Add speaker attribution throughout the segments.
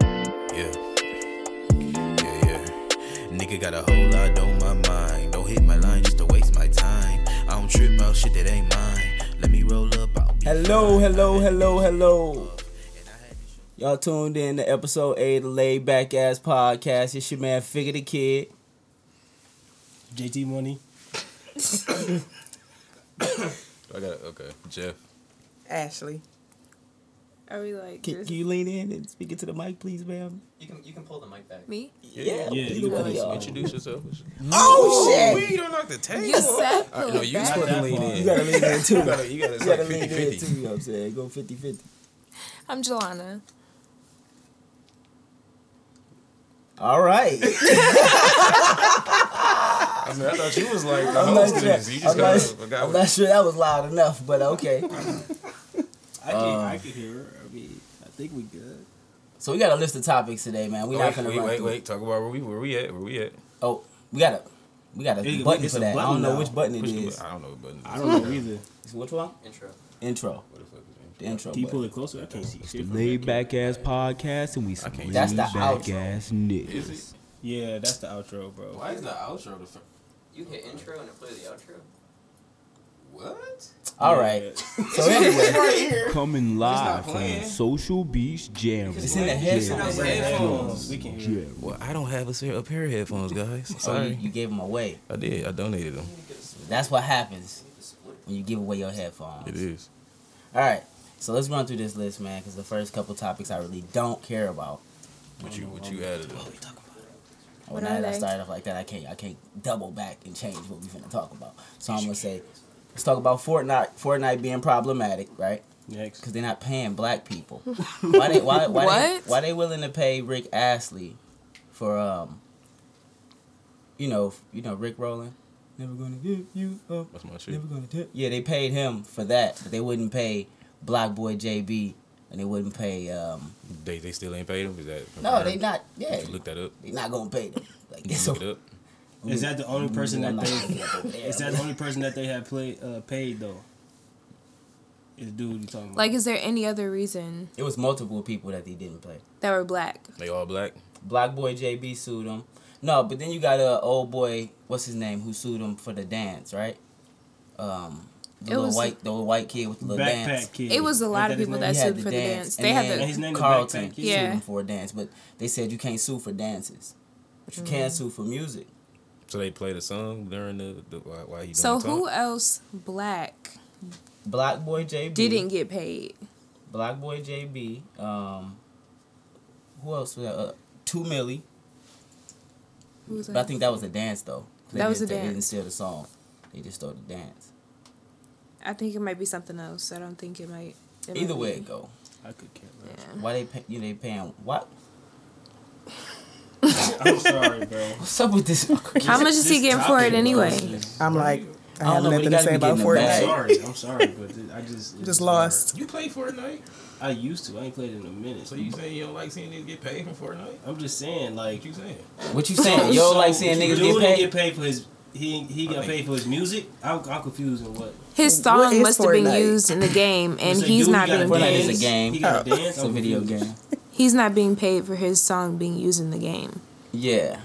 Speaker 1: Yeah, yeah, yeah. Nigga got a whole lot on my mind. Don't hit my line just to waste my time. I don't trip about shit that ain't mine. Let me roll up, I'll be
Speaker 2: Hello,
Speaker 1: fine.
Speaker 2: hello, hello, hello. Y'all tuned in to episode 8 of the Laid Back Ass Podcast. It's your man, Figure the Kid.
Speaker 3: JT Money.
Speaker 4: I got okay, Jeff.
Speaker 5: Ashley.
Speaker 6: Are we like
Speaker 2: Can,
Speaker 6: just
Speaker 2: can you lean in and speak into the mic, please, ma'am?
Speaker 7: You can you can pull the mic back.
Speaker 6: me?
Speaker 2: Yeah,
Speaker 3: Yeah,
Speaker 2: either
Speaker 3: you
Speaker 2: one of
Speaker 3: guys
Speaker 2: y'all.
Speaker 4: Introduce yourself.
Speaker 2: Oh, shit!
Speaker 4: We don't knock the table.
Speaker 6: You said
Speaker 4: Uh,
Speaker 6: pull
Speaker 4: no, you
Speaker 6: back.
Speaker 4: supposed to
Speaker 3: Not that
Speaker 4: lean
Speaker 3: far.
Speaker 4: in.
Speaker 2: You gotta lean in, too.
Speaker 4: You gotta, you gotta, it's
Speaker 2: You gotta
Speaker 4: like
Speaker 2: lean
Speaker 4: 50
Speaker 2: in,
Speaker 4: 50.
Speaker 2: too, you know what I'm saying? Go 50 50.
Speaker 6: I'm Jelana.
Speaker 2: All right.
Speaker 4: I mean, I thought you was like the
Speaker 2: I'm not
Speaker 4: host of
Speaker 2: sure,
Speaker 4: this. You just
Speaker 2: I'm
Speaker 4: got a
Speaker 2: not,
Speaker 4: guy
Speaker 2: I'm
Speaker 4: with
Speaker 2: not sure that was loud enough, but okay.
Speaker 3: I can
Speaker 2: Uh,
Speaker 3: I can hear her. I mean, I think we good.
Speaker 2: So we got a list of topics today, man. We're
Speaker 4: Oh,
Speaker 2: not
Speaker 4: Wait,
Speaker 2: gonna
Speaker 4: wait,
Speaker 2: run
Speaker 4: wait,
Speaker 2: through.
Speaker 4: wait. Talk about where we where we at. Where we at?
Speaker 2: Oh, we got a we got a
Speaker 3: It's-
Speaker 2: button
Speaker 3: it's
Speaker 2: for
Speaker 3: a
Speaker 2: that. I don't
Speaker 3: button
Speaker 2: know
Speaker 3: now.
Speaker 2: which button it
Speaker 4: Push the
Speaker 2: is.
Speaker 4: button. I don't know what button. it
Speaker 3: I
Speaker 4: is.
Speaker 3: don't know either.
Speaker 2: Which one?
Speaker 7: Intro.
Speaker 2: Intro.
Speaker 4: What the fuck is it?
Speaker 2: The intro.
Speaker 3: Can you pull
Speaker 2: button.
Speaker 3: it closer? I can't see. shit from
Speaker 4: Laid
Speaker 3: back here.
Speaker 8: podcast and we some
Speaker 4: can't-
Speaker 8: laid
Speaker 2: That's the
Speaker 8: back
Speaker 2: outro.
Speaker 8: ass niggas.
Speaker 4: Is it?
Speaker 3: Yeah, that's the outro, bro.
Speaker 4: Why is the outro the first?
Speaker 7: You hit intro and it plays the outro.
Speaker 4: What?
Speaker 2: All right. So anyway,
Speaker 8: Coming live
Speaker 4: playing.
Speaker 8: from Social Beach Jam.
Speaker 2: it's in the headphones.
Speaker 3: Headphones. We can hear. it.
Speaker 4: Well, I don't have a, pair- a pair of headphones, guys.
Speaker 2: So Oh, you,
Speaker 4: Sorry.
Speaker 2: you gave them away.
Speaker 4: I did. I donated them.
Speaker 2: That's what happens when you give away your headphones.
Speaker 4: It is.
Speaker 2: All right. So let's run through this list, man, because the first couple topics I really don't care about.
Speaker 4: What you what you added? Them.
Speaker 2: Well,
Speaker 6: What
Speaker 2: now
Speaker 6: are
Speaker 2: that I
Speaker 6: they?
Speaker 2: started off like that, I can't I can't double back and change what we're gonna talk about. So I'm gonna say, let's talk about Fortnite. Fortnite being problematic, right?
Speaker 3: Next.
Speaker 2: Because they're not paying black people. Why they why why
Speaker 6: What?
Speaker 2: They, why they willing to pay Rick Astley for um you know f- you know Rick Rowland? Never gonna give you up.
Speaker 4: That's my shit.
Speaker 2: Never gonna tell. Yeah, they paid him for that, but they wouldn't pay Black Boy JB and they wouldn't pay um
Speaker 4: They they still ain't paid them. Is that?
Speaker 2: no they
Speaker 4: confirmed?
Speaker 2: not yeah
Speaker 4: Did you look that up.
Speaker 2: they not gonna pay them like
Speaker 4: Did
Speaker 2: it's
Speaker 4: you
Speaker 2: a-
Speaker 4: look it up.
Speaker 3: Is that the only person
Speaker 2: I'm
Speaker 3: that
Speaker 2: not
Speaker 3: they?
Speaker 2: looking at that.
Speaker 3: Is that the only person that they had played uh, paid though? Is dude you talking about?
Speaker 6: Like, is there any other reason
Speaker 2: It was multiple people that they didn't play.
Speaker 6: that we're black?
Speaker 4: They all black.
Speaker 2: Black boy JB sued him. No, but then you got a old boy. What's his name? Who sued him for the dance? Right. Um, the
Speaker 6: It
Speaker 2: little
Speaker 6: was-
Speaker 2: white, the little white kid with the little
Speaker 3: backpack
Speaker 2: dance.
Speaker 3: kid.
Speaker 6: It was a lot of
Speaker 3: Is his
Speaker 6: people
Speaker 3: name?
Speaker 2: He
Speaker 6: that
Speaker 2: had
Speaker 6: sued for the dance. They
Speaker 2: and
Speaker 6: had
Speaker 2: then
Speaker 3: His
Speaker 6: the.
Speaker 3: name the
Speaker 2: Carlton
Speaker 3: Backpack
Speaker 2: sued
Speaker 3: Kid?
Speaker 6: Yeah.
Speaker 2: him for a dance, but they said you can't sue for dances, but you
Speaker 6: Mm.
Speaker 2: can sue for music.
Speaker 4: So they played a song during the, the why, why he doing
Speaker 6: So
Speaker 4: the song?
Speaker 6: who else black
Speaker 2: Black boy JB
Speaker 6: didn't get paid?
Speaker 2: Black boy JB. Um, who else? Was that? Uh, Two Millie.
Speaker 6: Who was
Speaker 2: But I think that was a dance though. 'Cause they
Speaker 6: That was
Speaker 2: didn't-
Speaker 6: a
Speaker 2: They didn't
Speaker 6: dance.
Speaker 2: steal the song. They just stole the dance.
Speaker 6: I think it might be something else. I don't think it might. it might
Speaker 2: Either way
Speaker 6: be.
Speaker 2: it go,
Speaker 3: I could care less.
Speaker 6: Yeah.
Speaker 2: why they pay, you know, they paying what?
Speaker 3: I'm sorry, bro.
Speaker 2: What's up with this?
Speaker 6: How much is he getting for it anyway?
Speaker 5: I'm like, I
Speaker 2: I
Speaker 5: have
Speaker 2: don't know, but you
Speaker 5: nothing to
Speaker 2: gotta be
Speaker 5: say about
Speaker 2: getting the
Speaker 3: I'm
Speaker 2: bag.
Speaker 5: Fortnite.
Speaker 3: sorry. I'm sorry, but th- I just it's
Speaker 5: Just lost.
Speaker 4: You play Fortnite?
Speaker 3: hard. I used to. I ain't played in a minute.
Speaker 4: So you saying you don't like seeing niggas get paid for Fortnite?
Speaker 3: I'm just saying, like,
Speaker 4: What you saying?
Speaker 2: What you saying? You don't like seeing niggas get
Speaker 3: Dude didn't
Speaker 2: paid?
Speaker 3: get paid for his. He he got
Speaker 4: think-
Speaker 3: paid for his music. I'm, I'm confused on what.
Speaker 6: His
Speaker 5: What
Speaker 6: song
Speaker 5: is
Speaker 6: must have been
Speaker 5: Fortnite?
Speaker 6: used in the game, and
Speaker 3: It's a
Speaker 6: he's
Speaker 3: dude,
Speaker 6: not
Speaker 3: he got
Speaker 6: being
Speaker 2: Fortnite is
Speaker 3: dance.
Speaker 2: a
Speaker 6: paid.
Speaker 2: game.
Speaker 3: He got a dance.
Speaker 2: It's a
Speaker 3: I'm
Speaker 2: video
Speaker 3: confused.
Speaker 2: game.
Speaker 6: He's not being paid for his song being used in the game.
Speaker 2: Yeah,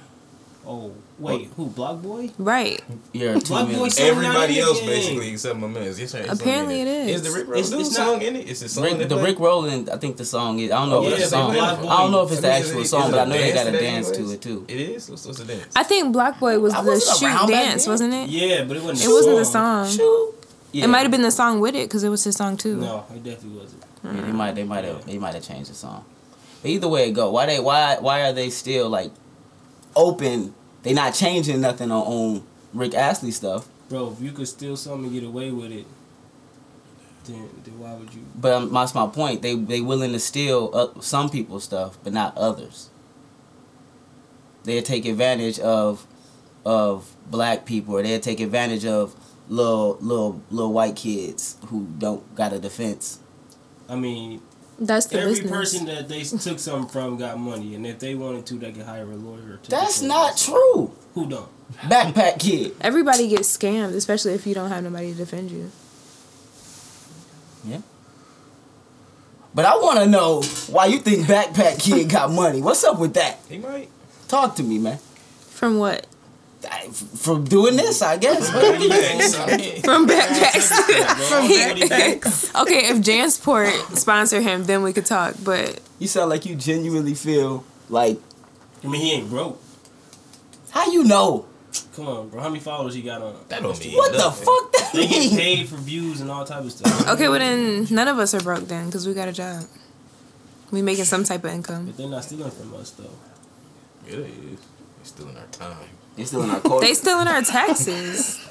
Speaker 3: Oh wait, who? Block Boy?
Speaker 6: Right.
Speaker 2: you're a two
Speaker 3: Black
Speaker 2: million.
Speaker 3: boys- So
Speaker 4: Everybody
Speaker 3: now
Speaker 4: else
Speaker 3: they
Speaker 4: basically
Speaker 3: getting-
Speaker 4: except my man. Yes, sir, it's
Speaker 6: Apparently
Speaker 4: on there.
Speaker 6: it is.
Speaker 4: Is the Rick
Speaker 3: It's-
Speaker 4: Ross
Speaker 3: it's
Speaker 4: song
Speaker 3: not-
Speaker 4: in it? It's the song.
Speaker 2: Rick,
Speaker 4: that
Speaker 2: the
Speaker 4: play?
Speaker 2: Rick Roland, I think the song is. I don't know
Speaker 3: Oh,
Speaker 2: if it's
Speaker 3: yeah,
Speaker 2: the song.
Speaker 3: they
Speaker 2: I
Speaker 3: played
Speaker 2: don't know if it's the
Speaker 4: Black Boy.
Speaker 2: actual
Speaker 4: Is it-
Speaker 2: song,
Speaker 4: is
Speaker 2: but I
Speaker 4: it
Speaker 2: know they got a
Speaker 4: dance
Speaker 2: dance
Speaker 4: to that
Speaker 2: to it too.
Speaker 4: anyways? It is. What's, what's the dance?
Speaker 6: I think Block Boy was
Speaker 2: I
Speaker 6: the
Speaker 2: wasn't around
Speaker 6: shoot
Speaker 2: back
Speaker 6: dance,
Speaker 2: then.
Speaker 6: wasn't it?
Speaker 3: Yeah, but it wasn't.
Speaker 6: It wasn't
Speaker 3: a
Speaker 6: the
Speaker 3: song.
Speaker 6: song.
Speaker 2: Shoot. Yeah.
Speaker 6: Um, It might have been the song with it because it was his song too.
Speaker 3: No, it definitely wasn't.
Speaker 2: Yeah, they might. They might have. They might have changed the song. But either way it go, why they? Why? Why are they still like open? They not changing nothing on, on Rick Astley stuff.
Speaker 3: Bro, if you could steal something and get away with it, then then why would you?
Speaker 2: But um, that's my point. They they willing to steal uh, some people's stuff, but not others. They will take advantage of of black people, or they will take advantage of little little little white kids who don't got a defense.
Speaker 3: I mean,
Speaker 6: That's the
Speaker 3: every
Speaker 6: business.
Speaker 3: person that they s- took something from got money, and if they wanted to, they could hire a lawyer. To
Speaker 2: That's
Speaker 3: defend
Speaker 2: not
Speaker 3: themselves.
Speaker 2: true.
Speaker 3: Who don't?
Speaker 2: Backpack kid.
Speaker 6: Everybody gets scammed, especially if you don't have nobody to defend you.
Speaker 2: But I want to know why you think Backpack Kid got money. What's up with that?
Speaker 4: He might.
Speaker 2: Talk to me, man.
Speaker 6: From what?
Speaker 2: I- f- From doing this, I guess.
Speaker 4: I mean, I mean,
Speaker 6: From backpacks.
Speaker 4: bro,
Speaker 6: He-
Speaker 4: backpacks.
Speaker 6: okay, if Jansport sponsored him, then we could talk. But
Speaker 2: you sound like you genuinely feel like,
Speaker 3: I mean, he ain't broke.
Speaker 2: how you know?
Speaker 3: Come on, bro. How many followers he got on?
Speaker 4: That don't mean
Speaker 2: What the
Speaker 4: nothing.
Speaker 2: fuck that
Speaker 3: They get
Speaker 2: mean?
Speaker 3: paid for views and all type of stuff.
Speaker 6: okay, well then none of us are broke then, because we got a job. We making some type of income.
Speaker 3: But they're not stealing from us though.
Speaker 4: It is. It's still in our time.
Speaker 2: It's still in our culture.
Speaker 6: They stealing our taxes.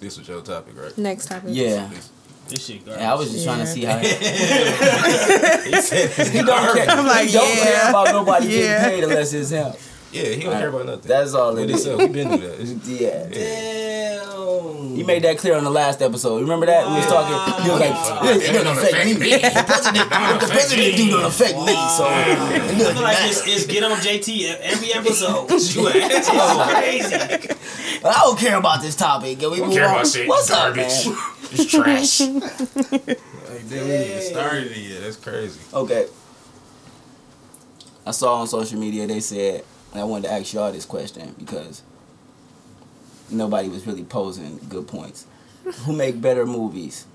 Speaker 4: This was your topic, right?
Speaker 6: Next topic.
Speaker 2: yeah.
Speaker 3: This shit garbage.
Speaker 2: yeah. I was just trying to
Speaker 5: Yeah.
Speaker 2: see how he
Speaker 4: He said it's
Speaker 2: don't care.
Speaker 5: I'm like,
Speaker 2: he don't care
Speaker 5: yeah.
Speaker 2: about nobody getting
Speaker 5: Yeah.
Speaker 2: paid unless it's him.
Speaker 4: Yeah, he don't care about nothing.
Speaker 2: That's all
Speaker 4: But
Speaker 2: it
Speaker 4: it's
Speaker 2: is.
Speaker 4: uh, we been through that.
Speaker 2: Yeah.
Speaker 3: Damn.
Speaker 2: You made that clear on the last episode. Remember that? We was talking. He was like, it don't affect me. The president, the president dude don't affect me. So it
Speaker 3: I
Speaker 2: doesn't
Speaker 3: feel like
Speaker 2: matter.
Speaker 3: it's, it's get on JT every episode. You an asshole. crazy.
Speaker 2: I don't care about this topic. Can we move on? What's up, man?
Speaker 4: It's trash. like, damn, we even started it yet. That's crazy.
Speaker 2: Okay. I saw on social media they said, and I wanted to ask y'all this question because nobody was really posing good points. Who make better movies,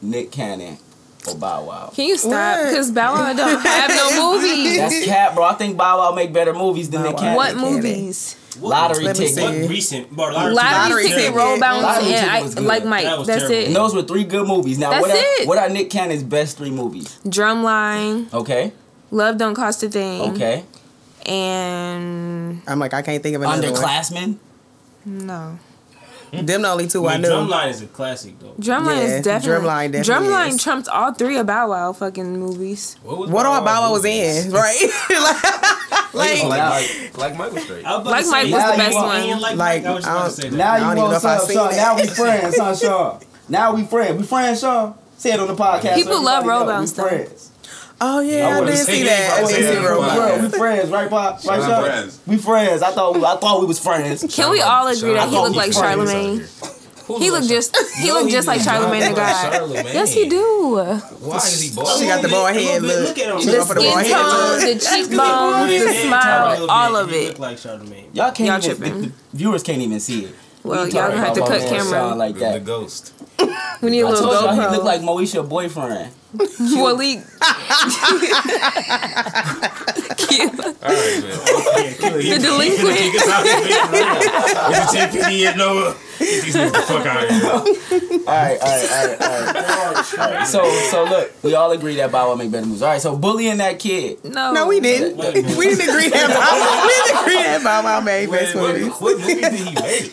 Speaker 2: Nick Cannon or Bow Wow?
Speaker 6: Can you stop?
Speaker 5: What?
Speaker 6: Because Bow Wow don't have no movies.
Speaker 2: That's cat, bro. I think Bow Wow make better movies than
Speaker 5: Bow
Speaker 2: Nick
Speaker 5: Wow.
Speaker 2: Cannon.
Speaker 6: What
Speaker 5: Nick Cannon.
Speaker 6: movies?
Speaker 2: Lottery
Speaker 5: Let me
Speaker 2: ticket.
Speaker 5: see.
Speaker 3: What recent? Bro,
Speaker 6: Lottery
Speaker 3: lottery
Speaker 5: Lottery
Speaker 6: ticket,
Speaker 5: ticket.
Speaker 6: roll bounce,
Speaker 2: Lottery
Speaker 6: and
Speaker 2: ticket
Speaker 6: I,
Speaker 2: was good.
Speaker 6: like Mike.
Speaker 3: That was
Speaker 6: that's
Speaker 3: terrible.
Speaker 2: And
Speaker 6: it.
Speaker 2: those were three good movies. Now,
Speaker 6: That's
Speaker 2: what, Are,
Speaker 6: it.
Speaker 2: what are Nick Cannon's best three movies?
Speaker 6: Drumline,
Speaker 2: Okay,
Speaker 6: Love Don't Cost a Thing,
Speaker 5: Mm-hmm.
Speaker 2: okay.
Speaker 6: and
Speaker 5: I'm like, I can't think of another one.
Speaker 2: Underclassmen.
Speaker 6: no.
Speaker 5: Them the only two
Speaker 3: I
Speaker 5: I
Speaker 3: mean,
Speaker 5: knew.
Speaker 3: Drumline is a classic though.
Speaker 6: Drumline
Speaker 5: Yeah,
Speaker 6: is definitely
Speaker 5: Drumline definitely
Speaker 6: Drumline
Speaker 5: is.
Speaker 6: trumped all three of Bow Wow fucking movies.
Speaker 4: was
Speaker 5: What all Bow Wow was
Speaker 4: movies?
Speaker 5: in, right?
Speaker 4: Like,
Speaker 5: like,
Speaker 4: like, like Michael Straight.
Speaker 3: I was about
Speaker 6: Like
Speaker 3: to
Speaker 6: Mike
Speaker 3: say,
Speaker 6: was
Speaker 2: the
Speaker 3: I
Speaker 2: best
Speaker 3: ain't
Speaker 6: one.
Speaker 3: Like,
Speaker 5: Like,
Speaker 3: Mike, I was about to say
Speaker 5: um, I don't
Speaker 3: that.
Speaker 2: Now you
Speaker 5: even know
Speaker 2: want
Speaker 5: if I
Speaker 2: some,
Speaker 5: seen
Speaker 2: Sean.
Speaker 5: it.
Speaker 2: Now we friends, huh, Sean? Now we friends. We friends, Sean. Say it on the podcast.
Speaker 6: People love
Speaker 2: Everybody know
Speaker 6: Robo
Speaker 2: we
Speaker 6: and stuff.
Speaker 2: friends.
Speaker 5: oh yeah, I
Speaker 4: wouldn't
Speaker 5: did
Speaker 4: say
Speaker 5: see
Speaker 4: that.
Speaker 5: that. I
Speaker 4: I
Speaker 5: did
Speaker 4: wouldn't
Speaker 5: see
Speaker 4: say
Speaker 2: We
Speaker 4: that.
Speaker 5: Robo.
Speaker 2: friends, we friends, right, Pop? Right, Sean?
Speaker 4: friends.
Speaker 2: We friends. I thought I thought we was friends.
Speaker 6: Can we all agree that he
Speaker 2: I
Speaker 6: looked
Speaker 2: thought
Speaker 6: like
Speaker 2: he was
Speaker 6: Charlemagne? He looked just he looked just like Charlemagne the God. Yes, he do.
Speaker 4: Why is he bald?
Speaker 5: She got the bald head look.
Speaker 3: Look at him.
Speaker 5: She
Speaker 3: bro.
Speaker 5: got the bald head look.
Speaker 6: Skin tone, the cheekbones, the
Speaker 3: Yeah,
Speaker 6: smile,
Speaker 3: Charlemagne,
Speaker 6: all of
Speaker 3: he
Speaker 6: it.
Speaker 3: Look like Charlemagne.
Speaker 2: Y'all
Speaker 6: Y'all
Speaker 2: can't even.
Speaker 6: tripping.
Speaker 2: The, the viewers can't even see it.
Speaker 6: Well,
Speaker 2: We
Speaker 6: y'all
Speaker 2: talking
Speaker 6: gonna have to
Speaker 2: about
Speaker 6: cut
Speaker 2: Robo and Sean
Speaker 6: camera.
Speaker 2: like
Speaker 4: The
Speaker 2: that.
Speaker 4: ghost.
Speaker 6: We need a
Speaker 2: I
Speaker 6: little
Speaker 2: told y'all he
Speaker 6: GoPro.
Speaker 2: looked like Moesha boyfriend.
Speaker 6: Walik. Cute.
Speaker 4: All right, man.
Speaker 6: The delinquent.
Speaker 4: It's the TPD at Noah. Get these niggas the fuck out of here.
Speaker 2: All right, all right, all right, all right. So, so look, we all agree that Bow Wow make better moves. All right, so bullying that kid.
Speaker 6: No.
Speaker 5: No, we didn't.
Speaker 3: Wait a minute.
Speaker 5: We didn't agree that Bow. We didn't agree that Bow Wow made best movies.
Speaker 4: What, what movie did he make?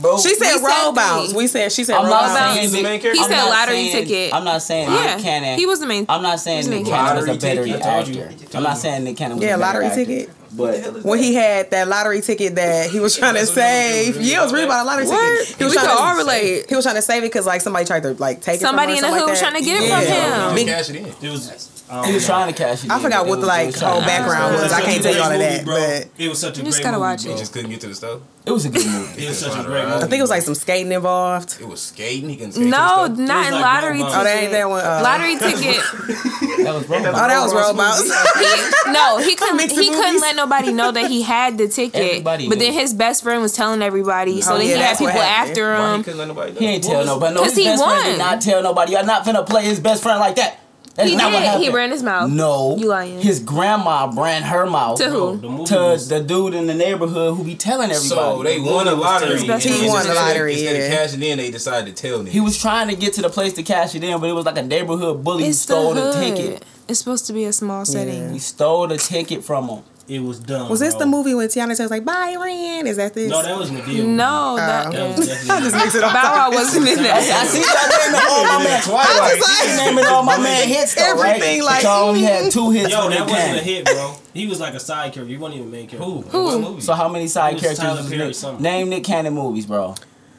Speaker 2: Bro,
Speaker 5: She
Speaker 6: We
Speaker 5: said
Speaker 6: said
Speaker 5: roll
Speaker 6: three.
Speaker 5: bounce. We said she said roll
Speaker 2: I'm not
Speaker 5: bounce.
Speaker 2: saying
Speaker 4: He's the main character?
Speaker 6: He
Speaker 2: I'm
Speaker 6: said
Speaker 2: not
Speaker 6: lottery
Speaker 2: saying-
Speaker 6: ticket.
Speaker 2: I'm not saying
Speaker 6: Yeah,
Speaker 2: Nick Cannon.
Speaker 6: he was the main.
Speaker 2: I'm not saying
Speaker 6: He's
Speaker 2: Nick
Speaker 6: making
Speaker 2: Cannon was a
Speaker 4: Lottery
Speaker 2: better
Speaker 4: ticket, I told you.
Speaker 2: actor. I'm not saying Nick Cannon was
Speaker 5: Yeah,
Speaker 2: a better
Speaker 5: lottery
Speaker 2: actor,
Speaker 5: ticket.
Speaker 2: But
Speaker 5: When he had that lottery ticket that he was trying to
Speaker 4: That's what I'm
Speaker 5: save.
Speaker 4: doing.
Speaker 5: Yeah, it was really about a lottery
Speaker 6: What?
Speaker 5: ticket. He was
Speaker 6: We
Speaker 5: trying
Speaker 6: could
Speaker 5: to-
Speaker 6: all relate.
Speaker 5: He was trying to save it because like somebody tried to like take it from
Speaker 6: Somebody
Speaker 5: her or
Speaker 6: in the
Speaker 5: something like
Speaker 6: hood was
Speaker 5: that.
Speaker 6: trying to get it
Speaker 5: Yeah.
Speaker 6: from him.
Speaker 4: Big cash it in.
Speaker 3: It was. I don't
Speaker 2: he was
Speaker 3: know.
Speaker 2: trying to cash it.
Speaker 5: I
Speaker 2: in,
Speaker 5: forgot
Speaker 2: but it
Speaker 5: what
Speaker 2: was- it
Speaker 5: the like
Speaker 2: was trying
Speaker 5: whole
Speaker 2: to-
Speaker 5: background
Speaker 3: It
Speaker 5: was.
Speaker 3: was
Speaker 5: I
Speaker 3: such
Speaker 5: can't
Speaker 3: a
Speaker 5: tell you all of
Speaker 3: great
Speaker 5: that,
Speaker 3: movie, bro.
Speaker 5: but
Speaker 3: it was such a
Speaker 6: You just
Speaker 3: great
Speaker 6: gotta
Speaker 3: movie,
Speaker 6: watch
Speaker 3: bro.
Speaker 4: He just couldn't get to the stove.
Speaker 2: It was a good movie.
Speaker 3: It was such a
Speaker 4: Right,
Speaker 3: great
Speaker 4: right.
Speaker 5: I
Speaker 3: movie.
Speaker 5: think it was like some skating involved.
Speaker 4: It was skating. He couldn't skate.
Speaker 6: No,
Speaker 4: to the stove.
Speaker 6: not in
Speaker 3: like
Speaker 6: lottery
Speaker 3: Robo.
Speaker 6: ticket.
Speaker 5: Oh, that ain't that one. Uh,
Speaker 6: Lottery ticket.
Speaker 2: That was wrong.
Speaker 5: Oh, that was roll bounce.
Speaker 6: He- no, he couldn't.
Speaker 5: mixing
Speaker 6: He couldn't
Speaker 5: movies.
Speaker 6: let nobody know that he had the ticket.
Speaker 2: Everybody
Speaker 6: but then
Speaker 2: knew.
Speaker 6: his best friend was telling everybody. So
Speaker 5: Oh,
Speaker 6: then
Speaker 5: yeah,
Speaker 6: he had
Speaker 5: that's what
Speaker 6: people
Speaker 5: happened.
Speaker 6: after
Speaker 4: Why
Speaker 6: him.
Speaker 4: he couldn't let nobody know?
Speaker 2: He ain't tell nobody. No,
Speaker 6: 'Cause
Speaker 2: his
Speaker 6: he
Speaker 2: best friend
Speaker 6: won.
Speaker 2: did not tell nobody. Y'all not finna play his best friend like that. That's
Speaker 6: He
Speaker 2: not what
Speaker 6: did.
Speaker 2: happened.
Speaker 6: He ran his mouth.
Speaker 2: No,
Speaker 6: You lying.
Speaker 2: His grandma ran her mouth
Speaker 6: To who?
Speaker 3: The movie
Speaker 2: to
Speaker 3: was-
Speaker 2: the dude in the neighborhood who be telling everybody.
Speaker 4: So they won a lottery.
Speaker 6: His best
Speaker 4: and
Speaker 6: friend. He
Speaker 5: won the
Speaker 4: instead of-
Speaker 5: lottery,
Speaker 4: Instead of
Speaker 5: yeah.
Speaker 4: cashing in, they decided to tell me.
Speaker 2: He was trying to get to the place to cash it in, but it was like a neighborhood bully who
Speaker 6: It's the
Speaker 2: stole the,
Speaker 6: hood.
Speaker 2: ticket.
Speaker 6: It's supposed to be a small setting.
Speaker 2: He stole the ticket from him.
Speaker 3: It was dumb.
Speaker 5: Was this
Speaker 3: bro.
Speaker 5: the movie when Tiana was like, "Bye, Ryan"? Is that this?
Speaker 3: No, that was Nadia.
Speaker 6: No,
Speaker 5: "Oh,
Speaker 6: that,
Speaker 3: That was definitely.
Speaker 5: Mix it up.
Speaker 6: Bow Wow wasn't in
Speaker 2: I,
Speaker 6: that.
Speaker 2: I see y'all naming all my man.
Speaker 5: I
Speaker 4: Twilight.
Speaker 5: was like,
Speaker 2: naming all my man hits though, right?
Speaker 5: Everything, like- mm-hmm.
Speaker 2: But y'all only had two hits
Speaker 3: Yo,
Speaker 2: for
Speaker 3: that
Speaker 2: that
Speaker 3: wasn't a
Speaker 2: game.
Speaker 3: hit, bro. He was like a side character. He wasn't even main character.
Speaker 4: Who?
Speaker 6: Who?
Speaker 4: What movie?
Speaker 2: So how many side
Speaker 3: It was
Speaker 2: characters?
Speaker 3: Tyler
Speaker 2: was
Speaker 3: Perry
Speaker 2: Nick-
Speaker 3: something.
Speaker 2: Name Nick Cannon movies, bro.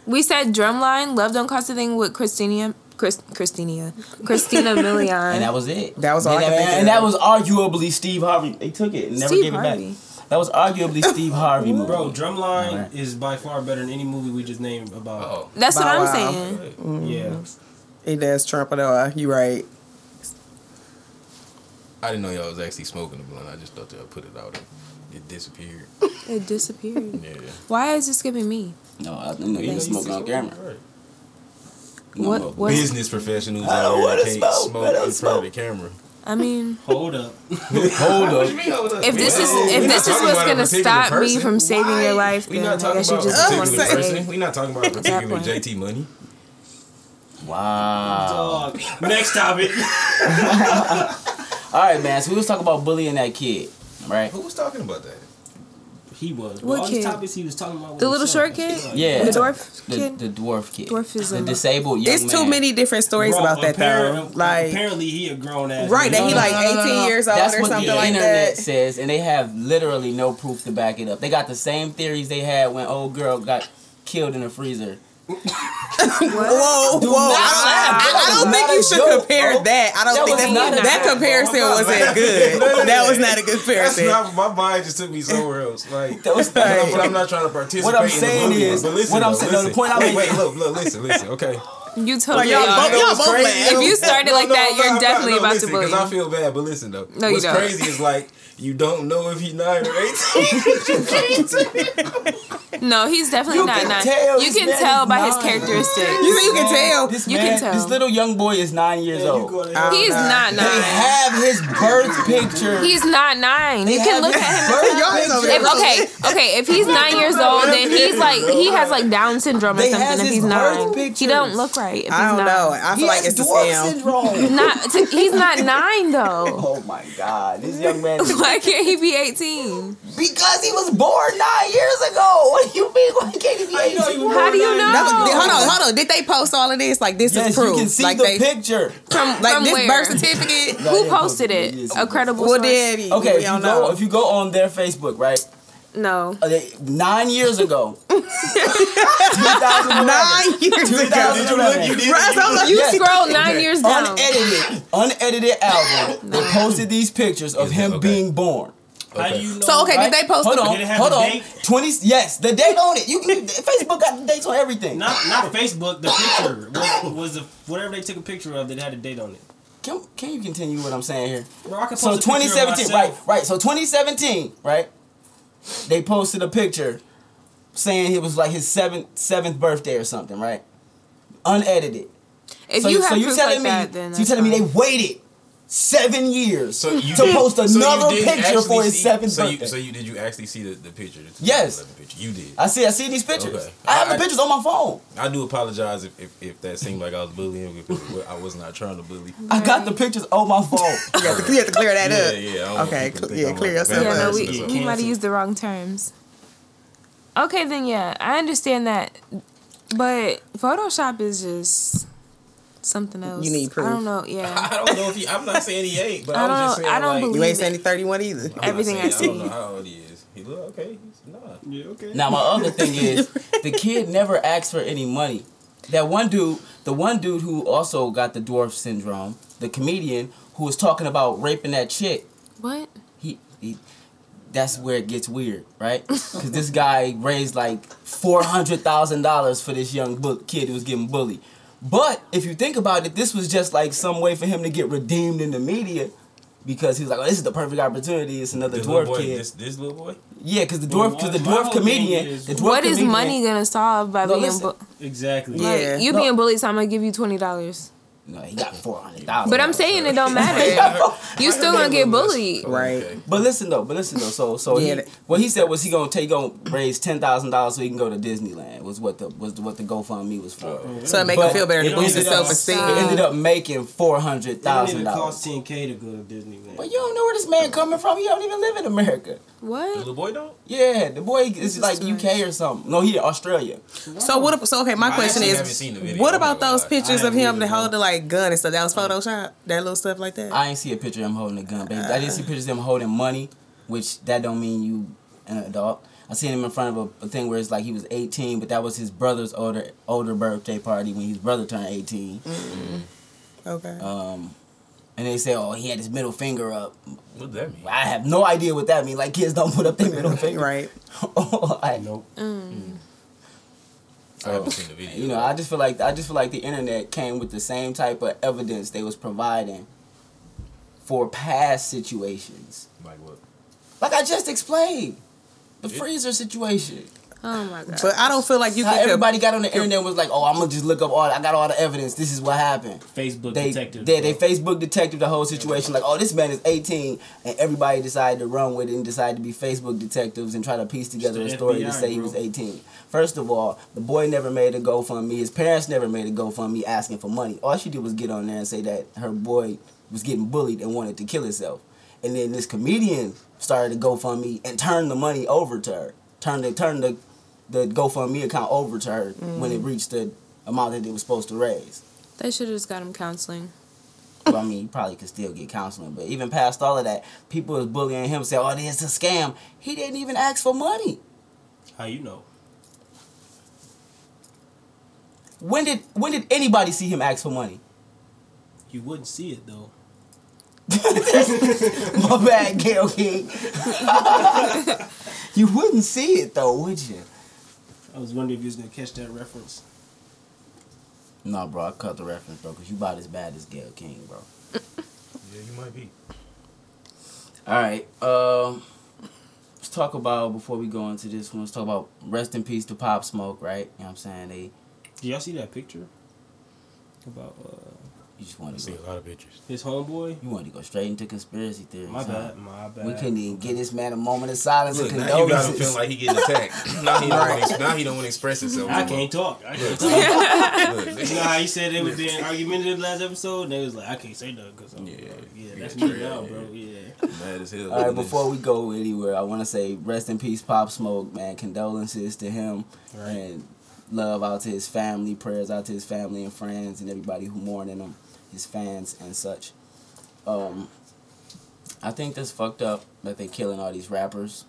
Speaker 6: We said Drumline, Love Don't Cost a Thing with Christina Chris, Christina, Christina Milian.
Speaker 2: and that was it.
Speaker 5: That was all
Speaker 2: And
Speaker 5: I could think of.
Speaker 2: and that was arguably Steve Harvey. They took it and never
Speaker 6: Steve
Speaker 2: gave
Speaker 6: Harvey.
Speaker 2: it back. That was arguably Steve Harvey movie.
Speaker 3: Bro, Drumline
Speaker 2: Alright.
Speaker 3: is by far better than any movie we just named about.
Speaker 4: Oh,
Speaker 6: That's what
Speaker 5: Bow
Speaker 6: I'm
Speaker 5: Wow.
Speaker 6: saying.
Speaker 3: Yeah.
Speaker 5: Mm-hmm. It does Trump and all. You right.
Speaker 4: I didn't know y'all was actually smoking the blunt. I just thought y'all put it out and it disappeared.
Speaker 6: It disappeared.
Speaker 4: Yeah.
Speaker 6: Why is it skipping me?
Speaker 2: No, I didn't know you was smoking on camera. No,
Speaker 6: What?
Speaker 2: no.
Speaker 6: What?
Speaker 4: Business professionals
Speaker 2: I don't
Speaker 4: out
Speaker 2: wanna
Speaker 4: there can't
Speaker 2: smoke,
Speaker 4: smoke
Speaker 2: I
Speaker 4: in
Speaker 2: don't
Speaker 4: front
Speaker 2: smoke.
Speaker 4: of the camera.
Speaker 6: I mean,
Speaker 3: Hold up.
Speaker 4: Hold up.
Speaker 6: if this is if this is
Speaker 4: talking
Speaker 6: what's
Speaker 4: about a
Speaker 6: gonna
Speaker 4: particular
Speaker 6: stop me
Speaker 4: person.
Speaker 6: from saving your life,
Speaker 4: We
Speaker 6: then
Speaker 4: not
Speaker 6: I
Speaker 4: talking
Speaker 6: guess you
Speaker 4: about a
Speaker 6: just don't want
Speaker 4: particular
Speaker 6: to
Speaker 4: person.
Speaker 6: say.
Speaker 4: We not talking about a particular
Speaker 6: point.
Speaker 4: JT money.
Speaker 2: Wow.
Speaker 3: Dog. Next topic.
Speaker 2: All right, man. So we was talking about bullying that kid, right?
Speaker 4: Who was talking about that?
Speaker 3: He was.
Speaker 6: What
Speaker 3: All
Speaker 6: kid?
Speaker 3: these topics he was talking about. with
Speaker 6: The little
Speaker 3: himself.
Speaker 6: short kid?
Speaker 3: Like,
Speaker 2: Yeah.
Speaker 6: The dwarf
Speaker 2: The,
Speaker 6: kid.
Speaker 2: the dwarf kid.
Speaker 6: Dwarfism.
Speaker 2: The disabled young
Speaker 5: It's too
Speaker 2: man.
Speaker 5: many different stories
Speaker 3: Bro,
Speaker 5: about that though.
Speaker 3: apparent-
Speaker 5: Like
Speaker 3: apparently he a grown ass.
Speaker 5: right, that
Speaker 3: man.
Speaker 5: he like 18 years old
Speaker 2: That's
Speaker 5: or
Speaker 2: what
Speaker 5: something
Speaker 2: the
Speaker 5: like
Speaker 2: internet
Speaker 5: that.
Speaker 2: says, and they have literally no proof to back it up. They got the same theories they had when old girl got killed in the freezer.
Speaker 5: Whoa, whoa!
Speaker 2: not laugh. That
Speaker 5: I, I don't
Speaker 2: was
Speaker 5: think
Speaker 2: not
Speaker 5: you
Speaker 2: a
Speaker 5: should
Speaker 2: joke,
Speaker 5: compare
Speaker 2: bro.
Speaker 5: that. I don't
Speaker 2: That
Speaker 5: think
Speaker 2: was
Speaker 5: that,
Speaker 2: not a
Speaker 5: that
Speaker 2: joke.
Speaker 5: comparison
Speaker 4: Oh, I'm not
Speaker 5: wasn't
Speaker 4: laughing.
Speaker 5: good.
Speaker 4: No, no,
Speaker 5: That
Speaker 4: no.
Speaker 5: was not a good
Speaker 4: That's
Speaker 5: comparison.
Speaker 4: not my mind just took me somewhere else. Like
Speaker 2: That was-
Speaker 4: but I'm- but I'm not trying to participate.
Speaker 2: What I'm
Speaker 4: in the
Speaker 2: saying
Speaker 4: bullying,
Speaker 2: is-
Speaker 4: but listen,
Speaker 2: what I'm
Speaker 4: though,
Speaker 2: saying- no, the
Speaker 4: listen.
Speaker 2: point I'm
Speaker 4: wait, wait,
Speaker 2: making-
Speaker 4: look, look, listen, listen. Okay,
Speaker 6: You totally
Speaker 5: y'all
Speaker 6: are.
Speaker 5: both- y'all both laugh.
Speaker 6: If you started like
Speaker 4: No,
Speaker 6: that,
Speaker 4: no,
Speaker 6: you're
Speaker 4: no,
Speaker 6: definitely
Speaker 4: no,
Speaker 6: about
Speaker 4: listen,
Speaker 6: to
Speaker 4: 'cause I
Speaker 6: bully.
Speaker 4: feel bad, but listen though.
Speaker 6: No, you
Speaker 4: What's
Speaker 6: don't.
Speaker 4: crazy is like you don't know if he nine or eighteen.
Speaker 6: No, he's definitely
Speaker 2: You
Speaker 6: not
Speaker 2: can
Speaker 6: nine.
Speaker 2: tell
Speaker 6: You
Speaker 2: this
Speaker 6: can
Speaker 2: man
Speaker 6: tell
Speaker 2: is
Speaker 6: by his
Speaker 2: nine.
Speaker 6: characteristics.
Speaker 5: You, you can tell.
Speaker 2: This
Speaker 6: You
Speaker 2: man,
Speaker 6: can tell.
Speaker 2: this little young boy is nine years
Speaker 3: You
Speaker 2: old.
Speaker 3: go to-
Speaker 5: I-
Speaker 6: He is
Speaker 5: Nah.
Speaker 6: not
Speaker 2: They
Speaker 6: nine.
Speaker 2: have his birth picture.
Speaker 6: He's not nine. You can look at him.
Speaker 5: Y'all is over
Speaker 6: If,
Speaker 5: there.
Speaker 6: okay, okay. If he's nine years old, then he's like he has like Down syndrome or
Speaker 2: They has
Speaker 6: something. If
Speaker 2: his
Speaker 6: he's
Speaker 2: birth
Speaker 6: nine, he
Speaker 2: pictures.
Speaker 6: don't look right. If he's
Speaker 5: I don't
Speaker 6: not.
Speaker 5: know. I feel like it's a scam.
Speaker 2: syndrome.
Speaker 6: Not to, he's not nine though.
Speaker 2: Oh my god, this young man. is-
Speaker 6: Why can't he be eighteen?
Speaker 2: because he was born nine years ago. What do you mean? Why can't he be?
Speaker 3: I know
Speaker 2: 18?
Speaker 3: you
Speaker 6: How do you know?
Speaker 5: That was, hold on, hold on. Did they post all of this? Like this
Speaker 2: Yes,
Speaker 5: is proof.
Speaker 2: you can see
Speaker 5: like
Speaker 2: the
Speaker 5: they
Speaker 2: picture.
Speaker 5: from like
Speaker 6: From
Speaker 5: this
Speaker 6: where?
Speaker 5: birth certificate.
Speaker 6: Who posted it? A credible
Speaker 5: well,
Speaker 6: source?
Speaker 5: daddy.
Speaker 2: Okay,
Speaker 5: we
Speaker 2: if you,
Speaker 5: don't
Speaker 2: go,
Speaker 5: know.
Speaker 2: if you go on their Facebook, right?
Speaker 6: No.
Speaker 2: Uh, they- nine years ago. 2011.
Speaker 5: Nine years ago.
Speaker 2: 2011.
Speaker 5: Russ, I'm like,
Speaker 6: You
Speaker 2: Yes.
Speaker 6: scroll nine years down.
Speaker 2: Unedited, unedited album. They posted these pictures of him
Speaker 4: okay.
Speaker 2: being born.
Speaker 3: How do you know?
Speaker 5: So okay,
Speaker 2: Right?
Speaker 5: did they post?
Speaker 2: Hold
Speaker 5: the-
Speaker 2: on,
Speaker 3: Did it have
Speaker 2: hold
Speaker 3: a
Speaker 2: on.
Speaker 3: date?
Speaker 2: Twenty. Yes, the date on it. You can, Facebook got the dates on everything.
Speaker 3: Not not Facebook. The picture was, was the whatever they took a picture of that had a date on it.
Speaker 2: Can, can you continue what I'm saying here?
Speaker 3: Bro, I can post
Speaker 2: So
Speaker 3: a picture of
Speaker 2: 2017, right,
Speaker 3: myself.
Speaker 2: right. So 2017, right? They posted a picture saying it was like his seventh seventh birthday or something, right? Unedited.
Speaker 6: If
Speaker 2: so
Speaker 6: you have
Speaker 2: so
Speaker 6: proof
Speaker 2: telling
Speaker 6: like
Speaker 2: me,
Speaker 6: that, then
Speaker 2: so you
Speaker 6: that's
Speaker 2: telling me they
Speaker 6: fine.
Speaker 2: waited seven years
Speaker 4: So you
Speaker 2: to
Speaker 4: did-
Speaker 2: post
Speaker 4: so you
Speaker 2: another
Speaker 4: did
Speaker 2: picture for
Speaker 4: actually
Speaker 2: his
Speaker 4: see-
Speaker 2: seventh
Speaker 4: so
Speaker 2: birthday?
Speaker 4: You, so you did you actually see the, the picture? The
Speaker 2: Yes.
Speaker 4: 2011 Picture. You did.
Speaker 2: I see, I see these pictures.
Speaker 4: Okay.
Speaker 2: I have
Speaker 4: I-
Speaker 2: the pictures on my phone.
Speaker 4: I do apologize if, if, if that seemed like I was bullying. If it- I was not trying to bully.
Speaker 2: I got the pictures on my phone.
Speaker 5: You have to- you have to clear that
Speaker 4: Yeah,
Speaker 5: up.
Speaker 4: yeah, I don't
Speaker 5: Okay,
Speaker 4: want people to
Speaker 5: cl-
Speaker 4: think
Speaker 5: yeah,
Speaker 4: I'm
Speaker 5: clear
Speaker 4: like a
Speaker 5: yourself
Speaker 4: bad
Speaker 5: up.
Speaker 6: Yeah, no,
Speaker 4: person
Speaker 6: we,
Speaker 4: or
Speaker 3: Yeah,
Speaker 6: we
Speaker 4: something.
Speaker 6: might have
Speaker 3: canceled.
Speaker 6: used the wrong terms. Okay, then yeah, I understand that, but Photoshop is just something else.
Speaker 5: need proof.
Speaker 6: I don't know. Yeah,
Speaker 4: I don't know if he. I'm not saying he ain't, but
Speaker 6: I
Speaker 4: I, was just
Speaker 6: don't-
Speaker 4: saying
Speaker 6: I don't
Speaker 4: like,
Speaker 6: believe-
Speaker 5: You ain't saying 31 either.
Speaker 4: I'm not
Speaker 6: everything
Speaker 4: saying-
Speaker 6: I
Speaker 4: I don't
Speaker 6: see.
Speaker 4: know how old he is. He look okay. He's not.
Speaker 3: Yeah, okay.
Speaker 2: now my other thing is the kid never asked for any money. That one dude, the one dude who also got the dwarf syndrome, the comedian who was talking about raping that chick.
Speaker 6: what?
Speaker 2: he, he that's where it gets weird, right? Because this guy raised like four hundred thousand dollars for this young bu- kid who was getting bullied. But if you think about it, this was just like some way for him to get redeemed in the media, because he was like, "Oh, this is the perfect opportunity. It's another
Speaker 4: This
Speaker 2: dwarf
Speaker 4: little boy,
Speaker 2: kid."
Speaker 4: This, this little boy.
Speaker 2: yeah, because the
Speaker 3: Well,
Speaker 2: dwarf, because the
Speaker 3: my- my
Speaker 2: dwarf
Speaker 3: whole thing
Speaker 2: comedian,
Speaker 3: is-
Speaker 2: the dwarf
Speaker 6: What is
Speaker 2: comedian-
Speaker 6: money gonna solve by
Speaker 2: No,
Speaker 6: being
Speaker 2: listen.
Speaker 6: bu-
Speaker 3: Exactly.
Speaker 5: Yeah.
Speaker 6: like you
Speaker 2: no.
Speaker 6: being bullied? So I'm gonna give you twenty dollars.
Speaker 2: No, he got four hundred thousand.
Speaker 6: But I'm saying it don't matter. You still gonna get bullied.
Speaker 5: Right.
Speaker 4: Okay.
Speaker 2: But listen though, but listen though. So so
Speaker 5: Yeah,
Speaker 2: he,
Speaker 5: that-
Speaker 2: what he said was he gonna take gonna raise ten thousand dollars so he can go to Disneyland was what the was what the GoFundMe was for.
Speaker 5: So it make
Speaker 2: But
Speaker 5: him feel better
Speaker 2: it
Speaker 5: to boost his
Speaker 2: ended up-
Speaker 5: self esteem.
Speaker 6: Uh,
Speaker 2: It ended up making four hundred
Speaker 3: It
Speaker 2: thousand
Speaker 3: even
Speaker 2: dollars.
Speaker 3: cost 10k to go to Disneyland.
Speaker 2: But you don't know where this man coming from. He don't even live in America.
Speaker 4: The
Speaker 6: What?
Speaker 4: little boy don't.
Speaker 2: Yeah, the boy is
Speaker 6: is
Speaker 2: like
Speaker 6: strange.
Speaker 2: UK or something. No, he in Australia.
Speaker 5: So what? So okay, my
Speaker 4: I
Speaker 5: question
Speaker 4: actually haven't
Speaker 5: is,
Speaker 4: seen the video.
Speaker 5: what
Speaker 4: I'm not
Speaker 5: about
Speaker 4: gonna
Speaker 5: those
Speaker 4: lie.
Speaker 5: pictures
Speaker 3: I
Speaker 5: of him
Speaker 3: haven't
Speaker 5: that
Speaker 3: either.
Speaker 5: hold the like gun and stuff? That was Photoshop. That little stuff like that.
Speaker 2: I ain't see a picture of him holding a gun, baby. I didn't see pictures of him holding money, which that don't mean you an adult. I seen him in front of a, a thing where it's like he was 18, but that was his brother's older older birthday party when his brother turned 18.
Speaker 5: Okay.
Speaker 2: Um, and they say, oh, he had his middle finger up.
Speaker 4: What does that mean?
Speaker 2: I have no idea what that means. Like kids don't put up their middle finger.
Speaker 5: right.
Speaker 2: Like,
Speaker 4: Nope.
Speaker 6: Mm.
Speaker 4: I
Speaker 2: So,
Speaker 4: haven't seen the video.
Speaker 2: you know, I just feel like I just feel like the internet came with the same type of evidence they was providing for past situations.
Speaker 4: like what?
Speaker 2: Like I just explained, the
Speaker 4: Yeah.
Speaker 2: freezer situation.
Speaker 6: Oh my god.
Speaker 5: But I don't feel like you
Speaker 2: How
Speaker 5: can.
Speaker 2: everybody got on the internet and was like, "Oh, I'm gonna just look up all. I got all the evidence. This is what happened."
Speaker 3: Facebook
Speaker 2: They,
Speaker 3: detective.
Speaker 2: they, they
Speaker 3: bro.
Speaker 2: Facebook detective the whole situation. Like, oh, this man is 18, and everybody decided to run with it and decided to be Facebook detectives and try to piece together a
Speaker 3: It's the
Speaker 2: story to
Speaker 3: FBI,
Speaker 2: say he
Speaker 3: bro.
Speaker 2: was 18. First of all, the boy never made a GoFundMe. His parents never made a GoFundMe asking for money. All she did was get on there and say that her boy was getting bullied and wanted to kill himself. And then this comedian started a GoFundMe and turned the money over to her. Turned the turned the the GoFundMe account over to her when it reached the amount that it was supposed to raise.
Speaker 6: they should have just got him counseling.
Speaker 2: Well, I mean, you probably could still get counseling, but even past all of that, people was bullying him, saying, "Oh, this is a scam." He didn't even ask for money.
Speaker 3: How you know?
Speaker 2: When did when did anybody see him ask for money?
Speaker 3: You wouldn't see it though.
Speaker 2: My bad, Gail King. you wouldn't see it though, would you?
Speaker 3: I was wondering if you was gonna catch that reference.
Speaker 2: No, bro, I cut the reference, bro, because you about as bad as Gail King, bro.
Speaker 4: Yeah, you might be.
Speaker 2: All right, um, let's talk about before we go into this one. Let's talk about rest in peace to Pop Smoke, right? You know what I'm saying? They
Speaker 3: Did y'all see that picture? About uh,
Speaker 2: you just want
Speaker 4: I
Speaker 2: to
Speaker 4: see
Speaker 2: go,
Speaker 4: a lot of pictures.
Speaker 3: his homeboy.
Speaker 2: you want to go straight into conspiracy theories.
Speaker 3: My
Speaker 2: huh?
Speaker 3: bad. My bad.
Speaker 2: We couldn't even get this man a moment of silence
Speaker 4: Look,
Speaker 2: and
Speaker 4: now you got him
Speaker 2: condolences.
Speaker 4: feeling like he getting attacked. now, he don't wanna, ex- now he don't want to express himself.
Speaker 3: I
Speaker 4: no
Speaker 3: can't talk. I can't talk.
Speaker 4: more. Look,
Speaker 3: You know how you said they was being argumentative last episode, and they was like, "I can't say nothing because I'm
Speaker 4: Yeah,
Speaker 3: yeah, yeah,
Speaker 4: you
Speaker 3: that's
Speaker 4: got
Speaker 3: me
Speaker 4: your-
Speaker 3: now,
Speaker 4: yeah,
Speaker 3: bro." Yeah,
Speaker 4: Mad as hell.
Speaker 2: All right, before we go anywhere, I want to say rest in peace, Pop Smoke, man. Condolences to him
Speaker 3: Right.
Speaker 2: and love out to his family, prayers out to his family and friends and everybody who mourning him, his fans and such. Um, I think that's fucked up that they killing all these rappers.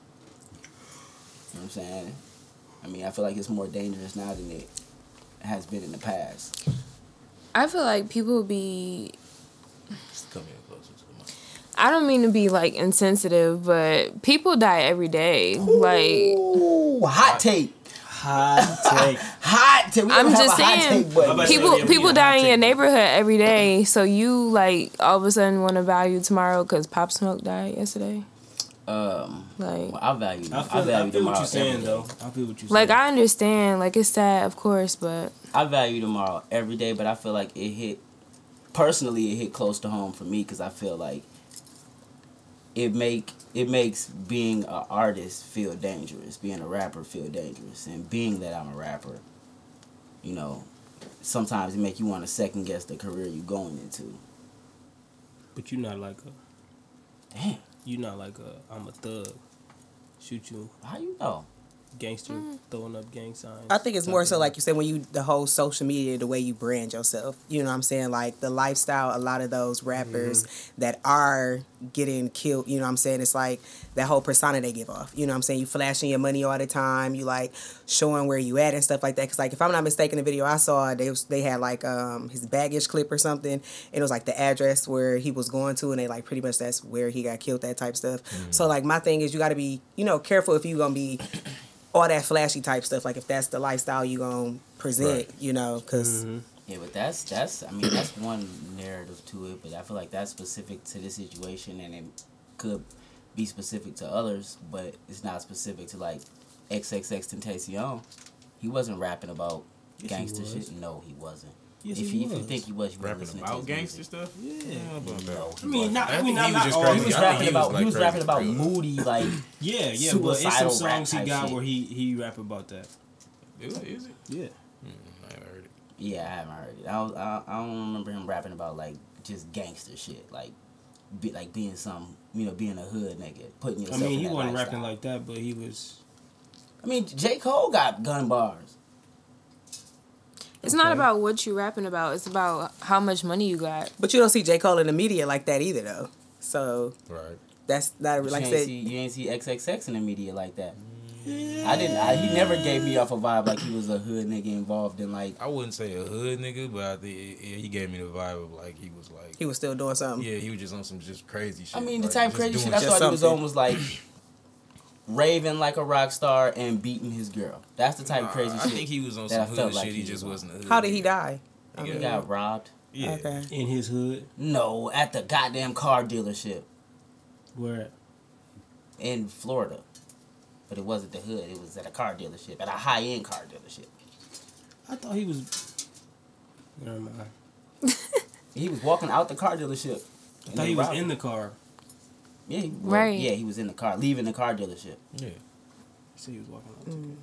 Speaker 2: You know what I'm saying? I mean, I feel like it's more dangerous now than it has been in the past.
Speaker 6: I feel like people be.
Speaker 4: Just come in closer to the mic.
Speaker 6: I don't mean to be like insensitive, but people die every day. Like
Speaker 2: Ooh, hot take.
Speaker 3: hot take.
Speaker 2: Hot take. We
Speaker 6: I'm
Speaker 2: don't have
Speaker 6: just
Speaker 2: a hot
Speaker 6: saying,
Speaker 2: take button.
Speaker 3: How about
Speaker 6: people
Speaker 3: Yeah,
Speaker 6: people
Speaker 3: yeah,
Speaker 6: die in
Speaker 3: I
Speaker 6: your
Speaker 3: take that.
Speaker 6: neighborhood every day. So you like all of a sudden want to value tomorrow because Pop Smoke died yesterday.
Speaker 2: Um,
Speaker 6: Like
Speaker 2: well, I value.
Speaker 3: I
Speaker 2: I,
Speaker 3: feel, I
Speaker 2: value tomorrow.
Speaker 3: feel what you're
Speaker 2: every
Speaker 3: saying
Speaker 2: day.
Speaker 3: though. I feel what you're
Speaker 6: like
Speaker 3: saying.
Speaker 6: I understand. Like it's sad, of course, but
Speaker 2: I value tomorrow every day, but I feel like it hit. Personally, it hit close to home for me because I feel like it make it makes being an artist feel dangerous, being a rapper feel dangerous, and being that I'm a rapper, you know, sometimes it make you want to second guess the career you're going into.
Speaker 3: but you're not like a.
Speaker 2: Damn,
Speaker 3: You're not like a. I'm a thug. Shoot you,
Speaker 2: how you know?
Speaker 3: gangster,
Speaker 6: Mm.
Speaker 3: throwing up gang signs.
Speaker 5: I think it's more so like you said when you the whole social media, the way you brand yourself. You know what I'm saying? Like the lifestyle, a lot of those rappers
Speaker 2: Mm-hmm.
Speaker 5: that are getting killed. You know what I'm saying? It's like that whole persona they give off. You know what I'm saying? You flashing your money all the time. You like showing where you at and stuff like that. Cause like if I'm not mistaken, the video I saw they was, they had like um his baggage clip or something, and it was like the address where he was going to, and they like pretty much that's where he got killed. That type stuff.
Speaker 2: Mm-hmm.
Speaker 5: So like my thing is you got to be you know careful if you gonna be all that flashy type stuff. Like if that's the lifestyle you gonna present, you know, because
Speaker 4: Mm-hmm.
Speaker 2: Yeah, but that's that's I mean that's one narrative to it, but I feel like that's specific to this situation, and it could be specific to others, but it's not specific to like XXX Tentacion. He wasn't rapping about
Speaker 3: Yes, he
Speaker 2: gangster
Speaker 3: was.
Speaker 2: shit. No, he wasn't.
Speaker 3: Yes,
Speaker 2: if
Speaker 3: he
Speaker 2: if you
Speaker 3: was.
Speaker 2: think he was, you were
Speaker 4: Rapping
Speaker 2: listening to
Speaker 4: about
Speaker 2: his
Speaker 4: gangster
Speaker 2: music.
Speaker 4: stuff?
Speaker 3: yeah.
Speaker 4: No, he
Speaker 3: I mean,
Speaker 4: wasn't.
Speaker 3: not-
Speaker 4: I
Speaker 3: I mean,
Speaker 4: think
Speaker 3: not-
Speaker 4: he was just
Speaker 3: not all-
Speaker 4: crazy.
Speaker 2: oh, He was
Speaker 4: I think
Speaker 2: rapping about
Speaker 4: like
Speaker 2: he was
Speaker 4: crazy
Speaker 2: rapping
Speaker 4: for
Speaker 2: about
Speaker 4: real.
Speaker 2: moody like
Speaker 3: Yeah, yeah, but it's some
Speaker 2: Suicidal
Speaker 3: songs
Speaker 2: rap
Speaker 3: he
Speaker 2: type
Speaker 3: got
Speaker 2: shit.
Speaker 3: where he he rap about that.
Speaker 4: Is it? Is it?
Speaker 3: Yeah,
Speaker 4: I haven't heard it.
Speaker 2: yeah I haven't heard it. I don't- I, I don't remember him rapping about like just gangster shit like be, like being some you know being a hood nigga putting
Speaker 3: I
Speaker 2: yourself.
Speaker 3: mean
Speaker 2: in
Speaker 3: he
Speaker 2: that
Speaker 3: wasn't
Speaker 2: lifestyle.
Speaker 3: rapping like that, but he was.
Speaker 2: I mean, J. Cole got gun bars.
Speaker 6: it's not
Speaker 3: Okay.
Speaker 6: about what you rapping about. It's about how much money you got.
Speaker 5: but you don't see J Cole in the media like that either, though. So
Speaker 4: Right.
Speaker 5: that's not
Speaker 2: You
Speaker 5: like I
Speaker 2: ain't
Speaker 5: said.
Speaker 2: see you ain't see XXX in the media like that. I didn't. I, he never gave me off a vibe like he was a hood nigga involved in like.
Speaker 1: I wouldn't say a hood nigga, but I think yeah, he gave me the vibe of like he was like
Speaker 5: He was still doing something.
Speaker 1: yeah, he was just on some just crazy shit.
Speaker 2: I mean, the
Speaker 1: like,
Speaker 2: type of
Speaker 1: just
Speaker 2: crazy
Speaker 1: doing
Speaker 2: shit I
Speaker 1: shit.
Speaker 2: thought he was
Speaker 5: something.
Speaker 2: on was like raving like a rock star and beating his girl. That's the type of crazy
Speaker 1: Nah, I
Speaker 2: shit.
Speaker 1: think he was on
Speaker 2: that I
Speaker 1: some
Speaker 2: felt
Speaker 1: hood
Speaker 2: like
Speaker 1: shit.
Speaker 2: he
Speaker 1: He just
Speaker 2: was on.
Speaker 1: wasn't a hood.
Speaker 5: How did he
Speaker 1: nigga.
Speaker 5: die? I
Speaker 1: Yeah.
Speaker 2: He
Speaker 5: mean,
Speaker 2: got robbed.
Speaker 1: Yeah.
Speaker 5: Okay.
Speaker 3: in his hood.
Speaker 2: No, at the goddamn car dealership
Speaker 3: Where
Speaker 2: in Florida. But it wasn't the hood. It was at a car dealership, at a high end car dealership.
Speaker 3: I thought he was. Never mind.
Speaker 2: He was walking out the car dealership.
Speaker 3: I thought he was in the car.
Speaker 2: yeah, he, well,
Speaker 6: Right.
Speaker 2: Yeah, he was in the car, leaving the car dealership.
Speaker 1: Yeah.
Speaker 3: So he was walking out.
Speaker 2: Mm.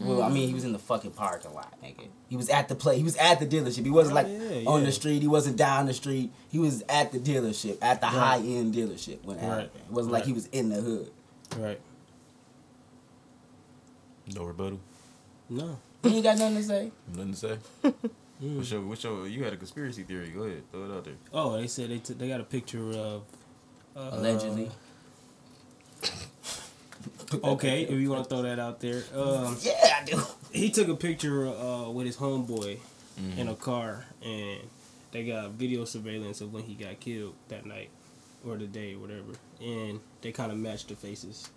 Speaker 3: to
Speaker 2: Well, I mean, he was in the fucking parking lot, nigga. He was at the play. He was at the dealership. He wasn't
Speaker 3: Oh,
Speaker 2: like
Speaker 3: yeah,
Speaker 2: on the
Speaker 3: yeah.
Speaker 2: street. He wasn't down the street. He was at the dealership, at the high end dealership. When it
Speaker 3: Right.
Speaker 2: happened, it wasn't like
Speaker 3: Right.
Speaker 2: he was in the hood.
Speaker 3: Right.
Speaker 1: No rebuttal.
Speaker 3: No.
Speaker 2: He ain't got nothing to say.
Speaker 1: Nothing to say.
Speaker 4: What's your, what's your, you had a conspiracy theory. Go ahead, throw it out there.
Speaker 3: Oh, they said they took they got a picture of. Uh,
Speaker 2: Allegedly.
Speaker 3: Okay, if you want to throw that out there, um,
Speaker 2: Yeah, I do.
Speaker 3: he took a picture uh, with his homeboy in a car, and they got video surveillance of when he got killed that night or the day or whatever, and they kind of matched the faces.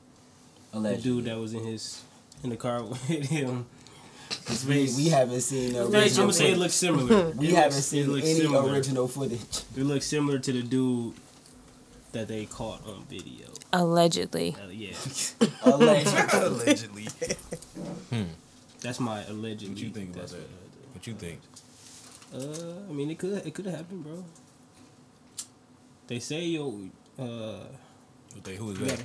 Speaker 3: The
Speaker 2: Allegedly.
Speaker 3: dude that was in his in the car with him. His
Speaker 2: we,
Speaker 3: face.
Speaker 2: we haven't seen the
Speaker 3: I'm gonna
Speaker 2: original.
Speaker 3: say it
Speaker 2: Footage.
Speaker 3: looks similar.
Speaker 2: We
Speaker 3: It
Speaker 2: haven't
Speaker 3: looks- it
Speaker 2: seen
Speaker 3: looks
Speaker 2: any
Speaker 3: similar.
Speaker 2: original footage.
Speaker 3: It looks similar to the dude that they caught on video.
Speaker 6: Allegedly.
Speaker 3: Uh, yeah,
Speaker 2: Allegedly.
Speaker 1: Allegedly.
Speaker 3: that's my alleged.
Speaker 1: What you think about
Speaker 3: that's
Speaker 1: that? What you think?
Speaker 3: Uh, I mean, it could it could have happened, bro. They say yo, uh,
Speaker 1: What they, who is
Speaker 3: you
Speaker 1: that?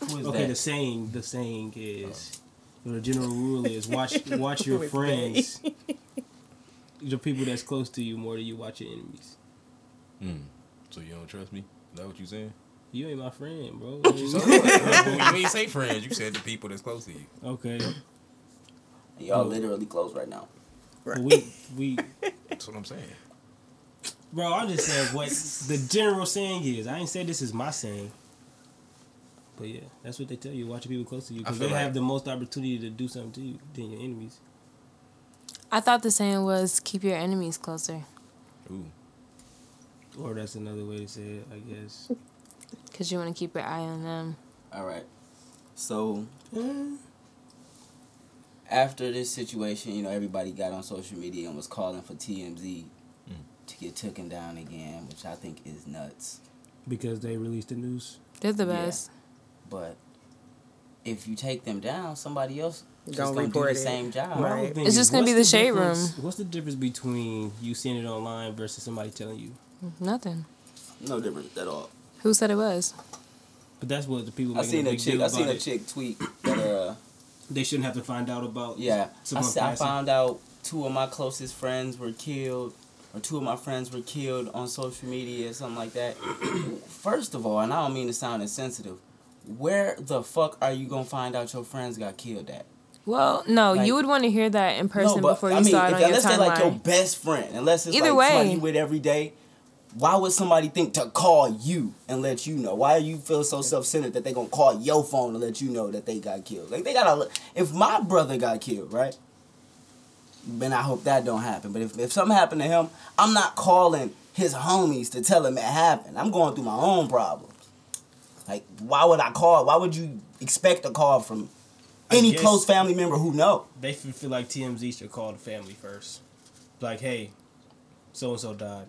Speaker 3: gotta-
Speaker 2: Who is
Speaker 3: okay. The
Speaker 2: that?
Speaker 3: saying the saying
Speaker 1: Oh.
Speaker 3: is, well, the general rule is watch watch your friends, the people that's close to you more than you watch your enemies.
Speaker 1: Mm. So you don't trust me? Is that what you saying?
Speaker 3: You ain't my friend, bro.
Speaker 1: you ain't say friends. You said the people that's close to you.
Speaker 3: okay,
Speaker 2: Y'all literally close right now.
Speaker 3: but we we
Speaker 1: That's what I'm saying.
Speaker 3: Bro, I'm just saying what the general saying is. I ain't say this is my saying. But yeah, that's what they tell you. Watching people close to you
Speaker 1: I
Speaker 3: because they
Speaker 1: feel
Speaker 3: have
Speaker 1: like-
Speaker 3: the most opportunity to do something to you than your enemies.
Speaker 6: I thought the saying was keep your enemies closer
Speaker 1: Ooh.
Speaker 3: Or that's another way to say it, I guess.
Speaker 6: because you want to keep your eye on them.
Speaker 2: All right. So eh, after this situation, you know, everybody got on social media and was calling for TMZ to get taken down again, which I think is nuts.
Speaker 3: Because they released the news.
Speaker 6: They're the
Speaker 2: Yeah.
Speaker 6: best.
Speaker 2: But if you take them down, somebody else is
Speaker 5: Gonna
Speaker 2: going to do
Speaker 5: report
Speaker 2: the
Speaker 5: it.
Speaker 2: same job.
Speaker 3: My whole
Speaker 5: Right.
Speaker 3: thing
Speaker 6: It's
Speaker 3: is,
Speaker 6: just gonna be
Speaker 3: what's
Speaker 6: the shade
Speaker 3: difference-
Speaker 6: room.
Speaker 3: What's the difference between you seeing it online versus somebody telling you?
Speaker 6: Nothing.
Speaker 2: No difference at all.
Speaker 6: Who said it was?
Speaker 3: But that's what the people
Speaker 2: I
Speaker 3: making
Speaker 2: seen
Speaker 3: a
Speaker 2: a
Speaker 3: big
Speaker 2: chick.
Speaker 3: deal
Speaker 2: I
Speaker 3: about
Speaker 2: seen a
Speaker 3: it.
Speaker 2: chick tweet that uh
Speaker 3: They shouldn't have to find out about
Speaker 2: yeah. I,
Speaker 3: someone
Speaker 2: se- I
Speaker 3: passing.
Speaker 2: found out two of my closest friends were killed, or two of my friends were killed on social media or something like that. First of all, and I don't mean to sound insensitive, where the fuck are you gonna find out your friends got killed at?
Speaker 6: Well, no,
Speaker 2: Like-
Speaker 6: you would want to hear that in person before you
Speaker 2: I mean,
Speaker 6: saw it
Speaker 2: if-
Speaker 6: on your
Speaker 2: unless
Speaker 6: timeline.
Speaker 2: they're like your best friend, unless it's
Speaker 6: Either
Speaker 2: like somebody
Speaker 6: way.
Speaker 2: you with every day, why would somebody think to call you and let you know? Why do you feel so self centered that they gonna call your phone and let you know that they got killed? Like they gotta. If my brother got killed, right? Then I hope that don't happen. But if if something happened to him, I'm not calling his homies to tell him it happened. I'm going through my own problems. Like why would I call? Why would you expect a call from any
Speaker 3: guess-
Speaker 2: close family member who know?
Speaker 3: they f- feel like TMZ should call the family first. Like, hey, so and so died.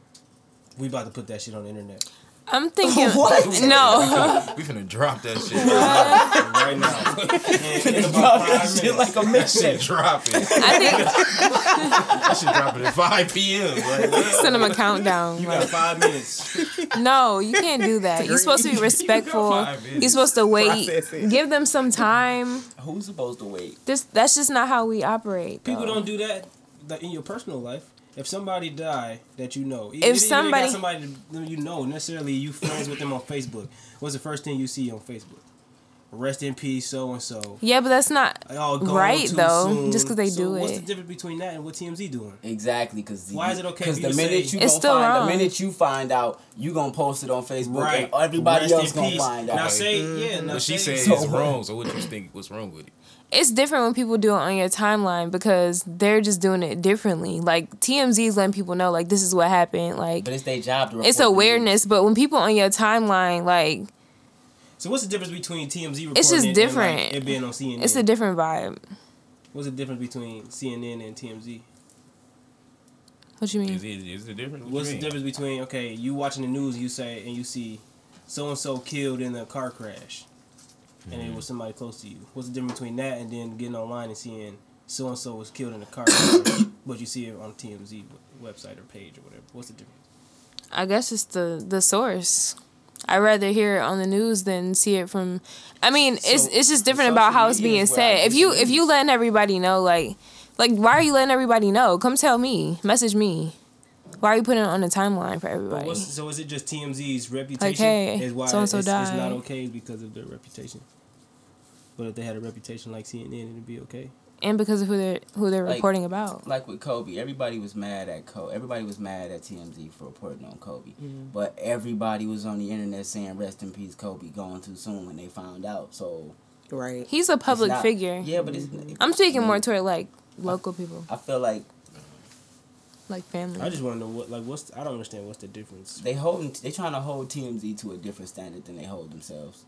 Speaker 3: We about to put that shit on the internet
Speaker 6: I'm thinking.
Speaker 2: What?
Speaker 6: No.
Speaker 1: We finna drop that shit. We
Speaker 3: right now. In- in about
Speaker 2: Drop that
Speaker 3: five
Speaker 2: shit
Speaker 3: minutes.
Speaker 2: like a mission.
Speaker 1: should drop it.
Speaker 6: I think
Speaker 1: I should drop it at 5 p.m. Like, what?
Speaker 6: send them a countdown.
Speaker 3: you got five minutes.
Speaker 6: No, you can't do that. You're supposed to be respectful.
Speaker 1: five minutes.
Speaker 6: You're supposed to wait.
Speaker 5: Process it.
Speaker 6: Give them some time.
Speaker 2: Who's supposed to wait?
Speaker 6: This that's just not how we operate.
Speaker 3: People
Speaker 6: though.
Speaker 3: don't do that like, in your personal life. If somebody die that you know, even you
Speaker 6: somebody-
Speaker 3: got somebody that you know necessarily you friends with them on Facebook, what's the first thing you see on Facebook? rest in peace, so and so.
Speaker 6: Yeah, but that's not
Speaker 3: Oh, gone
Speaker 6: right
Speaker 3: too
Speaker 6: though.
Speaker 3: soon.
Speaker 6: Just because they
Speaker 3: So
Speaker 6: do
Speaker 3: What's the
Speaker 6: it.
Speaker 3: difference between that and what TMZ doing?
Speaker 2: Exactly, because
Speaker 3: Why is it okay
Speaker 2: Because
Speaker 3: for you
Speaker 2: the
Speaker 3: to
Speaker 2: minute
Speaker 3: say-
Speaker 2: you gonna
Speaker 6: It's still
Speaker 2: find
Speaker 6: wrong.
Speaker 2: the minute you find out, you gonna post it on Facebook,
Speaker 3: Right.
Speaker 2: and everybody
Speaker 3: Rest
Speaker 2: else
Speaker 3: in
Speaker 2: gonna
Speaker 3: peace.
Speaker 2: find
Speaker 3: Now
Speaker 2: out.
Speaker 3: say yeah. Now
Speaker 4: What she
Speaker 3: say,
Speaker 4: said
Speaker 2: So
Speaker 4: is
Speaker 2: what?
Speaker 4: wrong. So what you think? What's wrong with it?
Speaker 6: It's different when people do it on your timeline because they're just doing it differently. Like TMZ is letting people know like this is what happened. Like
Speaker 2: But it's their job to. report
Speaker 6: it's
Speaker 2: the news.
Speaker 6: awareness, but when people on your timeline like
Speaker 3: So what's the difference between TMZ reporting
Speaker 6: It's just
Speaker 3: it and, like,
Speaker 6: different.
Speaker 3: it being on CNN?
Speaker 6: it's a different vibe.
Speaker 3: what's the difference between CNN and TMZ?
Speaker 6: What you mean?
Speaker 4: Is it is it different? What
Speaker 3: What's
Speaker 4: you
Speaker 3: the
Speaker 4: mean?
Speaker 3: difference between okay, you watching the news, you say and you see so and so killed in a car crash, and
Speaker 4: Mm-hmm.
Speaker 3: it was somebody close to you. What's the difference between that and then getting online and seeing so and so was killed in a car crash, but you see it on TMZ website or page or whatever? What's the difference?
Speaker 6: I guess it's the the source. I would rather hear it on the news than see it from. I mean, it's
Speaker 2: So,
Speaker 6: it's just different
Speaker 2: social
Speaker 6: about how it's
Speaker 2: media
Speaker 6: being
Speaker 2: is where I
Speaker 6: said. If
Speaker 2: get
Speaker 6: you
Speaker 2: the
Speaker 6: if you
Speaker 2: news.
Speaker 6: letting everybody know, like, like why are you letting everybody know? Come tell me. Message me. Why are you putting it on the timeline for
Speaker 3: But
Speaker 6: everybody?
Speaker 3: what's, so is it just TMZ's reputation
Speaker 6: hey,
Speaker 3: is why
Speaker 6: so-and-so
Speaker 3: it's, it's
Speaker 6: died.
Speaker 3: not okay because of their reputation? But if they had a reputation like CNN, it'd be okay.
Speaker 6: And because of who they're who they're
Speaker 2: Like-
Speaker 6: reporting about.
Speaker 2: Like with Kobe, everybody was mad at Kobe. Everybody was mad at TMZ for reporting on Kobe. But everybody was on the internet saying "Rest in peace, Kobe." Going too soon when they found out. So
Speaker 5: Right.
Speaker 6: He's a
Speaker 2: it's
Speaker 6: public
Speaker 2: not-
Speaker 6: figure. Mm-hmm.
Speaker 2: Yeah, Mm. but it's.
Speaker 6: I'm speaking
Speaker 2: I
Speaker 6: more
Speaker 2: mean,
Speaker 6: toward like local people,
Speaker 2: I feel like
Speaker 6: like family.
Speaker 3: I just want to know what like what's I don't understand what's the difference
Speaker 2: they holding. They trying to hold TMZ to a different standard than they hold themselves.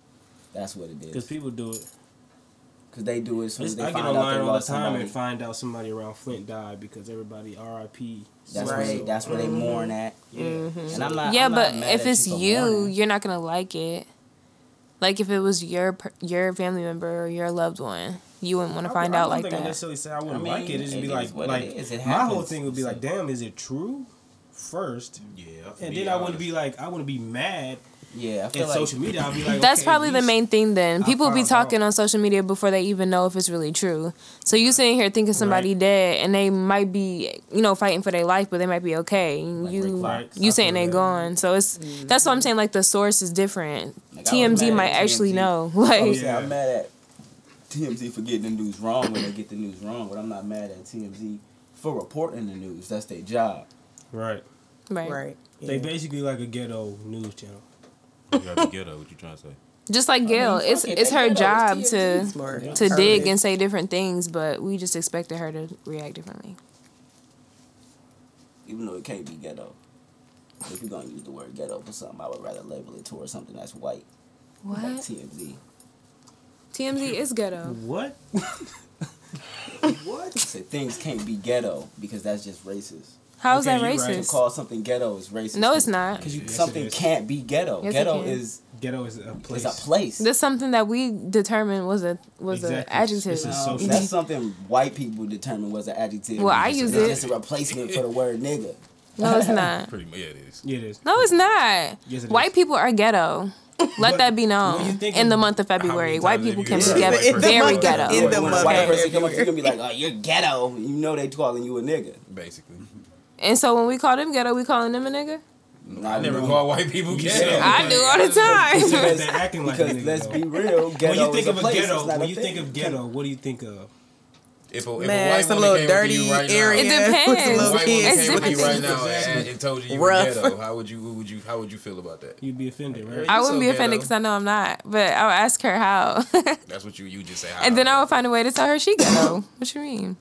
Speaker 2: That's what it
Speaker 3: because
Speaker 2: is.
Speaker 3: people do it.
Speaker 2: Because they do it as soon as
Speaker 3: It's-
Speaker 2: they
Speaker 3: I
Speaker 2: find
Speaker 3: get
Speaker 2: out
Speaker 3: online
Speaker 2: they
Speaker 3: all the
Speaker 2: lost
Speaker 3: time
Speaker 2: somebody.
Speaker 3: and find out somebody around Flint died because everybody R.I.P.
Speaker 2: That's
Speaker 5: Right.
Speaker 2: where they, that's where they mourn at.
Speaker 3: Yeah.
Speaker 2: And I'm not.
Speaker 6: Mm-hmm. yeah,
Speaker 2: I'm
Speaker 6: but
Speaker 2: not mad
Speaker 6: if
Speaker 2: at
Speaker 6: it's
Speaker 2: for
Speaker 6: you,
Speaker 2: mourning.
Speaker 6: you're not gonna like it. Like if it was your per- your family member or your loved one, you wouldn't want to find out like
Speaker 3: I wouldn't
Speaker 6: that.
Speaker 3: necessarily say I wouldn't
Speaker 2: mean,
Speaker 3: like it. It'd just
Speaker 2: it
Speaker 3: be
Speaker 2: is
Speaker 3: like
Speaker 2: what it
Speaker 3: like
Speaker 2: is. It
Speaker 3: my whole
Speaker 2: happens.
Speaker 3: thing would be like,
Speaker 2: So-
Speaker 3: damn, is it true? First,
Speaker 4: Yeah. for
Speaker 3: and
Speaker 4: me,
Speaker 3: then I wouldn't be like I wouldn't be mad
Speaker 2: yeah, I
Speaker 3: at
Speaker 2: feel like
Speaker 3: social media. I'd be like,
Speaker 6: That's
Speaker 3: okay,
Speaker 6: probably
Speaker 3: at
Speaker 6: the
Speaker 3: least-
Speaker 6: main thing. Then
Speaker 3: I
Speaker 6: people be
Speaker 3: found out.
Speaker 6: talking on social media before they even know if it's really true. So you sitting here thinking somebody dead, and they might be you know fighting for their life, but they might be okay.
Speaker 2: Rick
Speaker 6: you
Speaker 2: Fox.
Speaker 6: you
Speaker 3: I
Speaker 6: saying
Speaker 3: feel
Speaker 6: they
Speaker 3: that.
Speaker 6: gone. So it's that's what I'm saying. Like the source is different.
Speaker 2: Mm-hmm. Like, I was mad
Speaker 6: TMZ
Speaker 2: at
Speaker 6: might actually
Speaker 2: TMZ.
Speaker 6: know.
Speaker 2: I
Speaker 6: Like
Speaker 2: was saying, I'm mad at TMZ for getting the news wrong when they get the news wrong, but I'm not mad at TMZ for reporting the news. That's their job.
Speaker 3: right.
Speaker 6: right.
Speaker 5: Right. Yeah.
Speaker 3: They basically like a ghetto news channel.
Speaker 4: You gotta be ghetto. What you trying to say?
Speaker 6: Just like Gail,
Speaker 2: fuck
Speaker 6: it's
Speaker 2: it,
Speaker 6: it's
Speaker 2: they got
Speaker 6: her
Speaker 2: all
Speaker 6: job
Speaker 2: this
Speaker 6: to.
Speaker 5: Smart.
Speaker 6: to
Speaker 5: Heard
Speaker 6: dig
Speaker 5: it.
Speaker 6: and say different things, but we just expected her to react differently.
Speaker 2: Even though it can't be ghetto. If you're gonna use the word ghetto for something, I would rather label it towards something that's white. Like
Speaker 6: What?
Speaker 2: TMZ.
Speaker 6: TMZ is ghetto.
Speaker 3: What?
Speaker 2: Say things can't be ghetto because that's just racist.
Speaker 6: How is
Speaker 3: Okay,
Speaker 6: that
Speaker 3: you're right.
Speaker 2: To
Speaker 6: racist?
Speaker 2: call something ghetto is racist.
Speaker 6: No, it's not.
Speaker 2: Because you
Speaker 3: Yes, it
Speaker 2: something
Speaker 3: is.
Speaker 2: can't be ghetto.
Speaker 6: Yes, it
Speaker 2: ghetto
Speaker 6: can.
Speaker 2: is
Speaker 3: Ghetto is a place.
Speaker 2: is a place.
Speaker 6: That's something that we determined was a was an
Speaker 3: Exactly.
Speaker 6: adjective.
Speaker 3: It's a social-
Speaker 2: That's something white people determined was an adjective.
Speaker 6: Well, I
Speaker 2: It's
Speaker 6: use
Speaker 2: just-
Speaker 6: it.
Speaker 2: It's just a replacement for the word nigga.
Speaker 6: No, it's not.
Speaker 4: Pretty much. Yeah, it is.
Speaker 3: Yeah, it is.
Speaker 6: No, it's not.
Speaker 3: Yes, it
Speaker 6: White
Speaker 3: is.
Speaker 6: people are ghetto. Let that be known.
Speaker 3: when you think
Speaker 6: In
Speaker 3: of
Speaker 6: the month of
Speaker 4: many
Speaker 6: February,
Speaker 4: times
Speaker 6: white
Speaker 4: have
Speaker 6: people
Speaker 4: you
Speaker 6: can
Speaker 4: heard
Speaker 6: be
Speaker 4: that
Speaker 6: ghetto.
Speaker 4: white person?
Speaker 6: Very
Speaker 4: In the
Speaker 6: ghetto.
Speaker 5: month of-
Speaker 2: when a
Speaker 5: mother-
Speaker 2: white person
Speaker 5: everywhere.
Speaker 2: come up to you and be like, "Oh, you're ghetto," you know they calling you a nigga.
Speaker 4: Basically.
Speaker 6: And so when we call them ghetto, we calling them a nigga.
Speaker 2: Nah,
Speaker 4: I never
Speaker 2: no.
Speaker 4: call white people ghetto.
Speaker 6: I do all the time.
Speaker 3: Because they're acting like a
Speaker 2: Because
Speaker 3: nigga.
Speaker 2: let's
Speaker 3: though.
Speaker 2: be real, ghetto
Speaker 3: when you think
Speaker 2: is a
Speaker 3: of a
Speaker 2: place,
Speaker 3: ghetto,
Speaker 2: it's not
Speaker 3: when
Speaker 2: a
Speaker 3: you
Speaker 2: thing.
Speaker 3: think of ghetto, what do you think of?
Speaker 4: If a, if a
Speaker 5: Man,
Speaker 4: white
Speaker 5: some
Speaker 4: woman
Speaker 5: little
Speaker 4: came
Speaker 5: dirty
Speaker 4: with you right
Speaker 5: area.
Speaker 4: Now,
Speaker 6: It
Speaker 5: with some
Speaker 4: if a
Speaker 6: depends.
Speaker 5: little
Speaker 4: white woman
Speaker 5: kids.
Speaker 6: It's
Speaker 4: came with you
Speaker 6: different
Speaker 4: right
Speaker 6: things.
Speaker 4: now and, and told you you were
Speaker 5: Rough.
Speaker 4: ghetto, how would you? What would you? How would you feel about that?
Speaker 3: You'd be offended, right?
Speaker 6: I wouldn't
Speaker 4: so
Speaker 6: be
Speaker 4: ghetto.
Speaker 6: offended because I know I'm not, but I'll ask her how.
Speaker 4: That's what you you just say.
Speaker 6: and then I would find a way to tell her she ghetto. what you mean?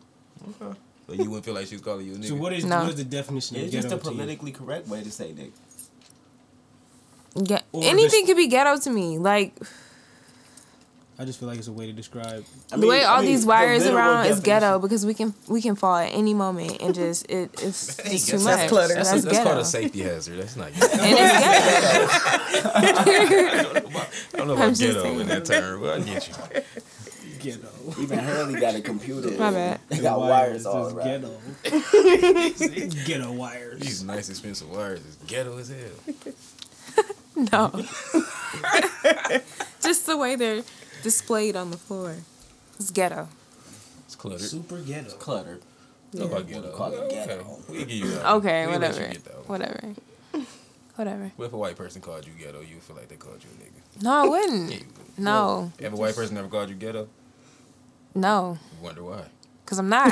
Speaker 4: So you wouldn't feel like she was calling you a nigga.
Speaker 3: So what is
Speaker 6: No.
Speaker 3: what is the definition of
Speaker 2: It's
Speaker 3: ghetto
Speaker 2: just a
Speaker 3: to you?
Speaker 2: politically correct way to say nigga.
Speaker 6: Ge-
Speaker 3: Or
Speaker 6: anything
Speaker 3: just-
Speaker 6: could be ghetto to me. Like
Speaker 3: I just feel like it's a way to describe.
Speaker 2: I
Speaker 6: the way
Speaker 2: mean-
Speaker 6: all
Speaker 2: I mean,
Speaker 6: these
Speaker 2: the
Speaker 6: wires
Speaker 2: literal
Speaker 6: around is
Speaker 2: definition-
Speaker 6: ghetto because we can we can fall at any moment and just it, it's
Speaker 4: Hey,
Speaker 6: just too
Speaker 4: guess
Speaker 6: much.
Speaker 4: that's
Speaker 5: clutter.
Speaker 6: That's,
Speaker 4: That's, that's
Speaker 6: ghetto.
Speaker 4: called a safety hazard. That's not ghetto.
Speaker 6: and it's ghetto.
Speaker 4: I don't know about
Speaker 6: just
Speaker 4: ghetto in that term, but I get you.
Speaker 3: Ghetto.
Speaker 2: Even Hurley got a computer.
Speaker 6: My bad.
Speaker 2: They got wires all around.
Speaker 3: Ghetto. ghetto wires.
Speaker 4: These nice expensive wires is ghetto as hell.
Speaker 6: no, just the way they're displayed on the floor. It's ghetto.
Speaker 4: It's cluttered.
Speaker 3: Super ghetto.
Speaker 2: Cluttered.
Speaker 4: Nobody ghetto.
Speaker 2: Call it
Speaker 4: Okay.
Speaker 2: ghetto.
Speaker 4: We give you that.
Speaker 6: Okay,
Speaker 4: We let you
Speaker 6: whatever,
Speaker 4: get that one.
Speaker 6: whatever. Whatever.
Speaker 4: What if a white person called you ghetto? You feel like they called you a nigga.
Speaker 6: No, I wouldn't.
Speaker 4: you would.
Speaker 6: No,
Speaker 4: If a white person never called you ghetto,
Speaker 6: no,
Speaker 4: you wonder why.
Speaker 6: because I'm not.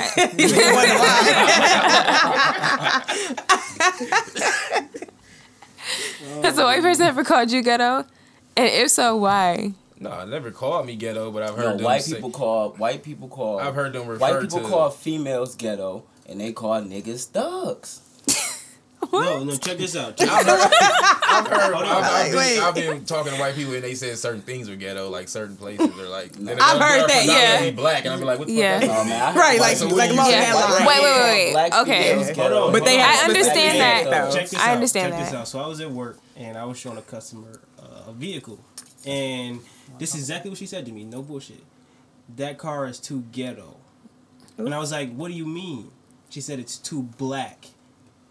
Speaker 6: Has a white person ever called you ghetto? And if so, why?
Speaker 4: No, I never called me ghetto, but I've heard
Speaker 2: No,
Speaker 4: them
Speaker 2: white
Speaker 4: say,
Speaker 2: people call white people call
Speaker 4: I've heard them refer
Speaker 2: white people
Speaker 4: to
Speaker 2: call females ghetto and they call niggas thugs.
Speaker 3: No, no, check this out. Check-
Speaker 4: I've heard. I've, I've,
Speaker 5: Wait.
Speaker 4: been, I've been talking to white people and they said certain things were ghetto, like certain places are like. I've
Speaker 5: heard that,
Speaker 6: yeah.
Speaker 4: Black and I'm like, what the
Speaker 6: Yeah.
Speaker 4: fuck? that
Speaker 2: Oh,
Speaker 4: mean?
Speaker 2: man, I heard white
Speaker 5: Right, like-
Speaker 2: people-
Speaker 5: like long
Speaker 6: Yeah.
Speaker 5: hair line.
Speaker 6: Wait, wait, wait,
Speaker 2: Black
Speaker 6: wait. Okay.
Speaker 2: females
Speaker 3: Hold on,
Speaker 2: ghetto.
Speaker 3: But they
Speaker 6: I
Speaker 3: have
Speaker 6: understand
Speaker 2: specific-
Speaker 6: that.
Speaker 5: though.
Speaker 3: check this
Speaker 6: I
Speaker 3: out.
Speaker 6: understand
Speaker 3: check this
Speaker 6: that.
Speaker 3: out. So I was at work and I was showing a customer uh, a vehicle, and this is exactly what she said to me. No bullshit. That car is too ghetto, and I was like, "What do you mean?" She said, "It's too black."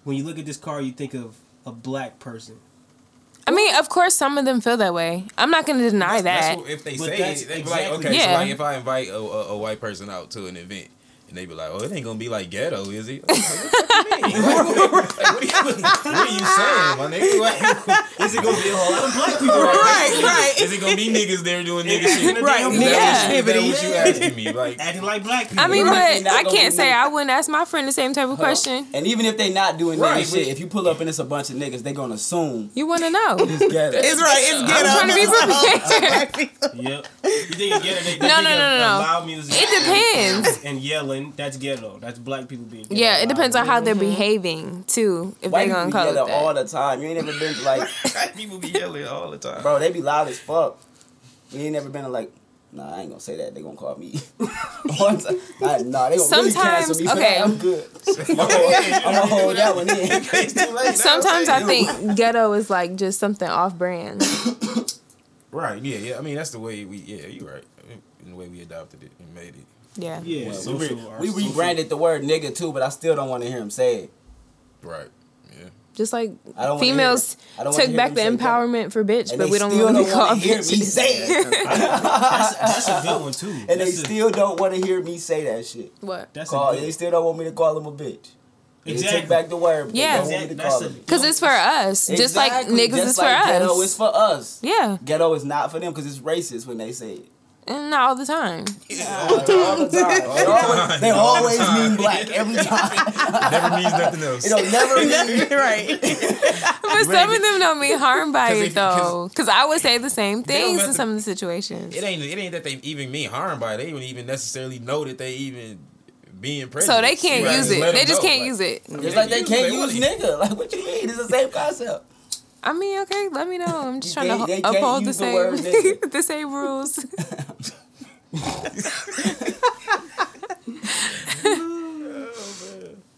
Speaker 3: When you look at this car, you think of a black person.
Speaker 6: I mean, of course, some of them feel that way. I'm not going to deny
Speaker 4: That's
Speaker 6: that.
Speaker 4: what, if they
Speaker 3: But
Speaker 4: say
Speaker 3: that's
Speaker 4: it, they be like,
Speaker 3: exactly-
Speaker 4: okay, so
Speaker 6: Yeah.
Speaker 4: like if I invite a, a, a white person out to an event. And they be like, "Oh, it ain't gonna be like ghetto, is it?" I'm Like, what, the fuck you mean? Like, what, like, what, are you, what are you saying, my nigga? Like, is it gonna be a whole lot of black people?
Speaker 5: Right, right.
Speaker 4: Is it gonna be niggas there doing nigga shit?
Speaker 5: Right,
Speaker 4: Is that, what,
Speaker 5: nigga
Speaker 4: you- is
Speaker 5: activity.
Speaker 4: that what you asking me? Like,
Speaker 3: Acting like black people.
Speaker 6: I mean,
Speaker 2: You're
Speaker 6: but
Speaker 2: right, you're not
Speaker 6: I
Speaker 2: gonna
Speaker 6: can't
Speaker 2: be
Speaker 6: say
Speaker 2: moved.
Speaker 6: I wouldn't ask my friend the same type of question.
Speaker 2: And even if they not doing
Speaker 4: Right,
Speaker 2: nigga
Speaker 4: but-
Speaker 2: shit, if you pull up and it's a bunch of niggas, they gonna assume
Speaker 6: You want to know?
Speaker 2: it's ghetto.
Speaker 5: It's right. It's ghetto.
Speaker 6: trying to be prepared.
Speaker 3: yep. You think of ghetto? They, they
Speaker 6: No,
Speaker 3: think
Speaker 6: no,
Speaker 3: of-
Speaker 6: no, no,
Speaker 3: of
Speaker 6: no.
Speaker 3: Loud music.
Speaker 6: It depends.
Speaker 3: and yelling. That's ghetto. That's black people being. Ghetto.
Speaker 6: Yeah, it
Speaker 3: Loud
Speaker 6: depends on
Speaker 3: music.
Speaker 6: how they're behaving too. If
Speaker 2: White
Speaker 6: they're
Speaker 2: people
Speaker 6: gonna
Speaker 2: be
Speaker 6: call it
Speaker 2: yelling all
Speaker 6: that.
Speaker 2: the time. You ain't never been to like,
Speaker 4: people be yelling all the time.
Speaker 2: bro, they be loud as fuck. You ain't never been to like, nah, I ain't gonna say that. They gonna call me. One time, nah, nah, they gonna really cancel
Speaker 6: Sometimes-
Speaker 2: me.
Speaker 6: okay.
Speaker 2: I'm good. I'm gonna hold that one in.
Speaker 6: Sometimes I think ghetto is like just something off brand.
Speaker 4: Right. Yeah. Yeah. I mean, that's the way we. Yeah, you're right. In the way we adopted it and made it.
Speaker 6: Yeah.
Speaker 3: Yeah,
Speaker 2: We,
Speaker 3: social, our
Speaker 2: we
Speaker 3: social-
Speaker 2: rebranded the word nigga too, but I still don't want to hear him say it.
Speaker 4: Right. Yeah.
Speaker 6: Just like
Speaker 2: I don't wanna hear
Speaker 6: females
Speaker 2: it. I don't wanna
Speaker 6: took
Speaker 2: hear
Speaker 6: back
Speaker 2: them say
Speaker 6: the
Speaker 2: that.
Speaker 6: empowerment for bitch,
Speaker 2: And
Speaker 6: but
Speaker 2: they
Speaker 6: we don't
Speaker 2: still
Speaker 6: want to
Speaker 2: don't
Speaker 6: be called
Speaker 2: want to hear me
Speaker 6: bitches.
Speaker 2: say it.
Speaker 3: That's a good one too.
Speaker 2: And they
Speaker 3: That's a-
Speaker 2: still don't want to hear me say that shit.
Speaker 6: What?
Speaker 3: That's
Speaker 2: Call,
Speaker 3: a good
Speaker 2: they still don't want me to call him a bitch. They took back the word, but
Speaker 6: Yeah.
Speaker 2: they don't want me to
Speaker 3: That's
Speaker 2: call
Speaker 3: a-
Speaker 2: him.
Speaker 6: Because it's for us. Just like
Speaker 2: Exactly.
Speaker 6: niggas
Speaker 2: Just
Speaker 6: is for
Speaker 2: like
Speaker 6: us.
Speaker 2: Ghetto is for us.
Speaker 6: yeah.
Speaker 2: Ghetto is not for them because it's racist when they say it.
Speaker 6: And not all the time.
Speaker 2: All the time. They always, they always mean black every time.
Speaker 4: Never means nothing else.
Speaker 2: It'll never mean
Speaker 5: right.
Speaker 6: But some of them don't mean harm by
Speaker 4: 'Cause
Speaker 6: it
Speaker 4: if-
Speaker 6: though. Because I would say the same
Speaker 4: don't
Speaker 6: things
Speaker 4: have
Speaker 6: in
Speaker 4: to-
Speaker 6: some of the situations.
Speaker 4: It ain't. It ain't that they even mean harm by it. They don't even necessarily know that they even being prejudiced.
Speaker 6: So they can't
Speaker 4: Right.
Speaker 6: use
Speaker 4: Just let
Speaker 6: it. They
Speaker 4: them
Speaker 6: just
Speaker 4: know,
Speaker 6: can't
Speaker 4: like,
Speaker 6: use it.
Speaker 2: It's like they
Speaker 4: use
Speaker 2: can't
Speaker 4: they
Speaker 2: use
Speaker 4: want it.
Speaker 2: nigga. Like what you mean? It's the same concept.
Speaker 6: I mean, okay, let me know. I'm just
Speaker 2: They-
Speaker 6: trying to
Speaker 2: they
Speaker 6: ho-
Speaker 2: can't
Speaker 6: uphold the
Speaker 2: use the word
Speaker 6: same
Speaker 2: nigga.
Speaker 6: the same rules.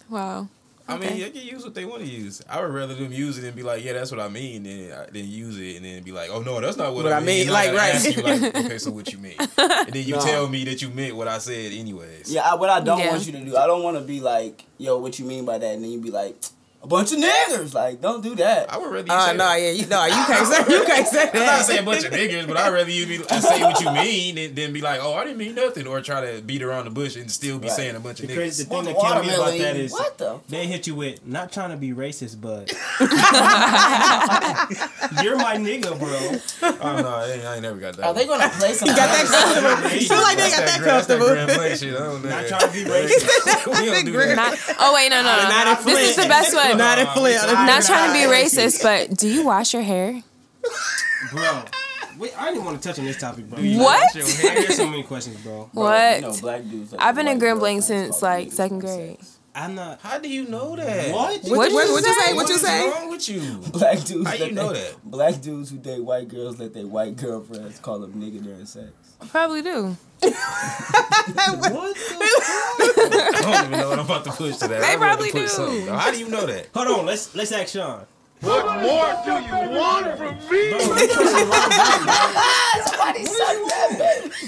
Speaker 6: wow.
Speaker 4: I mean,
Speaker 6: Okay.
Speaker 4: they can use what they want to use. I would rather them use it and be like, "Yeah, that's what I mean," than uh, than use it and then be like, "Oh no, that's not what,
Speaker 5: What
Speaker 4: I,
Speaker 5: I
Speaker 4: mean."
Speaker 5: mean,
Speaker 4: And
Speaker 5: like,
Speaker 4: gotta
Speaker 5: right.
Speaker 4: ask you, like, okay, so what you mean? And then you
Speaker 2: Nah.
Speaker 4: tell me that you meant what I said, anyways.
Speaker 2: Yeah, I, what I don't
Speaker 6: Yeah.
Speaker 2: want you to do, I don't want to be like, yo, what you mean by that? And then you be like, a bunch of niggers. Like, don't do that.
Speaker 4: I would rather you
Speaker 5: Uh,
Speaker 4: say
Speaker 5: no,
Speaker 4: that.
Speaker 5: yeah, you, no, you can't say you can't say
Speaker 4: I'm not
Speaker 5: that.
Speaker 4: saying a bunch of niggas, but I'd rather you be, uh, say what you mean and then be like, oh, I didn't mean nothing, or try to beat around the bush and still be
Speaker 2: Right.
Speaker 4: saying a bunch of
Speaker 3: The
Speaker 4: niggas.
Speaker 3: crazy the thing
Speaker 2: Want
Speaker 3: that
Speaker 2: a
Speaker 3: killed me about
Speaker 2: watermelon?
Speaker 3: that is
Speaker 2: what the?
Speaker 3: they hit you with not trying to be racist, but you're my nigga, bro.
Speaker 4: Oh, no, I ain't, I ain't never got that.
Speaker 2: Are they
Speaker 4: one.
Speaker 2: gonna play some? got
Speaker 5: Got that comfortable.
Speaker 3: Racist.
Speaker 5: Feel like they got
Speaker 4: That's
Speaker 5: that
Speaker 4: grand- that's
Speaker 5: comfortable.
Speaker 4: Grand Blanc shit. I don't know.
Speaker 3: Not trying to be racist.
Speaker 4: we don't do that.
Speaker 6: Not, oh wait, no, no, no.
Speaker 5: Not in
Speaker 6: this is the best one.
Speaker 5: Not in Flint.
Speaker 6: Not trying to be racist, but do you wash your hair?
Speaker 3: bro. Wait, I didn't want to touch on this topic, bro.
Speaker 6: What?
Speaker 3: I got so many questions, bro.
Speaker 6: What?
Speaker 2: You know, black dudes.
Speaker 6: I've been in
Speaker 2: white
Speaker 6: Grand
Speaker 2: girl
Speaker 6: Blanc
Speaker 2: friends
Speaker 6: since
Speaker 2: called
Speaker 6: like
Speaker 2: niggas.
Speaker 6: second grade.
Speaker 3: I'm not.
Speaker 4: How do you know that?
Speaker 3: What?
Speaker 6: What
Speaker 5: What,
Speaker 6: you
Speaker 5: what you
Speaker 6: say?
Speaker 5: say? What you
Speaker 4: What's
Speaker 5: say?
Speaker 4: wrong with you?
Speaker 2: Black dudes.
Speaker 4: How you
Speaker 2: let
Speaker 4: know
Speaker 2: they-
Speaker 4: that?
Speaker 2: Black dudes who date white girls let their white girlfriends call them nigga during sex.
Speaker 6: Probably do.
Speaker 3: What? the-
Speaker 4: I don't even know what I'm about to push to that. They
Speaker 6: probably do.
Speaker 4: How do you know that?
Speaker 3: Hold on. Let's let's ask Sean.
Speaker 4: I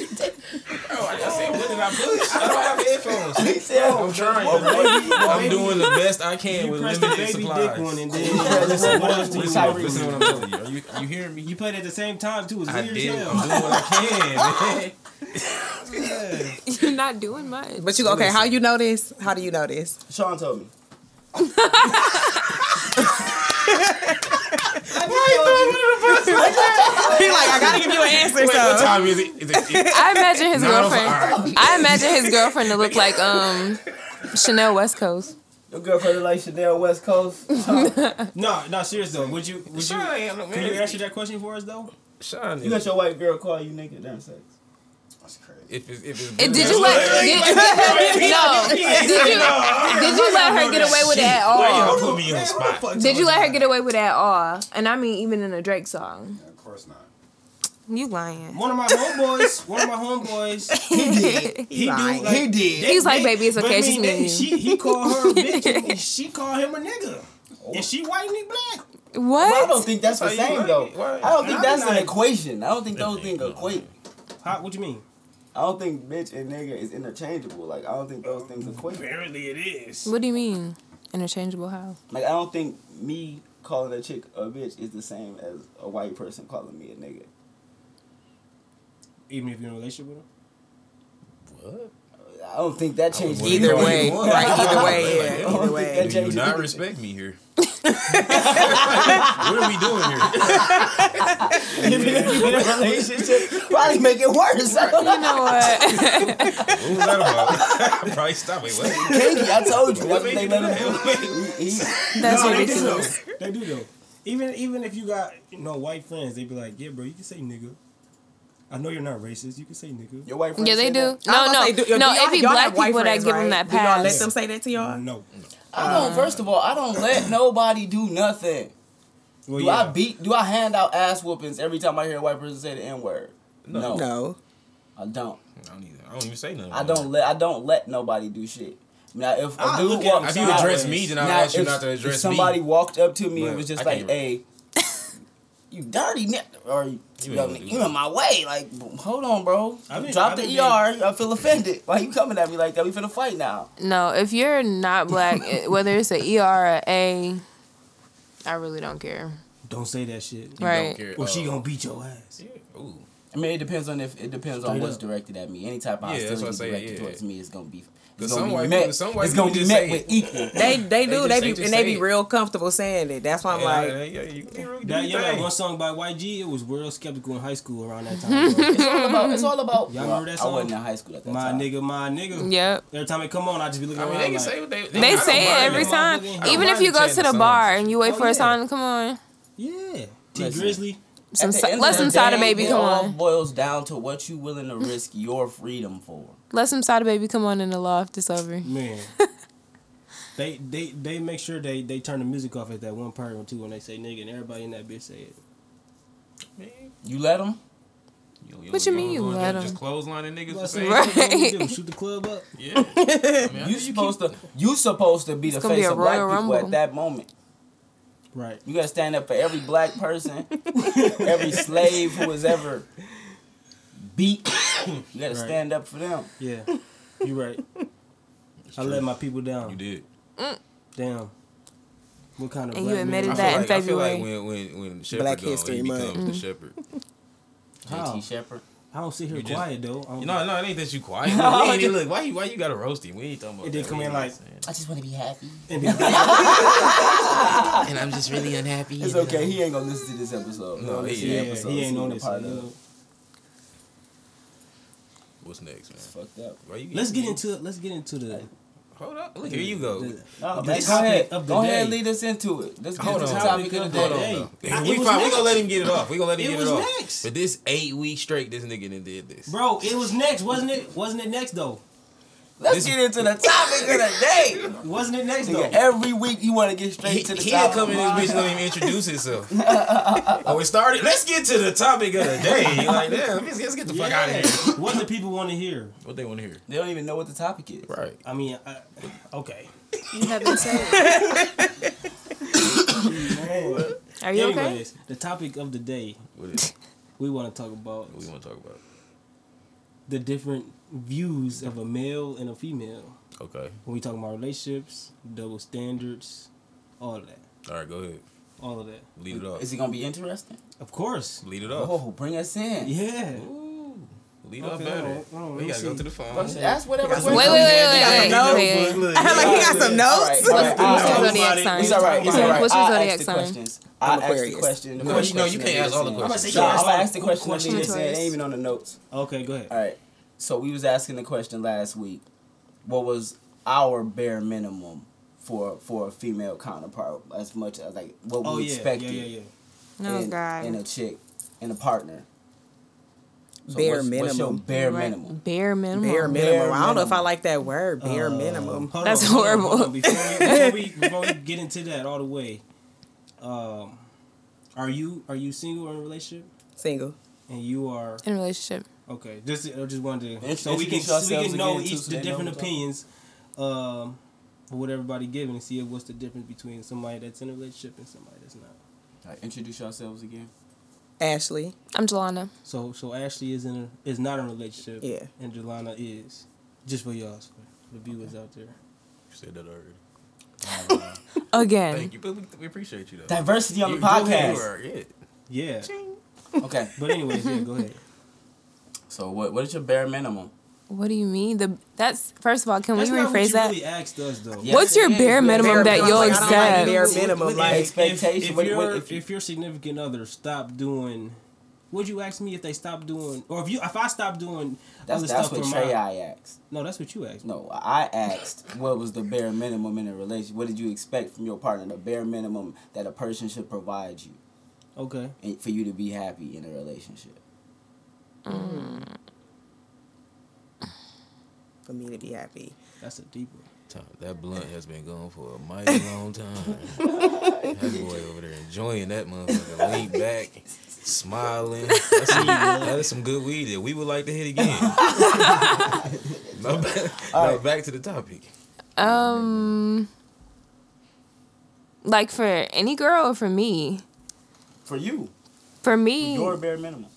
Speaker 4: said, what did I push? I don't have headphones.
Speaker 2: He said, um,
Speaker 4: I'm trying. I'm doing the best I can with
Speaker 3: Press the
Speaker 4: limited
Speaker 3: baby dick one
Speaker 4: supplies.
Speaker 3: and then listen. What else do you
Speaker 4: Listen,
Speaker 3: want?
Speaker 4: listen to what I'm telling you. Are you, are you hearing me?
Speaker 3: You played at the same time too. It's
Speaker 4: I
Speaker 3: weird as
Speaker 4: did. I'm doing
Speaker 3: hell.
Speaker 4: what I can.
Speaker 6: You're not doing much.
Speaker 5: But you okay? How you know this? How do you know this?
Speaker 2: Sean told me.
Speaker 5: He like, I gotta give you an answer.
Speaker 4: Wait, what
Speaker 5: So
Speaker 4: time is it? Is it, is it
Speaker 6: I imagine his
Speaker 4: Nine oh
Speaker 6: girlfriend.
Speaker 4: five.
Speaker 6: I imagine his girlfriend to look like um Chanel West Coast.
Speaker 2: Your girlfriend like Chanel West Coast.
Speaker 3: No, no, serious though. Would you? Would you?
Speaker 4: Sean ain't no
Speaker 3: Can you
Speaker 4: man.
Speaker 3: answer that question for us though?
Speaker 4: Sean
Speaker 2: You
Speaker 4: is-
Speaker 2: got your white girl call you nigga during sex.
Speaker 4: if it's, if it's
Speaker 6: And did you let did, no? Did you did you let her get away with it at
Speaker 4: Why you
Speaker 6: all?
Speaker 4: gonna put me on the spot?
Speaker 6: Did you let her get away with it at all? And I mean, even in a Drake song.
Speaker 9: Of course not.
Speaker 6: You lying?
Speaker 3: One of my homeboys. one of my homeboys. He did. He, do,
Speaker 5: lying.
Speaker 3: like,
Speaker 2: did.
Speaker 6: He's like,
Speaker 3: they-
Speaker 6: baby, it's
Speaker 3: but
Speaker 6: okay,
Speaker 3: I
Speaker 6: it's just
Speaker 3: mean,
Speaker 6: me
Speaker 3: they-
Speaker 6: and you.
Speaker 3: She, he called her a bitch, and she called him a nigga. And she white and he black.
Speaker 2: I don't
Speaker 6: What?
Speaker 2: think that's the
Speaker 4: That's how you
Speaker 2: same
Speaker 4: like
Speaker 2: though.
Speaker 4: it. Why-
Speaker 2: I don't think
Speaker 3: I'm
Speaker 2: that's an
Speaker 3: not-
Speaker 2: equation. I don't think those things equate.
Speaker 3: How, what you mean?
Speaker 2: I don't think bitch and nigga is interchangeable. Like I don't think those things equate.
Speaker 3: Apparently it is.
Speaker 6: What do you mean? Interchangeable how?
Speaker 2: Like I don't think me calling a chick a bitch is the same as a white person calling me a nigga.
Speaker 3: Even if you're in a relationship with him.
Speaker 2: I don't think that changes
Speaker 4: wouldn't
Speaker 5: either
Speaker 4: Either
Speaker 5: way,
Speaker 4: way.
Speaker 5: right? Either way,
Speaker 4: Like,
Speaker 5: yeah. Either way.
Speaker 2: that
Speaker 4: Do you
Speaker 2: changes
Speaker 4: not
Speaker 2: anything.
Speaker 4: respect me here? what are we doing here?
Speaker 2: you in a relationship, probably make it worse. I don't know.
Speaker 6: You
Speaker 4: What was that
Speaker 6: know what?
Speaker 4: about? Probably stop. Wait, what?
Speaker 2: Kinky, I told you. That's what
Speaker 4: made
Speaker 2: they
Speaker 4: you
Speaker 2: let
Speaker 4: do
Speaker 2: him do. He- he-
Speaker 6: That's
Speaker 3: No, they do though.
Speaker 6: ridiculous.
Speaker 3: They do though. Even even if you got you know white friends, they be like, yeah, bro, you can say nigga. I know you're not racist. You can say nigga.
Speaker 2: Your white friend
Speaker 6: Yeah, they
Speaker 2: said
Speaker 6: do.
Speaker 2: that?
Speaker 5: I
Speaker 6: No,
Speaker 5: was
Speaker 6: no,
Speaker 5: gonna say, do- do
Speaker 6: no.
Speaker 5: y'all-
Speaker 6: It be
Speaker 5: y'all have
Speaker 6: black
Speaker 5: white
Speaker 6: people that
Speaker 5: friends,
Speaker 6: give him
Speaker 5: right?
Speaker 6: that
Speaker 5: Do y'all let
Speaker 6: pass.
Speaker 5: them say that to y'all?
Speaker 3: No.
Speaker 2: I don't. First of all, I don't let nobody do nothing.
Speaker 3: Well,
Speaker 2: Do I beat? Do I hand out ass whoopings every time I hear a white person say the n word? No,
Speaker 5: No.
Speaker 2: I don't.
Speaker 4: I don't either. I don't even say nothing.
Speaker 2: I don't let. I don't let nobody do shit. Now, if a
Speaker 3: I
Speaker 2: dude
Speaker 3: look at
Speaker 2: walks
Speaker 3: him
Speaker 4: If you
Speaker 2: out-
Speaker 4: address me, then I'll
Speaker 2: now,
Speaker 4: ask you
Speaker 2: if-
Speaker 4: not to address
Speaker 2: if somebody
Speaker 4: me.
Speaker 2: walked up to me and
Speaker 4: But
Speaker 2: was just
Speaker 4: I
Speaker 2: like,
Speaker 4: can't-
Speaker 2: "Hey, you dirty nigga," or you,
Speaker 4: You
Speaker 2: know,
Speaker 4: ain't gonna do
Speaker 2: you
Speaker 4: that.
Speaker 2: in my way, like, b- hold on, bro,
Speaker 3: I mean-
Speaker 2: drop
Speaker 3: I
Speaker 2: the
Speaker 3: mean-
Speaker 2: ER. I feel offended. Why you coming at me like that? We finna fight now.
Speaker 6: No, if you're not black, it- whether it's an ER or a A, I really don't care.
Speaker 3: Don't say that shit.
Speaker 6: Right.
Speaker 3: Or Oh, she gonna beat your ass.
Speaker 4: Oh, Ooh.
Speaker 2: I mean, it depends on if it depends on
Speaker 3: Straight
Speaker 2: what's
Speaker 3: up.
Speaker 2: directed at me. Any type of
Speaker 4: Yeah, that's
Speaker 2: hostility
Speaker 4: what I say,
Speaker 2: directed
Speaker 4: yeah.
Speaker 2: towards me is gonna be.
Speaker 4: Cause
Speaker 2: It's gonna
Speaker 4: some
Speaker 2: be
Speaker 4: white
Speaker 2: met.
Speaker 4: people- some white
Speaker 2: it's gonna be
Speaker 4: people just
Speaker 2: met
Speaker 4: say
Speaker 2: with
Speaker 4: it.
Speaker 2: equal.
Speaker 5: They they
Speaker 4: just- they
Speaker 5: do. They, be
Speaker 4: just
Speaker 5: and they
Speaker 4: say
Speaker 5: be
Speaker 4: it.
Speaker 5: real comfortable saying it. That's why I'm
Speaker 4: Yeah,
Speaker 5: like,
Speaker 4: yeah, yeah, you can really do
Speaker 3: That,
Speaker 4: your
Speaker 3: yeah, that
Speaker 4: thing.
Speaker 3: one song by YG, it was real skeptical in high school around that time.
Speaker 2: It's
Speaker 3: bro.
Speaker 2: all about. It's all about.
Speaker 3: Y'all
Speaker 2: Well,
Speaker 3: remember that
Speaker 2: I
Speaker 3: song?
Speaker 2: wasn't in high school at that
Speaker 3: my
Speaker 2: time.
Speaker 3: nigga, my nigga.
Speaker 6: Yep.
Speaker 3: Every time it come on, I just be looking
Speaker 4: I mean,
Speaker 3: around
Speaker 4: they can
Speaker 3: like,
Speaker 4: say what they. they
Speaker 6: They
Speaker 4: I don't
Speaker 6: say it
Speaker 4: mind
Speaker 6: every
Speaker 4: that.
Speaker 6: time.
Speaker 3: I
Speaker 4: don't
Speaker 6: Even if
Speaker 4: mind
Speaker 6: you go
Speaker 4: chanting
Speaker 6: to the
Speaker 4: songs.
Speaker 6: bar and you wait
Speaker 3: Oh,
Speaker 6: for
Speaker 3: yeah.
Speaker 6: a song to come on,
Speaker 3: yeah. T
Speaker 2: Listen.
Speaker 3: Grizzly.
Speaker 6: some
Speaker 2: At the
Speaker 6: si-
Speaker 2: end
Speaker 6: let
Speaker 2: of
Speaker 6: some
Speaker 2: the
Speaker 6: cider
Speaker 2: day,
Speaker 6: baby
Speaker 2: it
Speaker 6: come
Speaker 2: all
Speaker 6: on.
Speaker 2: boils down to what you willing to risk your freedom for.
Speaker 6: Let some cider baby come on in the loft. It's over.
Speaker 3: Man. they they they make sure they they turn the music off at that one part or two when they say nigga and everybody in that bitch say it.
Speaker 2: You let them.
Speaker 6: What you mean you
Speaker 4: gonna
Speaker 6: let
Speaker 4: just
Speaker 6: 'em?
Speaker 4: clothesline the niggas for
Speaker 3: That's
Speaker 4: saying
Speaker 6: right.
Speaker 3: what they do. Shoot the club up.
Speaker 4: Yeah. I mean, I
Speaker 2: You
Speaker 4: just
Speaker 2: supposed to. You supposed to be the
Speaker 6: gonna be
Speaker 2: face
Speaker 6: a
Speaker 2: of black
Speaker 6: Royal
Speaker 2: people
Speaker 6: Rumble.
Speaker 2: at that moment.
Speaker 3: Right.
Speaker 2: You gotta stand up for every black person, every slave who was ever beat. You gotta
Speaker 3: Right.
Speaker 2: stand up for them.
Speaker 3: Yeah. You right. I let my people down.
Speaker 4: You did.
Speaker 3: Damn. What kind of
Speaker 6: And
Speaker 3: black
Speaker 6: you
Speaker 3: man
Speaker 6: admitted
Speaker 3: am
Speaker 4: I feel,
Speaker 3: I?
Speaker 6: that in
Speaker 4: like, I feel like
Speaker 6: February. Mm.
Speaker 4: when when when Shepherd
Speaker 5: Black
Speaker 4: gone,
Speaker 5: History
Speaker 4: he
Speaker 5: Month.
Speaker 4: becomes the Shepherd.
Speaker 3: How?
Speaker 2: JT Shepherd.
Speaker 3: I don't sit here
Speaker 4: You just-
Speaker 3: quiet though. I don't-
Speaker 4: No, no, it ain't that you quiet. Look, we ain't- look, why you why you gotta roast him? We ain't talking about.
Speaker 3: It did
Speaker 4: that.
Speaker 3: come
Speaker 4: We
Speaker 3: in
Speaker 4: ain't
Speaker 3: like-
Speaker 4: saying.
Speaker 2: I just want to be happy.
Speaker 3: And then-
Speaker 4: and I'm just really unhappy.
Speaker 2: It's okay. He ain't gonna listen to this episode.
Speaker 4: No,
Speaker 2: listen to
Speaker 4: he ain't.
Speaker 2: the
Speaker 3: yeah,
Speaker 2: episode.
Speaker 3: he ain't
Speaker 2: This
Speaker 3: on
Speaker 2: is
Speaker 3: this.
Speaker 2: a part of-
Speaker 3: no.
Speaker 4: What's next, man?
Speaker 2: Fucked up.
Speaker 4: Why you,
Speaker 3: Let's get into let's get into the
Speaker 4: Hold up. Look, here you go.
Speaker 3: the-
Speaker 2: No,
Speaker 3: The
Speaker 2: man, go
Speaker 3: topic
Speaker 2: ahead.
Speaker 3: of the
Speaker 2: Go ahead.
Speaker 3: day.
Speaker 2: Lead us into it. Let's get
Speaker 4: Hold
Speaker 2: to the
Speaker 4: on.
Speaker 2: topic of the
Speaker 3: Hold
Speaker 2: day.
Speaker 3: on.
Speaker 4: we
Speaker 3: Hey, I-
Speaker 4: fine.
Speaker 3: it
Speaker 4: We
Speaker 3: was
Speaker 4: gonna
Speaker 3: next.
Speaker 4: let him get it off. We gonna let him
Speaker 3: It
Speaker 4: get
Speaker 3: was
Speaker 4: it off.
Speaker 3: next.
Speaker 4: But this eight week straight, this nigga done did this.
Speaker 3: bro. It was next, wasn't it? Wasn't it next though?
Speaker 2: Let's get into the topic of the day.
Speaker 3: Wasn't it next
Speaker 2: Nigga,
Speaker 3: though?
Speaker 2: every week you want to get straight
Speaker 4: He,
Speaker 2: to the
Speaker 4: he'll
Speaker 2: topic.
Speaker 4: come in this bitch and don't even introduce himself. oh, it started. Let's get to the topic of the day. Like, damn, let's, let's get the fuck out of here.
Speaker 3: Yeah. What do people want to hear?
Speaker 4: What they want to hear?
Speaker 2: They don't even know what the topic is.
Speaker 4: Right.
Speaker 3: I mean, I, okay.
Speaker 6: You haven't said it. Are you okay?
Speaker 3: Anyways, the topic of the day
Speaker 4: What is
Speaker 3: we want to talk about
Speaker 4: what we want to talk about?
Speaker 3: the different views of a male and a female
Speaker 4: Okay.
Speaker 3: when we talk about relationships, double standards, all of that,
Speaker 4: All right, go ahead.
Speaker 3: all of that.
Speaker 4: Lead it off.
Speaker 2: Is it gonna be interesting?
Speaker 3: Of course,
Speaker 4: Lead it off.
Speaker 2: Oh, bring us in.
Speaker 3: yeah.
Speaker 4: Ooh. Lead
Speaker 3: Okay,
Speaker 4: up about
Speaker 3: I
Speaker 4: it.
Speaker 3: don't- I don't
Speaker 4: We gotta go
Speaker 3: see.
Speaker 4: to the phone.
Speaker 2: That's whatever.
Speaker 6: Wait, wait, wait, wait, wait. wait.
Speaker 5: I'm like, he got some notes.
Speaker 2: All right, all
Speaker 6: What's your
Speaker 2: right.
Speaker 6: zodiac sign?
Speaker 2: It's all right. It's all right.
Speaker 6: What's your
Speaker 2: I
Speaker 6: zodiac
Speaker 2: asked the
Speaker 6: sign?
Speaker 2: questions. I asked the
Speaker 5: Aquarius.
Speaker 2: question.
Speaker 4: No, you- no, you can't ask all the questions.
Speaker 2: So I'm
Speaker 4: I'm
Speaker 2: gonna
Speaker 4: gonna say you asked
Speaker 2: ask the question. that
Speaker 6: question
Speaker 2: Nita said.
Speaker 6: twice.
Speaker 2: It ain't even on the notes.
Speaker 3: Okay, go ahead.
Speaker 2: All right. So we was asking the question last week. What was our bare minimum for for a female counterpart? As much as like what
Speaker 3: Oh
Speaker 2: we
Speaker 3: yeah, yeah,
Speaker 2: expected
Speaker 3: yeah, yeah.
Speaker 6: No
Speaker 2: in, in a
Speaker 6: Oh, God.
Speaker 2: chick, in a partner. So
Speaker 5: Bare
Speaker 2: what's, What's your
Speaker 5: minimum.
Speaker 2: bare
Speaker 6: Right.
Speaker 2: minimum.
Speaker 6: Bare minimum.
Speaker 5: Bare minimum. I don't know if I
Speaker 2: minimum.
Speaker 5: like that word. Bare
Speaker 3: Uh,
Speaker 5: minimum.
Speaker 3: hold
Speaker 6: That's
Speaker 3: on, hold on,
Speaker 6: horrible.
Speaker 3: hold on. Before, we, before, we, before we get into that all the way, um, are you are you single or in a relationship?
Speaker 5: Single.
Speaker 3: And you are
Speaker 6: In a relationship.
Speaker 3: okay. Just I just wanted to
Speaker 2: Int-
Speaker 3: so we can
Speaker 2: introduce
Speaker 3: so we
Speaker 2: yourselves
Speaker 3: can know
Speaker 2: again, too,
Speaker 3: each
Speaker 2: so they
Speaker 3: the
Speaker 2: know
Speaker 3: different
Speaker 2: what we're talking
Speaker 3: opinions, um, of what everybody giving and see what's the difference between somebody that's in a relationship and somebody that's not.
Speaker 2: All right, introduce yourselves again.
Speaker 5: Ashley.
Speaker 6: I'm Jelana.
Speaker 3: So so Ashley is in a, is not in a relationship.
Speaker 5: Yeah.
Speaker 3: And Jelana is, just for y'all, for the viewers out there.
Speaker 4: said that already.
Speaker 6: Again.
Speaker 4: Thank you, but we, we appreciate you though.
Speaker 2: Diversity on
Speaker 4: You-
Speaker 2: the
Speaker 4: you really
Speaker 2: podcast.
Speaker 4: are it.
Speaker 3: Yeah.
Speaker 2: Okay.
Speaker 3: But anyways, yeah, go ahead.
Speaker 2: So what what is your bare minimum?
Speaker 6: What do you mean? The that's first of all, can
Speaker 3: That's
Speaker 6: we
Speaker 3: not what
Speaker 6: rephrase
Speaker 3: you
Speaker 6: that?
Speaker 3: Really asked us though.
Speaker 2: Yeah.
Speaker 6: What's your
Speaker 2: Yes, it
Speaker 6: bare
Speaker 2: is.
Speaker 6: minimum
Speaker 5: Bare
Speaker 6: that
Speaker 5: minimum.
Speaker 6: you'll
Speaker 5: Like, I don't like
Speaker 6: accept?
Speaker 5: bare minimum. Like,
Speaker 3: If-
Speaker 2: expectation.
Speaker 3: If,
Speaker 2: What-
Speaker 3: your-
Speaker 2: what-
Speaker 3: if,
Speaker 2: if-
Speaker 3: your significant other stop doing, would you ask me if they stop doing, or if you if I stop doing
Speaker 2: That's
Speaker 3: other
Speaker 2: that's
Speaker 3: stuff
Speaker 2: what
Speaker 3: for
Speaker 2: Trey
Speaker 3: my,
Speaker 2: I asked.
Speaker 3: no, that's what you asked.
Speaker 2: No, I asked what was the bare minimum in a relationship. What did you expect from your partner? The bare minimum that a person should provide you
Speaker 3: Okay,
Speaker 2: and for you to be happy in a relationship.
Speaker 5: For me to be happy.
Speaker 3: that's a deep one.
Speaker 4: Tom, that blunt has been going for a mighty long time. that boy over there enjoying that motherfucker. Lean back, smiling. That's some, that is some good weed that we would like to hit again. now, back, now back to the topic.
Speaker 6: Um like for any girl or for me?
Speaker 2: For you,
Speaker 6: For me
Speaker 2: your bare minimum.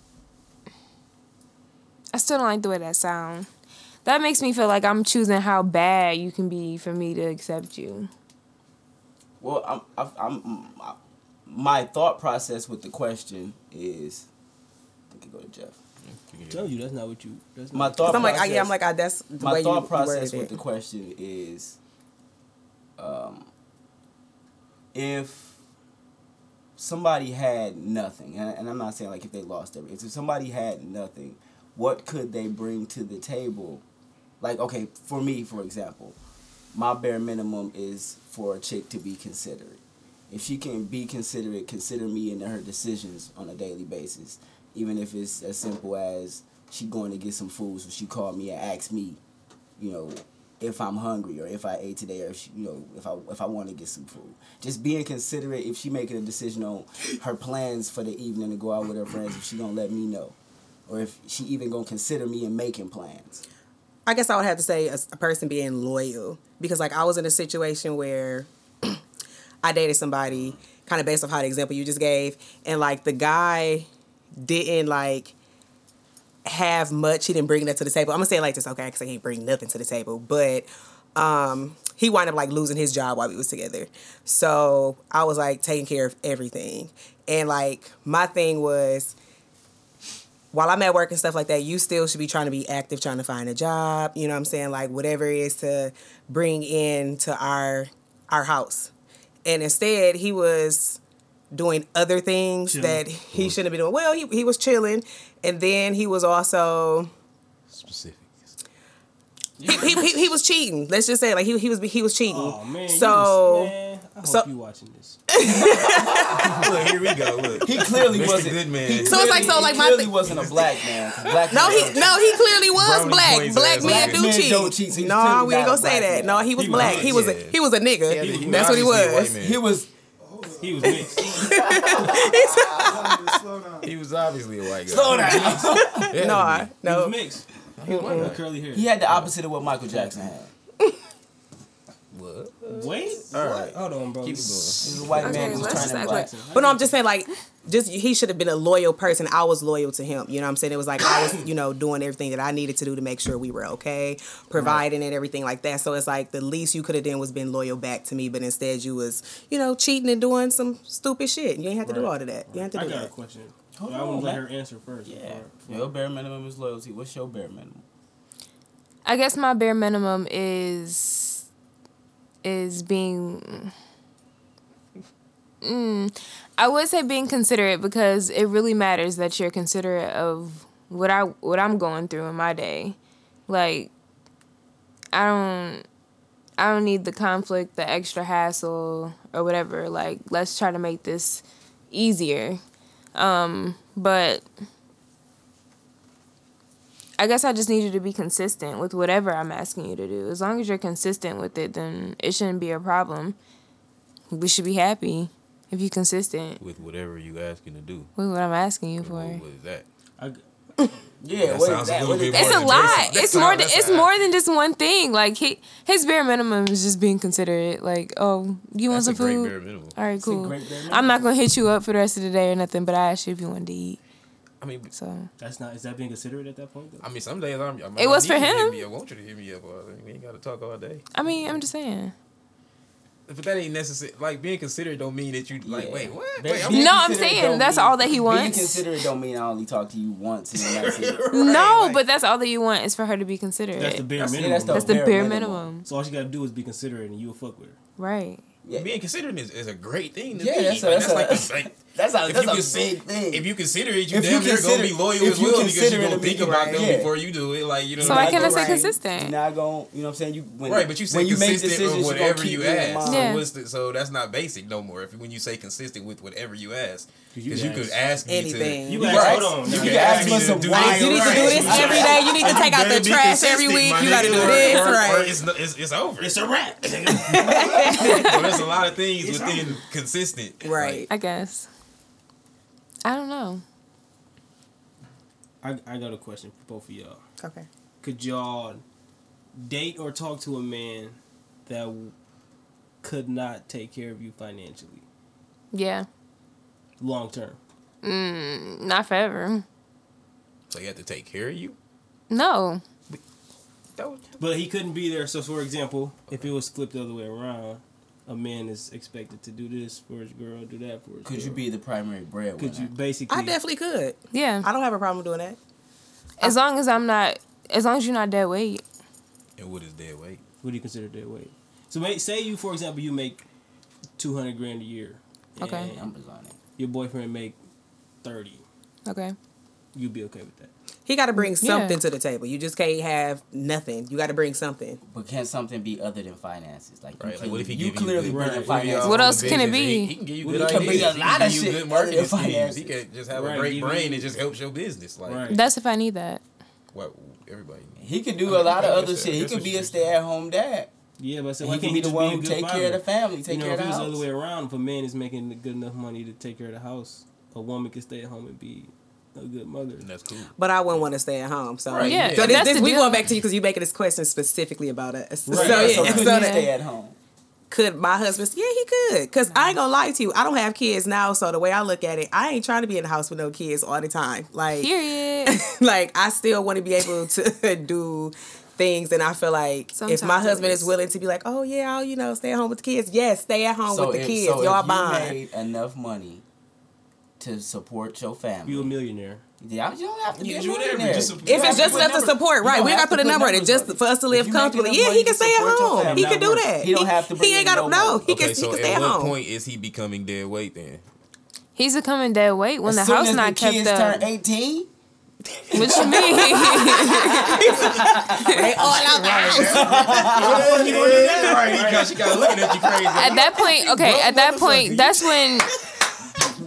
Speaker 6: I still don't like the way that sound. That makes me feel like I'm choosing how bad you can be for me to accept you.
Speaker 2: Well, I'm, I've, I'm, mm, I- my thought process with the question is, I think it go to Jeff.
Speaker 3: I'm telling you, that's not what you. That's
Speaker 2: My
Speaker 3: not
Speaker 2: thought.
Speaker 5: 'Cause I'm like,
Speaker 2: process,
Speaker 5: I, yeah, I'm like, I, that's the
Speaker 2: my
Speaker 5: way
Speaker 2: thought
Speaker 5: you
Speaker 2: process
Speaker 5: worded
Speaker 2: with
Speaker 5: it.
Speaker 2: the question is, um, if somebody had nothing, and, and I'm not saying like if they lost everything, if somebody had nothing, what could they bring to the table? Like, okay, for me, for example, my bare minimum is for a chick to be considerate. If she can be considerate, consider me in her decisions on a daily basis, even if it's as simple as she going to get some food, so she called me and asked me, you know, if I'm hungry or if I ate today or if she, you know if I if I want to get some food. Just being considerate if she making a decision on her plans for the evening to go out with her friends, if she gonna let me know, or if she even gonna consider me in making plans.
Speaker 5: I guess I would have to say a, a person being loyal because like I was in a situation where I dated somebody kind of based off how the example you just gave and like the guy didn't like have much he didn't bring that to the table. I'm gonna say it like this, okay? Because he didn't bring nothing to the table, but um, he wound up like losing his job while we was together. So I was like taking care of everything, and like my thing was while I'm at work and stuff like that, you still should be trying to be active, trying to find a job. You know what I'm saying? Like whatever it is to bring in to our our house. And instead, he was doing other things
Speaker 3: Chilling.
Speaker 5: that he shouldn't be doing. Well, he he was chilling, and then he was also
Speaker 4: Specific.
Speaker 5: he, he, he, he was cheating. Let's just say like he he was he was cheating.
Speaker 3: Oh man, you
Speaker 5: so
Speaker 3: was- man, I hope
Speaker 5: so-
Speaker 3: you watching this.
Speaker 4: Look, here we go. Look.
Speaker 2: He clearly
Speaker 4: Mr.
Speaker 2: wasn't.
Speaker 4: Goodman.
Speaker 2: he
Speaker 5: So it's like- so
Speaker 2: clearly-
Speaker 5: like
Speaker 2: he
Speaker 5: my
Speaker 2: clearly
Speaker 5: thi-
Speaker 2: wasn't a black man. 'cause Black
Speaker 5: No,
Speaker 2: men
Speaker 5: he
Speaker 2: don't
Speaker 5: no, he clearly was
Speaker 4: Brownie
Speaker 5: black.
Speaker 4: points
Speaker 5: Black
Speaker 4: ass
Speaker 5: men
Speaker 4: black
Speaker 5: do
Speaker 2: men
Speaker 5: cheat.
Speaker 2: don't cheat, so he's
Speaker 5: no,
Speaker 2: clearly
Speaker 5: we
Speaker 2: not
Speaker 5: ain't gonna
Speaker 2: a
Speaker 5: say
Speaker 2: black
Speaker 5: that.
Speaker 2: man.
Speaker 5: No, he was
Speaker 3: He was
Speaker 5: black.
Speaker 3: black,
Speaker 5: he was
Speaker 4: yeah.
Speaker 5: a he was a nigga.
Speaker 4: he
Speaker 5: That's what
Speaker 4: obviously a
Speaker 5: he
Speaker 4: white
Speaker 5: was.
Speaker 4: man.
Speaker 2: He was
Speaker 3: He was mixed.
Speaker 4: He was obviously a white guy.
Speaker 2: slow down.
Speaker 4: Yeah,
Speaker 5: No,
Speaker 4: I
Speaker 5: I-
Speaker 4: mean,
Speaker 3: he was
Speaker 5: no.
Speaker 3: mixed.
Speaker 4: why
Speaker 3: With curly hair.
Speaker 2: He had the opposite of what Michael Jackson had.
Speaker 4: What?
Speaker 3: Wait,
Speaker 4: All
Speaker 3: what?
Speaker 4: right.
Speaker 3: Hold on, bro.
Speaker 4: Keep
Speaker 2: He
Speaker 4: it going.
Speaker 2: was a white man
Speaker 6: Okay,
Speaker 2: who was
Speaker 6: let's just
Speaker 2: turning
Speaker 6: act
Speaker 2: black.
Speaker 6: like
Speaker 5: But no, I'm just saying like just he should have been a loyal person. I was loyal to him. You know what I'm saying? It was like I was, you know, doing everything that I needed to do to make sure we were okay, providing and everything like that. So it's like the least you could have done was been loyal back to me, but instead you was, you know, cheating and doing some stupid shit. You ain't have to do
Speaker 3: Right.
Speaker 5: all of that. You ain't have to
Speaker 3: I
Speaker 5: do
Speaker 3: got a
Speaker 5: that.
Speaker 3: question.
Speaker 2: Hold
Speaker 3: I want
Speaker 2: on,
Speaker 3: to let
Speaker 2: let-
Speaker 3: her answer first.
Speaker 2: Yeah.
Speaker 3: before-
Speaker 2: Your bare minimum is loyalty. What's your bare minimum?
Speaker 6: I guess my bare minimum is is being mm, I would say being considerate because it really matters that you're considerate of what I what I'm going through in my day. Like I don't I don't need the conflict, the extra hassle or whatever. Like let's try to make this easier. Um but I guess I just need you to be consistent with whatever I'm asking you to do. As long as you're consistent with it, then it shouldn't be a problem. We should be happy if you're consistent
Speaker 4: with whatever you asking to do.
Speaker 6: with what I'm asking you
Speaker 4: What-
Speaker 6: for.
Speaker 4: what is that?
Speaker 3: I,
Speaker 2: Yeah,
Speaker 4: That
Speaker 2: what is
Speaker 4: sounds a
Speaker 2: that? What
Speaker 4: little
Speaker 2: is
Speaker 4: bit
Speaker 2: that?
Speaker 6: It's a
Speaker 4: That's
Speaker 6: lot.
Speaker 4: a-
Speaker 6: It's more. Than,
Speaker 4: that's a-
Speaker 6: it's more than just one thing. Like he, his bare minimum is just being considerate. Like, oh, you want
Speaker 4: That's
Speaker 6: some
Speaker 4: a great bare
Speaker 6: food?
Speaker 4: minimum.
Speaker 6: All right,
Speaker 2: a
Speaker 6: cool.
Speaker 2: great bare
Speaker 6: I'm not gonna hit you up for the rest of the day or nothing, but I asked you if you wanted to eat.
Speaker 4: I mean,
Speaker 6: So
Speaker 3: that's not. Is that being considerate at that point? Though?
Speaker 4: I mean, some days I'm. I might
Speaker 6: It was
Speaker 4: need
Speaker 6: for
Speaker 4: you to hit
Speaker 6: him.
Speaker 4: me up. I want you to hit me up. All day. We ain't got to talk all day.
Speaker 6: I mean, I'm just saying.
Speaker 4: But that ain't necessary. Like being considerate don't mean that you like.
Speaker 2: Yeah.
Speaker 4: Wait, what?
Speaker 2: Being-
Speaker 4: Wait, I'm,
Speaker 2: being
Speaker 6: No, I'm
Speaker 2: considerate
Speaker 6: saying
Speaker 2: don't
Speaker 6: that's all that he
Speaker 2: Being
Speaker 6: wants.
Speaker 2: considerate don't mean I only talk to you once and then that's it.
Speaker 6: no,
Speaker 4: like-
Speaker 6: but that's all that you want is for her to be considerate.
Speaker 3: that's the bare
Speaker 2: That's- yeah,
Speaker 3: minimum.
Speaker 2: that's the-
Speaker 6: That's the
Speaker 2: bare
Speaker 6: bare,
Speaker 2: minimum.
Speaker 6: minimum.
Speaker 3: so all you gotta do is be considerate, and you'll fuck with her.
Speaker 6: right?
Speaker 2: Yeah.
Speaker 4: being considerate is, is a great thing. To
Speaker 2: Yeah,
Speaker 4: be.
Speaker 2: that's a-
Speaker 4: Like,
Speaker 2: that's a-
Speaker 4: that's like, the- like
Speaker 2: That's a,
Speaker 4: If
Speaker 2: that's
Speaker 4: you
Speaker 2: a
Speaker 4: cons-
Speaker 2: big thing.
Speaker 4: If you consider it, you
Speaker 2: If you
Speaker 4: damn near gonna be
Speaker 2: consider-
Speaker 4: loyal
Speaker 2: if
Speaker 4: as
Speaker 2: you
Speaker 4: well because
Speaker 2: consider
Speaker 4: you're
Speaker 2: it,
Speaker 4: gonna
Speaker 2: it'll be
Speaker 4: think about
Speaker 2: right,
Speaker 4: them
Speaker 2: yeah.
Speaker 4: before you do it. Like you know,
Speaker 6: So
Speaker 4: what
Speaker 6: why
Speaker 4: I
Speaker 6: can't I say
Speaker 2: Right.
Speaker 6: consistent?
Speaker 2: You're not going, you know what I'm saying? You when,
Speaker 4: Right, but you say
Speaker 2: when you make
Speaker 4: consistent
Speaker 2: decisions,
Speaker 4: with
Speaker 2: you're gonna
Speaker 4: whatever
Speaker 2: keep
Speaker 4: you
Speaker 2: Uh, it in
Speaker 4: ask.
Speaker 2: mind.
Speaker 6: Yeah.
Speaker 4: So, what's the, so that's not basic no more. If when you say consistent with whatever you ask,
Speaker 3: you
Speaker 4: because you,
Speaker 3: can
Speaker 4: could ask me
Speaker 5: Anything.
Speaker 4: to.
Speaker 3: You
Speaker 4: right.
Speaker 3: can ask- hold on,
Speaker 4: You
Speaker 3: now.
Speaker 4: could
Speaker 3: You
Speaker 4: ask
Speaker 2: ask
Speaker 4: me
Speaker 2: for
Speaker 4: to
Speaker 2: some
Speaker 4: do
Speaker 2: wise-
Speaker 4: this.
Speaker 5: You need to
Speaker 4: right.
Speaker 5: do this
Speaker 4: Right.
Speaker 5: every day. You need to take out
Speaker 4: better
Speaker 5: the
Speaker 4: be
Speaker 5: trash every
Speaker 4: consistent,
Speaker 5: week.
Speaker 4: my
Speaker 5: You got to
Speaker 4: nigga,
Speaker 5: do
Speaker 4: or-
Speaker 5: this,
Speaker 4: or- or
Speaker 5: right?
Speaker 4: It's, no- it's, it's over.
Speaker 3: It's a wrap.
Speaker 4: so there's a lot of things within consistent.
Speaker 5: Right.
Speaker 6: I guess. I don't know.
Speaker 3: I, I got a question for both of y'all.
Speaker 5: Okay.
Speaker 3: Could y'all date or talk to a man that w- could not take care of you financially
Speaker 6: Yeah.
Speaker 3: long term?
Speaker 6: Mm, not forever.
Speaker 4: So you have to take care of you.
Speaker 6: No.
Speaker 4: That was-
Speaker 3: But he couldn't be there. So, for example, if it was flipped the other way around, a man is expected to do this for his girl, do that for his
Speaker 2: Could you
Speaker 3: girl.
Speaker 2: be the primary breadwinner?
Speaker 3: Could you basically?
Speaker 5: I definitely could.
Speaker 6: Yeah.
Speaker 5: I don't have a problem doing that.
Speaker 6: as long as I'm not, as long as you're not dead weight.
Speaker 4: And what is dead weight?
Speaker 3: What do you consider dead weight? So, may, say you, for example, you make two hundred grand a year.
Speaker 6: Okay.
Speaker 3: and
Speaker 2: I'm resigning.
Speaker 3: Your boyfriend make thirty.
Speaker 6: Okay.
Speaker 3: You'd be okay with that.
Speaker 5: He got to bring
Speaker 6: Yeah.
Speaker 5: something to the table. You just can't have nothing. You got to bring something.
Speaker 2: But can something be other than finances? Like,
Speaker 4: Right,
Speaker 2: you,
Speaker 4: like,
Speaker 2: cle-
Speaker 4: what if he
Speaker 2: you
Speaker 4: give you
Speaker 2: clearly
Speaker 4: good-
Speaker 2: bring in
Speaker 3: Right, what if he
Speaker 2: finances.
Speaker 6: What
Speaker 5: Oh,
Speaker 4: all
Speaker 6: else
Speaker 4: the
Speaker 6: can it
Speaker 4: business.
Speaker 6: be?
Speaker 4: He, he can give you
Speaker 3: Well,
Speaker 4: good
Speaker 3: he can
Speaker 2: be a
Speaker 4: ideas.
Speaker 2: lot
Speaker 4: he
Speaker 2: of
Speaker 4: can give
Speaker 2: shit
Speaker 4: you good
Speaker 2: other
Speaker 4: marketing
Speaker 2: than
Speaker 4: schemes. He
Speaker 2: finances.
Speaker 4: can just have
Speaker 3: Right,
Speaker 4: a great
Speaker 3: give you-
Speaker 4: brain. It just helps your business. Like
Speaker 3: Right.
Speaker 6: That's if I need that.
Speaker 4: what everybody. needs.
Speaker 2: He could do
Speaker 4: I
Speaker 2: a
Speaker 4: mean,
Speaker 2: lot of
Speaker 4: I guess
Speaker 2: other
Speaker 4: that-
Speaker 2: shit. He
Speaker 4: that's
Speaker 2: could
Speaker 4: what
Speaker 2: be
Speaker 4: you
Speaker 2: a
Speaker 4: should
Speaker 2: stay at home dad.
Speaker 3: Yeah, but I said,
Speaker 2: And
Speaker 3: why
Speaker 2: he could
Speaker 3: can't he
Speaker 2: be the
Speaker 3: just
Speaker 2: one
Speaker 3: be a
Speaker 2: who
Speaker 3: good
Speaker 2: take care of the
Speaker 3: father?
Speaker 2: family, take
Speaker 3: you know,
Speaker 2: care of the
Speaker 3: if it was the
Speaker 2: house.
Speaker 3: other way around, if a man is making good enough money to take care of the house, a woman can stay at home and be a good mother.
Speaker 4: And that's cool.
Speaker 5: But I wouldn't want to stay at home. So
Speaker 4: Right,
Speaker 6: Yeah,
Speaker 4: yeah.
Speaker 5: So this,
Speaker 6: that's
Speaker 5: this,
Speaker 6: the
Speaker 5: we
Speaker 6: deal.
Speaker 5: going back to you because you making this question specifically about us. So,
Speaker 3: Right.
Speaker 2: So
Speaker 5: yeah,
Speaker 2: he
Speaker 5: so
Speaker 2: could
Speaker 5: that-
Speaker 2: stay at home.
Speaker 5: could my husband? Yeah, he could. Cause I ain't gonna lie to you. I don't have kids now, so the way I look at it, I ain't trying to be in the house with no kids all the time. Like,
Speaker 6: Period.
Speaker 5: like I still want to be able to do things, and I feel like
Speaker 6: Sometimes
Speaker 5: if my
Speaker 6: it
Speaker 5: husband
Speaker 6: is.
Speaker 5: is willing to be like, oh yeah, I'll, you know, stay at home with the kids. Yes, stay at home
Speaker 2: So
Speaker 5: with the
Speaker 2: if,
Speaker 5: kids.
Speaker 2: so
Speaker 5: Y'all
Speaker 2: if
Speaker 5: bond.
Speaker 2: you made enough money to support your family,
Speaker 3: You a millionaire.
Speaker 2: Yeah, you don't have to be
Speaker 4: You
Speaker 2: a
Speaker 4: do whatever,
Speaker 2: millionaire.
Speaker 4: just support-
Speaker 5: If it's
Speaker 4: Right,
Speaker 5: just
Speaker 4: you
Speaker 5: enough to
Speaker 4: never-
Speaker 5: support, right?
Speaker 2: don't
Speaker 5: We
Speaker 2: have
Speaker 5: gotta
Speaker 2: to
Speaker 5: put a
Speaker 2: put
Speaker 5: number in it
Speaker 2: numbers on
Speaker 5: just
Speaker 2: it.
Speaker 5: for us to
Speaker 2: If
Speaker 5: live
Speaker 2: you make
Speaker 5: comfortably.
Speaker 2: enough
Speaker 5: Yeah,
Speaker 2: money
Speaker 5: he can
Speaker 2: to
Speaker 5: stay at
Speaker 2: support your
Speaker 5: home.
Speaker 2: family,
Speaker 5: He
Speaker 2: not
Speaker 5: can do
Speaker 2: work.
Speaker 5: that.
Speaker 2: He don't have to bring
Speaker 5: He ain't
Speaker 2: in
Speaker 5: got
Speaker 2: no
Speaker 5: to. No,
Speaker 2: money.
Speaker 5: he
Speaker 4: okay,
Speaker 5: can. He
Speaker 4: so
Speaker 5: can stay
Speaker 4: at
Speaker 5: at
Speaker 4: what
Speaker 5: home.
Speaker 4: point is he becoming dead weight then?
Speaker 6: He's becoming dead weight when
Speaker 2: as
Speaker 6: the
Speaker 2: soon
Speaker 6: house
Speaker 2: as
Speaker 6: not
Speaker 2: the
Speaker 6: kept
Speaker 2: kids
Speaker 6: up.
Speaker 2: turn 18,
Speaker 6: What you mean?
Speaker 5: They all out the house.
Speaker 4: What you gonna do that? Right, you got, she got looking at you crazy.
Speaker 6: at that point, okay. At that point, that's when.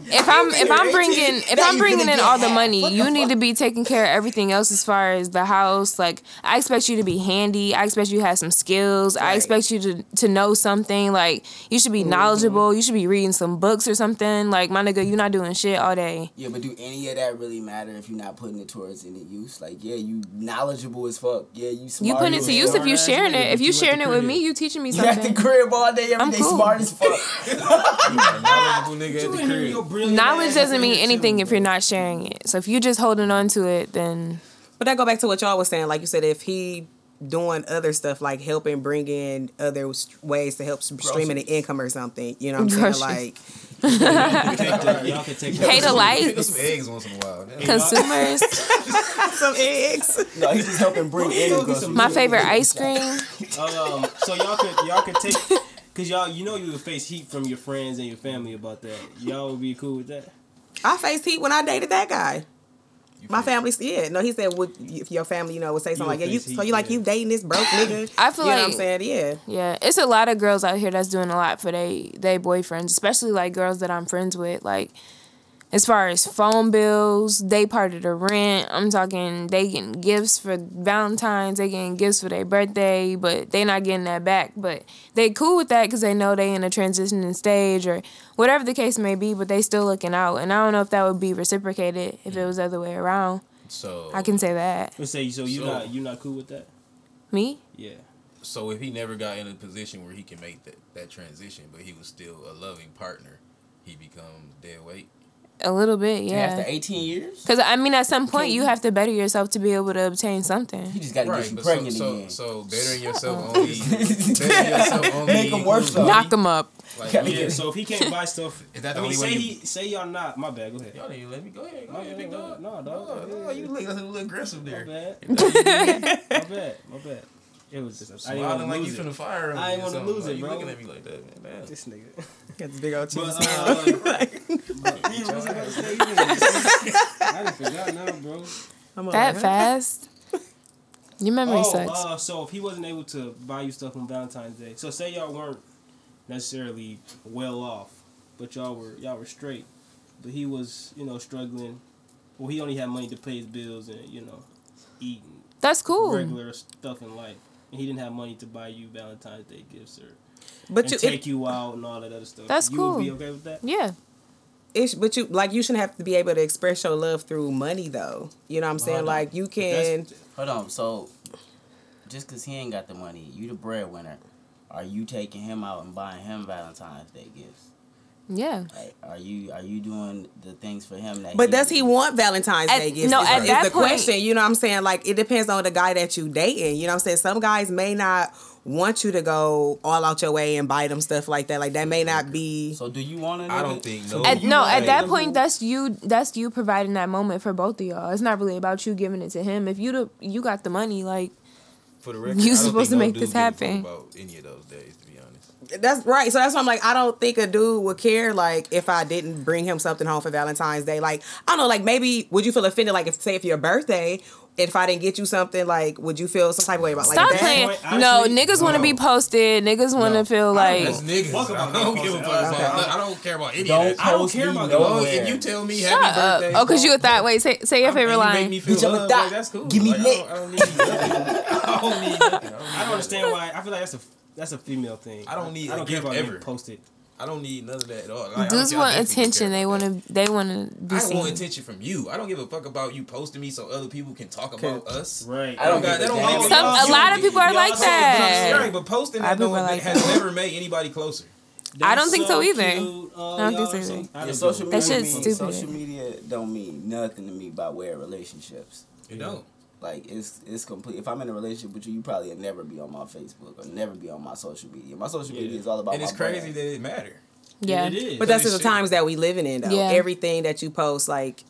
Speaker 6: If I'm if I'm bringing if I'm bringing in all the money, you need to be taking care of everything else as far as the house. Like I expect you to be handy. I expect you to have some skills. I expect you to to know something. Like you should be knowledgeable. You should be reading some books or something. Like my nigga, you're not doing shit all day.
Speaker 2: yeah, but do any of that really matter if you're not putting it towards any use? Like, yeah, you knowledgeable as fuck. Yeah, you smart.
Speaker 6: You putting it
Speaker 2: as
Speaker 6: to
Speaker 2: fuck.
Speaker 6: use if you
Speaker 3: Smart-ass
Speaker 6: sharing
Speaker 3: nigga,
Speaker 6: it. If
Speaker 3: but
Speaker 6: you
Speaker 3: you at the
Speaker 6: sharing it with
Speaker 3: crib.
Speaker 6: me, you teaching me
Speaker 2: You at the
Speaker 6: something.
Speaker 2: crib all day, every
Speaker 6: I'm
Speaker 2: day,
Speaker 6: cool.
Speaker 2: smart as fuck.
Speaker 4: knowledgeable nigga at the crib.
Speaker 6: Knowledge doesn't mean anything if you're not sharing it. So if you're just holding on to it, then
Speaker 5: But that go back to what y'all was saying. Like you said, if he doing other stuff like helping bring in other s- ways to help s- streaming the income or something. You know what I'm
Speaker 6: Groceries.
Speaker 5: saying? Like
Speaker 3: Y'all can take
Speaker 6: Pay the
Speaker 4: Pick up
Speaker 6: lights.
Speaker 4: some eggs once in a while. That's
Speaker 6: Consumers.
Speaker 5: some eggs.
Speaker 2: No, he's just helping bring in the groceries.
Speaker 6: My favorite ice cream.
Speaker 3: Um, so y'all could y'all could take because y'all you know you would face heat from your friends and your family about that. Y'all would be cool with that.
Speaker 5: I faced heat when I dated that guy. My family, yeah, no, he said, "Would if your family, you know, would say something like,
Speaker 3: would
Speaker 5: yeah, you,
Speaker 3: face
Speaker 5: so
Speaker 3: heat,
Speaker 5: you like
Speaker 3: yeah.
Speaker 5: you dating this broke nigga?"
Speaker 6: I feel
Speaker 5: you know
Speaker 6: like-
Speaker 5: what I'm saying, yeah.
Speaker 6: Yeah, it's a lot of girls out here that's doing a lot for they they boyfriends, especially like girls that I'm friends with. Like, as far as phone bills, they part of the rent. I'm talking they getting gifts for Valentine's, they getting gifts for their birthday, but they not getting that back. But they cool with that because they know they in a transitioning stage or whatever the case may be. But they still looking out, and I don't know if that would be reciprocated if it was the other way around.
Speaker 4: So
Speaker 6: I can say that.
Speaker 3: But say so you
Speaker 4: So-
Speaker 3: not you not cool with that.
Speaker 6: Me?
Speaker 3: Yeah.
Speaker 4: So if he never got in a position where he can make that, that transition, but he was still a loving partner, he becomes dead weight.
Speaker 6: A little bit, yeah.
Speaker 2: After 18 years,
Speaker 6: Because I mean, at some point, you have to better yourself to be able to obtain something.
Speaker 2: he just got to get you
Speaker 4: but so,
Speaker 2: pregnant
Speaker 4: so,
Speaker 2: again.
Speaker 4: so bettering yourself only. bettering yourself only.
Speaker 2: Make 'em worse,
Speaker 4: equals-
Speaker 2: though.
Speaker 6: Knock them up.
Speaker 4: Like,
Speaker 2: Yeah.
Speaker 4: yeah.
Speaker 3: Yeah. So if he can't buy stuff,
Speaker 4: Is that the
Speaker 3: I mean,
Speaker 4: only way
Speaker 3: say he
Speaker 4: you-
Speaker 3: say y'all not. My bad. Go ahead.
Speaker 4: Y'all didn't let me go ahead. Go
Speaker 3: My
Speaker 4: ahead,
Speaker 3: bad,
Speaker 4: big
Speaker 3: my
Speaker 4: dog.
Speaker 3: bad. No,
Speaker 4: Oh,
Speaker 3: dog.
Speaker 4: no, you look that's a little aggressive
Speaker 3: My
Speaker 4: there.
Speaker 3: bad. My bad. My bad. It was just I didn't
Speaker 4: Smiling
Speaker 3: want to
Speaker 4: like you
Speaker 3: lose it.
Speaker 4: finna fire him.
Speaker 3: I ain't
Speaker 4: or
Speaker 3: wanna
Speaker 4: something.
Speaker 3: lose
Speaker 4: Like,
Speaker 3: it,
Speaker 4: you
Speaker 3: bro.
Speaker 4: looking at me like that, man. Damn.
Speaker 3: This nigga.
Speaker 5: Got the big old
Speaker 3: But,
Speaker 5: cheese.
Speaker 3: uh, but, you was about to say you was- I done forgot now, bro.
Speaker 5: I'm
Speaker 6: That
Speaker 5: like,
Speaker 6: fast. Your memory
Speaker 3: oh,
Speaker 6: sucks.
Speaker 3: Uh, so if he wasn't able to buy you stuff on Valentine's Day, so say y'all weren't necessarily well off, but y'all were y'all were straight, but he was you know struggling. Well, he only had money to pay his bills and you know eating
Speaker 6: That's cool.
Speaker 3: regular stuff in life, and he didn't have money to buy you Valentine's Day gifts or
Speaker 5: But
Speaker 3: and
Speaker 5: you,
Speaker 3: take
Speaker 5: it,
Speaker 3: you out and all that other stuff.
Speaker 6: That's
Speaker 3: you would be
Speaker 6: cool.
Speaker 3: okay with that?
Speaker 6: Yeah.
Speaker 5: it's- but you, like, you shouldn't have to be able to express your love through money, though. You know what I'm saying?
Speaker 2: no.
Speaker 5: Like, you can.
Speaker 3: That's-
Speaker 2: Hold on. So, just because he ain't got the money, you the breadwinner. Are you taking him out and buying him Valentine's Day gifts?
Speaker 6: Yeah.
Speaker 2: Like, are you are you doing the things for him that?
Speaker 5: But does he want Valentine's
Speaker 6: At-
Speaker 5: Day gifts?
Speaker 6: no,
Speaker 5: is,
Speaker 6: at
Speaker 5: is
Speaker 6: that
Speaker 5: the
Speaker 6: point-
Speaker 5: question. You know what I'm saying? Like it depends on the guy that you dating. You know what I'm saying? Some guys may not want you to go all out your way and buy them stuff like that. Like that may not be
Speaker 2: So do you want to?
Speaker 4: I don't think no.
Speaker 6: At, no, at
Speaker 4: Hey,
Speaker 6: that point, that's you. That's you providing that moment for both of y'all. It's not really about you giving it to him. If you the, you got the money, like
Speaker 4: for the record,
Speaker 6: you
Speaker 4: I don't
Speaker 6: supposed
Speaker 4: think no
Speaker 6: to make
Speaker 4: dude
Speaker 6: this
Speaker 4: give a fuck
Speaker 6: happen.
Speaker 4: About any of those days, to be honest.
Speaker 5: that's right. So that's why I'm like, I don't think a dude would care like if I didn't bring him something home for Valentine's Day. Like, I don't know, like maybe would you feel offended like if say if your birthday, if I didn't get you something, like would you feel some type of way about
Speaker 6: stop
Speaker 5: like that?
Speaker 6: playing.
Speaker 3: point, I
Speaker 6: no,
Speaker 3: agree.
Speaker 6: niggas want to be posted. Niggas want to feel like
Speaker 4: That's niggas.
Speaker 3: fuck about
Speaker 4: I don't
Speaker 3: that
Speaker 4: give a fuck.
Speaker 3: bullshit.
Speaker 4: about that. I don't care about any
Speaker 2: Don't
Speaker 4: of that.
Speaker 3: I don't
Speaker 2: post
Speaker 3: care
Speaker 2: me
Speaker 3: about
Speaker 4: As long
Speaker 2: nowhere.
Speaker 4: as if you tell me
Speaker 6: shut
Speaker 4: happy
Speaker 6: up.
Speaker 4: birthday,
Speaker 6: oh, cause you a thought. Wait, say say your
Speaker 4: I'm- and
Speaker 6: favorite
Speaker 4: you
Speaker 6: line.
Speaker 4: Make me feel
Speaker 2: Bitch, I'm a
Speaker 4: loved,
Speaker 2: thot.
Speaker 4: like, that's cool.
Speaker 2: Give me
Speaker 4: Like, I
Speaker 2: lick.
Speaker 4: don't- I don't need nothing. I don't need nothing.
Speaker 3: I don't understand why. I feel like that's a that's a female thing.
Speaker 4: I don't need
Speaker 3: I
Speaker 4: a
Speaker 3: don't care
Speaker 4: gift
Speaker 3: about
Speaker 4: ever.
Speaker 3: being posted.
Speaker 4: I don't need none of that at all. Like, I don't
Speaker 6: Dudes
Speaker 4: care. I definitely don't
Speaker 6: want
Speaker 4: care
Speaker 6: attention. They
Speaker 4: about
Speaker 6: want
Speaker 4: that.
Speaker 6: to. They want to be
Speaker 4: I want
Speaker 6: seen.
Speaker 4: attention from you. I don't give a fuck about you posting me so other people can talk about us.
Speaker 3: Right.
Speaker 2: I don't
Speaker 4: That
Speaker 2: get
Speaker 4: don't
Speaker 2: it.
Speaker 4: make me-
Speaker 6: Some a
Speaker 4: You
Speaker 6: lot
Speaker 4: don't
Speaker 6: of
Speaker 4: get-
Speaker 6: people are
Speaker 3: y'all
Speaker 6: like
Speaker 3: talk-
Speaker 4: But, I'm
Speaker 6: that.
Speaker 4: sorry, but posting
Speaker 6: I
Speaker 4: that
Speaker 6: be
Speaker 4: don't,
Speaker 6: like
Speaker 4: has never made anybody closer.
Speaker 6: I don't think so
Speaker 3: That's
Speaker 6: either.
Speaker 3: cute. Oh,
Speaker 6: I don't think
Speaker 3: y'all
Speaker 6: so
Speaker 3: are
Speaker 6: either.
Speaker 3: I
Speaker 2: Yeah,
Speaker 3: don't
Speaker 2: social
Speaker 3: give
Speaker 2: media.
Speaker 3: a
Speaker 6: That shit's
Speaker 2: mean,
Speaker 6: stupid.
Speaker 2: Social media don't mean nothing to me by way of relationships.
Speaker 4: You don't.
Speaker 2: Like it's it's complete. If I'm in a relationship with you, you probably will never be on my Facebook or never be on my social media. My social
Speaker 3: Yeah.
Speaker 2: media is all about.
Speaker 4: And
Speaker 2: my
Speaker 4: it's crazy
Speaker 2: brand.
Speaker 4: that it matter.
Speaker 6: Yeah.
Speaker 3: It is.
Speaker 5: But
Speaker 4: Because
Speaker 5: that's just the
Speaker 4: it's shit.
Speaker 5: times that we living in though.
Speaker 6: Yeah.
Speaker 5: Everything that you post, like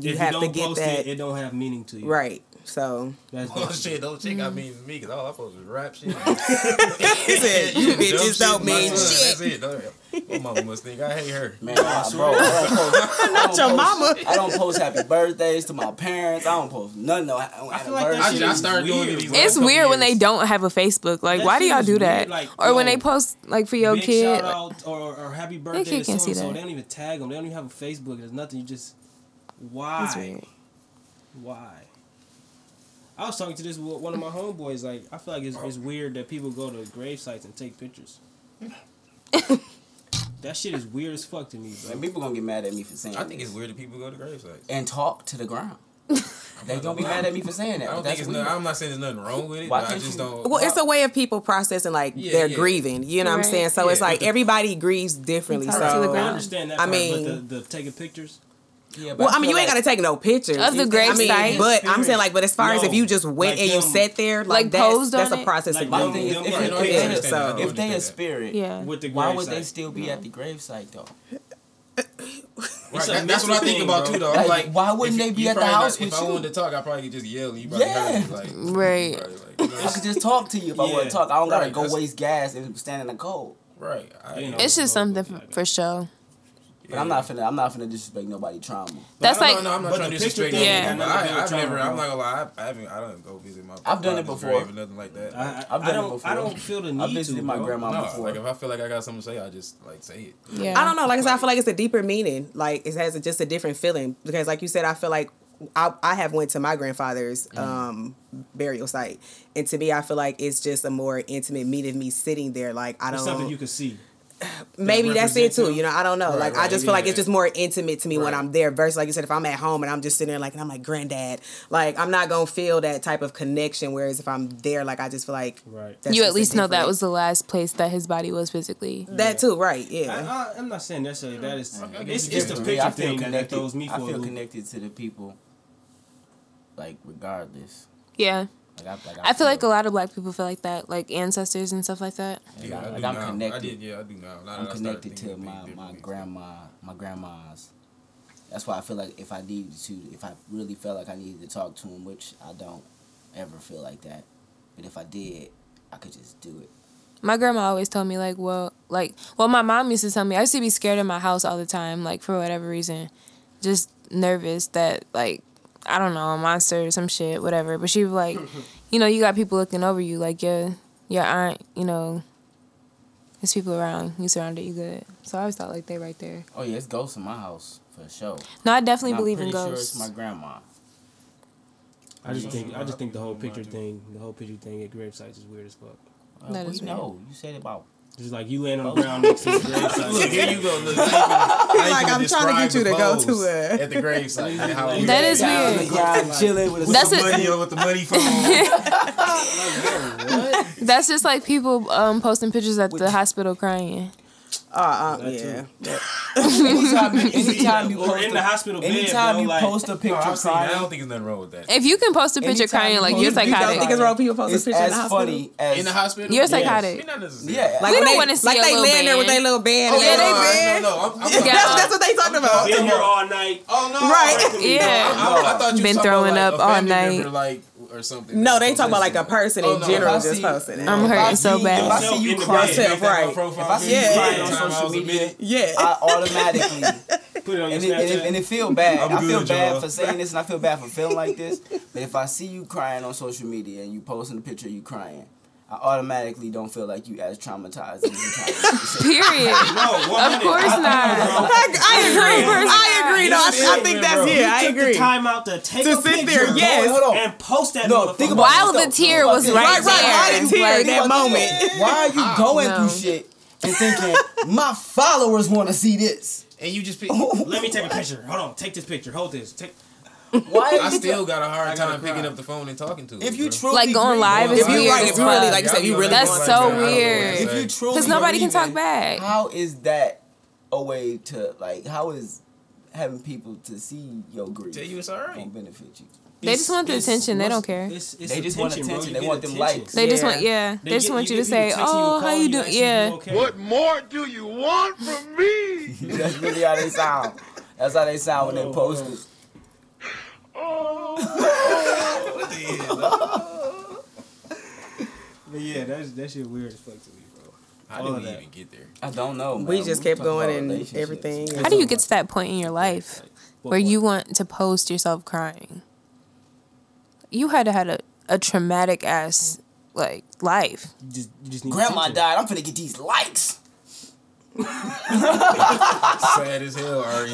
Speaker 5: you
Speaker 3: if
Speaker 5: have
Speaker 3: you
Speaker 5: to
Speaker 3: don't
Speaker 5: get
Speaker 3: post
Speaker 5: that
Speaker 3: it, it don't have meaning to you.
Speaker 5: right. So
Speaker 3: That's
Speaker 4: Oh
Speaker 3: bullshit.
Speaker 4: shit, don't check out mean to me because all I post is rap shit.
Speaker 5: said, you bitches don't mean shit.
Speaker 4: That's it. Don't- My mama must think I hate her.
Speaker 2: Man, nah, bro, I don't post, I don't
Speaker 5: your
Speaker 2: post-
Speaker 5: mama.
Speaker 2: I don't post happy birthdays to my parents. I don't post nothing. on- on
Speaker 3: I feel like that
Speaker 4: I,
Speaker 2: anniversaries.
Speaker 3: shit
Speaker 4: I
Speaker 3: is
Speaker 4: started doing it
Speaker 3: weird.
Speaker 4: these last
Speaker 6: It's
Speaker 4: couple
Speaker 6: weird when
Speaker 4: years.
Speaker 6: they don't have a Facebook. Like,
Speaker 3: That
Speaker 6: why do
Speaker 3: shit
Speaker 6: y'all
Speaker 3: is
Speaker 6: do
Speaker 3: weird,
Speaker 6: that?
Speaker 3: like,
Speaker 6: or when
Speaker 3: yo,
Speaker 6: they post like for your
Speaker 3: Big
Speaker 6: kid,
Speaker 3: shout out or, or happy birthday
Speaker 6: kid
Speaker 3: to
Speaker 6: can't see
Speaker 3: so so.
Speaker 6: that.
Speaker 3: They don't even tag them. They don't even have a Facebook. There's nothing. You just why
Speaker 6: weird.
Speaker 3: why. I was talking to this with one of my homeboys. Like I feel like it's, it's weird that people go to grave sites and take pictures. that shit is weird as fuck to me,
Speaker 2: Man,
Speaker 3: bro.
Speaker 2: people gonna get mad at me for saying.
Speaker 4: I think
Speaker 2: this.
Speaker 4: it's weird that people go to grave sites.
Speaker 2: and talk to the ground. they gonna be mad at me for saying that.
Speaker 4: I
Speaker 2: but
Speaker 4: don't
Speaker 2: That's
Speaker 4: think it's.
Speaker 2: weird.
Speaker 4: No, I'm not saying there's nothing wrong with it.
Speaker 2: Why
Speaker 4: but I
Speaker 2: can't
Speaker 4: just
Speaker 2: you-
Speaker 4: don't.
Speaker 5: Well, it's a way of people processing like
Speaker 4: Yeah,
Speaker 5: they're
Speaker 4: yeah.
Speaker 5: grieving. You know what I'm
Speaker 6: Right.
Speaker 5: saying? So it's
Speaker 4: Yeah.
Speaker 5: like everybody grieves differently.
Speaker 6: Talk to the
Speaker 5: So
Speaker 3: I
Speaker 6: ground.
Speaker 3: understand that
Speaker 5: I
Speaker 3: part,
Speaker 5: mean-
Speaker 3: but the, the taking pictures.
Speaker 2: Yeah, but
Speaker 5: Well,
Speaker 2: I
Speaker 5: I mean,
Speaker 2: feel
Speaker 5: you ain't
Speaker 2: like-
Speaker 5: gotta take no pictures
Speaker 6: Of the
Speaker 5: I
Speaker 6: grave
Speaker 5: mean,
Speaker 6: site.
Speaker 5: But I'm saying, like, but as far as
Speaker 3: No.
Speaker 5: if you just went
Speaker 3: Like
Speaker 5: and you
Speaker 3: them-
Speaker 5: sat there, like,
Speaker 6: Like,
Speaker 5: that's,
Speaker 6: posed
Speaker 5: that's
Speaker 6: on
Speaker 5: a
Speaker 6: it?
Speaker 5: process
Speaker 3: Like
Speaker 5: of
Speaker 2: My
Speaker 3: them-
Speaker 2: thing
Speaker 5: grieving.
Speaker 2: is,
Speaker 3: them
Speaker 2: if,
Speaker 3: like-
Speaker 2: if,
Speaker 3: I
Speaker 2: they-
Speaker 3: don't understand that. I
Speaker 2: if
Speaker 3: don't
Speaker 2: they a
Speaker 4: understand that.
Speaker 2: spirit,
Speaker 6: Yeah.
Speaker 3: with the
Speaker 2: why
Speaker 3: grave
Speaker 2: would they
Speaker 3: site.
Speaker 2: still be at the gravesite though?
Speaker 4: Right,
Speaker 3: It's a-
Speaker 4: that- that's
Speaker 3: it's
Speaker 4: what
Speaker 3: a
Speaker 4: I think
Speaker 3: thing,
Speaker 4: about
Speaker 3: bro.
Speaker 4: too, though. I'm
Speaker 2: Like,
Speaker 4: like,
Speaker 2: why wouldn't
Speaker 4: if-
Speaker 2: they be
Speaker 4: you
Speaker 2: at the
Speaker 4: probably
Speaker 2: house
Speaker 4: not-
Speaker 2: with
Speaker 4: If I
Speaker 2: you?
Speaker 4: wanted to talk, I probably could just yell. You probably
Speaker 2: Yeah.
Speaker 4: heard me, like,
Speaker 6: Right.
Speaker 4: you probably like, you know,
Speaker 2: I could just talk to you if I want
Speaker 3: Yeah.
Speaker 2: to talk. I don't gotta
Speaker 4: Right,
Speaker 2: go
Speaker 4: that's-
Speaker 2: waste gas and stand in the cold.
Speaker 4: right. I,
Speaker 3: You know.
Speaker 6: It's just something for, for show.
Speaker 2: But I'm not finna. I'm not finna disrespect nobody trauma.
Speaker 6: That's
Speaker 4: no,
Speaker 6: like
Speaker 4: no, no, I'm not
Speaker 3: But
Speaker 4: trying
Speaker 3: the
Speaker 4: to
Speaker 3: picture
Speaker 4: disrespect
Speaker 3: thing
Speaker 4: you.
Speaker 6: Yeah.
Speaker 4: but I,
Speaker 3: Yeah.
Speaker 4: I've never. I'm not gonna lie. I, I haven't. I don't go visit my.
Speaker 2: I've done it
Speaker 4: father's
Speaker 2: before.
Speaker 4: grave or nothing like that.
Speaker 3: I,
Speaker 2: I've done
Speaker 3: I, I
Speaker 2: it
Speaker 3: don't.
Speaker 2: before.
Speaker 3: I don't feel the need
Speaker 2: I visited
Speaker 3: to.
Speaker 2: my
Speaker 3: bro.
Speaker 2: grandma
Speaker 4: no,
Speaker 2: before.
Speaker 4: like if I feel like I got something to say, I just like say it.
Speaker 6: yeah.
Speaker 5: I don't know. Like I said, I feel like it's a deeper meaning. Like it has a, just a different feeling because, like you said, I feel like I, I have went to my grandfather's um, burial site, and to me, I feel like it's just a more intimate meeting of me sitting there. Like I
Speaker 3: It's
Speaker 5: don't.
Speaker 3: something you can see.
Speaker 5: maybe that's it
Speaker 3: represents
Speaker 5: too.
Speaker 3: him.
Speaker 5: You know, I don't know.
Speaker 4: Right,
Speaker 5: like I
Speaker 4: right,
Speaker 5: just feel like
Speaker 4: yeah.
Speaker 5: it's just more intimate to me
Speaker 4: Right.
Speaker 5: when I'm there. Versus, like you said, if I'm at home and I'm just sitting there, like and I'm like granddad, like I'm not gonna feel that type of connection. Whereas if I'm there, like I just feel like
Speaker 3: Right.
Speaker 5: that's
Speaker 6: you
Speaker 5: just a
Speaker 6: at least know that
Speaker 5: different-
Speaker 6: was the last place that his body was physically.
Speaker 5: that too, right? Yeah.
Speaker 3: I, I, I'm not saying necessarily that is.
Speaker 4: guess
Speaker 3: It's,
Speaker 4: you
Speaker 3: it's the
Speaker 2: For
Speaker 4: can.
Speaker 3: picture
Speaker 2: me, I feel
Speaker 3: thing that, that
Speaker 2: connected.
Speaker 3: throws me for
Speaker 2: I
Speaker 3: a
Speaker 2: feel
Speaker 3: loop.
Speaker 2: connected to the people, like regardless.
Speaker 6: Yeah.
Speaker 2: Like I, like,
Speaker 6: I feel like a lot of black people feel like that, like ancestors and stuff like that.
Speaker 2: Yeah,
Speaker 4: I
Speaker 2: like
Speaker 4: do
Speaker 2: I'm
Speaker 4: now. I
Speaker 2: connected.
Speaker 4: did. Yeah, I do now. now
Speaker 2: I'm
Speaker 4: that I started
Speaker 2: connected
Speaker 4: thinking
Speaker 2: to
Speaker 4: of things
Speaker 2: my, my
Speaker 4: differently.
Speaker 2: grandma, my grandma's. That's why I feel like if I needed to, if I really felt like I needed to talk to him, which I don't ever feel like that, but if I did, I could just do it.
Speaker 6: My grandma always told me like, well, like, well, my mom used to tell me I used to be scared in my house all the time, like for whatever reason, just nervous that like, I don't know, a monster or some shit, whatever. But she was like, you know, you got people looking over you, like your your aunt, you know, there's people around, you surrounded, you good. So I always thought like they right there.
Speaker 2: Oh yeah, it's ghosts in my house for sure.
Speaker 6: No, I definitely
Speaker 2: And I'm
Speaker 6: believe in
Speaker 2: pretty sure it's
Speaker 6: ghosts.
Speaker 2: my grandma.
Speaker 3: I just think I just think the whole picture thing, the whole picture thing at gravesites is weird as fuck.
Speaker 2: Uh,
Speaker 6: That
Speaker 2: we
Speaker 6: is weird.
Speaker 2: know you said about
Speaker 3: Just like you laying on the ground next to the
Speaker 4: Look,
Speaker 3: gravesite.
Speaker 4: here you go. Look, like
Speaker 5: I'm trying to get you to go to a-
Speaker 4: at the gravesite.
Speaker 6: That is
Speaker 2: down on
Speaker 6: weird.
Speaker 2: the ground chilling with a
Speaker 6: That's
Speaker 4: the
Speaker 6: it.
Speaker 4: money on with the money phone.
Speaker 6: That's just like people um, posting pictures at the hospital crying.
Speaker 5: Uh, uh,
Speaker 3: That
Speaker 5: yeah.
Speaker 2: anytime, anytime you
Speaker 3: Or
Speaker 2: post
Speaker 3: in the
Speaker 2: a,
Speaker 3: hospital bed,
Speaker 2: anytime
Speaker 3: bro,
Speaker 2: you
Speaker 3: like,
Speaker 2: post a
Speaker 4: No,
Speaker 2: picture
Speaker 4: I'm saying, I
Speaker 2: crying,
Speaker 4: don't think there's nothing wrong with that.
Speaker 6: If you can post a picture
Speaker 2: Anytime
Speaker 6: crying,
Speaker 2: you
Speaker 6: like
Speaker 2: post-
Speaker 6: you're
Speaker 2: you don't
Speaker 5: I
Speaker 6: psychotic.
Speaker 5: don't think it's wrong people posting
Speaker 2: it's
Speaker 5: pictures in
Speaker 2: as
Speaker 5: the hospital.
Speaker 2: funny as
Speaker 4: In the hospital,
Speaker 6: You're
Speaker 4: Me
Speaker 6: psychotic.
Speaker 4: not necessarily.
Speaker 2: yeah.
Speaker 5: Like
Speaker 6: We
Speaker 5: when
Speaker 6: don't
Speaker 5: they-
Speaker 6: wanna see
Speaker 5: like
Speaker 6: a
Speaker 5: they
Speaker 6: little
Speaker 5: laying there with
Speaker 6: band.
Speaker 5: their little band.
Speaker 6: Oh,
Speaker 5: and
Speaker 6: yeah,
Speaker 5: they
Speaker 6: they
Speaker 5: little-
Speaker 6: band.
Speaker 4: No, no, I'm, I'm
Speaker 6: Yeah.
Speaker 5: That's, that's what they talking about.
Speaker 3: been here all night.
Speaker 4: Oh no!
Speaker 5: Right.
Speaker 4: No,
Speaker 6: Yeah.
Speaker 4: I, I thought you
Speaker 6: Been
Speaker 4: was talking
Speaker 6: throwing
Speaker 4: about, like,
Speaker 6: up
Speaker 4: a
Speaker 6: all
Speaker 4: family
Speaker 6: night.
Speaker 4: member, like or something.
Speaker 5: No, they talking about like a
Speaker 4: Something.
Speaker 5: person
Speaker 4: Oh,
Speaker 5: in
Speaker 4: no,
Speaker 5: general
Speaker 2: if I
Speaker 5: just
Speaker 2: see-
Speaker 5: posting it.
Speaker 6: I'm
Speaker 2: If I
Speaker 6: hurting so
Speaker 2: see-
Speaker 6: bad.
Speaker 2: If I see you
Speaker 3: Yourself in
Speaker 2: crying,
Speaker 5: bed.
Speaker 3: the
Speaker 4: Make that my
Speaker 5: Right.
Speaker 4: profile
Speaker 2: If I see you
Speaker 4: picture,
Speaker 5: crying
Speaker 4: time
Speaker 2: on
Speaker 4: I was
Speaker 2: social
Speaker 4: a
Speaker 2: media,
Speaker 4: minute.
Speaker 5: yeah.
Speaker 2: I automatically
Speaker 3: Put it on your
Speaker 2: and it, and, it,
Speaker 3: Snapchat.
Speaker 2: and it feel bad.
Speaker 4: I'm
Speaker 2: i feel
Speaker 4: good,
Speaker 2: bad
Speaker 4: y'all.
Speaker 2: for saying this, and I feel bad for feeling like this. But if I see you crying on social media and you posting a picture of you crying, I automatically don't feel like you as traumatized as you trying
Speaker 6: Period.
Speaker 3: No,
Speaker 6: Of course not.
Speaker 5: I, I agree. I agree. No, I, I
Speaker 3: Yeah,
Speaker 5: think
Speaker 3: bro.
Speaker 5: that's yeah. I
Speaker 3: Took
Speaker 5: agree.
Speaker 3: the time out to take
Speaker 5: To
Speaker 3: a
Speaker 5: sit
Speaker 3: picture,
Speaker 5: there,
Speaker 3: bro,
Speaker 5: yes.
Speaker 2: Hold on.
Speaker 3: and post that.
Speaker 2: No, think
Speaker 3: motherfucker.
Speaker 2: about
Speaker 6: While
Speaker 2: this,
Speaker 6: the
Speaker 2: though.
Speaker 6: tear was
Speaker 2: Think
Speaker 6: right,
Speaker 2: about
Speaker 5: Right,
Speaker 2: this.
Speaker 5: right. Why the
Speaker 6: there,
Speaker 5: tear in
Speaker 6: like-
Speaker 5: that moment?
Speaker 2: Why are you going
Speaker 6: No.
Speaker 2: through shit and thinking my followers want to see this?
Speaker 4: And you just pick.
Speaker 3: Let me take a picture. Hold on, take this picture. Hold this. Take.
Speaker 2: Why?
Speaker 4: I still got a hard
Speaker 3: gotta
Speaker 4: time picking
Speaker 3: cry.
Speaker 4: up the phone and talking to.
Speaker 2: if
Speaker 4: it,
Speaker 2: you
Speaker 4: bro.
Speaker 2: truly
Speaker 6: Like going
Speaker 2: grieve-
Speaker 6: live is
Speaker 5: If you
Speaker 6: weird
Speaker 5: right,
Speaker 6: as
Speaker 5: if you really
Speaker 6: fuck.
Speaker 5: like you said, you
Speaker 4: Y'all
Speaker 5: really
Speaker 4: be
Speaker 6: That's
Speaker 4: on like,
Speaker 5: going
Speaker 4: man, I
Speaker 6: so
Speaker 4: don't know what
Speaker 6: weird.
Speaker 4: to
Speaker 2: if
Speaker 4: say.
Speaker 2: you truly
Speaker 6: Because nobody can
Speaker 2: grieving,
Speaker 6: talk back.
Speaker 2: How is that a way to like? How is having people to see your grief
Speaker 4: Tell you it's alright.
Speaker 2: gonna benefit you?
Speaker 6: They just want the attention. They don't care.
Speaker 3: It's, it's
Speaker 2: They just want
Speaker 3: attention, bro.
Speaker 2: attention.
Speaker 3: You
Speaker 2: They
Speaker 3: get
Speaker 2: want them
Speaker 3: attention.
Speaker 2: likes.
Speaker 6: They just
Speaker 5: Yeah.
Speaker 6: want, yeah. They, just
Speaker 3: get-
Speaker 6: want you, to
Speaker 3: get people
Speaker 6: say,
Speaker 3: texting
Speaker 6: oh,
Speaker 3: and
Speaker 6: how
Speaker 3: calling
Speaker 6: you doing?
Speaker 3: asking if
Speaker 6: Yeah.
Speaker 3: you okay.
Speaker 2: That's really how they sound. That's how they sound when they post it.
Speaker 3: But yeah, that's that shit weird as fuck to me, bro.
Speaker 4: I
Speaker 3: all
Speaker 4: didn't
Speaker 3: that.
Speaker 4: even get there.
Speaker 2: I don't know. Man.
Speaker 5: We just kept
Speaker 2: talking about
Speaker 5: going and
Speaker 2: relationships.
Speaker 5: everything.
Speaker 6: How do you get to that point in your life
Speaker 3: What
Speaker 6: where
Speaker 3: point?
Speaker 6: you want to post yourself crying? You had to had a, a traumatic ass like life.
Speaker 3: You just, you just need
Speaker 2: Grandma
Speaker 3: attention.
Speaker 2: died. I'm finna get these likes.
Speaker 4: Sad as hell, Ari.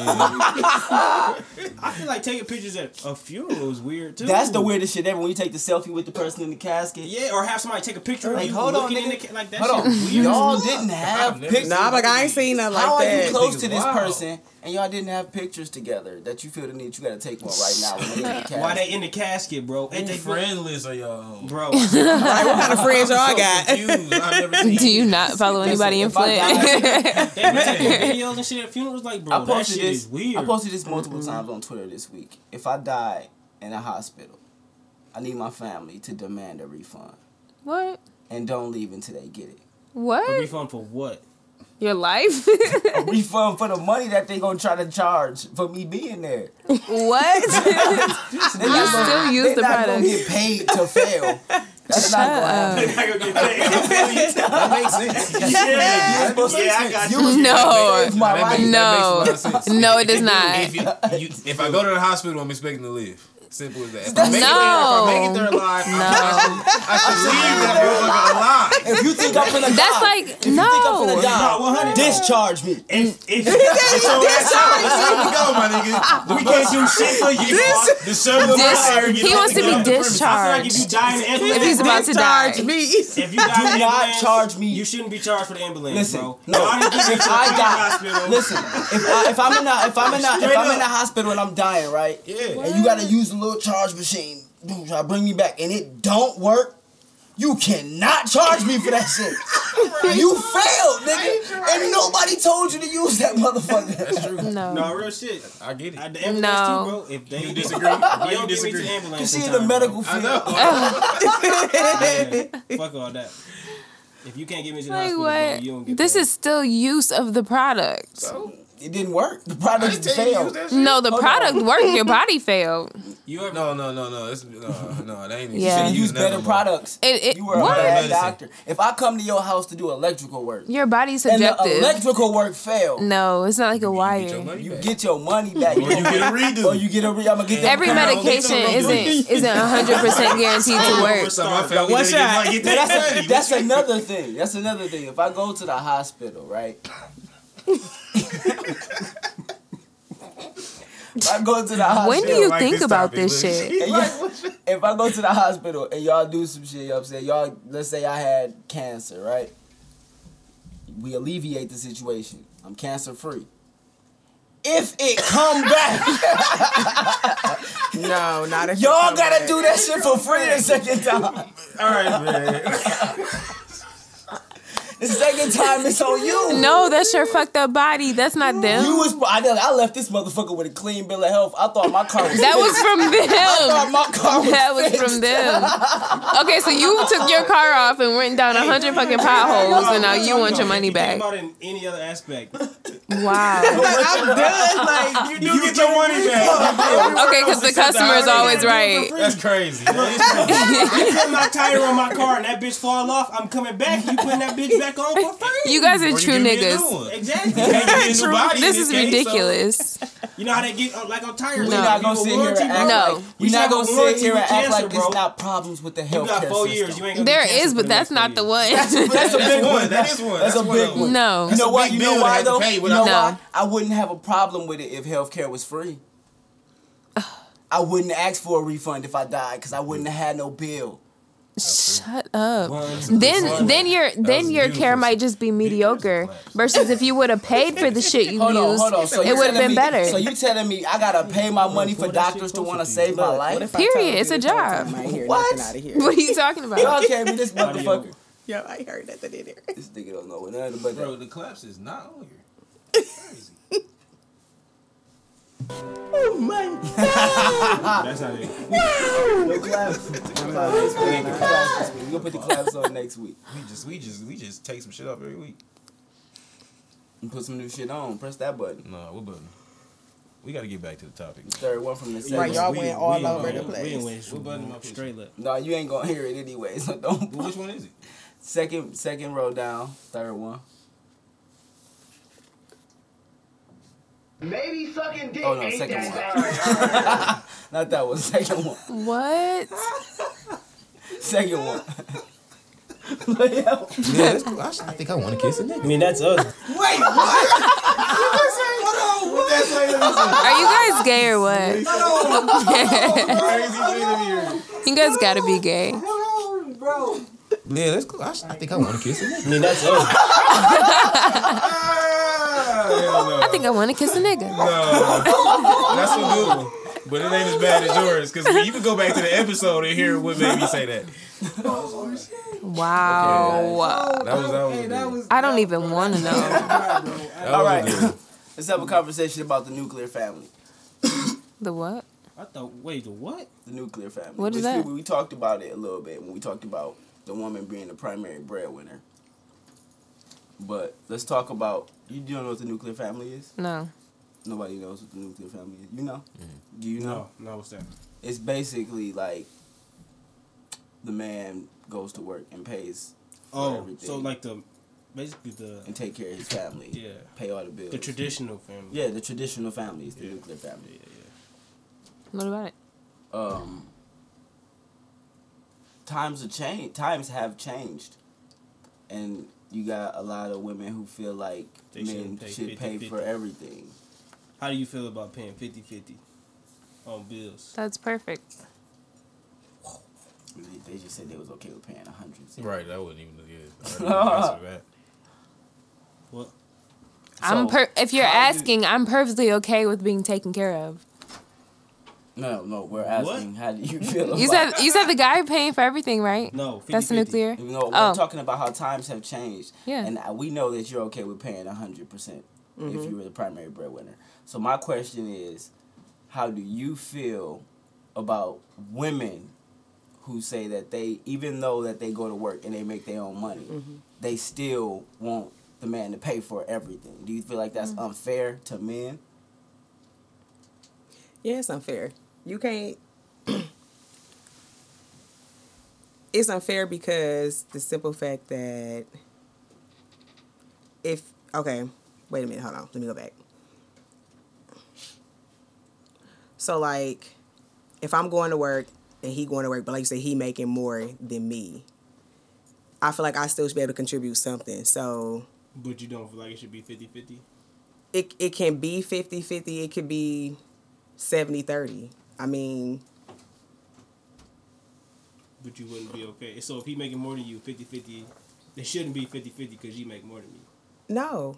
Speaker 3: I feel like taking pictures at a funeral is weird too.
Speaker 2: That's the weirdest shit ever. When you take the selfie with the person in the casket.
Speaker 3: Yeah, or have somebody take a picture
Speaker 2: Like,
Speaker 3: of you
Speaker 2: hold on,
Speaker 3: looking in the
Speaker 2: nigga.
Speaker 3: ca- like that.
Speaker 2: Hold on.
Speaker 3: shit weird.
Speaker 2: Y'all didn't have
Speaker 4: I've never
Speaker 2: pictures.
Speaker 5: Nah, I'm like I ain't seen nothing
Speaker 2: How
Speaker 5: like
Speaker 2: are you
Speaker 5: that.
Speaker 2: close to
Speaker 4: Niggas
Speaker 2: this
Speaker 4: wild.
Speaker 2: person and y'all didn't have pictures together that you feel the need you gotta take one right now? When they're in the
Speaker 3: Why
Speaker 2: casket?
Speaker 3: they in the casket, bro?
Speaker 4: What
Speaker 3: Ain't they
Speaker 4: friend list are y'all? on?
Speaker 3: bro?
Speaker 5: Like, what kind of friends y'all got?
Speaker 4: Confused. I've never seen.
Speaker 6: Do you not follow
Speaker 2: Listen,
Speaker 6: anybody in
Speaker 2: if I
Speaker 6: Flint?
Speaker 2: die-
Speaker 3: They be taking videos and shit at funerals, like bro,
Speaker 2: I
Speaker 3: that
Speaker 2: posted
Speaker 3: shit
Speaker 2: this.
Speaker 3: is weird.
Speaker 2: I posted this multiple times on Twitter this week. If I die in a hospital, I need my family to demand a refund
Speaker 6: What?
Speaker 2: and don't leave until they get it.
Speaker 3: a
Speaker 6: What?
Speaker 3: refund for what?
Speaker 6: Your life?
Speaker 2: A refund for the money that they gonna try to charge for me being there.
Speaker 6: what?
Speaker 2: So they not
Speaker 6: still
Speaker 2: gonna-
Speaker 6: use
Speaker 2: they
Speaker 6: the
Speaker 2: not gonna
Speaker 6: product. Uh,
Speaker 2: Get paid to fail. That's not gonna happen. That makes sense.
Speaker 4: Yeah, I got you.
Speaker 6: no.
Speaker 2: If my life-
Speaker 6: No.
Speaker 4: That makes a lot of sense.
Speaker 6: No, it does not.
Speaker 4: If, you, you, if I go to the hospital, I'm expecting to live. Simple as that. If I make it there, if I make it there alive, no. I should leave that motherfucker alive.
Speaker 2: If you think I'm gonna
Speaker 6: That's
Speaker 2: die,
Speaker 6: like
Speaker 2: I'm
Speaker 6: no.
Speaker 2: finna die, Discharge me.
Speaker 4: Time to go, my nigga. We can't do shit for you. The server will
Speaker 6: Dis-
Speaker 4: hire you.
Speaker 6: he wants to be
Speaker 3: I feel like if you
Speaker 6: discharged
Speaker 3: die in the
Speaker 6: if
Speaker 3: ambulance,
Speaker 6: he's about to
Speaker 5: Discharge
Speaker 6: die.
Speaker 5: me.
Speaker 3: if you die in
Speaker 2: Do
Speaker 3: the
Speaker 2: not
Speaker 3: ambulance,
Speaker 2: charge me.
Speaker 3: You shouldn't be charged for the ambulance,
Speaker 2: Listen,
Speaker 3: bro.
Speaker 2: no.
Speaker 3: Why did you get
Speaker 2: If
Speaker 3: to
Speaker 2: I
Speaker 3: the
Speaker 2: die,
Speaker 3: hospital?
Speaker 2: listen. If, I, if I'm in a if I'm in a if I'm in a hospital and I'm dying, right?
Speaker 4: Yeah.
Speaker 2: And you gotta use the little charge machine. Dude, I bring me back, and it don't work. You cannot charge me for that shit. You failed, nigga, and nobody told you to use that motherfucker.
Speaker 3: No,
Speaker 6: No.
Speaker 3: real shit.
Speaker 4: I get
Speaker 3: I,
Speaker 4: it.
Speaker 3: the ambulance
Speaker 6: No.
Speaker 3: too, bro. If they
Speaker 4: You disagree? Why
Speaker 3: You
Speaker 4: you
Speaker 3: don't give me to the
Speaker 4: disagree?
Speaker 3: ambulance.
Speaker 2: You see
Speaker 3: in
Speaker 2: the
Speaker 3: time,
Speaker 2: medical
Speaker 4: I
Speaker 2: field.
Speaker 4: know.
Speaker 3: bro. Fuck all that. If you can't get me to the
Speaker 6: Like
Speaker 3: hospital, bro, you don't
Speaker 6: what?
Speaker 3: get
Speaker 6: This
Speaker 3: paid.
Speaker 6: is still use of the product.
Speaker 2: It didn't work. The
Speaker 4: I
Speaker 2: product
Speaker 4: didn't tell you to use
Speaker 2: failed.
Speaker 4: that shit.
Speaker 6: No, the product worked. Your body failed.
Speaker 3: You ever
Speaker 4: No, no, no, no. It's, no, no, that ain't even.
Speaker 6: Yeah.
Speaker 2: Use better products.
Speaker 6: It, it
Speaker 2: You were a
Speaker 6: what?
Speaker 2: bad
Speaker 4: Medicine.
Speaker 2: doctor. If I come to your house to do electrical work
Speaker 6: Your body's
Speaker 2: and the
Speaker 6: subjective.
Speaker 2: electrical work failed,
Speaker 6: No, it's not like
Speaker 4: Get
Speaker 6: a
Speaker 4: your
Speaker 6: wire.
Speaker 4: money
Speaker 2: you
Speaker 4: back.
Speaker 2: get your money back.
Speaker 4: Or you get a redo.
Speaker 2: Or you get a re- I'm gonna get that
Speaker 6: Every medication isn't isn't hundred percent guaranteed to work.
Speaker 4: So my family
Speaker 5: One
Speaker 4: didn't
Speaker 5: shot.
Speaker 4: get my- get that money.
Speaker 2: that's, that's another thing. That's another thing. If I go to the hospital, right? if I go to the hospital,
Speaker 6: When do you
Speaker 4: like
Speaker 6: think
Speaker 4: this
Speaker 6: about
Speaker 4: topic,
Speaker 6: this
Speaker 4: but-
Speaker 6: shit?
Speaker 2: and y'all- if I go to the hospital and y'all do some shit, you know what I'm saying y'all. Let's say I had cancer, right? We alleviate the situation. I'm cancer free. If it come back,
Speaker 5: No, not if
Speaker 2: y'all gotta do that shit for free the second time.
Speaker 4: All right, man.
Speaker 2: The second time it's on you.
Speaker 6: No, that's your fucked up body. That's not
Speaker 2: You
Speaker 6: them.
Speaker 2: was I, done- I left this motherfucker with a clean bill of health. I thought my car was
Speaker 6: That was from
Speaker 2: I thought
Speaker 6: them.
Speaker 2: my car was
Speaker 6: That was from them. Okay, so you took your car off and went down a hundred fucking potholes, and now you want your money
Speaker 3: Think
Speaker 6: back.
Speaker 3: about it in any other aspect.
Speaker 6: Wow.
Speaker 5: I'm done. Like
Speaker 4: You do get your money back.
Speaker 6: Okay, because the customer is always right.
Speaker 4: That's crazy.
Speaker 3: you put my tire on my car and that bitch fall off, I'm coming back. You putting that bitch back on for free.
Speaker 6: You guys are
Speaker 4: Or you
Speaker 6: true
Speaker 4: give me a new
Speaker 6: niggas.
Speaker 4: one.
Speaker 3: Exactly.
Speaker 4: Can't get a new body in
Speaker 6: This is
Speaker 4: case, so-
Speaker 6: ridiculous.
Speaker 3: You know how they get uh, like on tires.
Speaker 2: We
Speaker 6: No.
Speaker 2: not gonna sit here and act
Speaker 6: No.
Speaker 2: like
Speaker 3: We
Speaker 2: we not
Speaker 3: have a
Speaker 2: gonna sit
Speaker 3: warranty
Speaker 2: here and act
Speaker 3: with
Speaker 2: like
Speaker 3: cancer,
Speaker 2: it's
Speaker 3: bro.
Speaker 2: not problems with the
Speaker 3: You got
Speaker 2: healthcare
Speaker 3: four
Speaker 2: system.
Speaker 3: years. You ain't gonna
Speaker 6: There
Speaker 3: be cancer
Speaker 6: is,
Speaker 3: for
Speaker 6: but
Speaker 3: the
Speaker 6: that's
Speaker 3: next
Speaker 6: not the
Speaker 3: four
Speaker 6: one.
Speaker 2: That's a big
Speaker 4: That's
Speaker 2: one.
Speaker 4: one. That is one.
Speaker 2: That's a
Speaker 4: one of
Speaker 2: big
Speaker 4: them.
Speaker 2: one.
Speaker 6: No.
Speaker 2: You know
Speaker 4: a
Speaker 2: why?
Speaker 4: big
Speaker 2: You
Speaker 4: bill
Speaker 2: know
Speaker 4: to
Speaker 2: why
Speaker 4: have to
Speaker 2: though?
Speaker 4: pay
Speaker 2: You know
Speaker 4: without-
Speaker 2: why?
Speaker 6: No.
Speaker 2: I wouldn't have a problem with it if healthcare was free. I wouldn't ask for a refund if I died because I wouldn't have had no bill.
Speaker 6: Shut up.
Speaker 3: years.
Speaker 6: Then then your then
Speaker 4: was
Speaker 6: your
Speaker 4: beautiful.
Speaker 6: care might just be mediocre. Versus if you would have paid for the shit you
Speaker 2: Hold on,
Speaker 6: used,
Speaker 2: hold on. So you
Speaker 6: it would have
Speaker 2: telling
Speaker 6: been
Speaker 2: me-
Speaker 6: better.
Speaker 2: So you telling me I gotta pay my money for doctors to want to save my life?
Speaker 6: Period, it's a job.
Speaker 2: What?
Speaker 5: What? Out of here.
Speaker 6: What are you talking about?
Speaker 2: Y'all gave me this motherfucker.
Speaker 5: Yo, I heard that. That in there.
Speaker 2: This nigga don't know nothing but that.
Speaker 4: Bro, the collapse is not on here. Crazy.
Speaker 3: That's not it.
Speaker 2: No claps. No claps. We gonna put the claps on next week.
Speaker 4: We just, we just, we just take some shit off every week.
Speaker 2: And put some new shit on. Press that button.
Speaker 4: No, we're button. We got to get back to the topic.
Speaker 2: Third one from the second.
Speaker 5: Right, y'all
Speaker 4: We-
Speaker 5: went
Speaker 4: we-
Speaker 5: all
Speaker 4: we-
Speaker 5: over the
Speaker 4: we-
Speaker 5: place.
Speaker 3: We ain't went button up straight up.
Speaker 2: No, you ain't gonna hear it anyway. So don't.
Speaker 4: Well, which one is it?
Speaker 2: Second, second row down. Third one.
Speaker 9: Maybe sucking dick
Speaker 2: Oh, no,
Speaker 9: ain't
Speaker 2: second
Speaker 9: that bad.
Speaker 2: Not that one. Second one.
Speaker 6: What?
Speaker 2: Second one.
Speaker 4: I think I want to kiss a nigga.
Speaker 3: I mean, that's us.
Speaker 4: That's like
Speaker 6: Are you guys gay or what?
Speaker 4: crazy shit in here.
Speaker 6: You guys gotta be gay.
Speaker 4: Yeah, that's cool. I, I think I want to kiss a nigga.
Speaker 3: I mean, that's us.
Speaker 6: I think I wanna kiss a nigga.
Speaker 4: No, that's a good one. But it ain't as bad as yours because you can go back to the episode and hear what made me say that.
Speaker 6: Wow.
Speaker 4: That was that was.
Speaker 3: Hey,
Speaker 4: a
Speaker 3: that
Speaker 4: good-
Speaker 3: was.
Speaker 6: I don't even want to know.
Speaker 4: that
Speaker 2: All
Speaker 4: was a
Speaker 2: right.
Speaker 4: good one.
Speaker 2: Let's have a conversation about the nuclear family.
Speaker 6: The what?
Speaker 3: I thought. Wait, the what?
Speaker 2: The nuclear family.
Speaker 6: What is
Speaker 2: which we-
Speaker 6: that?
Speaker 2: We, talked about it a little bit when we talked about the woman being the primary breadwinner. But let's talk about. You don't know what the nuclear family is?
Speaker 6: No.
Speaker 2: Nobody knows what the nuclear family is. You know? Do you know?
Speaker 3: No, no, what's that?
Speaker 2: It's basically like the man goes to work and pays
Speaker 3: Oh,
Speaker 2: everything.
Speaker 3: so like the, basically the
Speaker 2: and take care of his family.
Speaker 3: yeah,
Speaker 2: Pay all the bills.
Speaker 3: the traditional family.
Speaker 2: Yeah, the traditional family is the nuclear family.
Speaker 6: What about it?
Speaker 2: Um, times have changed. Times have changed, and you got a lot of women who feel like
Speaker 3: They
Speaker 2: men
Speaker 3: shouldn't pay
Speaker 2: should
Speaker 3: 50,
Speaker 2: pay
Speaker 3: 50.
Speaker 2: for everything.
Speaker 3: How do you feel about paying 50-50 on bills?
Speaker 6: That's perfect.
Speaker 2: They, they just said they was okay with paying a hundred.
Speaker 4: Right, that wasn't even good. I already answered that.
Speaker 3: What?
Speaker 6: I'm
Speaker 2: So,
Speaker 6: per- if you're
Speaker 2: how do-
Speaker 6: asking, I'm perfectly okay with being taken care of.
Speaker 2: No, no, we're asking how do you feel?
Speaker 6: You said
Speaker 2: about,
Speaker 6: you said the guy paying for everything, right?
Speaker 3: No, 50,
Speaker 6: That's the nuclear.
Speaker 2: you know, we're
Speaker 6: Oh.
Speaker 2: talking about how times have changed.
Speaker 6: Yeah.
Speaker 2: and I- we know that you're okay with paying a 100% percent
Speaker 6: Mm-hmm.
Speaker 2: if you were the primary breadwinner. So my question is, how do you feel about women who say that they, even though that they go to work and they make their own money,
Speaker 6: Mm-hmm.
Speaker 2: they still want the man to pay for everything? Do you feel like
Speaker 6: Mm-hmm.
Speaker 2: that's unfair to men?
Speaker 5: Yeah, it's unfair. You can't. it's unfair because the simple fact that if okay, wait a minute, hold on, let me go back. So like, if I'm going to work and he going to work, but like you say, he making more than me. I feel like I still should be able to contribute something. So
Speaker 3: But you don't feel like it should be 50-50?
Speaker 5: it it can be 50 50 it could be 70 30 i mean
Speaker 3: But you wouldn't be okay. So if he making more than you, 50-50, it shouldn't be 50-50 because you make more than me.
Speaker 5: no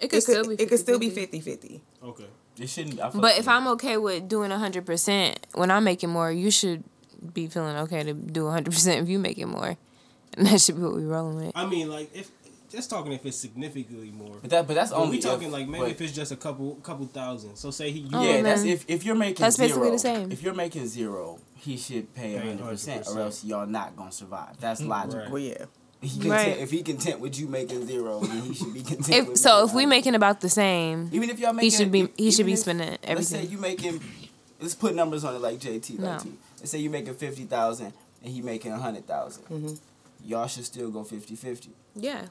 Speaker 6: It
Speaker 5: it could, it could still be 50 50
Speaker 3: Okay.
Speaker 2: It shouldn't. I feel
Speaker 6: But if I'm okay with doing 100% when I'm making more, you should be feeling okay to do 100% if you making more. And that should be what we rolling with.
Speaker 3: I mean, like, if just talking if it's significantly more.
Speaker 2: but that, but that's
Speaker 3: But
Speaker 2: only
Speaker 3: we
Speaker 2: if-
Speaker 3: talking like maybe
Speaker 2: but-
Speaker 3: if it's just a couple couple thousand. So say he you
Speaker 6: Oh,
Speaker 2: yeah,
Speaker 6: man.
Speaker 2: that's if, if you're making
Speaker 6: That's
Speaker 2: zero.
Speaker 6: basically the same.
Speaker 2: If you're making zero, he should pay
Speaker 3: Pay
Speaker 2: hundred percent, or
Speaker 3: 100%.
Speaker 2: else y'all not gonna survive. That's
Speaker 6: Mm-hmm.
Speaker 2: logical.
Speaker 3: Right.
Speaker 5: well yeah
Speaker 2: He content,
Speaker 6: Right.
Speaker 2: If he content with you making zero, then he should be content.
Speaker 6: If
Speaker 2: with
Speaker 6: so,
Speaker 2: me
Speaker 6: if we
Speaker 2: having-
Speaker 6: making about the same,
Speaker 2: even if y'all making,
Speaker 6: he should be he should
Speaker 2: even if-
Speaker 6: be spending
Speaker 2: Let's say
Speaker 6: everything.
Speaker 2: you making, let's put numbers on it like JT, like
Speaker 6: No.
Speaker 2: T. Let's say you making fifty thousand and he making a hundred
Speaker 6: Mm-hmm.
Speaker 2: Y'all should still go 50-50
Speaker 6: Yeah.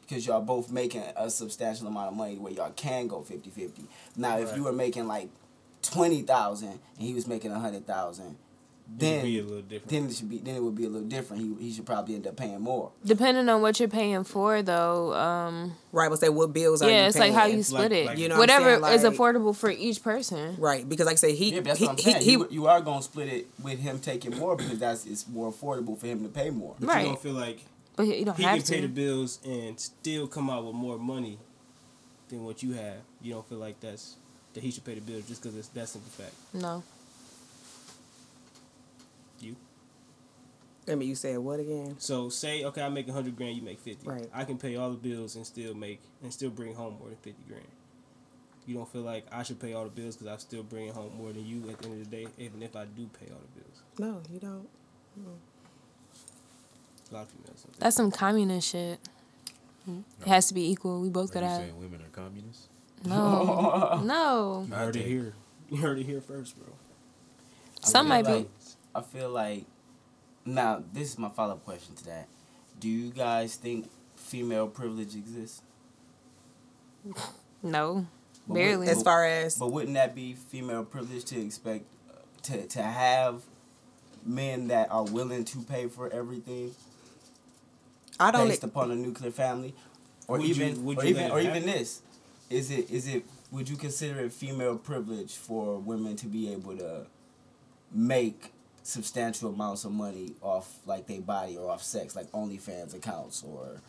Speaker 2: because y'all both making a substantial amount of money where y'all can go 50-50. Now, if you were making like twenty thousand and he was making a hundred thousand,
Speaker 3: then be a
Speaker 2: then
Speaker 3: little different.
Speaker 2: then it should be then it would be a little different. He he should probably end up paying more.
Speaker 6: Depending on what you're paying for though, um
Speaker 5: right but say what bills are
Speaker 6: yeah,
Speaker 5: you
Speaker 6: it's like how
Speaker 5: paying?
Speaker 6: you split
Speaker 3: Like-
Speaker 6: it.
Speaker 3: like-
Speaker 5: You know what I'm
Speaker 6: Whatever
Speaker 5: saying,
Speaker 6: is
Speaker 5: like-
Speaker 6: affordable for each person.
Speaker 5: right because like i say he
Speaker 2: Yeah, but that's
Speaker 5: he,
Speaker 2: what I'm
Speaker 5: he,
Speaker 2: saying.
Speaker 5: he-
Speaker 2: you, you are gonna split it with him taking more because that's it's more affordable for him to pay more.
Speaker 3: But
Speaker 6: Right.
Speaker 3: You don't feel like
Speaker 6: But you don't
Speaker 3: he can
Speaker 6: have
Speaker 3: pay the
Speaker 6: to.
Speaker 3: bills and still come out with more money than what you have. You don't feel like that's that he should pay the bills just because it's that simple fact.
Speaker 6: No.
Speaker 3: You
Speaker 5: i mean you said what again
Speaker 3: so say okay, I make a hundred grand, you make fifty.
Speaker 5: Right.
Speaker 3: I can pay all the bills and still make and still bring home more than fifty grand. You don't feel like I should pay all the bills because I'm still bringing home more than you at the end of the day, even if I do pay all the bills.
Speaker 5: no you don't
Speaker 3: A lot of females. don't think-
Speaker 6: That's some communist shit. It has to be equal. We both
Speaker 4: Are
Speaker 6: gotta
Speaker 4: you
Speaker 6: have
Speaker 4: saying women are communists?
Speaker 6: No. no.
Speaker 3: You heard it here. You heard it here first, bro.
Speaker 6: Some might be.
Speaker 2: like- I feel like now this is my follow up question to that. Do you guys think female privilege exists?
Speaker 6: No.
Speaker 2: But wouldn't-
Speaker 6: Barely.
Speaker 5: as far as
Speaker 2: But wouldn't that be female privilege to expect uh, to to have men that are willing to pay for everything
Speaker 5: i don't e-,
Speaker 2: based upon a nuclear family, or
Speaker 3: Would you-
Speaker 2: even
Speaker 3: would
Speaker 2: or
Speaker 3: you
Speaker 2: even
Speaker 3: let it
Speaker 2: or even
Speaker 3: happen?
Speaker 2: this? Is it is it would you consider it female privilege for women to be able to make substantial amounts of money off like their body or off sex, like OnlyFans accounts or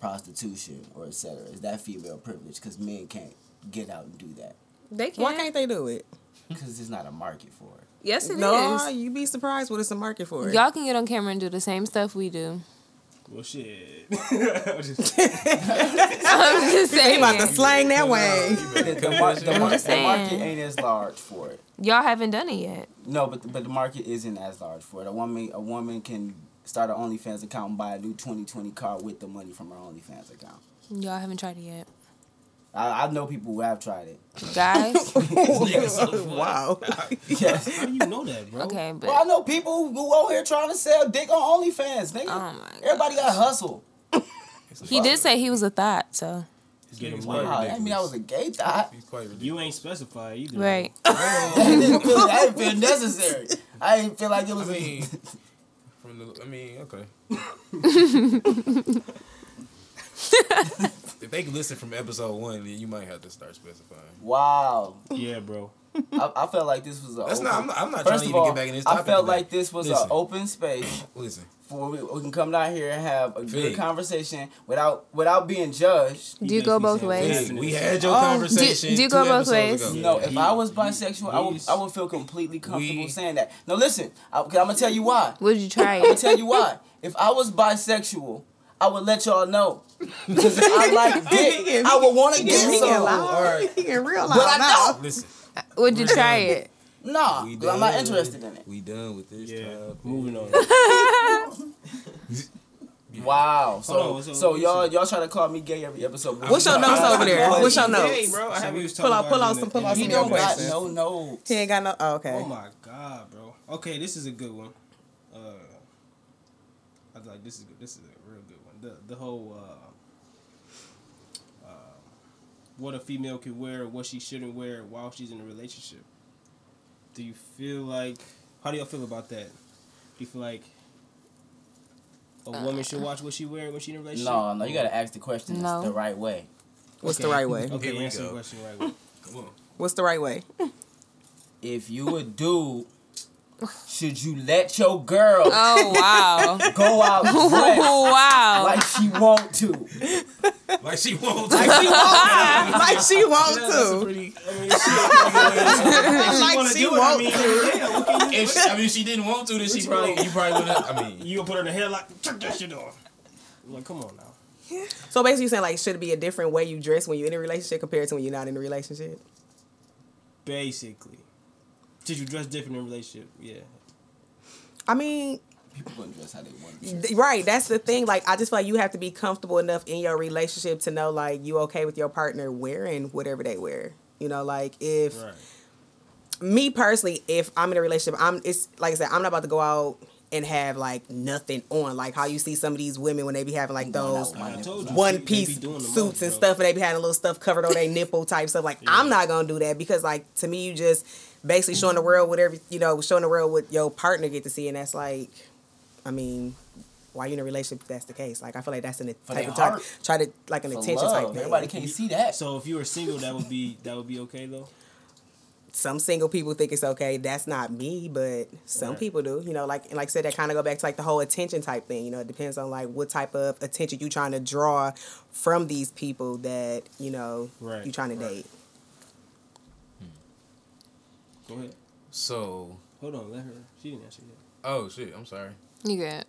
Speaker 2: prostitution or etc. Is that female privilege? Because men can't get out and do that.
Speaker 6: They
Speaker 5: why can't
Speaker 6: can't.
Speaker 5: they do it
Speaker 2: because there's not a market for it.
Speaker 6: Yes, it is.
Speaker 5: No, you be surprised what it's a market for.
Speaker 6: Y'all can get on camera and do the same stuff we do.
Speaker 3: Well, shit.
Speaker 6: I'm just
Speaker 5: They
Speaker 6: saying.
Speaker 5: about to slang that way.
Speaker 2: The, the mar- the mar- the
Speaker 6: saying.
Speaker 2: market ain't as large for it.
Speaker 6: Y'all haven't done it yet.
Speaker 2: No, but the, but the market isn't as large for it. A woman a woman can start an OnlyFans account and buy a new twenty twenty car with the money from her OnlyFans account.
Speaker 6: Y'all haven't tried it yet.
Speaker 2: I, I know people who have tried it.
Speaker 6: Guys,
Speaker 5: wow.
Speaker 2: Yes.
Speaker 3: How do you know that, bro?
Speaker 6: okay, but
Speaker 2: well, I know people who out here trying to sell dick on OnlyFans. Nigga,
Speaker 6: Oh my
Speaker 2: everybody got hustle.
Speaker 6: he did say he was a thought, so.
Speaker 3: Get him
Speaker 2: Wow,
Speaker 3: laid.
Speaker 2: I mean, I was a gay thought.
Speaker 4: He's quite ridiculous.
Speaker 3: You ain't specified either.
Speaker 6: Right.
Speaker 2: I didn't feel, I didn't feel necessary. I didn't feel like it was.
Speaker 4: I mean, from the, I mean, okay. if they can listen from episode one, then you might have to start specifying.
Speaker 2: wow,
Speaker 3: Yeah, bro.
Speaker 2: I, I felt like this was a.
Speaker 4: That's
Speaker 2: open,
Speaker 4: not. I'm not, I'm not trying
Speaker 2: First
Speaker 4: to
Speaker 2: of
Speaker 4: even
Speaker 2: all,
Speaker 4: get back in this topic.
Speaker 2: I felt
Speaker 4: but
Speaker 2: like this was an
Speaker 4: Listen.
Speaker 2: open space
Speaker 4: listen,
Speaker 2: for we, we can come down here and have a good
Speaker 4: Fig.
Speaker 2: conversation without without being judged.
Speaker 6: Do you go both ways?
Speaker 4: Fig, we had your
Speaker 2: Oh,
Speaker 4: conversation.
Speaker 6: do- do you
Speaker 4: two
Speaker 6: go both
Speaker 4: episodes
Speaker 6: ways?
Speaker 4: ago.
Speaker 2: No, if I was bisexual, I would I would feel completely comfortable saying that. No, listen, I, am gonna tell you why.
Speaker 6: Would you try
Speaker 2: I'm gonna
Speaker 6: it?
Speaker 2: tell you why. If I was bisexual, I would let y'all know because if I like dick, I would want to get
Speaker 5: He can
Speaker 2: some.
Speaker 5: lie.
Speaker 4: all right.
Speaker 5: He can real
Speaker 2: But I
Speaker 5: loud.
Speaker 2: don't.
Speaker 4: Listen,
Speaker 6: Would you try it?
Speaker 2: Nah,
Speaker 4: we
Speaker 2: 'cause I'm not
Speaker 4: done.
Speaker 2: interested in it.
Speaker 4: We done with this.
Speaker 3: Yeah.
Speaker 4: topic.
Speaker 3: Moving on.
Speaker 2: Wow. So
Speaker 3: Hold on, so-
Speaker 2: so y'all y'all try to call me gay every episode. but
Speaker 5: What's your
Speaker 4: No,
Speaker 5: notes
Speaker 4: I-
Speaker 5: over there?
Speaker 4: I-
Speaker 5: What's your
Speaker 3: Hey,
Speaker 5: notes?
Speaker 3: bro. I haven't even
Speaker 5: Pull out, pull out some, pull out
Speaker 2: He
Speaker 5: some
Speaker 2: don't
Speaker 5: real
Speaker 2: got
Speaker 5: questions.
Speaker 2: no no.
Speaker 5: He ain't got no. oh, okay.
Speaker 3: Oh my god, bro. Okay, this is a good one. Uh, I was like, this is good. This is a real good one. The the whole uh, uh, what a female can wear, what she shouldn't wear while she's in a relationship. Do you feel like? How do y'all feel about that? Do you feel like a woman
Speaker 2: Uh.
Speaker 3: should watch what she wear when she's in a relationship?
Speaker 2: No, no, you gotta ask the question
Speaker 6: No.
Speaker 2: the right way.
Speaker 5: What's the
Speaker 3: Okay.
Speaker 5: right way?
Speaker 3: Okay,
Speaker 4: Here we
Speaker 3: answer the
Speaker 4: go.
Speaker 3: question right. way.
Speaker 4: Come on.
Speaker 5: What's the right way?
Speaker 2: If you would do, should you let your girl
Speaker 6: Oh, wow.
Speaker 2: go out dressed
Speaker 6: Oh, wow.
Speaker 2: like she want to?
Speaker 4: Like she won't.
Speaker 5: like she wants to.
Speaker 4: pretty.
Speaker 5: Like she wants to.
Speaker 4: If she, I mean, if she didn't want to, then she probably you probably would have. I mean,
Speaker 3: You gonna put her in a headlock? Chuck that shit on. Like, come on now.
Speaker 5: So basically, you're saying like, should it be a different way you dress when you're in a relationship compared to when you're not in a relationship?
Speaker 3: Basically. Did you dress different in a relationship? Yeah.
Speaker 5: I mean,
Speaker 2: People gonna dress how they want to.
Speaker 5: th- right. That's the thing. Like, I just feel like you have to be comfortable enough in your relationship to know like you okay with your partner wearing whatever they wear. You know, like if
Speaker 3: Right.
Speaker 5: me personally, if I'm in a relationship, I'm it's like I said, I'm not about to go out and have like nothing on. Like how you see some of these women when they be having like those
Speaker 3: I told you.
Speaker 5: one
Speaker 3: they- they
Speaker 5: piece
Speaker 3: be doing the
Speaker 5: suits
Speaker 3: most,
Speaker 5: and
Speaker 3: bro.
Speaker 5: stuff, and they be having a little stuff covered on their nipple type stuff. Like I'm not gonna do that because like to me, you just basically showing the world whatever you know, showing the world what your partner get to see, and that's like, I mean. Why you in a relationship if that's the case? Like I feel like that's an type
Speaker 2: their
Speaker 5: of type,
Speaker 2: heart.
Speaker 5: try to like an
Speaker 2: For
Speaker 5: attention
Speaker 2: love.
Speaker 5: type thing.
Speaker 2: Everybody can't see that.
Speaker 3: So if you were single, that would be that would be okay though.
Speaker 5: some single people think it's okay. That's not me, but some
Speaker 3: Right.
Speaker 5: people do. You know, like and like I said, that kind of go back to like the whole attention type thing. You know, it depends on like what type of attention you trying to draw from these people that you know
Speaker 3: Right,
Speaker 5: you trying to
Speaker 3: right.
Speaker 5: date.
Speaker 3: Go ahead.
Speaker 4: so
Speaker 3: Hold on, let her. She didn't answer yet.
Speaker 4: oh shit, I'm sorry.
Speaker 6: You good.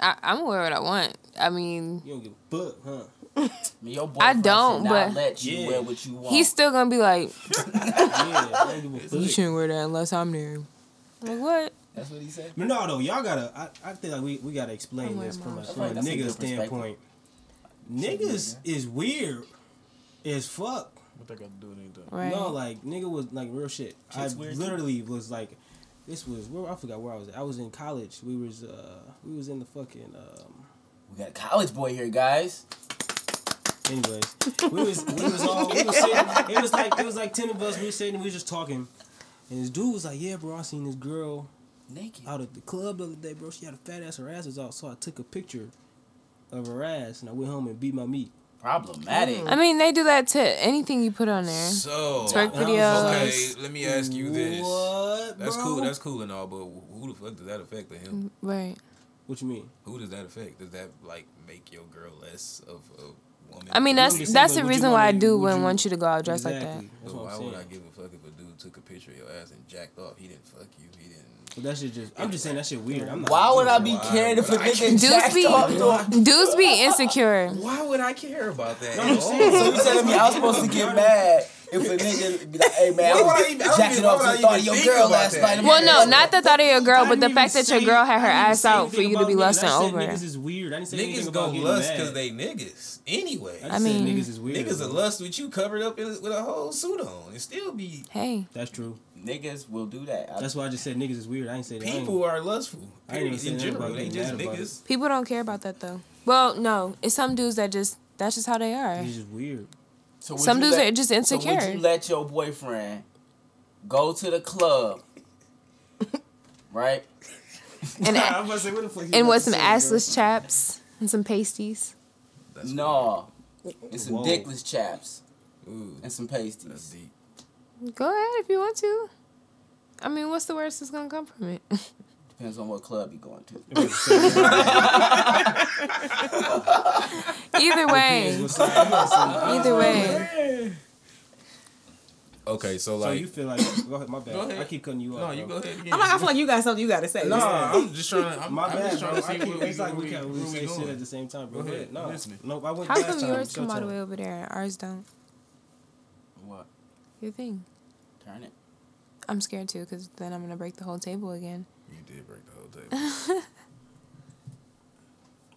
Speaker 6: I, I'm gonna wear what I want. I mean,
Speaker 3: You don't give a fuck, huh?
Speaker 2: Your boyfriend
Speaker 6: don't,
Speaker 2: should not
Speaker 6: but-
Speaker 2: let you
Speaker 3: Yeah.
Speaker 2: wear what you want.
Speaker 6: he's still gonna be like,
Speaker 3: Yeah, you don't give a
Speaker 6: you
Speaker 3: fuck.
Speaker 6: shouldn't wear that unless I'm there. Like, what?
Speaker 2: That's what he said.
Speaker 3: But no, though, y'all gotta. I, I think like we, we gotta
Speaker 6: I'm
Speaker 3: explain this
Speaker 6: wearing
Speaker 3: from a,
Speaker 6: mine.
Speaker 3: from a
Speaker 2: That's a
Speaker 3: nigga
Speaker 2: good perspective.
Speaker 3: standpoint. Niggas is weird as fuck.
Speaker 4: What they got to do with anything?
Speaker 6: Right.
Speaker 3: No, like nigga was like real shit.
Speaker 2: Shit's
Speaker 3: I
Speaker 2: weird, too.
Speaker 3: literally was like, this was where I forgot where I was. At. I was in college. We was uh we was in the fucking um.
Speaker 2: We got a college boy here, guys.
Speaker 3: Anyways, we was we was all we was sitting. It was like it was like ten of us. We was sitting. We was just talking, and this dude was like, yeah, bro, I seen this girl
Speaker 2: Naked.
Speaker 3: out at the club the other day, bro. She had a fat ass. Her ass was out, so I took a picture of her ass, and I went home and beat my meat.
Speaker 2: Problematic.
Speaker 3: mm.
Speaker 6: I mean, they do that to anything you put on there.
Speaker 4: So
Speaker 6: Twerk
Speaker 3: Nah,
Speaker 6: videos.
Speaker 4: okay, let me ask you this.
Speaker 3: What?
Speaker 4: That's
Speaker 3: bro?
Speaker 4: cool. That's cool and all, but who the fuck does that affect to him?
Speaker 6: Right.
Speaker 3: what you mean.
Speaker 4: Who does that affect? Does that like make your girl less of a woman.
Speaker 6: I mean, that's
Speaker 3: Would you
Speaker 6: that's
Speaker 3: say,
Speaker 6: the
Speaker 3: would you
Speaker 6: reason
Speaker 3: want
Speaker 6: why I
Speaker 3: me-
Speaker 6: do
Speaker 3: would
Speaker 6: wouldn't
Speaker 3: you-
Speaker 6: want you to go out dressed like that.
Speaker 3: That's
Speaker 4: Why
Speaker 3: what I'm
Speaker 4: would I
Speaker 3: saying.
Speaker 4: give a fuck if a dude took a picture of your ass and jacked off? He didn't fuck you. He didn't.
Speaker 3: But that shit just. I'm just saying that shit weird. I'm not.
Speaker 2: Why would I be
Speaker 4: Why
Speaker 2: caring if a
Speaker 4: would I
Speaker 2: nigga
Speaker 6: Dudes
Speaker 2: jacked off to a
Speaker 6: be dudes be insecure.
Speaker 4: Why would I care about that?
Speaker 3: I'm saying.
Speaker 2: So you telling me I was supposed to get mad if a nigga be like, hey man,
Speaker 4: Why
Speaker 2: I
Speaker 4: would I
Speaker 2: was
Speaker 4: even- I don't
Speaker 2: jacking
Speaker 4: even- why
Speaker 2: off
Speaker 4: would
Speaker 2: to
Speaker 4: I
Speaker 2: the thought of
Speaker 4: even
Speaker 2: your
Speaker 4: think
Speaker 2: girl
Speaker 4: about
Speaker 2: last
Speaker 4: that?
Speaker 2: night. I'm
Speaker 6: Well, no,
Speaker 2: like,
Speaker 6: not the thought of your girl, but the
Speaker 3: didn't
Speaker 6: fact
Speaker 3: even
Speaker 6: that your
Speaker 3: say-
Speaker 6: girl had her
Speaker 3: I didn't even
Speaker 6: ass
Speaker 3: say
Speaker 6: out
Speaker 3: anything
Speaker 6: for you to
Speaker 3: about
Speaker 6: be
Speaker 3: niggas.
Speaker 6: lusting
Speaker 3: I said
Speaker 6: over
Speaker 3: Niggas
Speaker 6: her.
Speaker 3: is weird. I didn't say anything
Speaker 4: Niggas
Speaker 3: about
Speaker 4: gonna
Speaker 3: getting
Speaker 4: lust
Speaker 3: mad.
Speaker 4: because they niggas anyway.
Speaker 3: I,
Speaker 6: I
Speaker 3: just said
Speaker 6: mean-
Speaker 3: niggas is weird.
Speaker 4: Niggas will
Speaker 3: bro.
Speaker 4: lust with you covered up in, with a whole suit on and still be.
Speaker 6: Hey,
Speaker 3: That's true.
Speaker 2: Niggas will do that. I-
Speaker 3: That's why I just said niggas is weird. I ain't say that.
Speaker 4: People are lustful.
Speaker 3: I ain't even
Speaker 4: Period.
Speaker 3: saying
Speaker 4: In
Speaker 3: that
Speaker 4: general,
Speaker 3: about
Speaker 4: they
Speaker 3: getting
Speaker 4: just
Speaker 3: mad about
Speaker 4: niggas.
Speaker 6: people don't care about that though. Well, no, it's some dudes that just that's just how they are.
Speaker 3: It's just weird.
Speaker 2: so would
Speaker 6: Some
Speaker 2: you
Speaker 6: dudes
Speaker 2: let-
Speaker 6: are just
Speaker 2: So would
Speaker 6: insecure.
Speaker 2: you let your boyfriend go to the club, right?
Speaker 6: And
Speaker 3: I'm about to say what the fuck.
Speaker 6: and with some assless chaps and some pasties.
Speaker 4: That's
Speaker 2: no. And some
Speaker 3: Whoa.
Speaker 2: dickless chaps
Speaker 4: Ooh,
Speaker 2: and some
Speaker 4: that's
Speaker 2: pasties.
Speaker 4: deep.
Speaker 6: Go ahead if you want to. I mean, what's the worst that's gonna come from it?
Speaker 2: Depends on what club you're going to.
Speaker 6: Either way, either way.
Speaker 4: Okay, so
Speaker 3: So
Speaker 4: like,
Speaker 3: you feel like go ahead, my bad.
Speaker 4: Go ahead.
Speaker 3: I keep cutting you off.
Speaker 4: no, Oh, you
Speaker 3: bro.
Speaker 4: go ahead. Again.
Speaker 5: I'm like, I feel like you got something you got to say.
Speaker 4: no, I'm just trying to. I'm,
Speaker 3: My
Speaker 4: I'm
Speaker 3: bad,
Speaker 4: just
Speaker 3: bro.
Speaker 4: trying to see
Speaker 3: I
Speaker 4: where
Speaker 3: keep,
Speaker 4: we,
Speaker 3: it's like
Speaker 4: where
Speaker 3: we
Speaker 4: we,
Speaker 3: can't
Speaker 4: where
Speaker 3: really
Speaker 4: we
Speaker 3: say shit
Speaker 4: going.
Speaker 3: at the same time, bro.
Speaker 4: Go
Speaker 3: Go
Speaker 4: ahead.
Speaker 3: ahead. No,
Speaker 4: Listen.
Speaker 3: nope. I went
Speaker 6: How
Speaker 3: last
Speaker 6: come
Speaker 3: time.
Speaker 6: yours
Speaker 3: It's
Speaker 6: come
Speaker 3: your
Speaker 6: all the
Speaker 3: turn.
Speaker 6: way over there and ours don't?
Speaker 2: What?
Speaker 6: Your thing.
Speaker 2: Turn it.
Speaker 6: I'm scared too, cause then I'm gonna break the whole table again.
Speaker 4: You did break the whole table.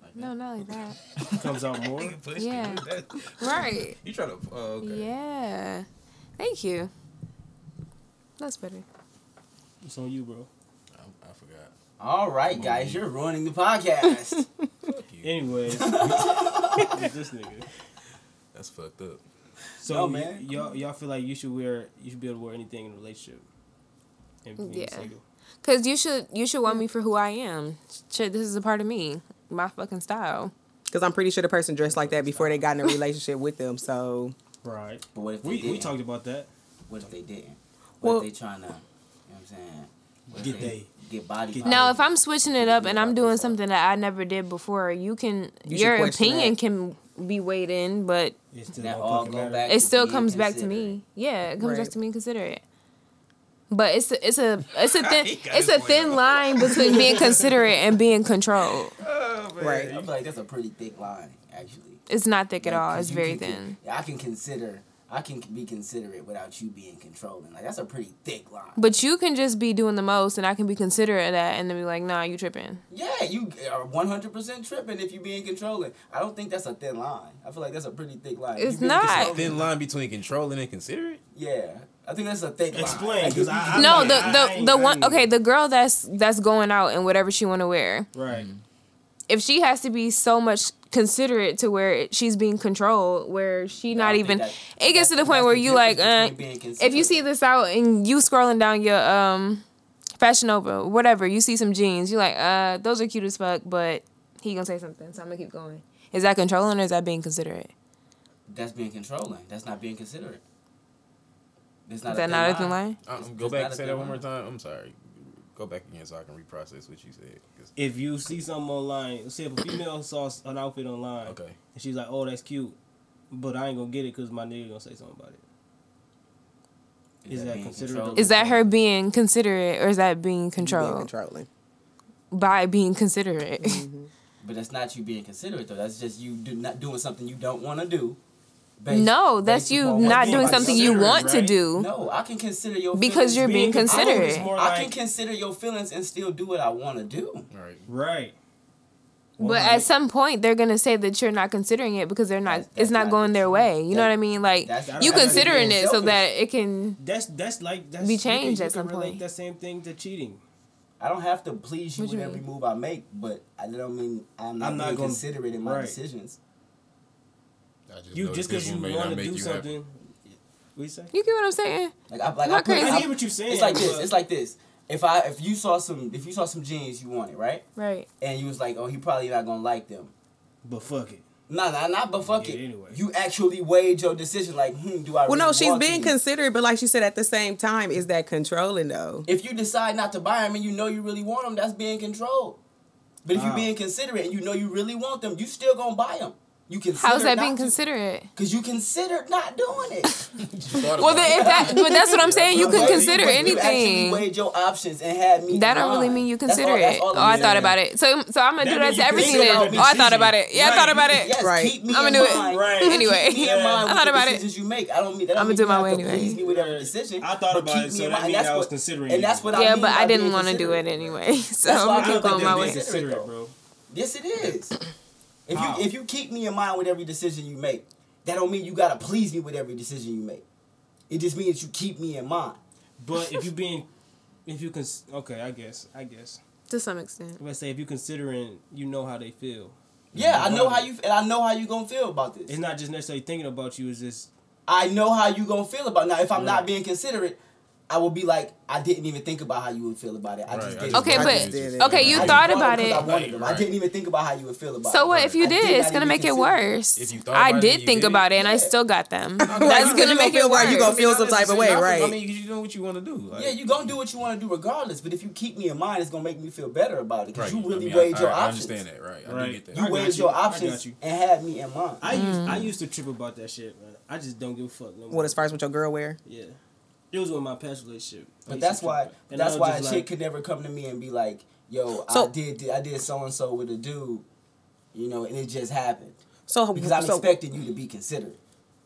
Speaker 2: Like
Speaker 6: No, not like that.
Speaker 3: Comes out more.
Speaker 4: You pushed it.
Speaker 6: Yeah.
Speaker 4: That-
Speaker 6: right.
Speaker 4: You try to. Oh, okay.
Speaker 6: Yeah. Thank you. That's better.
Speaker 3: It's on you, bro.
Speaker 4: I, I forgot.
Speaker 2: that. All right, guys, you're ruining the podcast.
Speaker 3: Anyways, this nigga.
Speaker 4: That's fucked up.
Speaker 3: So
Speaker 2: No,
Speaker 3: y-
Speaker 2: man.
Speaker 3: y'all y'all feel like you should wear you should be able to wear anything in a relationship. And being
Speaker 6: Yeah.
Speaker 3: single.
Speaker 6: Cause you should you should want me for who I am. Shit, this is a part of me, my fucking style.
Speaker 5: Because I'm pretty sure the person dressed like that before they got in a relationship with them. So
Speaker 3: Right.
Speaker 2: but what if they
Speaker 3: We
Speaker 2: didn't?
Speaker 3: we talked about that.
Speaker 2: What if they didn't? What
Speaker 5: Well-
Speaker 2: if they trying to, you know what I'm saying? What if
Speaker 3: Get
Speaker 2: Get body.
Speaker 3: get-
Speaker 6: Now, if I'm switching it up and I'm doing something that I never did before, you can
Speaker 5: You should
Speaker 6: your
Speaker 5: question
Speaker 6: opinion
Speaker 5: that.
Speaker 6: can be weighed in, but
Speaker 3: It's still
Speaker 2: That
Speaker 3: don't
Speaker 2: all
Speaker 3: fucking
Speaker 2: go
Speaker 3: matter.
Speaker 2: back-
Speaker 6: it still
Speaker 2: be
Speaker 6: comes back to
Speaker 2: considerate.
Speaker 6: me. Yeah, it comes back
Speaker 5: Right.
Speaker 6: to me. and Consider it. But it's a, it's a it's a thin
Speaker 4: He got his
Speaker 6: it's a
Speaker 4: point
Speaker 6: thin
Speaker 4: out.
Speaker 6: line between being considerate and being controlled.
Speaker 4: Oh, man.
Speaker 5: Right.
Speaker 2: I feel like that's a pretty thick line, actually.
Speaker 6: It's not thick at
Speaker 2: Like,
Speaker 6: all.
Speaker 2: 'cause
Speaker 6: It's
Speaker 2: you
Speaker 6: very
Speaker 2: can-
Speaker 6: thin.
Speaker 2: I can consider. I can be considerate without you being controlling. Like that's a pretty thick line.
Speaker 6: But you can just be doing the most, and I can be considerate of that, and then be like, "Nah, you tripping."
Speaker 2: yeah, you are one hundred percent tripping if you being controlling. I don't think that's a thin line. I feel like that's a pretty thick line.
Speaker 6: It's
Speaker 2: You being
Speaker 6: not.
Speaker 2: controlling-
Speaker 4: Thin line between controlling and considerate.
Speaker 2: Yeah, I think that's a thick line.
Speaker 3: Explain,
Speaker 2: Like,
Speaker 3: 'cause
Speaker 2: if
Speaker 3: I-
Speaker 2: you-
Speaker 6: no,
Speaker 3: like,
Speaker 6: the
Speaker 3: I- I
Speaker 6: the
Speaker 3: ain't-
Speaker 6: the
Speaker 3: I
Speaker 6: one.
Speaker 3: ain't-
Speaker 6: Okay, the girl that's that's going out and whatever she want to wear.
Speaker 3: Right.
Speaker 2: Mm-hmm.
Speaker 6: If she has to be so much considerate to where it- she's being controlled, where she
Speaker 2: I
Speaker 6: not
Speaker 2: think
Speaker 6: even.
Speaker 2: that-
Speaker 6: it gets to the
Speaker 2: that's-
Speaker 6: point
Speaker 2: that's
Speaker 6: where
Speaker 2: the
Speaker 6: you like,
Speaker 2: difference
Speaker 6: uh,
Speaker 2: between being
Speaker 6: if you
Speaker 2: considerate.
Speaker 6: see this out and you scrolling down your um, Fashion Nova, whatever, you see some jeans, you like, uh, those are cute as fuck, but he gonna say something, so I'm gonna keep going. Is that controlling or is that being considerate?
Speaker 2: that's being controlling. That's not being considerate. That's
Speaker 6: Is that not a thin line?
Speaker 4: Um,
Speaker 2: It's-
Speaker 4: go
Speaker 2: it's
Speaker 4: back
Speaker 2: not
Speaker 4: and
Speaker 2: a
Speaker 4: say
Speaker 2: thin
Speaker 4: that one more
Speaker 2: line.
Speaker 4: time. I'm sorry. Go back again so I can reprocess what you said. 'Cause-
Speaker 3: If you see something online, let's say if a female saw an outfit online,
Speaker 4: Okay.
Speaker 3: and she's like, "Oh, that's cute," but I ain't gonna get it because my nigga gonna say something about it. Is that
Speaker 2: being
Speaker 3: considerate?
Speaker 2: controlling?
Speaker 6: Is that her being considerate or is that being
Speaker 5: being
Speaker 6: controlled?
Speaker 5: controlling.
Speaker 6: By being considerate.
Speaker 2: Mm-hmm. But that's not you being considerate though. That's just you do not doing something you don't want to do. based-
Speaker 6: no, that's
Speaker 2: based
Speaker 6: you
Speaker 2: upon what
Speaker 6: not
Speaker 3: being
Speaker 6: doing
Speaker 2: somebody
Speaker 6: something
Speaker 2: else
Speaker 6: you
Speaker 2: said.
Speaker 3: considerate,
Speaker 6: want to
Speaker 3: right?
Speaker 6: do.
Speaker 2: No, I can consider your
Speaker 6: Because
Speaker 2: feelings.
Speaker 6: you're being
Speaker 3: being considerate
Speaker 6: considerate.
Speaker 3: is more-
Speaker 2: I can
Speaker 3: like-
Speaker 2: consider your feelings and still do what I want to do.
Speaker 4: All right.
Speaker 3: Right.
Speaker 6: But at some point, they're gonna say that you're not considering it because they're not.
Speaker 2: That's- that's
Speaker 6: it's not
Speaker 2: not
Speaker 6: going their
Speaker 2: true.
Speaker 6: way. You know
Speaker 2: That-
Speaker 6: what I mean? Like
Speaker 2: that's-
Speaker 6: you
Speaker 3: that's
Speaker 6: considering
Speaker 2: being
Speaker 6: it so
Speaker 2: selfish.
Speaker 6: that it can.
Speaker 3: That's that's like that's
Speaker 6: Be
Speaker 3: you can-
Speaker 6: changed
Speaker 3: you
Speaker 6: at some
Speaker 3: can relate
Speaker 6: point.
Speaker 3: That same thing to cheating.
Speaker 2: I don't have to please you
Speaker 6: What
Speaker 2: with
Speaker 6: you
Speaker 2: every
Speaker 6: mean?
Speaker 2: move I make, but I don't mean I'm not,
Speaker 3: I'm not
Speaker 2: being
Speaker 3: gonna-
Speaker 2: considerate in my
Speaker 3: right.
Speaker 2: decisions.
Speaker 4: I just
Speaker 3: You
Speaker 4: noticed
Speaker 3: just
Speaker 4: this
Speaker 3: because
Speaker 4: one
Speaker 3: you
Speaker 4: may not
Speaker 3: want to
Speaker 4: make
Speaker 3: do
Speaker 4: you happy.
Speaker 3: something. What you say?
Speaker 6: You get what I'm saying?
Speaker 2: Like I like
Speaker 6: Not
Speaker 2: I put,
Speaker 6: crazy.
Speaker 3: I
Speaker 2: I
Speaker 3: hear what you're saying.
Speaker 2: it's like this.
Speaker 3: but-
Speaker 2: It's like this. If I if you saw some if you saw some jeans you wanted right,
Speaker 6: Right.
Speaker 2: and you was like, oh, he probably not gonna like them.
Speaker 3: but fuck it.
Speaker 2: Nah, nah, not but fuck
Speaker 3: Yeah,
Speaker 2: it.
Speaker 3: anyway.
Speaker 2: You actually weighed your decision. Like, hmm, do I?
Speaker 5: Well, no,
Speaker 2: really
Speaker 5: she's
Speaker 2: want
Speaker 5: being
Speaker 2: these?
Speaker 5: considerate, but like she said, at the same time, is that controlling though?
Speaker 2: If you decide not to buy them and you know you really want them, that's being controlled. But if
Speaker 3: Wow.
Speaker 2: you're being considerate and you know you really want them, you still gonna buy them. You consider
Speaker 6: How's that
Speaker 2: not
Speaker 6: being
Speaker 2: to-
Speaker 6: considerate?
Speaker 2: Cause you considered not doing it.
Speaker 6: Well, then if that, but that's what I'm saying. You can consider
Speaker 2: You actually
Speaker 6: anything.
Speaker 2: weighed your options and had me.
Speaker 6: That don't
Speaker 2: blind.
Speaker 6: really mean you
Speaker 2: That's all-
Speaker 6: consider
Speaker 2: that's
Speaker 6: it.
Speaker 2: all
Speaker 6: Oh, I thought
Speaker 2: means.
Speaker 6: about it. So, so I'm gonna do that
Speaker 2: means
Speaker 6: to
Speaker 2: you
Speaker 6: everything.
Speaker 2: consider all
Speaker 6: Then.
Speaker 2: these
Speaker 6: Oh, I thought
Speaker 2: seasons.
Speaker 6: about it. Yeah, I thought about it.
Speaker 2: Yes,
Speaker 5: Right.
Speaker 2: keep me
Speaker 6: I'm
Speaker 2: in
Speaker 6: gonna do
Speaker 2: mind.
Speaker 6: it
Speaker 3: Right.
Speaker 2: Keep me
Speaker 6: anyway.
Speaker 2: in mind
Speaker 6: I
Speaker 2: with
Speaker 6: thought
Speaker 2: the
Speaker 6: about it.
Speaker 2: decisions you make. I don't mean that. Don't
Speaker 6: I'ma
Speaker 2: mean
Speaker 6: do
Speaker 2: you
Speaker 6: my
Speaker 2: have
Speaker 6: way
Speaker 2: to
Speaker 6: anyway.
Speaker 2: Please me with every decision.
Speaker 3: I thought
Speaker 2: but
Speaker 3: about
Speaker 2: keep
Speaker 3: it,
Speaker 2: me
Speaker 3: so
Speaker 2: in
Speaker 3: that
Speaker 2: mind.
Speaker 3: means
Speaker 2: That's
Speaker 3: I was
Speaker 2: what-
Speaker 3: considering
Speaker 2: And
Speaker 3: you.
Speaker 2: that's what I
Speaker 6: Yeah,
Speaker 2: mean
Speaker 6: but
Speaker 2: by
Speaker 6: I didn't
Speaker 2: being
Speaker 6: want to do it
Speaker 2: considerate.
Speaker 6: anyway, so
Speaker 2: That's why
Speaker 6: I'm
Speaker 2: I
Speaker 6: gonna keep
Speaker 2: don't think that
Speaker 6: going my
Speaker 2: they
Speaker 6: way.
Speaker 2: consider-
Speaker 3: Considerate, bro.
Speaker 2: Yes, it is. If
Speaker 3: How?
Speaker 2: you if you keep me in mind with every decision you make, that don't mean you gotta please me with every decision you make. It just means you keep me in mind.
Speaker 3: But if you being, if you can, okay, I guess, I guess.
Speaker 6: To some extent,
Speaker 3: Let's say if you considering, you know how they feel.
Speaker 2: Yeah, I know how you and I know how you gonna feel about this.
Speaker 3: It's not just necessarily thinking about you. It's just
Speaker 2: I know how you gonna feel about it. now. If I'm not
Speaker 3: Right.
Speaker 2: being considerate, I will be like, I didn't even think about how you would feel about it. I just
Speaker 4: Right, I
Speaker 2: did.
Speaker 4: just
Speaker 6: Okay,
Speaker 5: I
Speaker 6: but-
Speaker 5: just did it.
Speaker 6: okay, you
Speaker 2: I just
Speaker 6: thought
Speaker 2: brought
Speaker 6: about
Speaker 2: 'cause I
Speaker 6: it.
Speaker 2: wanted them. I
Speaker 4: Right.
Speaker 2: didn't even think about how you would feel about it.
Speaker 6: So what if you
Speaker 2: I
Speaker 6: did?
Speaker 2: not
Speaker 6: It's gonna
Speaker 2: even
Speaker 6: make it
Speaker 2: consider
Speaker 6: worse.
Speaker 4: If you thought
Speaker 6: I
Speaker 4: about it,
Speaker 6: did
Speaker 4: you
Speaker 6: think
Speaker 4: did it.
Speaker 6: about it, and I
Speaker 2: Yeah.
Speaker 6: still got them.
Speaker 5: Right,
Speaker 6: That's
Speaker 5: you- 'cause
Speaker 6: gonna
Speaker 5: you
Speaker 6: make
Speaker 5: feel
Speaker 6: it
Speaker 5: right, you gonna
Speaker 6: worse.
Speaker 5: feel some type of way, right?
Speaker 4: I mean, you doing what you want to do. Like,
Speaker 2: Yeah, you gonna do what you want to do regardless. But if you keep me in mind, it's gonna make me feel better about it because
Speaker 4: right.
Speaker 2: you really
Speaker 4: I mean,
Speaker 2: weighed
Speaker 4: I,
Speaker 2: your
Speaker 4: I,
Speaker 2: options.
Speaker 4: I understand that, right? I do
Speaker 3: Right.
Speaker 4: get that.
Speaker 2: You
Speaker 3: got
Speaker 2: weighed
Speaker 3: you.
Speaker 2: your
Speaker 3: I got
Speaker 2: options
Speaker 3: you.
Speaker 2: and had me in mind.
Speaker 3: I used, I used to trip about that shit, man. I just don't give a fuck no more.
Speaker 5: What as far as what your girl wear?
Speaker 3: Yeah, it was with my past relationship. I
Speaker 2: But
Speaker 3: used to
Speaker 2: that's
Speaker 3: trip
Speaker 2: why
Speaker 3: about it. And I
Speaker 2: that's
Speaker 3: was
Speaker 2: why a
Speaker 3: just
Speaker 2: chick
Speaker 3: like,
Speaker 2: could never come to me and be like, "Yo,
Speaker 5: So-
Speaker 2: I did I did so and so with a dude," you know, and it just happened
Speaker 5: So
Speaker 2: because I'm
Speaker 5: so,
Speaker 2: expecting you to be considerate.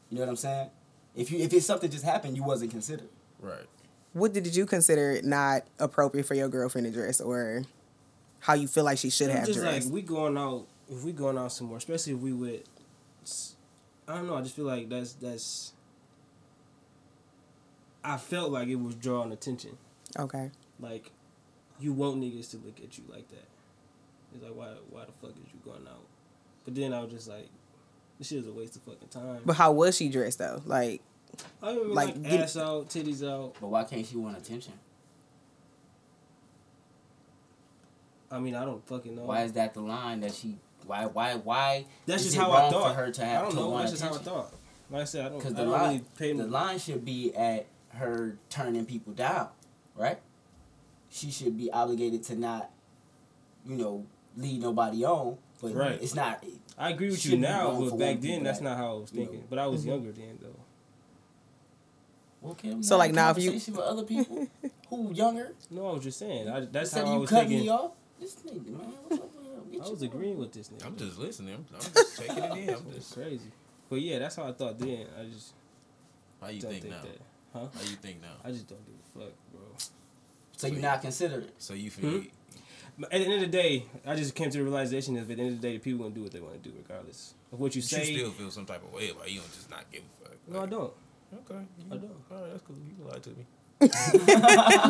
Speaker 2: You know what I'm saying? If you if it's something just happened, you wasn't considered.
Speaker 4: Right.
Speaker 5: what did you consider not appropriate for your girlfriend to dress or how you feel like she should
Speaker 3: I'm
Speaker 5: have
Speaker 3: just
Speaker 5: dressed?
Speaker 3: like we going out. If we going out some more, especially if we with, s- I don't know. I just feel like that's that's. I felt like it was drawing attention.
Speaker 5: okay.
Speaker 3: Like, you want niggas to look at you like that. It's like why why the fuck is you going out? But then I was just like, this shit is a waste of fucking time.
Speaker 5: But how was she dressed though? Like
Speaker 3: I mean,
Speaker 5: like,
Speaker 3: like,
Speaker 5: get-
Speaker 3: ass out, titties out.
Speaker 2: But why can't she want attention?
Speaker 3: I mean, I don't fucking know.
Speaker 2: Why is that the line that she? Why why why?
Speaker 3: That's
Speaker 2: is
Speaker 3: just
Speaker 2: it
Speaker 3: how
Speaker 2: wrong
Speaker 3: I thought.
Speaker 2: for her to
Speaker 3: I
Speaker 2: have
Speaker 3: don't
Speaker 2: to
Speaker 3: know.
Speaker 2: want
Speaker 3: That's just how I
Speaker 2: attention?
Speaker 3: thought. Like I said, I don't.
Speaker 2: Because
Speaker 3: I
Speaker 2: the
Speaker 3: don't
Speaker 2: line,
Speaker 3: really pay
Speaker 2: the
Speaker 3: no.
Speaker 2: line should be at her turning people down, right? She should be obligated to not, you know, lead nobody on. But
Speaker 3: Right.
Speaker 2: it's not.
Speaker 3: I agree with you
Speaker 2: shouldn't be
Speaker 3: now,
Speaker 2: wrong for
Speaker 3: but
Speaker 2: one
Speaker 3: back
Speaker 2: people
Speaker 3: then that's
Speaker 2: that,
Speaker 3: not how I was
Speaker 2: you know.
Speaker 3: thinking. But I was younger then though.
Speaker 2: Okay, we
Speaker 5: So,
Speaker 2: had
Speaker 5: like,
Speaker 2: a
Speaker 5: now if you-
Speaker 2: conversation with other people who younger,
Speaker 3: No, I was just saying. I, that's
Speaker 2: instead
Speaker 3: how I
Speaker 2: of you
Speaker 3: was
Speaker 2: cutting me
Speaker 3: thinking. I
Speaker 2: off, this nigga man, what's up with him? Get
Speaker 3: was
Speaker 2: your-
Speaker 3: agreeing with this nigga.
Speaker 4: I'm just listening. I'm, I'm just taking it in. I'm
Speaker 3: It's
Speaker 4: just.
Speaker 3: crazy. But yeah, that's how I thought then. I just
Speaker 4: How you
Speaker 3: don't
Speaker 4: think
Speaker 3: think,
Speaker 4: now?
Speaker 3: that. Huh?
Speaker 4: How you think now?
Speaker 3: I just don't give a fuck, bro.
Speaker 2: So you're not considerate.
Speaker 4: So you feel?
Speaker 3: But at the end of the day, I just came to the realization that at the end of the day, the people gonna do what they want to do regardless of what you
Speaker 4: You
Speaker 3: say.
Speaker 4: still feel some type of way about it. you don't just not give a fuck.
Speaker 3: no, I
Speaker 4: Like,
Speaker 3: don't.
Speaker 4: Okay.
Speaker 3: I
Speaker 4: I
Speaker 3: don't.
Speaker 4: don't. All right, that's cool. You can lie to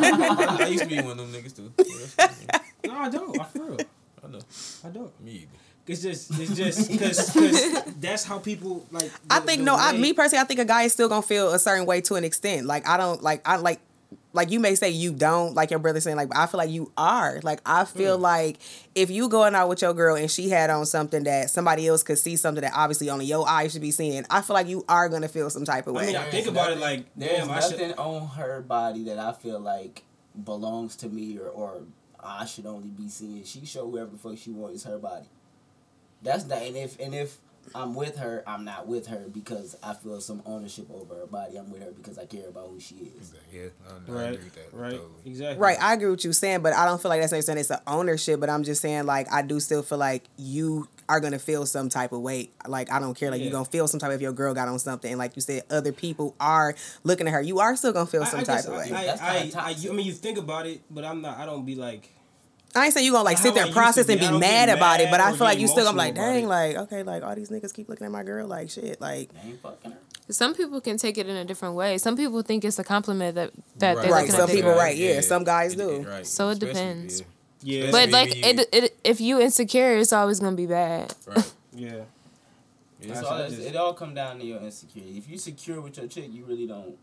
Speaker 4: me. I used to be one of them niggas too. Yeah, that's cool.
Speaker 3: No, I don't. I for real.
Speaker 4: I know.
Speaker 3: I don't.
Speaker 4: Me either.
Speaker 3: It's just, it's just, cause, 'cause that's how people like.
Speaker 5: I
Speaker 3: the-
Speaker 5: think
Speaker 3: the
Speaker 5: no, I
Speaker 3: way-
Speaker 5: me personally, I think a guy is still gonna feel a certain way to an extent. Like I don't like I like like you may say you don't like your brother saying like but I feel like you are. Like I feel
Speaker 3: Mm.
Speaker 5: like if you going out with your girl and she had on something that somebody else could see something that obviously only your eyes should be seeing, I feel like you are gonna feel some type of
Speaker 3: I
Speaker 5: way.
Speaker 3: mean, I think about it like,
Speaker 2: There's
Speaker 3: damn, I
Speaker 2: nothing
Speaker 3: should.
Speaker 2: on her body that I feel like belongs to me or, or I should only be seeing. She show whoever the fuck she wants is her body. That's not and if and if I'm with her, I'm not with her because I feel some ownership over her body. I'm with her because I care about who she is.
Speaker 4: Yeah, I, I
Speaker 3: Right,
Speaker 4: agree with that.
Speaker 3: right,
Speaker 4: Totally.
Speaker 3: exactly.
Speaker 5: Right, I agree with you saying, but I don't feel like that's necessarily it's a ownership. But I'm just saying, like, I do still feel like you are gonna feel some type of weight. Like, I don't care. Like,
Speaker 3: Yeah.
Speaker 5: you're gonna feel some type of if your girl got on something, and like you said, other people are looking at her. You are still gonna feel some
Speaker 3: I, I
Speaker 5: type
Speaker 3: just,
Speaker 5: of way.
Speaker 3: I,
Speaker 5: I,
Speaker 2: That's kinda
Speaker 3: I, I, I,
Speaker 2: toxic.
Speaker 3: I mean, you think about it, but I'm not. I don't be like.
Speaker 5: ain't saying you gonna like
Speaker 3: How
Speaker 5: sit there
Speaker 3: I
Speaker 5: and
Speaker 3: used to
Speaker 5: process and
Speaker 3: be,
Speaker 5: be
Speaker 3: I don't get
Speaker 5: mad about it,
Speaker 3: mad
Speaker 5: but I
Speaker 3: or
Speaker 5: feel like
Speaker 3: get
Speaker 5: you still gonna be like,
Speaker 3: emotional about
Speaker 5: dang,
Speaker 3: it.
Speaker 5: like, okay, like all these niggas keep looking at my girl, like shit, like.
Speaker 2: I ain't fucking her.
Speaker 6: some people can take it in a different way. Some people think it's a compliment that that
Speaker 5: Right,
Speaker 6: they're looking
Speaker 5: some
Speaker 6: at their
Speaker 5: people,
Speaker 6: girl.
Speaker 5: right, yeah, some guys do.
Speaker 4: right.
Speaker 6: So it
Speaker 4: Especially,
Speaker 6: depends.
Speaker 4: yeah.
Speaker 3: Yeah,
Speaker 6: But
Speaker 4: Especially
Speaker 6: like,
Speaker 4: me and
Speaker 6: it, it if you insecure, it's always gonna be bad.
Speaker 4: Right.
Speaker 3: yeah.
Speaker 2: So
Speaker 4: Yeah,
Speaker 3: That's- I
Speaker 2: it's-
Speaker 3: just-
Speaker 2: it all come down to your insecurity. If you secure with your chick, you really don't.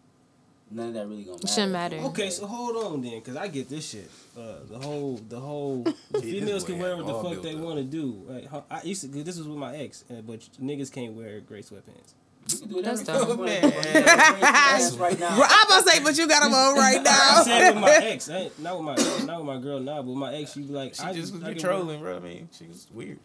Speaker 2: None of that really gonna matter.
Speaker 6: Shouldn't matter.
Speaker 3: Okay, so hold on then, cause I get this shit. Uh, the whole, the whole females
Speaker 4: this
Speaker 3: can
Speaker 4: boy
Speaker 3: wear
Speaker 4: had
Speaker 3: what the
Speaker 4: all
Speaker 3: fuck
Speaker 4: built
Speaker 3: they
Speaker 4: up.
Speaker 3: want to do. Like, how- I used to. This was with my ex, uh, but niggas can't wear gray sweatpants.
Speaker 2: You can do whatever
Speaker 6: That's
Speaker 2: the fuck you
Speaker 6: dumb.
Speaker 2: wanna do. You
Speaker 3: Oh,
Speaker 2: can have a friend ass right now.
Speaker 5: Bro, I'm gonna say, but you got them on right
Speaker 3: I said with
Speaker 5: now.
Speaker 3: my ex, I ain't, not with my, not with my girl now, but with my ex, she be like,
Speaker 4: She
Speaker 3: I
Speaker 4: just was
Speaker 3: I can wear-
Speaker 4: trolling, bro. I mean, she was weird.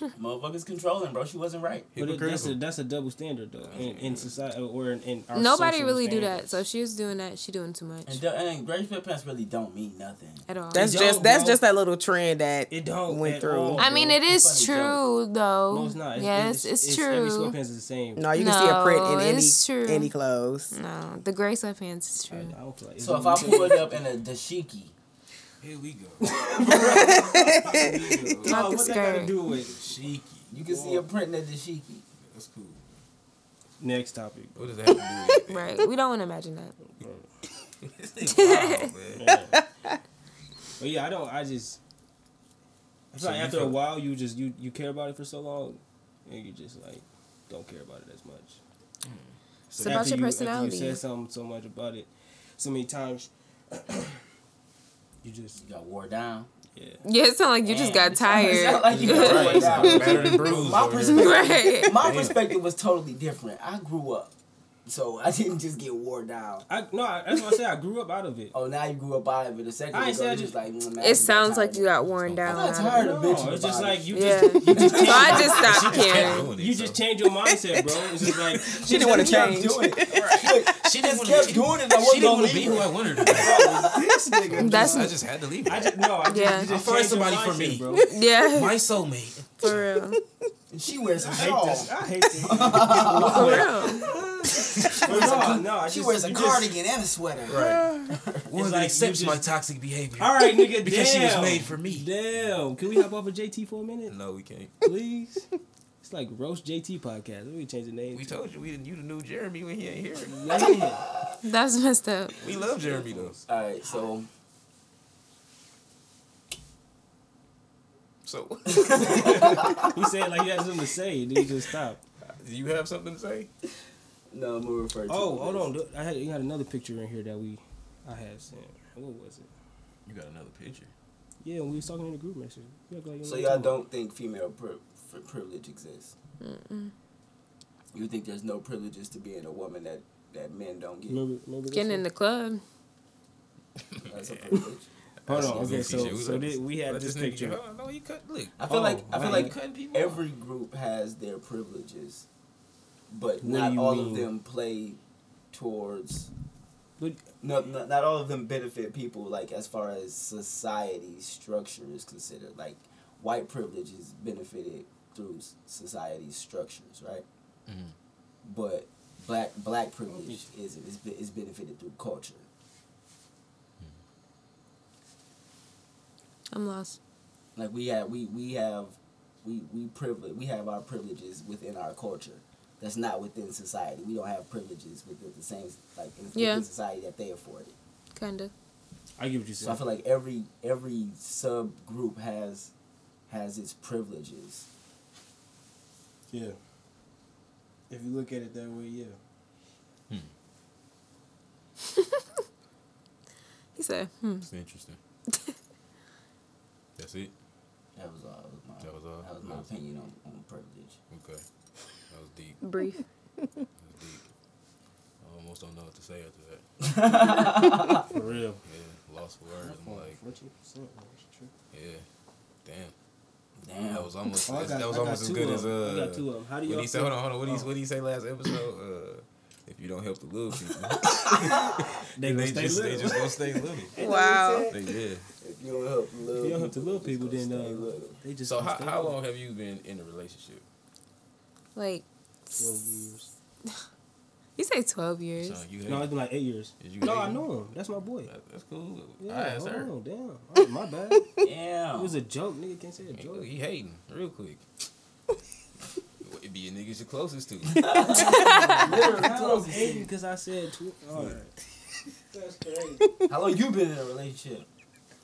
Speaker 2: Motherfuckers controlling, bro. She wasn't right.
Speaker 3: But it, that's a
Speaker 4: Hypocritical.
Speaker 3: that's a double standard though in, in society or in, in our
Speaker 6: Nobody
Speaker 3: social
Speaker 6: really do that.
Speaker 3: standards.
Speaker 6: So if she was doing that. She doing too much
Speaker 2: And, the- and Grace Pants really don't mean nothing.
Speaker 6: at all.
Speaker 5: That's
Speaker 3: It
Speaker 5: just
Speaker 3: don't,
Speaker 5: that's
Speaker 3: bro.
Speaker 5: just that little trend that
Speaker 3: It don't
Speaker 5: went
Speaker 3: at
Speaker 5: through.
Speaker 3: all.
Speaker 6: I mean, it is
Speaker 2: Funny
Speaker 6: true
Speaker 2: joke.
Speaker 6: though.
Speaker 3: No, it's not. It's-
Speaker 6: Yes, it's,
Speaker 3: Every
Speaker 6: true.
Speaker 3: sweatpants is the same.
Speaker 5: No, you can see a print
Speaker 6: No,
Speaker 5: in any
Speaker 6: it's true.
Speaker 5: any clothes.
Speaker 6: no, the gray sweatpants is
Speaker 3: I, I
Speaker 6: true.
Speaker 3: don't feel like
Speaker 2: So if I pull it up in a dashiki,
Speaker 4: Here we go.
Speaker 3: no,
Speaker 6: Not the
Speaker 3: what that got to
Speaker 6: skirt.
Speaker 3: do with
Speaker 4: Shiki.
Speaker 2: you can see a print in a dashiki.
Speaker 4: That's cool.
Speaker 3: next topic?
Speaker 4: What does that have to do with
Speaker 6: Right. We don't want to imagine that.
Speaker 4: it? Wow, man.
Speaker 3: But yeah, I don't. I just. I feel
Speaker 4: So
Speaker 3: like
Speaker 4: you
Speaker 3: after a
Speaker 4: feel-
Speaker 3: while, you just you you care about it for so long, and you just like don't care about it as much.
Speaker 4: Mm.
Speaker 6: It's about
Speaker 3: after
Speaker 6: your
Speaker 3: you-
Speaker 6: personality.
Speaker 3: After you said something so much about it, so many times, you just
Speaker 2: You got wore down.
Speaker 3: yeah.
Speaker 6: Yeah, it sounds like you just got tired.
Speaker 2: Sound like you got wore
Speaker 4: Right,
Speaker 2: down.
Speaker 4: sound better than bruised
Speaker 2: My
Speaker 4: over here.
Speaker 2: perspective
Speaker 6: right.
Speaker 2: My perspective was totally different. I grew up, so I didn't just get wore down.
Speaker 3: I no, I, that's what I said. I grew up out of it.
Speaker 2: Oh, now you grew up out of it. A second
Speaker 3: I ain't
Speaker 2: ago,
Speaker 3: said
Speaker 2: you
Speaker 3: I
Speaker 2: just
Speaker 3: just-
Speaker 2: like. mm, man,
Speaker 6: It sounds like you
Speaker 2: tired
Speaker 6: got worn down.
Speaker 2: of it. I'm
Speaker 6: out
Speaker 2: not
Speaker 6: of
Speaker 2: tired
Speaker 6: it.
Speaker 2: of
Speaker 3: No,
Speaker 2: bitching.
Speaker 3: Oh, it's just
Speaker 2: about
Speaker 3: like
Speaker 2: it.
Speaker 3: you
Speaker 6: Yeah.
Speaker 3: just
Speaker 6: so I just stopped caring.
Speaker 4: Doing it,
Speaker 3: you
Speaker 4: so.
Speaker 3: just change your mindset, bro. It's just like
Speaker 5: She didn't want to
Speaker 2: She kept
Speaker 5: change.
Speaker 2: doing it.
Speaker 4: she
Speaker 2: She just
Speaker 4: didn't wanna
Speaker 2: kept
Speaker 4: be-
Speaker 2: doing it. I
Speaker 4: She
Speaker 2: wasn't
Speaker 4: didn't
Speaker 2: gonna
Speaker 4: want to be
Speaker 2: leave
Speaker 4: who I
Speaker 2: her.
Speaker 4: wanted her to be.
Speaker 6: That's
Speaker 4: I just had to leave.
Speaker 3: I
Speaker 4: Her.
Speaker 3: just no, I just,
Speaker 6: Yeah.
Speaker 3: you just
Speaker 4: I find
Speaker 3: change your
Speaker 4: somebody for
Speaker 3: mindset,
Speaker 4: me.
Speaker 3: bro.
Speaker 6: yeah,
Speaker 4: My soulmate.
Speaker 6: for real,
Speaker 2: And She wears a
Speaker 3: I hate
Speaker 2: shawl.
Speaker 3: this. I hate this.
Speaker 6: for real.
Speaker 3: But no, no, I
Speaker 2: She
Speaker 3: just-
Speaker 2: wears a
Speaker 3: you just-
Speaker 2: cardigan and a sweater.
Speaker 4: Woman
Speaker 3: like you
Speaker 4: accepts
Speaker 3: just-
Speaker 4: my toxic behavior.
Speaker 3: All right, nigga.
Speaker 4: Because she
Speaker 3: damn.
Speaker 4: was made for me.
Speaker 3: Damn. Can we hop off of JT for a minute,
Speaker 4: No, we can't.
Speaker 3: please? it's like roast JT podcast. Let me change the name.
Speaker 4: We told you we didn't. You the new Jeremy when he ain't here.
Speaker 3: Man.
Speaker 6: That's messed up.
Speaker 4: We love Jeremy though.
Speaker 2: All right, so
Speaker 4: So,
Speaker 3: he said like he had something to say. Then he just stopped.
Speaker 4: do you have something to say?
Speaker 2: no, I'm gonna refer to.
Speaker 3: Oh,
Speaker 2: it
Speaker 3: hold
Speaker 2: as-
Speaker 3: on. dude. I had you had another picture in here that we I had sent. What was it?
Speaker 4: You got another picture.
Speaker 3: Yeah, we was talking in the group message. You act like you
Speaker 2: So
Speaker 3: know
Speaker 2: y'all
Speaker 3: what I'm
Speaker 2: don't think female pri- fr- privilege exists? You think there's no privileges to being a woman that that men don't
Speaker 3: talking
Speaker 2: get?
Speaker 3: about. Remember, remember
Speaker 6: Getting in
Speaker 3: this
Speaker 6: the club.
Speaker 2: That's a privilege.
Speaker 3: one?
Speaker 4: That's
Speaker 3: Hold on.
Speaker 4: some
Speaker 3: Okay,
Speaker 4: goofy
Speaker 3: so
Speaker 4: shit. We
Speaker 3: so
Speaker 4: like-
Speaker 3: did, we had
Speaker 4: Let
Speaker 3: this
Speaker 4: nigga-
Speaker 3: picture.
Speaker 4: Oh, no, you cut. Look,
Speaker 2: I feel
Speaker 3: Oh,
Speaker 2: like I feel
Speaker 3: wow.
Speaker 2: like
Speaker 4: cutting people. off.
Speaker 2: every group has their privileges, but
Speaker 3: What do
Speaker 2: not
Speaker 3: you
Speaker 2: all
Speaker 3: mean?
Speaker 2: of them play towards.
Speaker 3: But-
Speaker 2: No, no, not all of them benefit people. Like as far as society structure is considered, like white privilege is benefited through s- society's structures, right? But black black privilege isn't. It's, be- it's benefited through culture.
Speaker 6: I'm lost.
Speaker 2: Like we have, we we have, we we privilege. We have our privileges within our culture. That's not within society. We don't have privileges within the same like in- within
Speaker 6: Yeah.
Speaker 2: society that they afforded.
Speaker 6: Kinda.
Speaker 3: I get what you
Speaker 2: So I
Speaker 3: said.
Speaker 2: feel like every every subgroup has has its privileges.
Speaker 3: Yeah. If you look at it that way, yeah.
Speaker 6: He said, "Hmm."
Speaker 4: It's interesting. That's it.
Speaker 2: That was all. That was my,
Speaker 4: That was all?
Speaker 2: That was my opinion on, on privilege.
Speaker 4: Okay, that was deep.
Speaker 6: Brief.
Speaker 4: That was deep. I almost don't know what to say after that.
Speaker 3: For real.
Speaker 4: Yeah, lost for words. I'm like, yeah, damn.
Speaker 2: Damn.
Speaker 4: That was almost.
Speaker 3: Oh, I got-
Speaker 4: that was
Speaker 3: I got
Speaker 4: almost as
Speaker 3: two
Speaker 4: good
Speaker 3: of
Speaker 4: as
Speaker 3: them. I
Speaker 4: uh.
Speaker 3: got two of them. How do
Speaker 4: What
Speaker 3: y'all
Speaker 4: he say?
Speaker 3: feel-
Speaker 4: Hold on, hold on. What
Speaker 3: Oh.
Speaker 4: he what he say last episode? Uh, if you don't help the little people, they
Speaker 3: They, they stay
Speaker 4: just they
Speaker 3: little.
Speaker 4: just gonna stay little.
Speaker 6: Wow.
Speaker 4: They, yeah.
Speaker 2: if you don't help little,
Speaker 3: If you don't help the little
Speaker 2: people,
Speaker 3: people,
Speaker 2: just
Speaker 3: then
Speaker 2: gonna stay
Speaker 3: uh,
Speaker 2: little.
Speaker 3: they just
Speaker 4: So
Speaker 3: gonna
Speaker 4: how,
Speaker 3: stay
Speaker 4: how
Speaker 3: little.
Speaker 4: long have you been in a relationship?
Speaker 6: Like
Speaker 3: Twelve years.
Speaker 6: you say, twelve years.
Speaker 4: So you hate
Speaker 3: No, it's
Speaker 4: it?
Speaker 3: been like eight years.
Speaker 4: Did you
Speaker 3: no,
Speaker 4: hate
Speaker 3: I
Speaker 4: him?
Speaker 3: know him. That's my boy.
Speaker 4: That- That's cool.
Speaker 3: Yeah,
Speaker 4: I asked
Speaker 3: oh,
Speaker 4: her.
Speaker 3: damn. Oh, my bad. it
Speaker 2: Damn.
Speaker 3: was a joke. Nigga can't say a joke.
Speaker 4: He hating real quick. it be your niggas you're closest to.
Speaker 3: I was hating because I said tw- all right. That's crazy.
Speaker 2: How long you been in a relationship?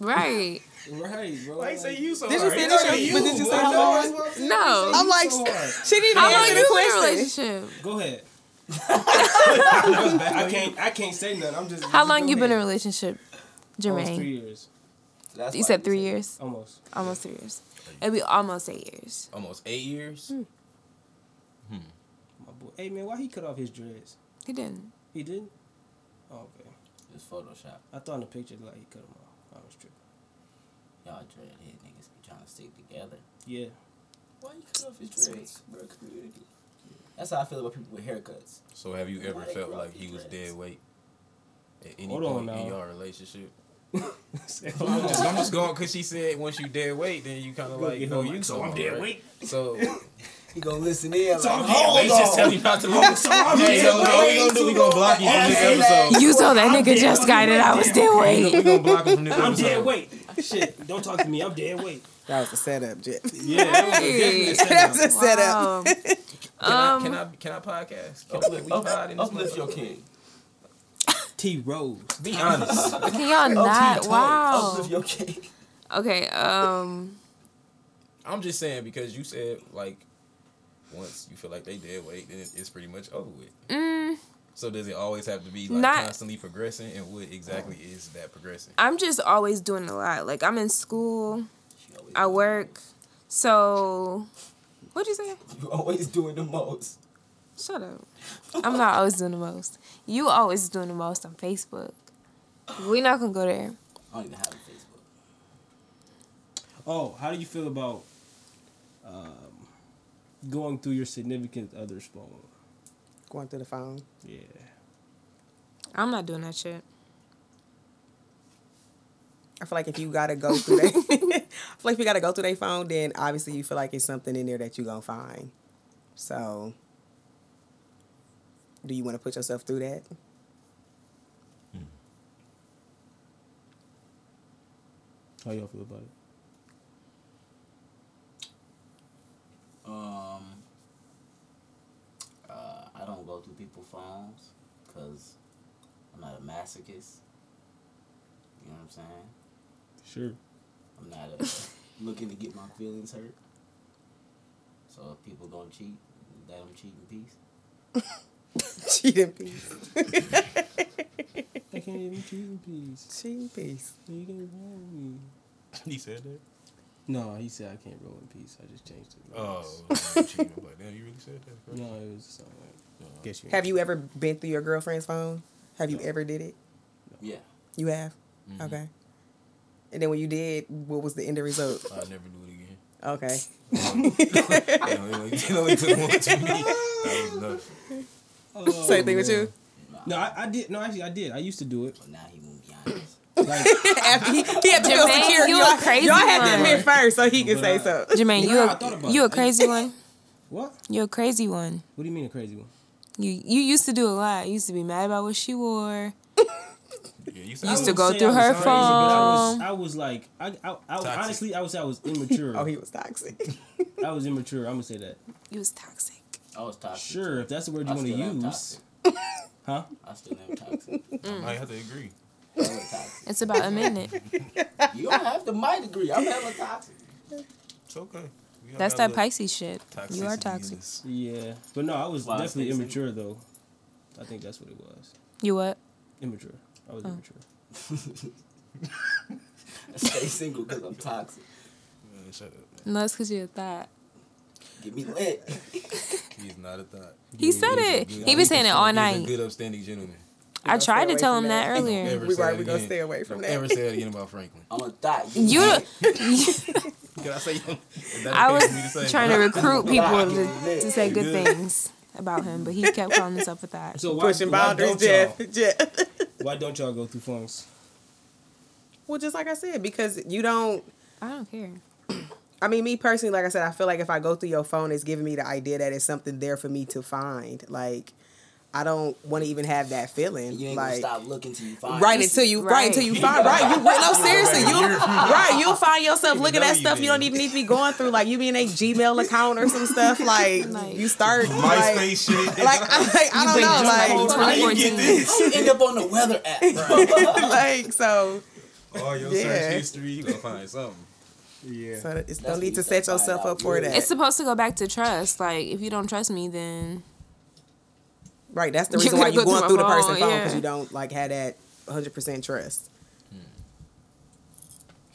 Speaker 6: Right.
Speaker 3: Right, bro.
Speaker 4: Why you say you so
Speaker 5: Did you
Speaker 4: hard?
Speaker 5: finish
Speaker 4: It's
Speaker 5: it?
Speaker 4: not you.
Speaker 5: But did you say
Speaker 4: Why
Speaker 5: how
Speaker 4: you
Speaker 5: long?
Speaker 4: always want-
Speaker 6: No.
Speaker 5: I'm like,
Speaker 3: so hard.
Speaker 5: she didn't
Speaker 6: How long
Speaker 5: answer
Speaker 6: you been in a
Speaker 5: the question.
Speaker 6: relationship?
Speaker 3: Go ahead. I can't. I can't say nothing. I'm just.
Speaker 6: How
Speaker 3: just
Speaker 6: long
Speaker 3: go
Speaker 6: you been in a
Speaker 3: ahead.
Speaker 6: relationship,
Speaker 3: Almost three
Speaker 6: Jermaine?
Speaker 3: years.
Speaker 2: So that's
Speaker 6: You
Speaker 2: why
Speaker 6: said three
Speaker 2: say-
Speaker 6: years.
Speaker 3: Almost.
Speaker 6: Almost three years. It'll be almost eight years.
Speaker 4: Almost eight years.
Speaker 3: My boy. Hey man, why he cut off his dreads?
Speaker 6: He didn't.
Speaker 3: He didn't. Oh, okay.
Speaker 2: It's Photoshop.
Speaker 3: I thought in the picture like he cut them off. I was tripping.
Speaker 2: Y'all dreadhead niggas be trying to stick together.
Speaker 3: Yeah.
Speaker 2: Why you cut off his dreads? We're a community. That's how I feel about people with haircuts.
Speaker 4: So have you ever
Speaker 2: Why they
Speaker 4: felt
Speaker 2: grow
Speaker 4: like
Speaker 2: these
Speaker 4: he was
Speaker 2: dreads?
Speaker 4: dead weight at any
Speaker 3: Hold on
Speaker 4: point in
Speaker 3: now.
Speaker 4: your relationship?
Speaker 3: Hold
Speaker 4: I'm
Speaker 3: on.
Speaker 4: just, I'm just going because she said once you dead weight, then you kind of like
Speaker 3: get
Speaker 4: know
Speaker 3: her
Speaker 4: you.
Speaker 3: mic.
Speaker 4: So I'm dead weight. So
Speaker 2: He gonna listen in.
Speaker 3: So I'm
Speaker 2: Like,
Speaker 3: dead weight.
Speaker 4: just tell you not to look. So I'm
Speaker 2: dead
Speaker 4: we gonna do? We gonna block you from this episode.
Speaker 6: You told that nigga just got it. I was still
Speaker 4: We gonna-
Speaker 6: waiting.
Speaker 4: we gonna block him from this
Speaker 3: I'm
Speaker 4: episode.
Speaker 3: dead weight. Shit, don't talk to me. I'm dead weight.
Speaker 5: That was a setup, Jeff.
Speaker 3: Yeah, that was
Speaker 5: that
Speaker 3: a definite
Speaker 5: was
Speaker 3: setup.
Speaker 5: a setup.
Speaker 6: Wow.
Speaker 4: Can, I,
Speaker 6: Um,
Speaker 4: can I can I podcast? Can I, we pod in
Speaker 2: uplift,
Speaker 4: this
Speaker 2: uplift your
Speaker 4: motherfucker?
Speaker 2: king.
Speaker 3: T Rose.
Speaker 4: Be honest.
Speaker 6: Can y'all not? Wow.
Speaker 2: Uplift your king.
Speaker 6: Okay. Um.
Speaker 4: I'm just saying because you said like once you feel like they dead weight, then it- it's pretty much over with.
Speaker 6: mm,
Speaker 4: So does it always have to be like
Speaker 6: Not-
Speaker 4: constantly progressing? And what exactly is that progressing?
Speaker 6: I'm just always doing a lot. Like I'm in school.
Speaker 2: She always-
Speaker 6: I work. So, what'd you say?
Speaker 2: You always doing the most.
Speaker 6: Shut up. I'm not always doing the most. You always doing the most on Facebook. We not gonna go there.
Speaker 2: I don't even have a Facebook.
Speaker 3: Oh, how do you feel about um, going through your significant other's phone?
Speaker 5: Going through the phone.
Speaker 3: Yeah.
Speaker 6: I'm not doing that shit.
Speaker 5: I feel like if you gotta go through that, I feel like if you gotta go through their phone, then obviously you feel like it's something in there that you gonna find. So, do you want to put yourself through that?
Speaker 3: How y'all feel about it?
Speaker 2: Um, uh, I don't go through people's phones because I'm not a masochist. You know what I'm saying?
Speaker 3: Sure.
Speaker 2: I'm not a, looking to get my feelings hurt. So if people gonna cheat, let them cheat in peace.
Speaker 5: Cheating piece.
Speaker 3: I can't even cheat in peace.
Speaker 5: Cheating piece.
Speaker 3: You can roll me.
Speaker 4: He said that.
Speaker 3: No, he said I can't roll in peace. I just changed it.
Speaker 4: Oh, cheating. I'm like, damn, you really said that?
Speaker 3: No, it was something like. Guess you.
Speaker 5: Have you ever been through your girlfriend's phone? Have you ever did it?
Speaker 2: Yeah. Mm-hmm.
Speaker 5: You have. Okay. And then when you did, what was the end result?
Speaker 4: I never do it again.
Speaker 5: Okay.
Speaker 4: It only- it only took one too many. That was enough.
Speaker 5: Same thing with you.
Speaker 3: Oh, No, I, I did. No, actually, I did. I used to do it.
Speaker 2: But now he won't be honest.
Speaker 3: Like,
Speaker 5: After he, he had to feel
Speaker 6: Jermaine,
Speaker 5: secure.
Speaker 6: you a
Speaker 5: Y'all-
Speaker 6: crazy
Speaker 5: Y'all had to
Speaker 6: one.
Speaker 5: admit first, so he could
Speaker 3: But
Speaker 5: say
Speaker 3: I-
Speaker 5: so.
Speaker 6: Jermaine, you
Speaker 3: Nah, I thought
Speaker 6: a,
Speaker 3: about
Speaker 6: you a
Speaker 3: it.
Speaker 6: crazy one.
Speaker 3: what?
Speaker 6: You a crazy one.
Speaker 3: What do you mean a crazy one?
Speaker 6: You you used to do a lot. You used to be mad about what she wore.
Speaker 4: Yeah, you
Speaker 3: I
Speaker 4: said
Speaker 6: Used to
Speaker 3: would
Speaker 6: go
Speaker 3: say
Speaker 6: through
Speaker 3: I was
Speaker 6: her
Speaker 3: crazy, but I was,
Speaker 6: phone.
Speaker 3: I was like, I, I, I
Speaker 4: Toxic.
Speaker 3: honestly, I would say I was immature.
Speaker 5: Oh, he was toxic.
Speaker 3: I was immature. I'm gonna say that.
Speaker 6: You was toxic.
Speaker 2: I was toxic.
Speaker 3: Sure, if that's the word you
Speaker 2: I
Speaker 3: want to
Speaker 2: still am
Speaker 3: use,
Speaker 2: toxic.
Speaker 3: huh?
Speaker 2: I still am toxic.
Speaker 6: Mm.
Speaker 4: I might have to agree.
Speaker 2: I'm hella toxic.
Speaker 6: It's about a minute.
Speaker 2: You don't have to my degree. I'm hella toxic.
Speaker 4: It's okay. We all
Speaker 6: That's
Speaker 4: got
Speaker 6: that
Speaker 4: a little
Speaker 6: Pisces shit.
Speaker 4: toxicity
Speaker 6: You are
Speaker 4: in
Speaker 6: toxic.
Speaker 4: us.
Speaker 3: Yeah, but no, I was
Speaker 2: Well, I
Speaker 3: definitely
Speaker 2: think so.
Speaker 3: immature though. I think that's what it was.
Speaker 6: You what?
Speaker 3: Immature. I was
Speaker 6: Oh.
Speaker 3: immature.
Speaker 2: I stay single because I'm toxic.
Speaker 4: Man, shut up.
Speaker 6: No, it's because you're a thought.
Speaker 2: Get me lit.
Speaker 4: He's not a thought.
Speaker 6: He said it. He been saying it all
Speaker 4: He's a
Speaker 6: night.
Speaker 4: good, upstanding gentleman.
Speaker 6: I
Speaker 5: stay
Speaker 6: tried to
Speaker 5: away
Speaker 6: tell
Speaker 5: from
Speaker 6: him that
Speaker 5: that.
Speaker 6: earlier.
Speaker 4: Ever
Speaker 5: We
Speaker 4: say
Speaker 5: right,
Speaker 4: it
Speaker 5: we gonna
Speaker 4: again.
Speaker 5: stay away from
Speaker 4: Don't
Speaker 5: that.
Speaker 4: Ever say that again about Franklin?
Speaker 2: I'm a thought.
Speaker 6: You,
Speaker 4: Can I say? Is that
Speaker 6: I
Speaker 4: okay
Speaker 6: was
Speaker 4: for me to say?
Speaker 6: trying to recruit people
Speaker 2: Get me
Speaker 6: to,
Speaker 2: lit.
Speaker 6: to say good
Speaker 4: Good.
Speaker 6: things about him, but he kept calling himself a thought.
Speaker 3: So why,
Speaker 5: Pushing boundaries,
Speaker 3: why don't
Speaker 5: Jeff.
Speaker 3: y'all?
Speaker 5: Jeff.
Speaker 3: Why don't y'all go through phones?
Speaker 5: Well, just like I said, because you don't.
Speaker 6: I don't care.
Speaker 5: I mean, me personally, like I said, I feel like if I go through your phone, it's giving me the idea that it's something there for me to find. Like, I don't want to even have that feeling.
Speaker 2: You ain't
Speaker 5: like,
Speaker 2: gonna stop looking till you find
Speaker 5: right
Speaker 2: this.
Speaker 5: until you, right.
Speaker 6: Right.
Speaker 5: until you find, right? You no, seriously, you right? You'll find yourself looking
Speaker 4: know
Speaker 5: at
Speaker 4: you
Speaker 5: stuff you don't
Speaker 4: did.
Speaker 5: even need to be going through. Like, you be in a Gmail account or some stuff. Like,
Speaker 6: Like-
Speaker 5: you start like,
Speaker 4: MySpace shit.
Speaker 5: like, I, I don't
Speaker 6: been
Speaker 5: know,
Speaker 6: jumping
Speaker 5: like,
Speaker 6: from
Speaker 4: you get
Speaker 6: 2014.
Speaker 4: this?
Speaker 2: You end up on the weather app, bro.
Speaker 5: like so.
Speaker 4: All your
Speaker 5: Yeah.
Speaker 4: search history, you gonna find something.
Speaker 3: Yeah.
Speaker 5: So it's
Speaker 2: That's
Speaker 5: no need
Speaker 2: what you
Speaker 5: to set
Speaker 2: gotta find
Speaker 5: yourself
Speaker 2: out.
Speaker 5: up for that.
Speaker 6: It's supposed to go back to trust. Like, if you don't trust me, then
Speaker 5: Right, that's the
Speaker 6: You
Speaker 5: reason why
Speaker 6: gotta
Speaker 5: you're
Speaker 6: go
Speaker 5: going through
Speaker 6: through my
Speaker 5: the
Speaker 6: phone,
Speaker 5: person's phone because
Speaker 6: yeah.
Speaker 5: you don't like have that 100% trust.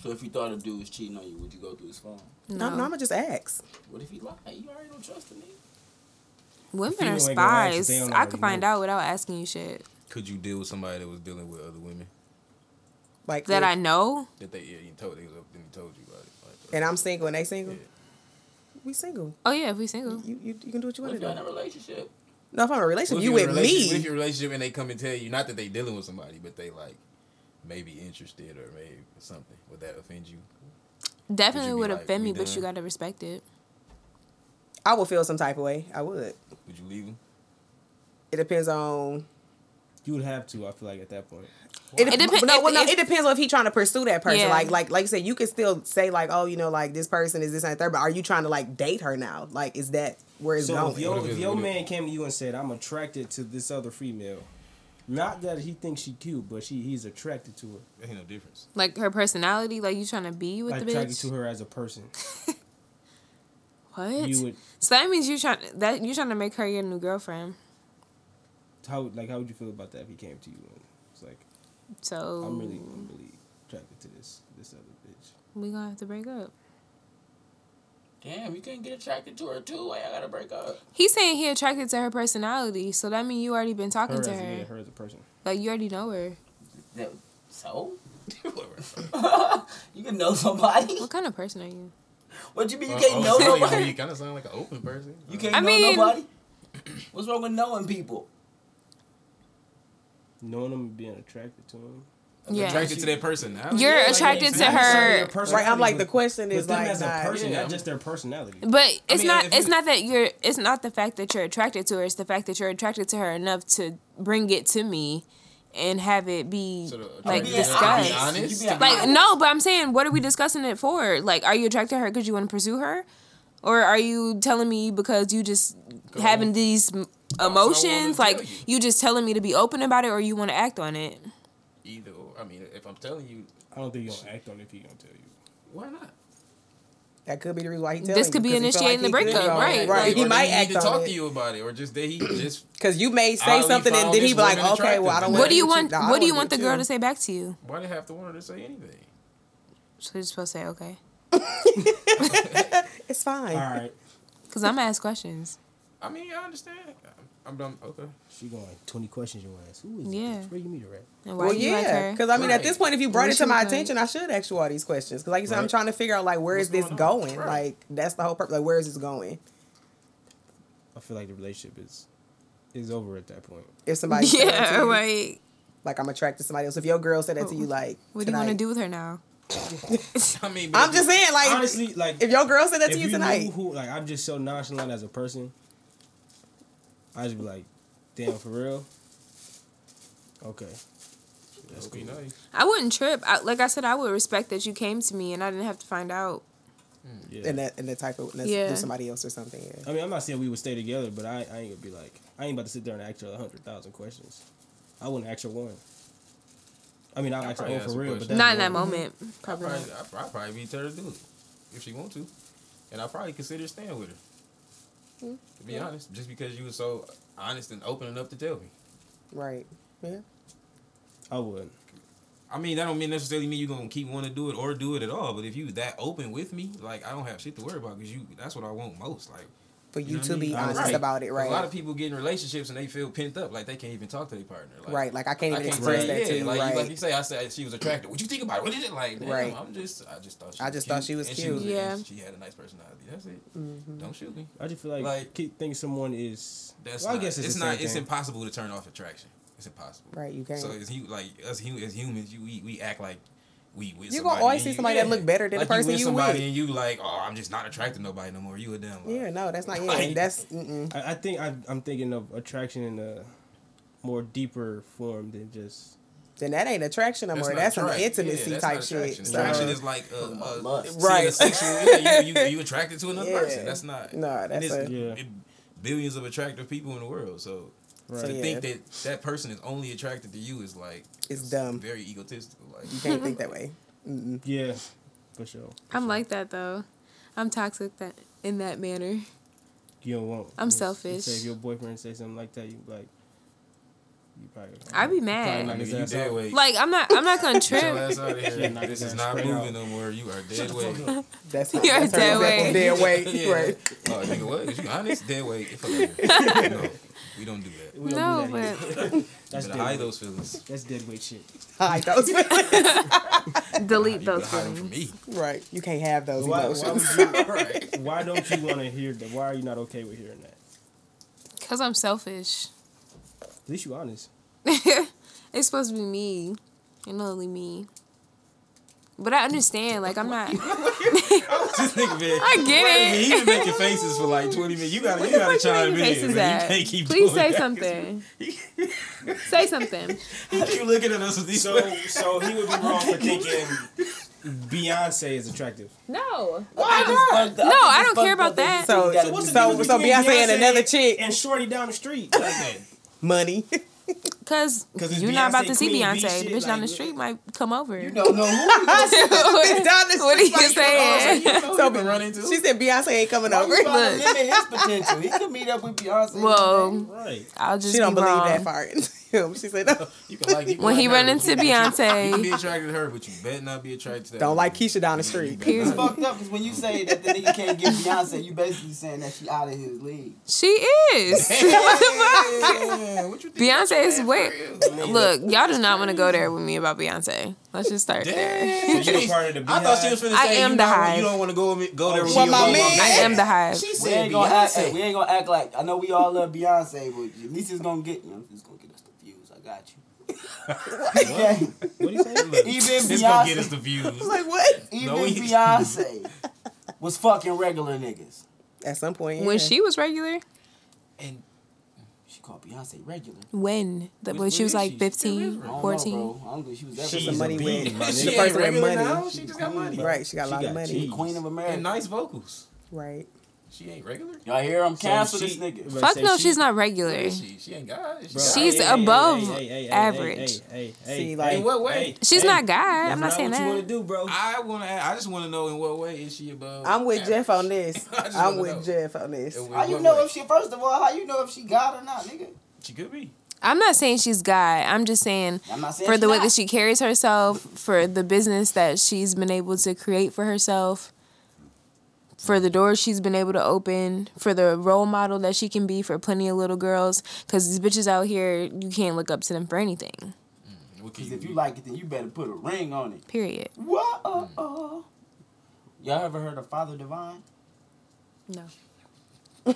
Speaker 2: so if you thought a dude was cheating on you, would you go through his phone?
Speaker 5: No,
Speaker 6: no.
Speaker 5: I'm gonna just ask.
Speaker 2: What if he lied? You already don't trust the nigga.
Speaker 6: women are
Speaker 3: female ain't gonna ask you,
Speaker 6: spies.
Speaker 3: they don't
Speaker 6: I could
Speaker 3: already
Speaker 6: find
Speaker 3: know.
Speaker 6: out without asking you shit
Speaker 4: Could you deal with somebody that was dealing with other women
Speaker 5: Like
Speaker 6: that
Speaker 5: if-
Speaker 6: I know.
Speaker 4: that they yeah, you told they was up and told you about it? Like,
Speaker 5: and I'm single and they single. we single.
Speaker 6: Oh yeah, if we single.
Speaker 5: You you, you can do what you
Speaker 2: What
Speaker 5: want
Speaker 2: if
Speaker 5: to
Speaker 2: you're
Speaker 5: do.
Speaker 2: in a relationship?
Speaker 5: No, if I'm in a relationship,
Speaker 4: What if
Speaker 5: you
Speaker 4: you're in
Speaker 5: with
Speaker 4: a relationship- What if
Speaker 5: me.
Speaker 4: you're in a relationship and they come and tell you, not that they dealing with somebody, but they like maybe interested or maybe something. Would that offend you? Would
Speaker 6: Definitely
Speaker 4: you be
Speaker 6: would
Speaker 4: like,
Speaker 6: offend
Speaker 4: we
Speaker 6: me, but you
Speaker 4: done?
Speaker 6: gotta respect it.
Speaker 5: I would feel some type of way. I would.
Speaker 4: Would you leave them?
Speaker 5: It depends on.
Speaker 3: You would have to. I feel like at that point.
Speaker 5: It,
Speaker 6: It
Speaker 5: depends.
Speaker 6: depen-
Speaker 5: No,
Speaker 6: if-
Speaker 5: well, no,
Speaker 6: if-
Speaker 5: it depends on if he's trying to pursue that person.
Speaker 6: Yeah.
Speaker 5: Like, like, like you said, you can still say like, oh, you know, like this person is this and that. third, But are you trying to like date her now? Like, is that where it's
Speaker 3: So
Speaker 5: going?
Speaker 3: if your,
Speaker 4: What if
Speaker 3: if
Speaker 4: it-
Speaker 3: your
Speaker 4: what if-
Speaker 3: man came to you and said, "I'm attracted to this other female," not that he thinks she cute, but she he's attracted to her,
Speaker 4: Ain't no difference.
Speaker 6: Like her personality, like you trying to be with
Speaker 3: like
Speaker 6: the
Speaker 3: attracted
Speaker 6: bitch.
Speaker 3: to her as a person.
Speaker 6: What?
Speaker 3: You would
Speaker 6: so that means you trying that you trying to make her your new girlfriend.
Speaker 3: how like how would you feel about that if he came to you and it's like,
Speaker 6: So
Speaker 3: "I'm really, I'm really attracted to this this other bitch."
Speaker 6: we gonna have to break up.
Speaker 2: Damn, you couldn't get attracted to her too. Why I gotta break up?
Speaker 6: He's saying he attracted to her personality, so that means you already been talking
Speaker 3: Her as,
Speaker 6: to her.
Speaker 3: yeah, her as a person.
Speaker 6: Like you already know her.
Speaker 2: That- so? you can know somebody?
Speaker 6: What kind of person are you?
Speaker 2: What you mean you can't know
Speaker 4: Oh, so you-
Speaker 2: nobody?
Speaker 4: You kind of sound like an open person.
Speaker 2: You can't
Speaker 6: I
Speaker 2: know
Speaker 6: mean-
Speaker 2: nobody? What's wrong with knowing people?
Speaker 3: Knowing him and being attracted to him.
Speaker 6: Yeah.
Speaker 4: attracted to that person. Now
Speaker 6: You're
Speaker 3: Yeah, like,
Speaker 6: attracted
Speaker 3: it's
Speaker 6: to
Speaker 3: not necessarily
Speaker 6: her
Speaker 3: their personality,
Speaker 5: right. I'm like
Speaker 3: but-
Speaker 5: the question
Speaker 3: but
Speaker 5: is
Speaker 3: them
Speaker 5: like,
Speaker 3: as a
Speaker 5: not-
Speaker 3: person,
Speaker 4: yeah.
Speaker 3: not just their personality.
Speaker 6: But it's
Speaker 4: mean,
Speaker 6: not
Speaker 4: if
Speaker 6: it's
Speaker 4: you-
Speaker 6: not that you're it's not the fact that you're attracted to her, it's the fact that you're attracted to her enough to bring it to me and have it be
Speaker 4: So the-
Speaker 6: like
Speaker 4: to
Speaker 2: be
Speaker 6: discussed.
Speaker 4: honest.
Speaker 2: You
Speaker 4: To
Speaker 2: be
Speaker 4: be
Speaker 6: Like no, but I'm saying what are we discussing it for? Like are you attracted to her cuz you want to pursue her? Or are you telling me because you just having these m- emotions
Speaker 4: tell
Speaker 6: like
Speaker 4: you.
Speaker 6: you just telling me to be open about it or you want to act on it?
Speaker 4: Either or. I mean, if I'm telling you,
Speaker 3: I don't think you're gonna act on it if he gonna tell you.
Speaker 4: why not?
Speaker 5: That could be the reason why he telling
Speaker 6: This could
Speaker 5: you,
Speaker 6: be
Speaker 5: 'cause he felt like
Speaker 6: initiating the
Speaker 5: he could-
Speaker 6: breakup,
Speaker 5: Right.
Speaker 6: right, like-
Speaker 5: He
Speaker 4: or
Speaker 5: might
Speaker 4: they need
Speaker 5: act
Speaker 4: to
Speaker 5: on
Speaker 4: talk to
Speaker 5: it
Speaker 4: you about it, or just that he just
Speaker 5: because you may say
Speaker 4: Highly
Speaker 5: something and
Speaker 4: found
Speaker 5: then he
Speaker 4: this
Speaker 5: be like,
Speaker 4: woman
Speaker 5: okay, well, I
Speaker 4: attractive.
Speaker 5: don't.
Speaker 4: What
Speaker 5: wanna
Speaker 6: What do you
Speaker 5: get
Speaker 6: want
Speaker 5: No, I
Speaker 6: what do
Speaker 5: don't
Speaker 6: you
Speaker 5: wanna
Speaker 6: want the
Speaker 5: get
Speaker 6: girl
Speaker 5: you.
Speaker 6: to say back to you?
Speaker 4: why they have to want her to say anything?
Speaker 6: So you're supposed to say okay.
Speaker 5: It's fine.
Speaker 3: All right,
Speaker 6: Cuz I'm gonna ask questions.
Speaker 4: I mean, I understand. I'm done. Okay.
Speaker 3: she going twenty questions your ass. Who is this
Speaker 6: Yeah.
Speaker 3: bitch? Where you meet her at?
Speaker 6: And why
Speaker 5: Well,
Speaker 6: do you like
Speaker 5: yeah,
Speaker 6: her?
Speaker 5: because I mean, at this
Speaker 4: Right.
Speaker 5: point, if you brought
Speaker 6: Why
Speaker 5: it to
Speaker 6: she
Speaker 5: my
Speaker 6: like-
Speaker 5: attention, I should ask you all these questions. 'Cause like you said, I'm
Speaker 4: Right.
Speaker 5: trying to figure out like where is
Speaker 4: What's
Speaker 5: this
Speaker 4: going on?
Speaker 5: going?
Speaker 4: Right.
Speaker 5: Like that's the whole purpose. Like where is this going?
Speaker 3: I feel like the relationship is is over at that point.
Speaker 5: If somebody said that to
Speaker 6: Yeah,
Speaker 5: you,
Speaker 6: right.
Speaker 5: like I'm attracted to somebody else. If your girl said that to you, like
Speaker 6: What do you want to
Speaker 5: tonight-
Speaker 6: do with her now?
Speaker 4: I mean, but
Speaker 5: I'm
Speaker 4: if
Speaker 5: just
Speaker 4: you-
Speaker 5: saying, like
Speaker 3: Honestly, like
Speaker 5: if your girl said that
Speaker 3: if
Speaker 5: to you,
Speaker 3: you
Speaker 5: tonight,
Speaker 3: knew who, like I'm just so nonchalant as a person. I just be like, damn, for real. Okay, that's
Speaker 4: Okay,
Speaker 3: cool.
Speaker 4: nice.
Speaker 6: I wouldn't trip. I, like I said, I would respect that you came to me and I didn't have to find out.
Speaker 3: Yeah.
Speaker 5: and that and that type of let's
Speaker 6: Yeah.
Speaker 5: do somebody else or something. Yeah.
Speaker 3: I mean, I'm not saying we would stay together, but I, I ain't gonna be like, I ain't about to sit there and ask her a hundred thousand questions. I wouldn't ask her one. I mean, I'll ask her
Speaker 4: probably
Speaker 3: one
Speaker 4: ask
Speaker 3: for
Speaker 4: a
Speaker 3: real, but
Speaker 4: question.
Speaker 3: that's
Speaker 6: not in
Speaker 3: one.
Speaker 6: that moment.
Speaker 4: I
Speaker 6: Probably.
Speaker 4: probably,
Speaker 6: not.
Speaker 4: I probably, probably be tell her to do it if she want to, and I probably consider staying with her. To be honest, just because you were so honest and open enough to tell me.
Speaker 5: Right. Yeah.
Speaker 3: I would.
Speaker 4: I mean, that don't mean necessarily mean you're gonna keep wanting to do it or do it at all. But if you that open with me, like I don't have shit to worry about because you that's what I want most. Like
Speaker 5: For you,
Speaker 4: know what
Speaker 5: to
Speaker 4: I mean?
Speaker 5: be honest
Speaker 4: Right.
Speaker 5: about it, right?
Speaker 4: a lot of people get in relationships and they feel pent up, like they can't even talk to their partner. Like,
Speaker 5: right. Like I can't
Speaker 4: I
Speaker 5: even
Speaker 4: can't
Speaker 5: express
Speaker 4: say-
Speaker 5: that
Speaker 4: yeah,
Speaker 5: to you.
Speaker 4: like,
Speaker 5: right.
Speaker 4: like you say, I said she was attractive. What you think about it? What is it like? Damn,
Speaker 5: Right.
Speaker 4: I'm just, I just thought she.
Speaker 5: I
Speaker 4: was
Speaker 5: just
Speaker 4: cute,
Speaker 5: thought she was
Speaker 4: and
Speaker 5: cute. Mm-hmm.
Speaker 6: Yeah.
Speaker 4: and She had a nice personality. That's it. Don't shoot me.
Speaker 3: I just feel like,
Speaker 4: Like-
Speaker 3: keep think someone is.
Speaker 4: That's
Speaker 3: well,
Speaker 4: not,
Speaker 3: I guess it's, the
Speaker 4: not.
Speaker 3: same
Speaker 4: It's
Speaker 3: thing.
Speaker 4: impossible to turn off attraction. It's impossible.
Speaker 5: right. You can't.
Speaker 4: So it's you like us hu- as humans, you we, we act like we with
Speaker 5: You gonna
Speaker 4: somebody
Speaker 5: always
Speaker 4: and
Speaker 5: see
Speaker 4: you-
Speaker 5: somebody that look better than the
Speaker 4: like
Speaker 5: person
Speaker 4: you with
Speaker 5: you
Speaker 4: somebody
Speaker 5: with.
Speaker 4: and you like oh I'm just not attracted to nobody no more. You a damn liar.
Speaker 5: yeah. No. That's not. Yeah.
Speaker 4: Like-
Speaker 5: that's. Mm-mm.
Speaker 3: I, I think I, I'm thinking of attraction in a more deeper form than just.
Speaker 5: Then that ain't attraction no more.
Speaker 4: not
Speaker 5: That's some
Speaker 4: attract- yeah,
Speaker 5: intimacy
Speaker 4: that's
Speaker 5: type
Speaker 4: not
Speaker 5: shit.
Speaker 4: attraction.
Speaker 5: So-
Speaker 4: Attraction is like uh, uh,
Speaker 2: Lust.
Speaker 4: seeing a
Speaker 5: Right.
Speaker 4: sexual- yeah, you, you, you attracted to another
Speaker 5: Yeah.
Speaker 4: person. That's not.
Speaker 5: No,
Speaker 4: and
Speaker 5: that's
Speaker 4: it's
Speaker 5: a-
Speaker 3: Yeah.
Speaker 4: billions of attractive people in the world. So
Speaker 5: so
Speaker 4: to
Speaker 5: yeah,
Speaker 4: think that that person is only attracted to you is like
Speaker 5: It's dumb.
Speaker 4: very egotistical. Like
Speaker 5: you can't think that way.
Speaker 3: Yeah, for sure.
Speaker 6: I'm like that though. I'm toxic that in that manner.
Speaker 3: You don't want.
Speaker 6: I'm
Speaker 3: you s- you
Speaker 6: selfish.
Speaker 3: Say if your boyfriend say something like that, you be like. You probably.
Speaker 6: I'd be
Speaker 3: you probably
Speaker 6: mad.
Speaker 3: knock
Speaker 4: nigga,
Speaker 3: his
Speaker 4: you
Speaker 3: ass
Speaker 4: dead
Speaker 3: out.
Speaker 4: weight.
Speaker 6: Like I'm not. I'm not gonna
Speaker 4: Get your
Speaker 6: trip.
Speaker 4: ass out of here.
Speaker 3: knock
Speaker 4: This
Speaker 3: his
Speaker 4: is
Speaker 3: ass
Speaker 4: not
Speaker 3: straight
Speaker 4: moving
Speaker 3: out.
Speaker 4: no more. You are dead weight.
Speaker 5: That's that's
Speaker 6: You're
Speaker 5: her
Speaker 6: dead
Speaker 5: example,
Speaker 6: weight.
Speaker 5: Dead weight.
Speaker 4: Yeah.
Speaker 5: Right.
Speaker 4: Oh, nigga, what? Is you honest? Dead weight. Fuck outta here. no, we don't do that.
Speaker 3: We
Speaker 6: No,
Speaker 3: don't do that here.
Speaker 6: but
Speaker 3: that's
Speaker 4: But I hide
Speaker 3: dead. Weight.
Speaker 4: those feelings.
Speaker 3: That's dead weight shit.
Speaker 5: Hide those.
Speaker 6: Delete
Speaker 4: You
Speaker 6: those
Speaker 4: hide them from
Speaker 6: feelings.
Speaker 4: me.
Speaker 5: Right. You can't have those
Speaker 3: Why,
Speaker 5: emotions.
Speaker 3: why, would you, why don't you want to hear that? Why are you not okay with hearing that?
Speaker 6: Cause I'm selfish.
Speaker 3: At least you honest.
Speaker 6: It's supposed to be me, and only me. But I understand. Like I'm not.
Speaker 4: This nigga been,
Speaker 6: I
Speaker 4: he
Speaker 6: get it.
Speaker 4: been making faces for like 20 minutes. You gotta, you gotta
Speaker 6: What you
Speaker 4: chime in.
Speaker 6: making
Speaker 4: man.
Speaker 6: faces
Speaker 4: You
Speaker 6: at?
Speaker 4: can't keep
Speaker 6: Please
Speaker 4: doing
Speaker 6: say
Speaker 4: that.
Speaker 6: something. say something.
Speaker 4: You keep looking at us with these.
Speaker 3: So, so he would be wrong for thinking Beyonce is attractive.
Speaker 6: No.
Speaker 2: I
Speaker 6: No, I don't care about that.
Speaker 5: So, so,
Speaker 3: What's the
Speaker 5: so,
Speaker 3: difference between
Speaker 5: Beyonce and another chick,
Speaker 3: and Shorty down the street. Like that.
Speaker 5: money.
Speaker 6: Cause,
Speaker 3: 'Cause it's
Speaker 6: you're not about
Speaker 3: Beyonce
Speaker 6: to see
Speaker 3: Queen,
Speaker 6: Beyonce.
Speaker 3: B shit,
Speaker 6: Bitch down the
Speaker 3: like-
Speaker 6: street might come over.
Speaker 2: You don't know who
Speaker 6: what
Speaker 5: Down the
Speaker 6: what are
Speaker 5: street,
Speaker 6: you saying?
Speaker 5: so, She said Beyonce ain't coming over.
Speaker 2: he's trying to limit his potential. He could meet up with Beyonce.
Speaker 6: Well,
Speaker 3: Right.
Speaker 6: I'll just
Speaker 5: She don't
Speaker 6: be
Speaker 5: believe
Speaker 6: wrong.
Speaker 5: that far in him. She said, no.
Speaker 4: You can like, you can
Speaker 6: When
Speaker 4: like
Speaker 6: he
Speaker 4: her,
Speaker 6: run
Speaker 4: but
Speaker 6: into
Speaker 4: you- You can be
Speaker 6: Beyonce,
Speaker 4: attracted to her, but you better not be attracted to that.
Speaker 5: don't like
Speaker 4: woman.
Speaker 5: Keisha down the street.
Speaker 4: You
Speaker 2: It's
Speaker 4: better not.
Speaker 2: fucked up because when you say that the nigga can't get Beyonce, you basically saying that she out of his league.
Speaker 6: she is.
Speaker 4: Yeah, what you think?
Speaker 6: Beyonce is way. Look, y'all do not want to go there with me about Beyonce. Let's just start there.
Speaker 3: So you were part of the
Speaker 4: I
Speaker 3: Beehive.
Speaker 4: thought she was finna say
Speaker 6: I am
Speaker 4: you,
Speaker 6: the
Speaker 4: not-
Speaker 6: hive.
Speaker 4: you don't want to go with me, go there with
Speaker 5: Well,
Speaker 4: me.
Speaker 5: my
Speaker 4: about
Speaker 5: man-
Speaker 6: I am the hive.
Speaker 4: She
Speaker 2: We
Speaker 4: said
Speaker 2: ain't, gonna act,
Speaker 4: Beyonce.
Speaker 2: we ain't gonna act like I know we all love Beyonce, but at least it's gonna get you know, it's gonna get us the views. I got you. okay.
Speaker 3: What do you say? Look,
Speaker 2: Even
Speaker 4: This gonna get us
Speaker 2: Beyonce,
Speaker 4: the views.
Speaker 5: Like, what?
Speaker 2: even
Speaker 4: No, he-
Speaker 2: Beyonce was fucking regular niggas.
Speaker 5: At some point,
Speaker 6: When
Speaker 5: yeah.
Speaker 6: she was regular,
Speaker 2: And she called Beyonce regular.
Speaker 6: when the, when
Speaker 4: When-
Speaker 6: she was
Speaker 4: when is
Speaker 6: like
Speaker 4: she?
Speaker 6: 15,
Speaker 2: I don't
Speaker 6: 14.
Speaker 2: know, bro. I don't think she was ever.
Speaker 5: She's
Speaker 4: She's
Speaker 5: a money
Speaker 4: a
Speaker 5: win.
Speaker 4: bean.
Speaker 5: She's
Speaker 4: She
Speaker 5: the
Speaker 4: ain't
Speaker 5: person with
Speaker 4: regular
Speaker 5: money.
Speaker 4: now, She just got money.
Speaker 5: Right, she got a lot of money.
Speaker 3: cheese.
Speaker 2: Queen of America.
Speaker 4: And nice vocals.
Speaker 5: Right.
Speaker 4: She ain't regular.
Speaker 2: Y'all hear him cancel
Speaker 3: she-
Speaker 2: this nigga.
Speaker 3: Right.
Speaker 6: Fuck
Speaker 3: Say
Speaker 6: no,
Speaker 3: she-
Speaker 6: she's not regular.
Speaker 4: She, she ain't got it. She
Speaker 3: Bro,
Speaker 4: got
Speaker 6: She's
Speaker 4: it.
Speaker 6: above
Speaker 3: Hey,
Speaker 6: average.
Speaker 3: hey, hey,
Speaker 5: See,
Speaker 3: hey,
Speaker 5: like-
Speaker 4: In what way?
Speaker 6: She's
Speaker 3: hey,
Speaker 6: not God. I'm
Speaker 3: that's
Speaker 6: not saying
Speaker 3: what you
Speaker 6: that.
Speaker 3: want to do, bro.
Speaker 4: I want to. I just want to know in what way is she above?
Speaker 5: I'm with
Speaker 4: average?
Speaker 5: Jeff on this.
Speaker 4: I just
Speaker 5: I'm
Speaker 4: wanna
Speaker 5: with
Speaker 4: know.
Speaker 5: Jeff on this.
Speaker 4: In
Speaker 2: How you
Speaker 4: what
Speaker 2: know
Speaker 4: way?
Speaker 2: if she? First of all, how you know if she God or not, nigga?
Speaker 4: she could be?
Speaker 6: I'm not saying she's God. I'm just saying
Speaker 2: I'm not saying
Speaker 6: for
Speaker 2: she
Speaker 6: the way
Speaker 2: not.
Speaker 6: that she carries herself, for the business that she's been able to create for herself, for the doors she's been able to open, for the role model that she can be for plenty of little girls. Because these bitches out here, you can't look up to them for anything.
Speaker 4: What can
Speaker 2: Because if
Speaker 4: be?
Speaker 2: you like it, then you better put a ring on it.
Speaker 6: Period.
Speaker 2: Whoa. Y'all ever heard of Father Divine?
Speaker 6: No.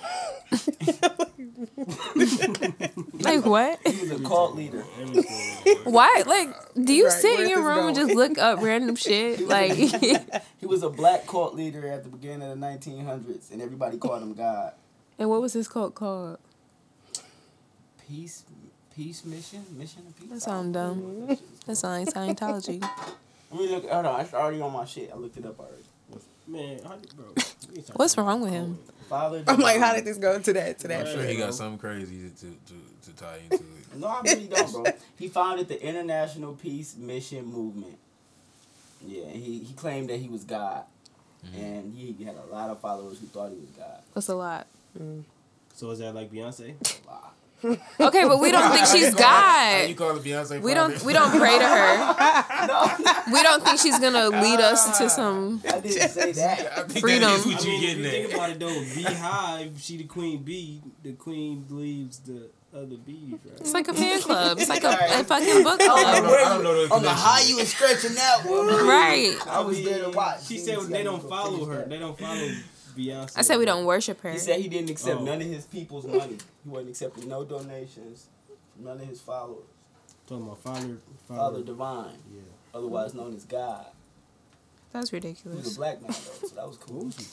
Speaker 6: like what?
Speaker 2: He's a cult leader.
Speaker 6: Why? Like, do you
Speaker 5: Right,
Speaker 6: sit
Speaker 5: where's
Speaker 6: in your
Speaker 5: this
Speaker 6: room and
Speaker 5: going?
Speaker 6: just look up random shit? Like,
Speaker 2: He was a black cult leader at the beginning of the 1900s, and everybody called him God.
Speaker 6: and what was his cult called?
Speaker 2: Peace, peace mission, mission of peace.
Speaker 6: That sound dumb. That sounds like Scientology.
Speaker 2: Let me look. Hold on, it's already on my shit. I looked it up already.
Speaker 3: Man, how you- bro. we talking
Speaker 6: What's
Speaker 3: about
Speaker 6: wrong with him?
Speaker 2: Father.
Speaker 5: I'm like,
Speaker 2: Divine.
Speaker 5: how did this go to that? To that?
Speaker 4: I'm sure he got something crazy to to, to tie into it.
Speaker 2: No, I really don't, bro. He founded the International Peace Mission Movement. Yeah, and he, he claimed that he was God. And he had a lot of followers who thought he was God.
Speaker 6: That's a lot.
Speaker 3: So is that like Beyonce?
Speaker 6: Okay, but we don't think she's
Speaker 4: You
Speaker 6: God.
Speaker 4: call it Beyonce?
Speaker 6: We
Speaker 4: private?
Speaker 6: don't. We don't pray to her. We don't think she's gonna lead us
Speaker 5: Uh,
Speaker 6: to some.
Speaker 2: I didn't say
Speaker 4: I
Speaker 2: that.
Speaker 4: think
Speaker 6: freedom.
Speaker 4: That is what you
Speaker 3: I mean, if you
Speaker 4: getting
Speaker 3: think
Speaker 4: at.
Speaker 3: about it though, Beehive, she the queen bee. The queen leaves the other bees, right?
Speaker 6: It's like a fan club. It's like a, a fucking book
Speaker 5: Oh,
Speaker 6: club.
Speaker 4: I don't know the
Speaker 2: On the
Speaker 4: connection.
Speaker 2: high you was stretching out, one.
Speaker 6: Right.
Speaker 2: I was there to watch.
Speaker 3: She said they don't follow her. They don't follow Beyonce.
Speaker 6: I said we don't worship her.
Speaker 2: He said he didn't accept
Speaker 3: Oh.
Speaker 2: none of his people's money. He wasn't accepting no donations, none of his followers.
Speaker 3: Talking about father,
Speaker 2: Father
Speaker 3: father.
Speaker 2: Divine,
Speaker 3: Yeah.
Speaker 2: otherwise known as God.
Speaker 6: That's
Speaker 2: He was
Speaker 6: ridiculous.
Speaker 2: a black man, though, so that was cool.
Speaker 4: He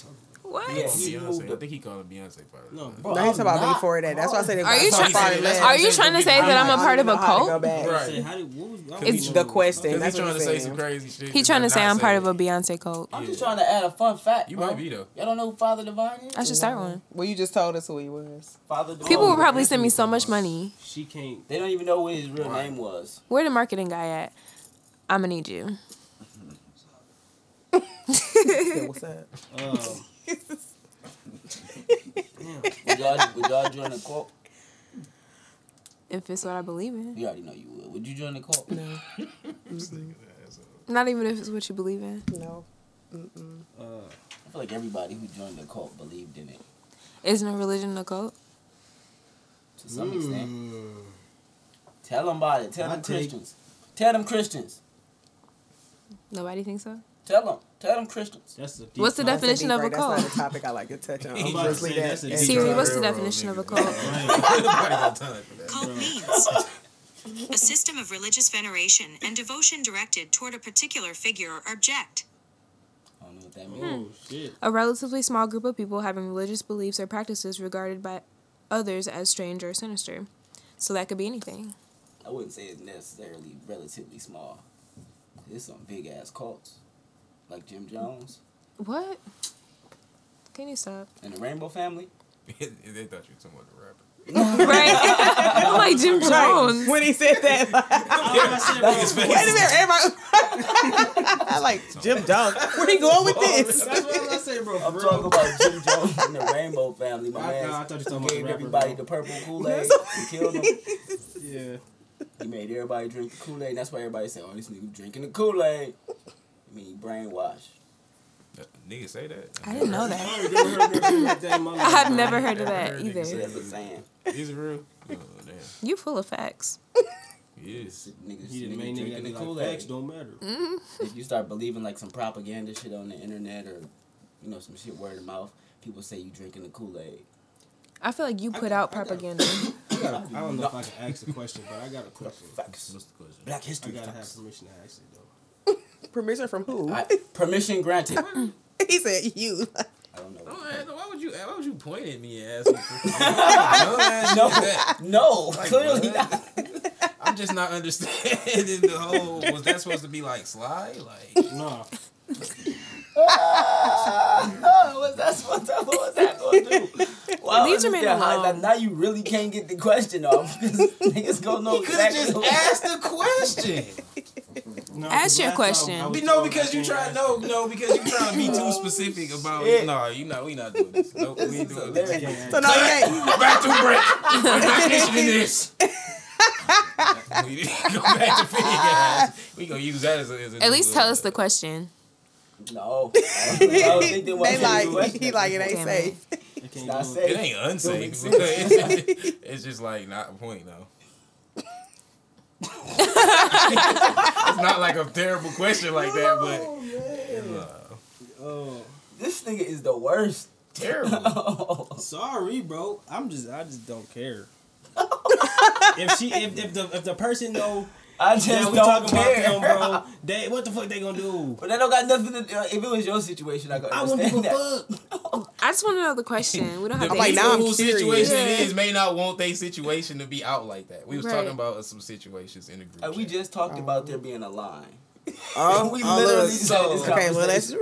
Speaker 6: What?
Speaker 2: Yes.
Speaker 4: called
Speaker 2: moved
Speaker 4: Beyonce. I
Speaker 2: up.
Speaker 4: think he called it Beyonce. Probably.
Speaker 3: No,
Speaker 2: Bro,
Speaker 5: No, he's talking
Speaker 2: I'm
Speaker 5: about
Speaker 2: not-
Speaker 5: before that. That's why I said it
Speaker 6: Are you
Speaker 5: was so
Speaker 6: trying?
Speaker 5: far left.
Speaker 6: Are you trying to say that I'm a part of a cult?
Speaker 5: cult?
Speaker 4: Right.
Speaker 3: Say, how did, what was, I don't
Speaker 4: It's
Speaker 3: even know
Speaker 5: the
Speaker 3: what-
Speaker 5: question.
Speaker 4: Because
Speaker 5: That's
Speaker 4: he's trying to
Speaker 5: what I'm
Speaker 4: say
Speaker 5: saying.
Speaker 4: some crazy shit.
Speaker 6: He's
Speaker 4: and
Speaker 6: trying to
Speaker 4: not
Speaker 6: say I'm
Speaker 4: say
Speaker 6: part
Speaker 4: it.
Speaker 6: of a Beyonce cult.
Speaker 2: I'm just
Speaker 4: Yeah.
Speaker 2: trying to add a fun fact.
Speaker 4: You
Speaker 2: bro.
Speaker 4: might be though.
Speaker 2: Y'all don't know who Father Divine is?
Speaker 6: I should start one.
Speaker 5: Well, you just told us who he was.
Speaker 2: Father Divine.
Speaker 6: People will probably send me so much money.
Speaker 3: She can't.
Speaker 2: They don't even know what his real
Speaker 4: Right.
Speaker 2: name was.
Speaker 6: Where the marketing guy at? I'ma need you.
Speaker 5: Yeah, what's up?
Speaker 3: Um,
Speaker 2: Would y'all, would y'all join a cult?
Speaker 6: If it's what I believe in.
Speaker 2: You already know you would. Would you join a cult? No.
Speaker 6: Not even if it's what you believe in.
Speaker 5: No.
Speaker 2: I feel like everybody who joined a cult believed in it
Speaker 6: Isn't a religion a cult?
Speaker 2: to
Speaker 4: Hmm.
Speaker 2: some extent. Tell them about it. Tell them Christians. Tell them Christians.
Speaker 6: Nobody thinks so.
Speaker 2: Tell them. Tell them, Crystals.
Speaker 3: That's the deep
Speaker 6: What's the
Speaker 5: That's a
Speaker 6: definition
Speaker 5: deep
Speaker 6: of a
Speaker 5: break. That's not
Speaker 6: cult?
Speaker 5: a topic I like to touch on.
Speaker 3: about to
Speaker 5: Obviously
Speaker 3: say,
Speaker 5: that-
Speaker 3: that's a
Speaker 5: that's
Speaker 3: deep
Speaker 6: Siri,
Speaker 5: not-
Speaker 6: what's the
Speaker 4: Railroad
Speaker 6: definition of a
Speaker 4: nigga.
Speaker 6: cult?
Speaker 4: Nobody got time for that.
Speaker 9: Cult means a system of religious veneration and devotion directed toward a particular figure or object.
Speaker 2: I don't know what that means.
Speaker 3: Oh shit.
Speaker 6: A relatively small group of people having religious beliefs or practices regarded by others as strange or sinister. So that could be anything.
Speaker 2: I wouldn't say it's necessarily relatively small. There's some big ass cults, like Jim Jones
Speaker 6: What? Can you stop?
Speaker 2: and the Rainbow Family.
Speaker 4: they thought you were talking about the rapper.
Speaker 6: Right? I'm like Jim Jones.
Speaker 5: When he said that, like, wait a minute, everybody. I like Jim Dunk. Where he going with this?
Speaker 3: That's what I was gonna say, bro.
Speaker 2: I'm
Speaker 3: for
Speaker 2: talking
Speaker 3: real.
Speaker 2: about Jim Jones and the Rainbow Family. My
Speaker 3: I, nah, I
Speaker 2: man
Speaker 3: thought you were talking
Speaker 2: gave
Speaker 3: about
Speaker 2: everybody
Speaker 3: the
Speaker 2: the
Speaker 3: rapper.
Speaker 2: purple Kool Aid. He killed him.
Speaker 3: bro. Yeah.
Speaker 2: He made everybody drink the Kool Aid. That's why everybody said, "Oh, this nigga drinking the Kool Aid." I mean, he brainwashed.
Speaker 4: Niggas say that.
Speaker 6: I didn't know that.
Speaker 3: I ain't never heard that shit like that in my life.
Speaker 6: I've never heard of
Speaker 4: Never
Speaker 6: that
Speaker 4: heard niggas say
Speaker 6: either.
Speaker 2: That's a saying.
Speaker 4: Is it real? Oh, damn.
Speaker 6: You full of facts.
Speaker 4: Yes.
Speaker 2: Niggas,
Speaker 3: He the
Speaker 2: niggas
Speaker 3: main nigga that
Speaker 2: drinking eh?
Speaker 3: be
Speaker 2: the
Speaker 3: like,
Speaker 2: Kool
Speaker 3: facts
Speaker 2: Aid.
Speaker 3: don't matter.
Speaker 6: Hmm?
Speaker 2: if you start believing like some propaganda shit on the internet or you know some shit word of mouth, people say you drinking the Kool Aid.
Speaker 6: I feel like you put
Speaker 3: got-
Speaker 6: out
Speaker 3: I got-
Speaker 6: propaganda.
Speaker 3: I, gotta, I don't know if I can ask the question, but I got a question.
Speaker 2: Facts.
Speaker 4: What's the question?
Speaker 2: Black
Speaker 3: I
Speaker 2: History
Speaker 3: gotta have
Speaker 2: Facts.
Speaker 3: permission to ask it though.
Speaker 5: Permission from who?
Speaker 2: I, permission granted. I
Speaker 5: he said you.
Speaker 2: don't know.
Speaker 4: Oh, Why would you? Why would you point at me and ask me? For Dumbass,
Speaker 2: No.
Speaker 4: no. that.
Speaker 2: No,
Speaker 4: Like,
Speaker 2: clearly
Speaker 4: what?
Speaker 2: not.
Speaker 4: I'm just not understanding the whole. Was that supposed to be like sly? Like
Speaker 3: Nah,
Speaker 2: Ah, what's that supposed to? What was that going to do? Wow,
Speaker 6: Leave your man alone.
Speaker 2: now you really can't get the question off. 'cause niggas gonna know
Speaker 4: you could have
Speaker 2: exactly.
Speaker 4: just
Speaker 2: what-
Speaker 4: asked the question.
Speaker 3: nah,
Speaker 6: Ask
Speaker 3: 'cause
Speaker 6: your
Speaker 3: last time
Speaker 6: question.
Speaker 3: I was
Speaker 4: Be-
Speaker 3: told
Speaker 4: No,
Speaker 3: I
Speaker 4: because you
Speaker 3: can't
Speaker 4: try.
Speaker 3: ask
Speaker 4: No, no, because you trying to be too specific about.
Speaker 2: Shit.
Speaker 4: No, you not. We not doing this. No, we ain't doing this.
Speaker 2: There-
Speaker 5: So no, he ain't.
Speaker 4: Back to break. We're not listening to this. we didn't go back to figure out. We gonna use that as a. As a
Speaker 6: At least
Speaker 4: new,
Speaker 6: tell
Speaker 4: uh,
Speaker 6: us the question.
Speaker 2: No, I don't, I don't think they want to hear
Speaker 5: They
Speaker 2: the
Speaker 5: like
Speaker 2: question.
Speaker 5: he like it ain't
Speaker 6: Damn it.
Speaker 5: safe.
Speaker 3: I can't
Speaker 2: Not
Speaker 3: do it.
Speaker 2: safe.
Speaker 4: It ain't
Speaker 2: make
Speaker 4: unsafe.
Speaker 2: sense.
Speaker 4: It's just, it's just like not a point though. it's not like a terrible question like that, but
Speaker 3: Oh,
Speaker 2: This nigga is the worst.
Speaker 4: terrible.
Speaker 3: sorry, bro. I'm just, I just don't care. if she, if, if the if the person know
Speaker 2: I just
Speaker 3: that we
Speaker 2: don't
Speaker 3: talking
Speaker 2: care.
Speaker 3: about them, bro, they what the fuck they gonna do?
Speaker 2: But that don't got nothing to do. uh, If it was your situation, I could
Speaker 3: I wouldn't
Speaker 2: understand
Speaker 3: give a
Speaker 2: that.
Speaker 3: fuck.
Speaker 6: I just want to know the question. We don't have
Speaker 4: The
Speaker 6: to
Speaker 5: like,
Speaker 6: answer.
Speaker 5: now
Speaker 4: people
Speaker 5: I'm
Speaker 4: whose
Speaker 5: curious.
Speaker 4: situation it
Speaker 6: Yeah.
Speaker 4: is may not want their situation to be out like that. We was
Speaker 6: Right.
Speaker 4: talking about some situations in the group.
Speaker 2: Like, we
Speaker 4: chat.
Speaker 2: just talked about there being a line.
Speaker 5: Oh,
Speaker 2: We
Speaker 5: oh,
Speaker 2: literally
Speaker 5: look.
Speaker 2: just had this
Speaker 5: okay. Well, let's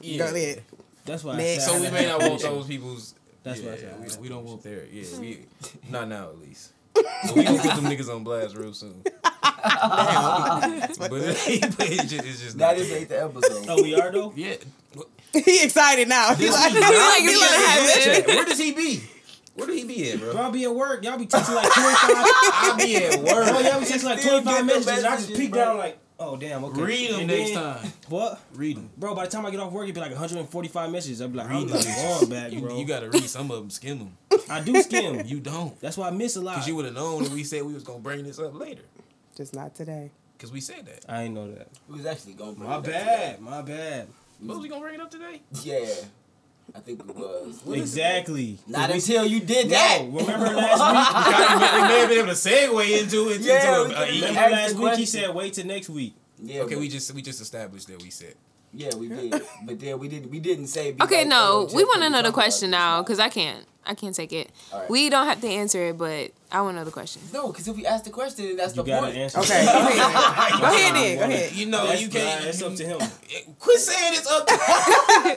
Speaker 4: Yeah.
Speaker 5: go ahead.
Speaker 3: That's why. I
Speaker 5: Next.
Speaker 3: said I
Speaker 4: So we
Speaker 3: had
Speaker 4: may not
Speaker 3: a
Speaker 4: want
Speaker 3: question.
Speaker 4: those people's.
Speaker 3: That's what I
Speaker 4: yeah,
Speaker 3: said.
Speaker 4: we, we don't want their. Yeah, we not now at least. But we gonna put them niggas on blast real soon. but but it's just, it's just
Speaker 2: That
Speaker 4: not
Speaker 2: is
Speaker 4: fair.
Speaker 2: ain't the episode.
Speaker 3: Oh, we are though.
Speaker 4: Yeah.
Speaker 5: He excited now. He like, he like, he like,
Speaker 4: Where does he be? Where do he be at,
Speaker 3: Bro,
Speaker 4: bro?
Speaker 3: I be at work. Y'all be texting like 25.
Speaker 4: I be at
Speaker 3: bro,
Speaker 4: work.
Speaker 3: y'all be texting like
Speaker 2: Still get
Speaker 3: 25
Speaker 2: the
Speaker 3: messages. and I just
Speaker 2: messages,
Speaker 3: peek
Speaker 2: bro.
Speaker 3: down like, oh, damn, okay.
Speaker 4: Read him
Speaker 3: And
Speaker 4: next
Speaker 3: then-
Speaker 4: time.
Speaker 3: What?
Speaker 4: Read him.
Speaker 3: Bro, by the time I get off work, it'd be like 145 messages. I'd be like, I'm
Speaker 4: Read
Speaker 3: not going back,
Speaker 4: You,
Speaker 3: bro.
Speaker 4: you gotta read some of them, skim them.
Speaker 3: I do skim.
Speaker 4: You don't.
Speaker 3: That's why I miss a lot.
Speaker 4: Because you would have known if we said we was gonna bring this up later.
Speaker 5: just not today.
Speaker 4: Because we said that.
Speaker 3: I ain't know that.
Speaker 2: we was actually going to
Speaker 3: My bad. My bad.
Speaker 4: Was we gonna bring it up today?
Speaker 2: Yeah. I think we was.
Speaker 3: Exactly.
Speaker 2: Not until you did that.
Speaker 3: No, remember last week?
Speaker 4: God, we may have been able to segue into it.
Speaker 2: Yeah, we
Speaker 4: into a-
Speaker 2: could've-
Speaker 4: a-
Speaker 3: Remember
Speaker 2: Ask the
Speaker 3: last week he
Speaker 2: question.
Speaker 3: said, wait till next week.
Speaker 2: Yeah,
Speaker 4: okay,
Speaker 2: but-
Speaker 4: we just we just established that we said.
Speaker 2: Yeah, we did. But then we didn't. We didn't say. be
Speaker 6: Okay,
Speaker 2: like,
Speaker 6: no,
Speaker 2: oh,
Speaker 6: we
Speaker 2: Jeff, we
Speaker 6: want to know the
Speaker 2: talking about
Speaker 6: question
Speaker 2: this
Speaker 6: now
Speaker 2: now.
Speaker 6: because I can't. I can't take it.
Speaker 2: All right.
Speaker 6: We don't have to answer it, but I want to know the question.
Speaker 2: No, because if we ask the question, then that's
Speaker 3: You
Speaker 2: the
Speaker 3: gotta
Speaker 2: point.
Speaker 3: answer.
Speaker 5: Okay. go ahead. Go ahead then. Go ahead.
Speaker 4: You know,
Speaker 3: That's,
Speaker 4: you can't.
Speaker 3: nah, it's up to him.
Speaker 4: Quit saying it's up to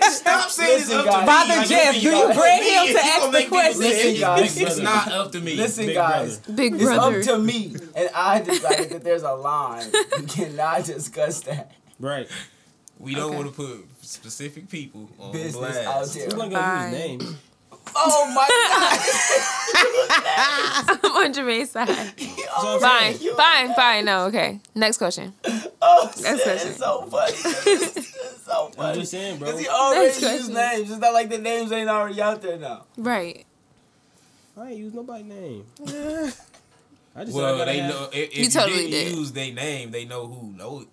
Speaker 4: Stop saying
Speaker 2: Listen,
Speaker 4: it's up to
Speaker 2: guys.
Speaker 4: me.
Speaker 5: Father Jeff, do you bring him to ask the question?
Speaker 2: Listen, guys.
Speaker 4: It's not up to me.
Speaker 2: Listen,
Speaker 3: Big
Speaker 2: guys.
Speaker 6: Big
Speaker 2: It's
Speaker 6: brother.
Speaker 2: up to me, and I decided that there's a line. We cannot discuss that
Speaker 3: Right.
Speaker 4: We don't
Speaker 6: Okay.
Speaker 4: want to put specific people on
Speaker 2: business out
Speaker 4: blast.
Speaker 2: there.
Speaker 3: We're gonna
Speaker 6: Fine.
Speaker 3: give you his name.
Speaker 2: Oh my
Speaker 6: I'm on Jermaine's side.
Speaker 3: That's what I'm
Speaker 6: Fine,
Speaker 3: saying.
Speaker 6: fine, fine. No, okay. Next question.
Speaker 2: god,
Speaker 6: Next question.
Speaker 2: Oh, it's so funny. It's so
Speaker 3: I'm
Speaker 2: funny.
Speaker 3: just saying, bro.
Speaker 2: Because he already
Speaker 6: Next
Speaker 2: used
Speaker 6: question.
Speaker 2: names. It's not like the names ain't already out there now.
Speaker 6: Right.
Speaker 3: I ain't use nobody's name. I just said I
Speaker 4: Well,
Speaker 3: gotta
Speaker 4: they
Speaker 3: have-
Speaker 4: know if, if
Speaker 6: You
Speaker 4: you,
Speaker 6: totally
Speaker 4: didn't
Speaker 6: did.
Speaker 4: use their name, they know who know it.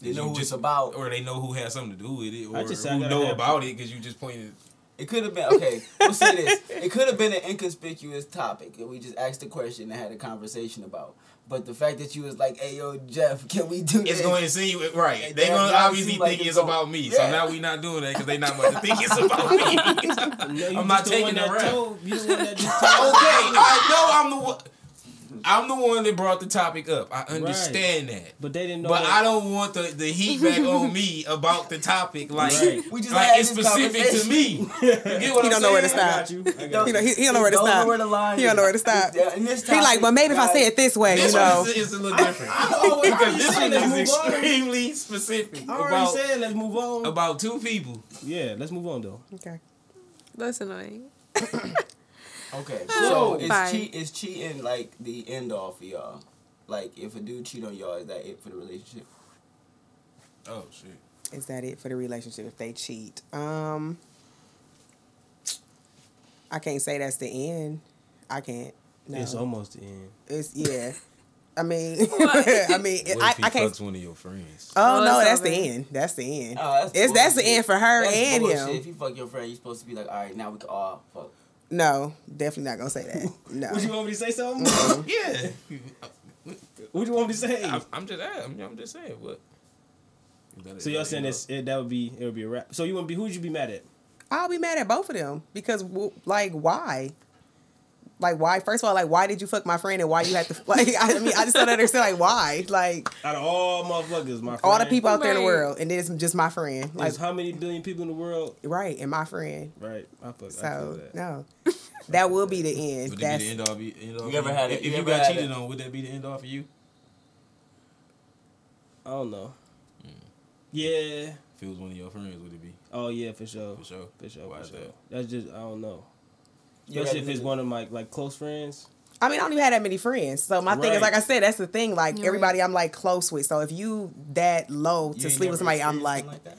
Speaker 2: They know
Speaker 4: you
Speaker 2: who
Speaker 4: just-
Speaker 2: it's about.
Speaker 4: or they know who has something to do with it, or
Speaker 3: I just said I
Speaker 4: who
Speaker 3: gotta
Speaker 4: know
Speaker 3: have-
Speaker 4: about it because you just pointed.
Speaker 2: It could have been okay. We'll say this. It could have been an inconspicuous topic, and we just asked a question and had a conversation about. But the fact that you was like, "Hey, yo, Jeff, can we do
Speaker 4: It's
Speaker 2: this?"
Speaker 4: going to see right.
Speaker 2: Like,
Speaker 4: They're
Speaker 2: that
Speaker 4: going to
Speaker 2: guy
Speaker 4: obviously
Speaker 2: seem like
Speaker 4: think
Speaker 2: it's
Speaker 4: it's
Speaker 2: going-
Speaker 4: about me.
Speaker 2: Yeah.
Speaker 4: So now we're not doing that because they not about to think it's about me.
Speaker 3: No, you
Speaker 4: I'm not
Speaker 3: just the one
Speaker 4: taking
Speaker 3: that
Speaker 4: the rap.
Speaker 3: told- You the one that
Speaker 4: okay,
Speaker 3: just told.
Speaker 4: I know I'm the one. I'm the one that brought the topic up. I understand that.
Speaker 3: But they didn't know.
Speaker 4: But
Speaker 3: that.
Speaker 4: I don't want the, the heat back on me about the topic. Like,
Speaker 3: Right.
Speaker 2: We just
Speaker 4: like
Speaker 2: had
Speaker 4: it's
Speaker 2: this
Speaker 4: specific to
Speaker 2: conversation.
Speaker 4: me. You get what
Speaker 5: He
Speaker 4: I'm
Speaker 5: don't know where to
Speaker 4: saying?
Speaker 5: stop.
Speaker 3: I got you. I got
Speaker 5: He
Speaker 3: you.
Speaker 5: don't, he, he don't know where to
Speaker 2: Don't know
Speaker 5: stop.
Speaker 2: where the line
Speaker 5: He don't
Speaker 2: is.
Speaker 5: know where to stop.
Speaker 2: Yeah, and this
Speaker 5: He like,
Speaker 2: topic,
Speaker 5: well, maybe if I
Speaker 2: guys,
Speaker 5: say it this way,
Speaker 4: This
Speaker 5: you know.
Speaker 4: one is, is a little different. because this one
Speaker 3: let's
Speaker 4: is
Speaker 3: move on.
Speaker 4: extremely specific
Speaker 3: I already
Speaker 4: about,
Speaker 3: said let's move on.
Speaker 4: about two people.
Speaker 3: yeah, let's move on though.
Speaker 5: Okay.
Speaker 6: That's annoying.
Speaker 2: Okay,
Speaker 5: Oh,
Speaker 2: so
Speaker 6: Bye.
Speaker 2: is cheat is cheating like the end all for y'all? Like, if a dude cheat on y'all, is that it for the relationship?
Speaker 4: Oh shit.
Speaker 5: Is that it for the relationship if they cheat? Um, I can't say that's the end. I can't. No.
Speaker 3: It's almost the end.
Speaker 5: It's yeah. I mean, I mean,
Speaker 4: What
Speaker 5: I,
Speaker 4: if he
Speaker 5: I can't.
Speaker 4: fucks one of your friends?
Speaker 5: Oh
Speaker 6: Oh,
Speaker 5: no,
Speaker 6: it's
Speaker 5: that's the
Speaker 6: over.
Speaker 5: end. That's the end.
Speaker 2: Oh, that's
Speaker 5: it's that's the
Speaker 2: bullshit.
Speaker 5: end for her
Speaker 2: That's
Speaker 5: and
Speaker 2: bullshit.
Speaker 5: him.
Speaker 2: If you fuck your friend, you're supposed to be like, all right, now we can all fuck.
Speaker 5: No, definitely not gonna say that.
Speaker 3: Would you
Speaker 5: No.
Speaker 3: want me to say something?
Speaker 4: Yeah.
Speaker 3: Would you want me to say?
Speaker 4: I'm, I'm just I'm, I'm just saying what.
Speaker 3: so y'all saying it's, it, that would be it would be a wrap. So you wouldn't be who would you be mad at?
Speaker 5: I'll be mad at both of them because w- like why? Like why? First of all, like why did you fuck my friend and why you had to like? I mean, I just don't understand like why. Like
Speaker 3: Out of all motherfuckers, my friend,
Speaker 5: all the people out there in the
Speaker 6: Right.
Speaker 5: world, and then it's just my friend. Like
Speaker 3: There's how many billion people in the world?
Speaker 5: right, and my friend.
Speaker 3: Right. I fuck. I feel
Speaker 5: So
Speaker 3: that.
Speaker 5: no, that will be the end.
Speaker 4: Would that
Speaker 5: That's
Speaker 4: be the end all? Be, end all
Speaker 2: You
Speaker 4: for
Speaker 2: ever had it-
Speaker 4: If
Speaker 2: you
Speaker 4: you,
Speaker 2: ever
Speaker 4: got
Speaker 2: had
Speaker 4: cheated
Speaker 2: it?
Speaker 4: on, would that be the end all for you?
Speaker 3: I don't know. Yeah.
Speaker 4: If it was one of your friends, would it be
Speaker 3: Oh yeah, for sure.
Speaker 4: for sure?
Speaker 3: For sure.
Speaker 4: Why
Speaker 3: For
Speaker 4: is
Speaker 3: sure.
Speaker 4: that?
Speaker 3: That's just I don't know.
Speaker 2: You
Speaker 3: Especially
Speaker 2: had
Speaker 3: if it's
Speaker 2: to-
Speaker 3: one of my like close friends.
Speaker 5: I mean, I don't even have that many friends. So my thing is,
Speaker 3: Right.
Speaker 5: like I said, that's the thing. Like
Speaker 6: You're
Speaker 5: everybody, I'm like close with. So if you that low
Speaker 2: You
Speaker 5: to
Speaker 2: ain't
Speaker 5: sleep with
Speaker 2: never
Speaker 5: somebody, I'm
Speaker 2: experienced
Speaker 5: like,
Speaker 2: nothing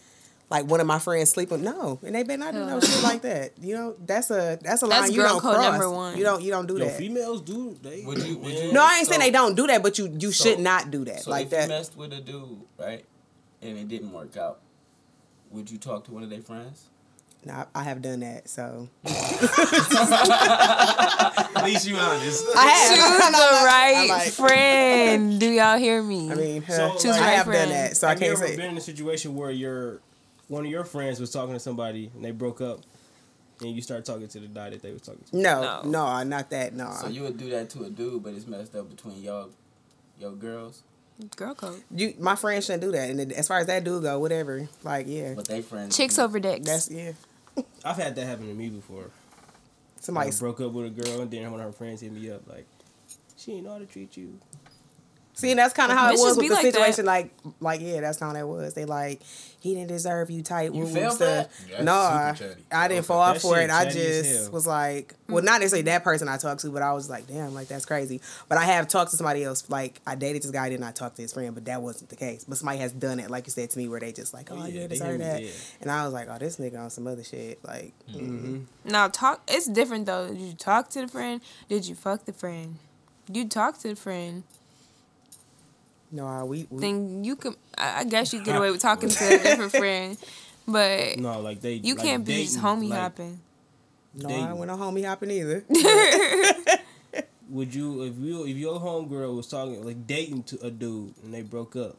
Speaker 5: like,
Speaker 2: that?
Speaker 5: one of my friends sleeping. No, and they better not do no
Speaker 6: Hell.
Speaker 5: shit like that. You know, that's a that's a line
Speaker 6: That's
Speaker 5: you
Speaker 6: girl
Speaker 5: don't
Speaker 6: code
Speaker 5: cross.
Speaker 6: number one.
Speaker 5: You don't you don't do
Speaker 3: Yo,
Speaker 5: that.
Speaker 3: females do they?
Speaker 2: Would you- would you-
Speaker 5: no, I ain't saying
Speaker 2: So-
Speaker 5: they don't do that, but you you
Speaker 2: so-
Speaker 5: should not do that
Speaker 2: So
Speaker 5: like
Speaker 2: if you
Speaker 5: that.
Speaker 2: messed with a dude, right, and it didn't work out, would you talk to one of their friends?
Speaker 5: No, I- I have done that. So
Speaker 4: At least you honest.
Speaker 5: I have.
Speaker 6: Choose
Speaker 5: I'm
Speaker 6: the
Speaker 5: like-
Speaker 6: right
Speaker 5: I'm like-
Speaker 6: friend. Do y'all hear me?
Speaker 2: Mm.
Speaker 5: I mean,
Speaker 3: So,
Speaker 5: huh, I
Speaker 3: Choose the
Speaker 6: right
Speaker 5: have done
Speaker 6: friend.
Speaker 5: that, so I
Speaker 3: Have you
Speaker 5: can't
Speaker 3: ever
Speaker 5: say.
Speaker 3: been in a situation where your one of your friends was talking to somebody and they broke up, and you started talking to the guy that they was talking to?
Speaker 5: No,
Speaker 6: No.
Speaker 5: no, not that. No,
Speaker 2: So you would do that to a dude, but it's messed up between y'all, your girls,
Speaker 6: Girl code.
Speaker 5: you my friend shouldn't do that. And as far as that dude go, whatever. Like yeah,
Speaker 2: but they friends.
Speaker 6: Chicks over dicks.
Speaker 5: that's yeah.
Speaker 3: I've had that happen to me before. I
Speaker 5: Somebody
Speaker 3: broke up with a girl, and then one of her friends hit me up like, "She ain't know how to treat you."
Speaker 5: See, and that's kind of how it
Speaker 6: Bitches
Speaker 5: was
Speaker 6: be
Speaker 5: with the
Speaker 6: like that.
Speaker 5: situation. Like, like yeah, that's how that was. They like he didn't deserve you tight.
Speaker 2: You
Speaker 5: woo-woo
Speaker 2: fell for
Speaker 5: stuff.
Speaker 4: that? Yeah,
Speaker 5: No, I,
Speaker 4: that's super chatty.
Speaker 5: I didn't
Speaker 4: Okay.
Speaker 5: fall
Speaker 3: That
Speaker 5: for
Speaker 3: shit
Speaker 5: it. I
Speaker 3: chatty as hell.
Speaker 5: just was like, well, not necessarily that person I talked to, but I was like, damn, like that's crazy. But I have talked to somebody else. Like, I dated this guy, I did not talk to his friend, but that wasn't the case. But somebody has done it, like you said to me, where they just like, oh,
Speaker 3: yeah,
Speaker 5: you didn't
Speaker 3: they
Speaker 5: deserve
Speaker 3: do,
Speaker 5: that,
Speaker 3: yeah.
Speaker 5: and I was like, oh, this nigga on some other shit. Like,
Speaker 3: Mm-hmm.
Speaker 5: mm
Speaker 6: Now talk. It's different though. Did you talk to the friend? Did you fuck the friend? You talk to the friend,
Speaker 5: no, we, we
Speaker 6: then you can. I I guess you get away with talking to a different friend, but
Speaker 3: No, like they.
Speaker 6: you
Speaker 3: like
Speaker 6: can't be
Speaker 3: dating,
Speaker 6: just homie
Speaker 3: like,
Speaker 6: hopping.
Speaker 5: no,
Speaker 3: dating.
Speaker 5: I went on homie hopping either.
Speaker 3: Would you if you if your homegirl was talking like dating to a dude and they broke up?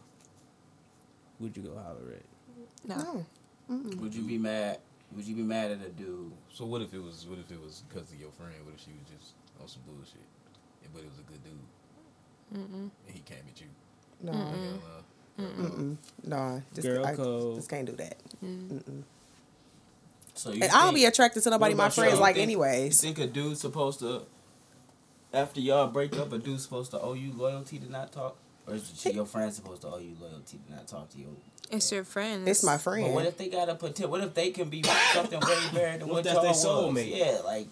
Speaker 3: Would you go holler at?
Speaker 6: No.
Speaker 5: no,
Speaker 2: Would you be mad? Would you be mad at a dude?
Speaker 4: So what if it was what if it was because of your friend? What if she was just on some bullshit? And- But it was a good dude. And he came at you.
Speaker 5: no.
Speaker 4: Hell, uh, hell, uh,
Speaker 5: No, just,
Speaker 3: Girl
Speaker 5: I
Speaker 3: code.
Speaker 5: just can't do that.
Speaker 2: So you
Speaker 5: And I don't
Speaker 2: think-
Speaker 5: be attracted to nobody
Speaker 2: What
Speaker 5: my
Speaker 2: about
Speaker 5: friends
Speaker 2: y'all?
Speaker 5: like
Speaker 2: Think- You
Speaker 5: anyways.
Speaker 2: think a dude's supposed to, after y'all break up, a dude's supposed to owe you loyalty to not talk? Or is she- your friend supposed to owe you loyalty to not talk to you?
Speaker 6: It's your friend.
Speaker 5: It's my
Speaker 2: But what
Speaker 5: friend.
Speaker 2: if they got a potential? What if they can be something way better than
Speaker 3: What if
Speaker 2: what,
Speaker 3: that's
Speaker 2: y'all
Speaker 3: their
Speaker 2: was?
Speaker 3: soulmate?
Speaker 2: Yeah, like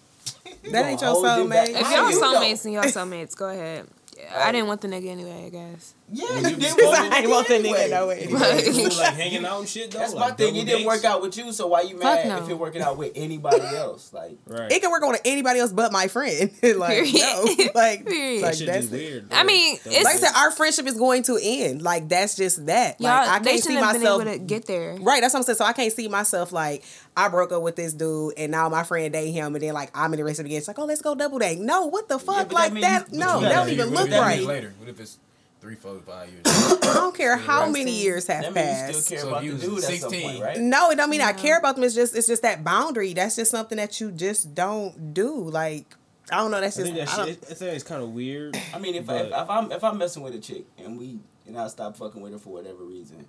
Speaker 5: That ain't your
Speaker 2: hold it back.
Speaker 5: soulmate.
Speaker 6: If
Speaker 2: How
Speaker 6: y'all
Speaker 2: you know?
Speaker 6: soulmates and y'all soulmates, go ahead. I didn't want the nigga anyway. I guess.
Speaker 2: Yeah, you didn't want
Speaker 5: I
Speaker 2: it
Speaker 5: ain't want that nigga
Speaker 2: anyway.
Speaker 5: nowhere.
Speaker 3: You were, like hanging out and shit though.
Speaker 2: That's
Speaker 3: like,
Speaker 2: my thing. It
Speaker 3: double
Speaker 2: didn't work
Speaker 3: dates?
Speaker 2: out with you, so why you mad
Speaker 6: no.
Speaker 2: if it working out with anybody else? Like,
Speaker 3: Right.
Speaker 5: It can work on anybody else but my friend. like
Speaker 6: Period.
Speaker 5: no, like,
Speaker 6: Period.
Speaker 5: like
Speaker 3: That shit
Speaker 5: that's
Speaker 3: be weird.
Speaker 6: I mean, it's
Speaker 5: like I said, our friendship is going to end. Like that's just that.
Speaker 6: y'all.
Speaker 5: like I
Speaker 6: they
Speaker 5: can't see
Speaker 6: shouldn't have been able
Speaker 5: myself
Speaker 6: to get there.
Speaker 5: Right, that's what I'm saying. So I can't see myself like I broke up with this dude and now my friend date him and then like I'm in the relationship again. It's like, oh let's go double date. No, what the
Speaker 2: Yeah, but
Speaker 5: fuck?
Speaker 2: that
Speaker 5: like
Speaker 2: mean
Speaker 5: that,
Speaker 2: you-
Speaker 5: no,
Speaker 2: but you
Speaker 5: that
Speaker 2: gotta
Speaker 5: don't
Speaker 2: be
Speaker 5: Oh, even
Speaker 2: with
Speaker 5: look
Speaker 2: that
Speaker 5: right.
Speaker 2: means
Speaker 4: later? What if it's three, four, five years?
Speaker 5: I don't care how many years
Speaker 2: that
Speaker 5: have
Speaker 2: means you
Speaker 5: passed.
Speaker 2: still care
Speaker 4: So
Speaker 2: about
Speaker 4: you
Speaker 2: the
Speaker 4: was
Speaker 2: dude at some
Speaker 4: 16.
Speaker 2: point, right?
Speaker 5: No, it don't mean I care
Speaker 6: Mm-hmm.
Speaker 5: about them. It's just it's just that boundary. That's just something that you just don't do. Like I don't know, that's
Speaker 3: I
Speaker 5: just
Speaker 3: think that
Speaker 5: I don't-
Speaker 3: shit. I think it's kind of weird.
Speaker 2: I mean, if, I,
Speaker 3: But-
Speaker 2: if, if I'm if I'm messing with a chick and we and I stop fucking with her for whatever reason,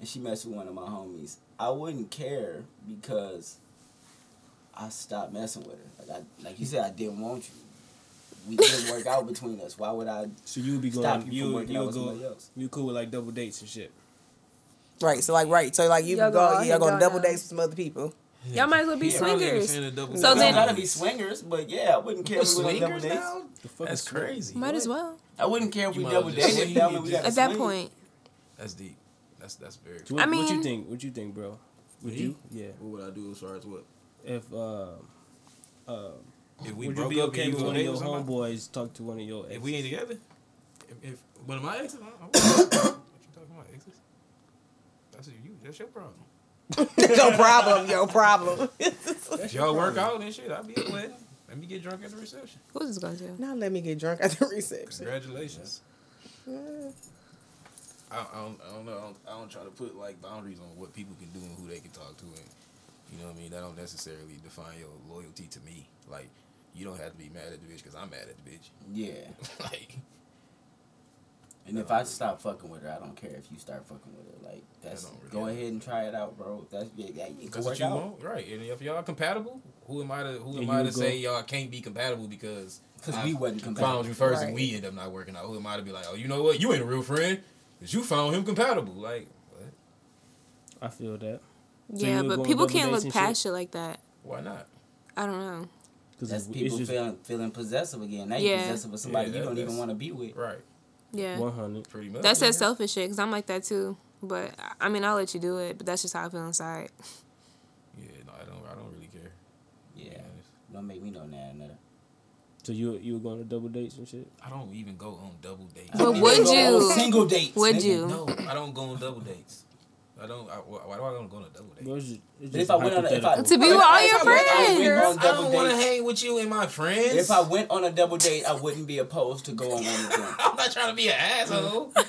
Speaker 2: and she messed with one of my homies, I wouldn't care because I stopped messing with her. Like I like you said, I didn't want you. We didn't work out between us. Why would I?
Speaker 3: So you would be
Speaker 2: Stop
Speaker 3: going.
Speaker 2: you from
Speaker 3: You
Speaker 2: working
Speaker 3: you
Speaker 2: out
Speaker 3: would
Speaker 2: with somebody
Speaker 3: go.
Speaker 2: else.
Speaker 3: You cool with like double dates and shit.
Speaker 5: Right, so like right. So like you
Speaker 6: Y'all
Speaker 5: go,
Speaker 6: go out
Speaker 5: y'all
Speaker 6: here
Speaker 5: going
Speaker 6: going
Speaker 5: double
Speaker 6: out.
Speaker 5: dates with some other people.
Speaker 6: Y'all might as well be swingers. So
Speaker 4: So
Speaker 2: It don't
Speaker 6: then-
Speaker 2: gotta be swingers, but yeah, I wouldn't care if we went on double
Speaker 4: swingers
Speaker 2: dates.
Speaker 4: now?
Speaker 3: The fuck
Speaker 4: That's
Speaker 3: is weird.
Speaker 4: crazy.
Speaker 6: Might as well
Speaker 2: I wouldn't care if
Speaker 4: You
Speaker 2: we
Speaker 4: might
Speaker 2: double
Speaker 4: as well
Speaker 2: dated.
Speaker 4: swing.
Speaker 2: That way we got
Speaker 4: At
Speaker 6: at that point.
Speaker 4: That's deep. That's that's very.
Speaker 3: So What,
Speaker 6: I
Speaker 3: what you
Speaker 6: mean-
Speaker 3: think? What you think, bro? Would
Speaker 4: Me?
Speaker 3: you? Yeah.
Speaker 4: What would I do as far as what?
Speaker 3: If uh, uh,
Speaker 4: If we
Speaker 3: would you
Speaker 4: broke
Speaker 3: be
Speaker 4: up
Speaker 3: okay
Speaker 4: and you
Speaker 3: with
Speaker 4: go
Speaker 3: one of
Speaker 4: date
Speaker 3: your
Speaker 4: with somebody?
Speaker 3: homeboys talk to one of your?
Speaker 4: If
Speaker 3: exes?
Speaker 4: we ain't together, if, if one of my exes, I don't- I wouldn't- what you talking about exes? That's you. That's your problem.
Speaker 5: no problem, yo problem.
Speaker 4: If y'all work out and shit, I'll be at a wedding. Let me get drunk at the reception.
Speaker 6: Who's this going to?
Speaker 5: now let me get drunk at the reception.
Speaker 4: Congratulations. I, I, don't, I don't know. I don't, I don't try to put like boundaries on what people can do and who they can talk to, and you know what I mean. That don't necessarily define your loyalty to me. Like you don't have to be mad at the bitch because I'm mad at the bitch.
Speaker 2: Yeah.
Speaker 4: like
Speaker 2: And if I stop fucking with her, I don't care if you start fucking with her. Like that's
Speaker 4: That don't
Speaker 2: go
Speaker 4: really-
Speaker 2: ahead and try it out, bro. That's yeah, yeah, you can
Speaker 4: that's what
Speaker 2: work
Speaker 4: you
Speaker 2: out.
Speaker 4: want, right? And if y'all compatible, who am I to who
Speaker 3: Yeah,
Speaker 4: am
Speaker 3: you
Speaker 4: I to
Speaker 3: would go-
Speaker 4: say y'all can't be compatible because
Speaker 2: 'Cause
Speaker 4: I
Speaker 2: we wasn't
Speaker 4: Found
Speaker 2: compatible.
Speaker 4: you first, and
Speaker 5: Right.
Speaker 4: we end up not working out. Who am I to be like, oh, you know what? You ain't a real friend because you found him compatible. Like what?
Speaker 3: I feel that. So you
Speaker 6: Yeah,
Speaker 3: would go
Speaker 6: but
Speaker 3: on
Speaker 6: people
Speaker 3: double
Speaker 6: can't look
Speaker 3: dates and
Speaker 6: past you like that.
Speaker 4: Why not?
Speaker 6: I don't know.
Speaker 3: Because
Speaker 2: That's
Speaker 3: it's,
Speaker 2: people
Speaker 3: it's just
Speaker 2: feeling feeling possessive again. Now you
Speaker 6: Yeah.
Speaker 2: possessive of somebody
Speaker 4: Yeah,
Speaker 2: you
Speaker 4: that-
Speaker 2: don't even
Speaker 4: that's-
Speaker 2: want to be with.
Speaker 4: Right.
Speaker 6: Yeah,
Speaker 3: one hundred.
Speaker 4: Pretty much.
Speaker 6: that's that selfish shit. Cause I'm like that too. But I- I mean, I'll let you do it. But that's just how I feel inside.
Speaker 4: Yeah, no, I don't. I don't really care.
Speaker 2: Yeah.
Speaker 4: to be honest.
Speaker 2: Don't make me know that another.
Speaker 3: So you you were going to double dates and shit.
Speaker 4: I don't even go on double dates.
Speaker 6: But would
Speaker 2: Go on
Speaker 6: you?
Speaker 2: Single dates.
Speaker 6: Would
Speaker 2: nigga.
Speaker 6: you?
Speaker 4: no, I don't go on double dates. I don't. I, why why do I go on a double date?
Speaker 3: Well, it's just, it's
Speaker 2: But if
Speaker 3: just
Speaker 2: I went on a, if I
Speaker 3: hypothetical.
Speaker 6: To be
Speaker 2: if
Speaker 6: with
Speaker 2: I-
Speaker 6: all
Speaker 2: if
Speaker 6: your
Speaker 2: I went- I went
Speaker 6: friends.
Speaker 2: on
Speaker 4: I don't
Speaker 2: double
Speaker 4: want to
Speaker 2: dates.
Speaker 4: hang with you and my friends.
Speaker 2: If I went on a double date, I wouldn't be opposed to go on one with them.
Speaker 4: I'm not trying to be an asshole.
Speaker 2: Like,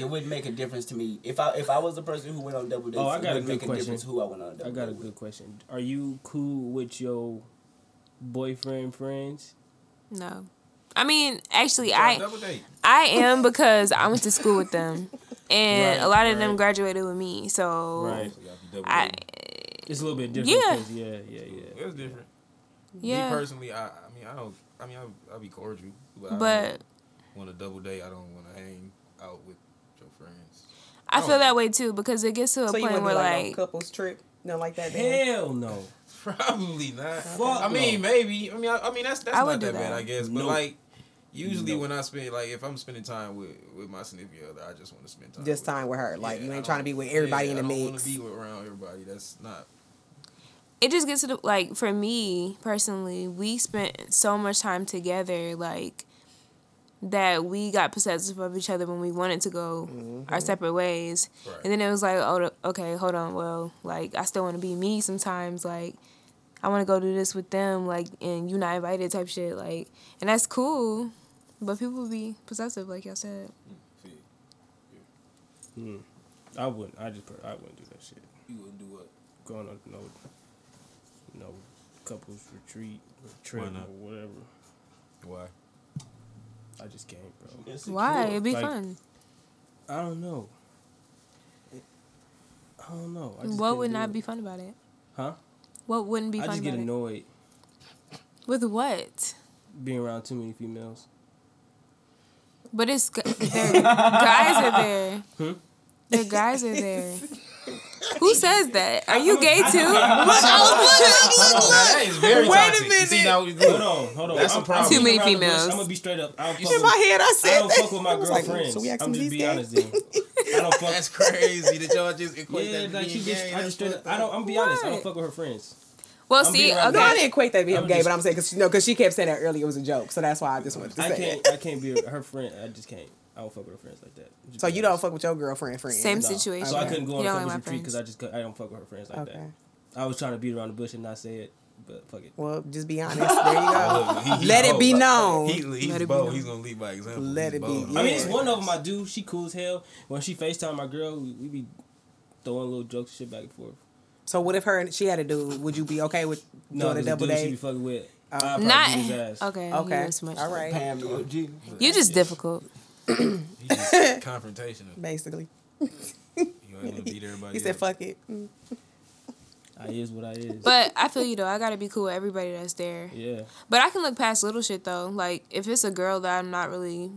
Speaker 2: it wouldn't make a difference to me. If I if I was the person who went on double dates,
Speaker 3: Oh, I
Speaker 2: it
Speaker 3: got a
Speaker 2: wouldn't
Speaker 3: good
Speaker 2: make a
Speaker 3: question.
Speaker 2: difference who I went on a double
Speaker 3: I got a
Speaker 2: date with.
Speaker 3: good question. Are you cool with your boyfriend friends?
Speaker 6: No. I mean, actually,
Speaker 4: I,
Speaker 6: I
Speaker 4: double date.
Speaker 6: I am because I went to school with them, and
Speaker 4: Right,
Speaker 6: a lot of them
Speaker 4: right.
Speaker 6: graduated with me. So
Speaker 3: Right.
Speaker 4: So y'all be double
Speaker 6: I
Speaker 4: dating.
Speaker 3: It's a little bit different.
Speaker 6: Yeah.
Speaker 3: 'cause Yeah, yeah, yeah.
Speaker 4: That's different. Me
Speaker 6: yeah,
Speaker 4: personally, I, I mean, I don't. I mean, I'll, I'll be cordial, but,
Speaker 6: but
Speaker 4: on a double date, I don't want to hang out with your friends.
Speaker 6: I
Speaker 4: Oh.
Speaker 6: feel that way too because it gets to a
Speaker 5: So you
Speaker 6: point
Speaker 5: want to
Speaker 6: where
Speaker 5: do like, a
Speaker 6: like
Speaker 5: couples trip, nothing like that. Dan?
Speaker 3: Hell no.
Speaker 4: Probably not.
Speaker 3: Fuck
Speaker 4: I mean, maybe. I mean, I, I mean that's that's
Speaker 6: I
Speaker 4: not
Speaker 6: would
Speaker 4: that,
Speaker 6: do
Speaker 4: bad,
Speaker 6: that.
Speaker 4: I guess. But
Speaker 3: No.
Speaker 4: like, usually
Speaker 3: No.
Speaker 4: when I spend, like, if I'm spending time with with my significant other, I just want to spend time.
Speaker 5: Just
Speaker 4: with-
Speaker 5: time with her. Like
Speaker 4: Yeah,
Speaker 5: you
Speaker 4: I
Speaker 5: ain't trying to
Speaker 4: don't-
Speaker 5: be with everybody
Speaker 4: yeah,
Speaker 5: in the
Speaker 4: I don't
Speaker 5: mix.
Speaker 4: wanna be with- around everybody. That's not.
Speaker 6: it just gets to the like for me personally, we spent so much time together like that we got possessive of each other when we wanted to go
Speaker 3: Mm-hmm.
Speaker 6: our separate ways.
Speaker 4: Right.
Speaker 6: And then it was like, oh, okay, hold on. Well, like I still want to be me sometimes. Like I want to go do this with them. Like and you not invited type shit. Like and that's cool, but people be possessive, like y'all said.
Speaker 4: See,
Speaker 3: I wouldn't. I just per- I wouldn't do that shit.
Speaker 4: you wouldn't do what?
Speaker 3: Going on no, no couples retreat or trip
Speaker 4: not?
Speaker 3: or whatever.
Speaker 4: Why?
Speaker 3: I just can't, bro.
Speaker 2: Insecure.
Speaker 6: Why? It'd be
Speaker 3: Like,
Speaker 6: fun.
Speaker 3: I don't know. I don't know. I just
Speaker 6: What
Speaker 3: couldn't
Speaker 6: would
Speaker 3: do
Speaker 6: not
Speaker 3: it.
Speaker 6: be fun about it?
Speaker 3: Huh?
Speaker 6: What wouldn't be
Speaker 3: I
Speaker 6: fun
Speaker 3: just get
Speaker 6: about it?
Speaker 3: annoyed
Speaker 6: With what?
Speaker 3: being around too many females.
Speaker 6: But it's gu- their guys are there. Their guys are there. Who says that? Are you gay too?
Speaker 4: Oh, That is very
Speaker 5: Wait a
Speaker 4: toxic. You See,
Speaker 5: minute.
Speaker 4: now,
Speaker 3: Hold
Speaker 4: look,
Speaker 3: on, hold on.
Speaker 4: That's a problem.
Speaker 6: Too many
Speaker 3: I'm
Speaker 6: females.
Speaker 3: gonna be straight up. I don't
Speaker 5: In my
Speaker 3: fuck with,
Speaker 5: head, I
Speaker 3: I
Speaker 5: said
Speaker 3: don't fuck with
Speaker 5: that.
Speaker 3: my
Speaker 5: I was like,
Speaker 3: girlfriends.
Speaker 5: so we
Speaker 3: I'm
Speaker 5: actually
Speaker 3: just
Speaker 5: these
Speaker 3: be
Speaker 5: guys?
Speaker 3: honest. Then. I don't fuck.
Speaker 4: that's crazy that y'all just equate
Speaker 3: yeah,
Speaker 4: that to
Speaker 3: like she
Speaker 4: being
Speaker 3: just,
Speaker 4: gay.
Speaker 3: I
Speaker 4: That's
Speaker 3: just straight
Speaker 4: fucked
Speaker 3: up. I don't. I'm be honest. I
Speaker 6: Right.
Speaker 3: don't fuck with her friends.
Speaker 6: Well,
Speaker 3: I'm
Speaker 6: see,
Speaker 3: being right
Speaker 5: No, I
Speaker 6: okay.
Speaker 5: didn't equate that being
Speaker 3: I'm
Speaker 5: gay,
Speaker 3: just-
Speaker 5: but I'm saying because you know because she kept saying that earlier it was a joke, so that's why I just wanted to
Speaker 3: I
Speaker 5: say
Speaker 3: can't.
Speaker 5: that.
Speaker 3: I can't be her friend. I just can't. I don't fuck with her friends like that. Just
Speaker 5: So
Speaker 3: be
Speaker 5: you don't
Speaker 3: honest.
Speaker 5: fuck with your girlfriend friend.
Speaker 6: Same
Speaker 3: No.
Speaker 6: situation.
Speaker 3: So I couldn't go on
Speaker 6: You
Speaker 3: a
Speaker 6: don't like
Speaker 3: couples
Speaker 6: my
Speaker 3: retreat because
Speaker 6: friends.
Speaker 3: I just cou- I don't fuck with her friends like
Speaker 5: Okay.
Speaker 3: that. I was trying to beat around the bush and not say it, but fuck it.
Speaker 5: Well, just be honest. There you go.
Speaker 4: up. He- he
Speaker 5: Let it
Speaker 4: bold.
Speaker 5: be known.
Speaker 4: He, he's
Speaker 6: Let it be
Speaker 4: bold.
Speaker 6: known.
Speaker 4: He's gonna lead by example.
Speaker 5: Let
Speaker 4: He's
Speaker 5: it be-
Speaker 4: bold.
Speaker 5: yeah.
Speaker 3: I mean, it's
Speaker 5: Yeah.
Speaker 3: one of them I do. She cool as hell. When she Facetime my girl, we, we be throwing little jokes and shit back and forth.
Speaker 5: So what if her and she had a dude? Would you be okay with
Speaker 3: No,
Speaker 5: doing a
Speaker 3: there's
Speaker 5: double
Speaker 3: dude She be
Speaker 5: date?
Speaker 3: fucking with.
Speaker 5: Uh,
Speaker 3: I'd probably
Speaker 6: Not
Speaker 3: beat his ass.
Speaker 6: okay.
Speaker 5: Okay.
Speaker 6: Okay. Too much.
Speaker 5: All right.
Speaker 4: Pam, uh, G.
Speaker 6: You're just difficult.
Speaker 4: He's just confrontational.
Speaker 5: Basically,
Speaker 4: You ain't gonna beat everybody.
Speaker 5: he said,
Speaker 4: up.
Speaker 5: "Fuck it." Mm.
Speaker 3: I is what I is.
Speaker 6: But I feel you though. I gotta be cool with everybody that's there.
Speaker 3: yeah.
Speaker 6: But I can look past little shit though. Like if it's a girl that I'm not really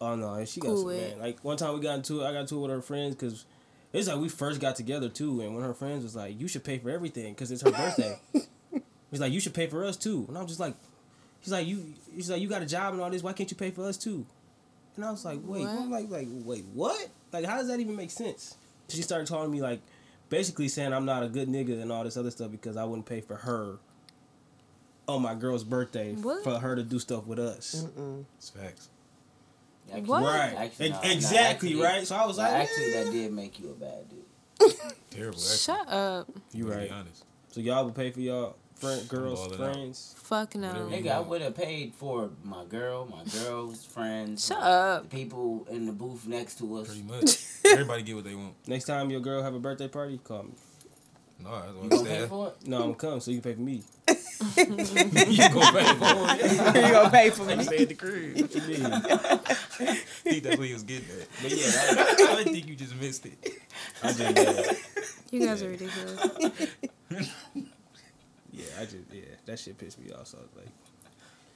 Speaker 3: Oh no, and she got
Speaker 6: Cool
Speaker 3: some
Speaker 6: with
Speaker 3: man.
Speaker 6: it.
Speaker 3: Like one time we got into it, I got into it with her friends because it's like we first got together too, and one of her friends was like, "You should pay for everything because it's her birthday." He's like, "You should pay for us too," and I'm just like, "She's like you, she's like you got a job and all this. Why can't you pay for us too?" And I was like, "Wait,
Speaker 6: What?
Speaker 3: I'm like, like wait, what? Like how does that even make sense?" She started calling me like, basically saying I'm not a good nigga and all this other stuff because I wouldn't pay for her. On my girl's birthday,
Speaker 6: What?
Speaker 3: for her to do stuff with us,
Speaker 4: It's facts.
Speaker 6: What?
Speaker 3: right?
Speaker 2: Actually,
Speaker 3: E-
Speaker 2: no, no,
Speaker 3: exactly,
Speaker 2: actually-
Speaker 3: right? So I was
Speaker 2: Well,
Speaker 3: like, eh.
Speaker 2: actually,
Speaker 3: "Man."
Speaker 2: that did make you a bad dude.
Speaker 4: Terrible.
Speaker 6: shut up.
Speaker 3: You
Speaker 4: Right.
Speaker 3: right.
Speaker 4: Be honest.
Speaker 3: So y'all would pay for y'all friend, girls,
Speaker 4: balling out.
Speaker 3: friends.
Speaker 6: Fuck
Speaker 4: Whatever
Speaker 6: no.
Speaker 4: you
Speaker 2: Nigga, I would have paid for my girl, my girl's friends,
Speaker 6: Shut
Speaker 2: my-
Speaker 6: up.
Speaker 2: the people in the booth next to us.
Speaker 4: Pretty much. Everybody get what they want.
Speaker 3: Next time your girl have a birthday party, call me.
Speaker 4: No, that's what
Speaker 2: You
Speaker 4: I'm
Speaker 2: gonna pay
Speaker 4: saying.
Speaker 2: for it?
Speaker 3: No, I'm gonna come, so you pay for me.
Speaker 4: You gonna pay for it?
Speaker 5: you gonna pay for
Speaker 4: You
Speaker 5: me?
Speaker 4: Stay at the crib.
Speaker 3: What you mean?
Speaker 4: I think that's what he was getting at. But yeah, I, I think you just missed it.
Speaker 3: I just, yeah,
Speaker 6: You guys are ridiculous.
Speaker 3: yeah, I just, yeah, that shit pissed me off. So I was like,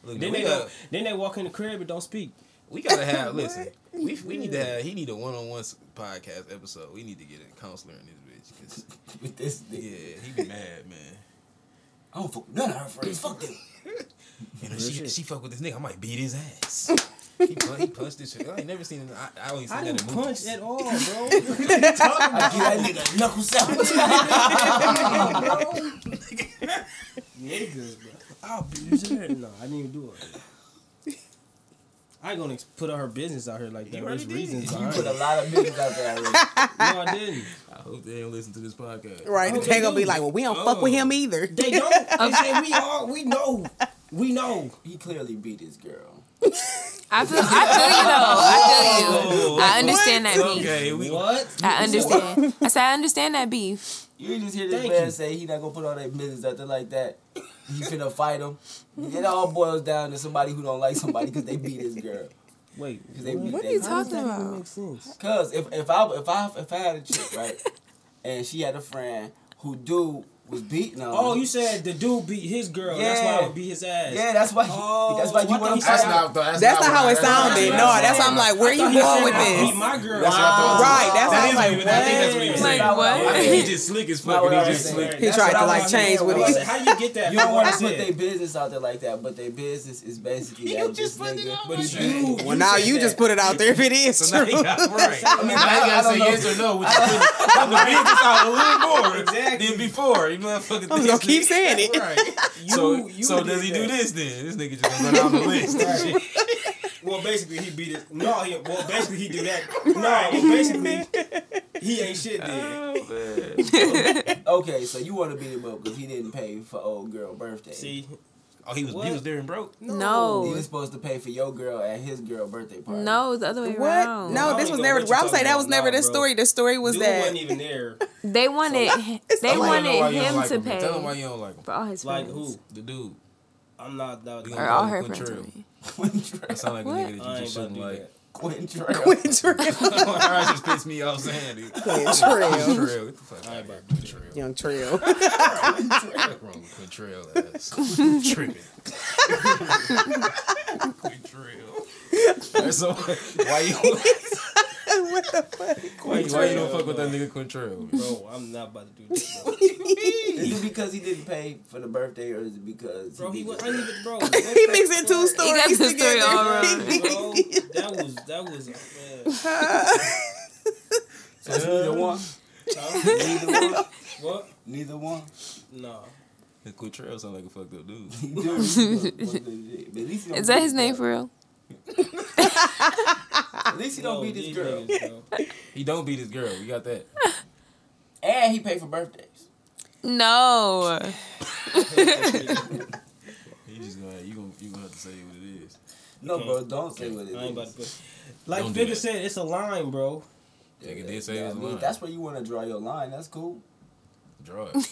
Speaker 4: Look,
Speaker 3: then
Speaker 4: we
Speaker 3: they
Speaker 4: got,
Speaker 3: go, then they walk in the crib and don't speak.
Speaker 4: we gotta have. listen, we we need to have. He need a one on one podcast episode. We need to get a counselor in this bitch. 'cause,
Speaker 2: With this nigga.
Speaker 4: yeah, he be mad, man.
Speaker 2: I don't fuck with none of her friends. Fuck them.
Speaker 4: And if she, she fuck with this nigga, I might beat his ass. he, pun, he punched this. shit. I ain't never seen. it. I, I only seen
Speaker 3: I
Speaker 4: that in
Speaker 3: didn't
Speaker 4: movies.
Speaker 3: punch at all, bro.
Speaker 2: I give that nigga knuckle sandwich.
Speaker 3: Niggas, bro. I'll be there. No, I didn't even do it. I ain't gonna ex- put her business out here like that.
Speaker 4: You already
Speaker 3: There's
Speaker 4: did.
Speaker 3: reasons
Speaker 4: You
Speaker 3: behind
Speaker 2: Put a
Speaker 3: it.
Speaker 2: lot of niggas out there. already.
Speaker 3: No, I didn't.
Speaker 4: I hope they don't listen to this podcast.
Speaker 5: Right?
Speaker 3: Oh,
Speaker 5: they gonna be
Speaker 3: dude.
Speaker 5: like, "Well, we don't fuck with
Speaker 4: Oh.
Speaker 5: him either."
Speaker 3: They don't. They said we all, we know. We know.
Speaker 2: He clearly beat his girl.
Speaker 6: I feel I feel you though. I feel you. I understand that beef.
Speaker 4: Okay, we
Speaker 3: What?
Speaker 6: I understand. I said I understand that beef.
Speaker 2: You just hear this
Speaker 3: Thank
Speaker 2: man
Speaker 3: you.
Speaker 2: say he not gonna put all that business out there like that. He finna fight him. It all boils down to somebody who don't like somebody because they beat his girl.
Speaker 3: Wait,
Speaker 2: Because they beat
Speaker 6: What are
Speaker 2: their
Speaker 6: you
Speaker 2: girl.
Speaker 6: talking
Speaker 3: That
Speaker 6: about?
Speaker 3: makes sense.
Speaker 2: Cause if if I if I if I had a chick right, and she had a friend who dude was beating on.
Speaker 3: Oh,
Speaker 2: her.
Speaker 3: you said the dude beat his girl. That's why I would beat his ass.
Speaker 2: yeah, that's why.
Speaker 3: Oh,
Speaker 2: that's why you
Speaker 3: I thought
Speaker 2: want
Speaker 3: he
Speaker 2: to
Speaker 3: said-
Speaker 2: fight.
Speaker 4: That's
Speaker 2: him.
Speaker 4: not. That's,
Speaker 5: That's
Speaker 4: not
Speaker 5: not how it sounded. No,
Speaker 3: what I
Speaker 5: that's
Speaker 3: said.
Speaker 5: how I'm like, where
Speaker 3: I
Speaker 5: you
Speaker 3: thought he
Speaker 5: going
Speaker 3: said,
Speaker 5: with
Speaker 3: "I Beat
Speaker 5: this?
Speaker 3: my girl.
Speaker 4: That's what I thought.
Speaker 5: Right? That's
Speaker 4: That
Speaker 5: how I'm
Speaker 4: is
Speaker 5: like,
Speaker 4: even- I think that's what he was
Speaker 5: what?
Speaker 4: saying.
Speaker 6: Like
Speaker 4: I think he
Speaker 6: what?
Speaker 4: just slick as
Speaker 2: Not
Speaker 4: fuck.
Speaker 2: what
Speaker 4: when
Speaker 2: I
Speaker 4: He
Speaker 2: was
Speaker 4: just
Speaker 2: saying.
Speaker 4: slick.
Speaker 5: He
Speaker 3: That's
Speaker 5: tried to
Speaker 3: what I
Speaker 5: like
Speaker 3: was
Speaker 5: change
Speaker 3: saying.
Speaker 5: with
Speaker 3: I
Speaker 5: it.
Speaker 3: said, How you get that?
Speaker 2: You don't want
Speaker 3: want
Speaker 2: to put their business out there like that, but their business is basically that just nigga.
Speaker 3: But you,
Speaker 5: Well, now you just put it out there if it is
Speaker 4: Now
Speaker 5: true.
Speaker 4: you got- right. I mean, now you
Speaker 2: I
Speaker 4: gotta
Speaker 2: don't
Speaker 4: say
Speaker 2: know.
Speaker 4: yes or no. Which is put the business out a little more than before. You motherfucker.
Speaker 5: I'm just gonna keep saying it.
Speaker 4: Right.
Speaker 3: you,
Speaker 4: So,
Speaker 3: you
Speaker 4: so
Speaker 3: did
Speaker 4: does he do
Speaker 3: that.
Speaker 4: this then? This nigga just gonna run out the list.
Speaker 3: Well, basically he beat it. No, he, well basically he do that. No, well, basically he ain't shit. Then
Speaker 4: Um,
Speaker 2: Okay, so you want to beat him up because he didn't pay for old girl birthday.
Speaker 3: see,
Speaker 4: Oh, he was
Speaker 3: What?
Speaker 4: he was there and broke.
Speaker 2: he
Speaker 6: No.
Speaker 2: was supposed to pay for your girl at his girl birthday party.
Speaker 6: No, it's the other way
Speaker 5: What?
Speaker 6: around.
Speaker 5: No, this was never. I was saying that was never the story. The story was
Speaker 3: dude wasn't
Speaker 5: that
Speaker 3: even there.
Speaker 6: They wanted they
Speaker 4: I wanna know why
Speaker 6: wanted
Speaker 4: you don't
Speaker 6: him
Speaker 4: like
Speaker 6: to
Speaker 4: Tell him why
Speaker 6: pay
Speaker 4: you don't like him.
Speaker 6: for all his
Speaker 3: Like
Speaker 6: friends.
Speaker 3: who?
Speaker 4: The dude.
Speaker 3: I'm not that. Was,
Speaker 6: Or
Speaker 4: Or
Speaker 6: all
Speaker 4: Quintrell.
Speaker 6: her friends. I mean.
Speaker 4: That sound like a
Speaker 6: What?
Speaker 4: nigga that
Speaker 3: I
Speaker 4: you
Speaker 3: ain't
Speaker 4: just
Speaker 3: about
Speaker 4: shouldn't
Speaker 3: to do
Speaker 4: like.
Speaker 2: Quentin Trail.
Speaker 4: That just pissed me off saying it.
Speaker 5: Quintrell,
Speaker 4: Quintrell. What the fuck? I ain't about Quintrell.
Speaker 5: young Trail.
Speaker 4: Fuck wrong with Quintrell ass. Tripping. Quintrell. That's so why you
Speaker 5: what the fuck?
Speaker 4: Why, you- why you don't fuck with that nigga Quintrell?
Speaker 3: Bro, I'm not about to do this. Bro,
Speaker 2: Is it because he didn't pay for the birthday, or is it because
Speaker 3: bro he
Speaker 2: didn't-
Speaker 3: was. I even bro.
Speaker 5: he mixed in two
Speaker 3: stories.
Speaker 6: got
Speaker 5: stories
Speaker 6: the story
Speaker 5: together.
Speaker 6: all wrong.
Speaker 3: Bro, that was that was. Man.
Speaker 2: So it's neither one.
Speaker 3: Huh?
Speaker 2: Neither one.
Speaker 3: what?
Speaker 2: Neither one.
Speaker 3: No.
Speaker 4: Quintrell sound like a fucked up dude.
Speaker 2: He do. At least he don't beat
Speaker 6: Is that his
Speaker 2: this
Speaker 6: name
Speaker 2: guy.
Speaker 6: for real?
Speaker 2: At least he don't
Speaker 3: Bro,
Speaker 2: beat this
Speaker 3: these
Speaker 2: girl.
Speaker 3: niggas, bro.
Speaker 4: He don't beat his girl. You got that?
Speaker 2: And he paid for birthdays.
Speaker 6: No.
Speaker 4: He just gonna you gonna you gonna have to say what it is.
Speaker 2: No,
Speaker 3: Okay.
Speaker 2: bro, don't say what it
Speaker 3: I ain't about
Speaker 2: is.
Speaker 3: to put. Like
Speaker 4: Don't do
Speaker 3: Figure
Speaker 4: that.
Speaker 3: said, it's a line, bro.
Speaker 4: Nigga did say it
Speaker 2: Yeah, I
Speaker 4: was
Speaker 2: mean,
Speaker 4: lying.
Speaker 2: That's where you want to draw your line. That's cool.
Speaker 4: Draw it.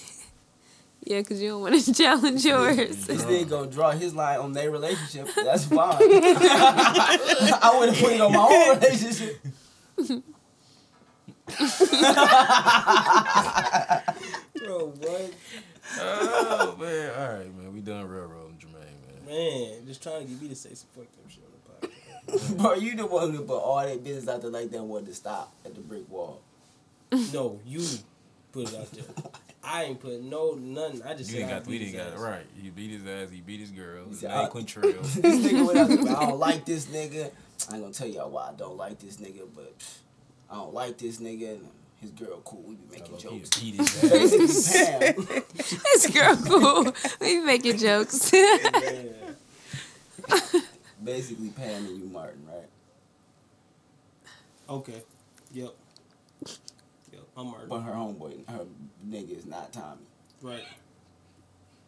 Speaker 6: Yeah, because you don't want to challenge yours.
Speaker 2: This nigga gonna draw his line on their relationship. That's fine. I would have put it on my own relationship.
Speaker 3: Bro, what?
Speaker 4: oh man, all right, man. We done railroading Jermaine, man.
Speaker 3: Man, just trying to get me to say some fucked up shit on the podcast.
Speaker 2: Bro, you the one who put all that business out there like that and wanted to stop at the brick wall.
Speaker 3: No, you put it out there. I ain't put no nothing. I just
Speaker 4: You
Speaker 3: said
Speaker 4: ain't
Speaker 3: I
Speaker 4: got we
Speaker 3: beat
Speaker 4: didn't
Speaker 3: his
Speaker 4: got it
Speaker 3: ass.
Speaker 4: right. He beat his ass. He "Oh." beat his girl. His
Speaker 2: said,
Speaker 4: name
Speaker 2: I-
Speaker 4: Quintrell.
Speaker 2: this nigga went out there, I don't like this nigga. I ain't gonna tell y'all why I don't like this nigga, but I don't like this nigga and his girl cool. We be making
Speaker 4: He
Speaker 2: jokes.
Speaker 4: beat his ass.
Speaker 2: Damn.
Speaker 6: this girl cool. We making jokes.
Speaker 3: Yeah.
Speaker 2: Basically Pam and you Martin, right?
Speaker 3: Okay. Yep. Yep. I'm Martin.
Speaker 2: But her homeboy her nigga is not Tommy.
Speaker 3: Right.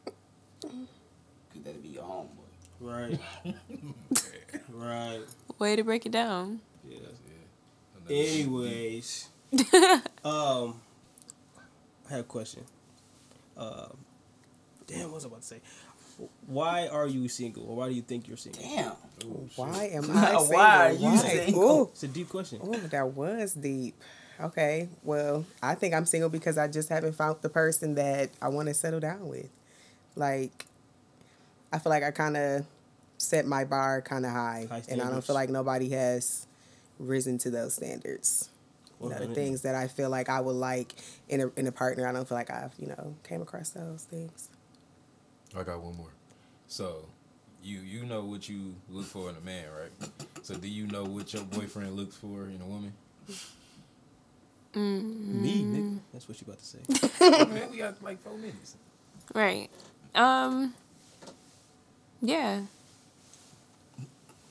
Speaker 2: Cause that'd be your homeboy.
Speaker 3: Right. right.
Speaker 6: Way to break it down.
Speaker 3: Yeah.
Speaker 4: Another-
Speaker 3: Anyways, um, I have a question. Uh, damn, what was I about to say? Why are you single, or why do you think you're single?
Speaker 2: Damn.
Speaker 5: Why am I single?
Speaker 2: Why are you
Speaker 5: Why?
Speaker 2: single?
Speaker 5: Ooh.
Speaker 3: It's a deep question.
Speaker 5: Oh, that was deep. Okay, well, I think I'm single because I just haven't found the person that I want to settle down with. Like, I feel like I kind of set my bar kind of high, and
Speaker 3: High
Speaker 5: I don't
Speaker 3: standards.
Speaker 5: feel like nobody has risen to those standards. You know, the
Speaker 3: Okay.
Speaker 5: things that I feel like I would like in a in a partner, I don't feel like I've you know came across those things.
Speaker 4: I got one more. So, you you know what you look for in a man, right? So, do you know what your boyfriend looks for in a woman?
Speaker 3: Me,
Speaker 2: Mm.
Speaker 3: nigga. That's what you about to say.
Speaker 4: man, we got like four minutes.
Speaker 6: Right. Um. Yeah.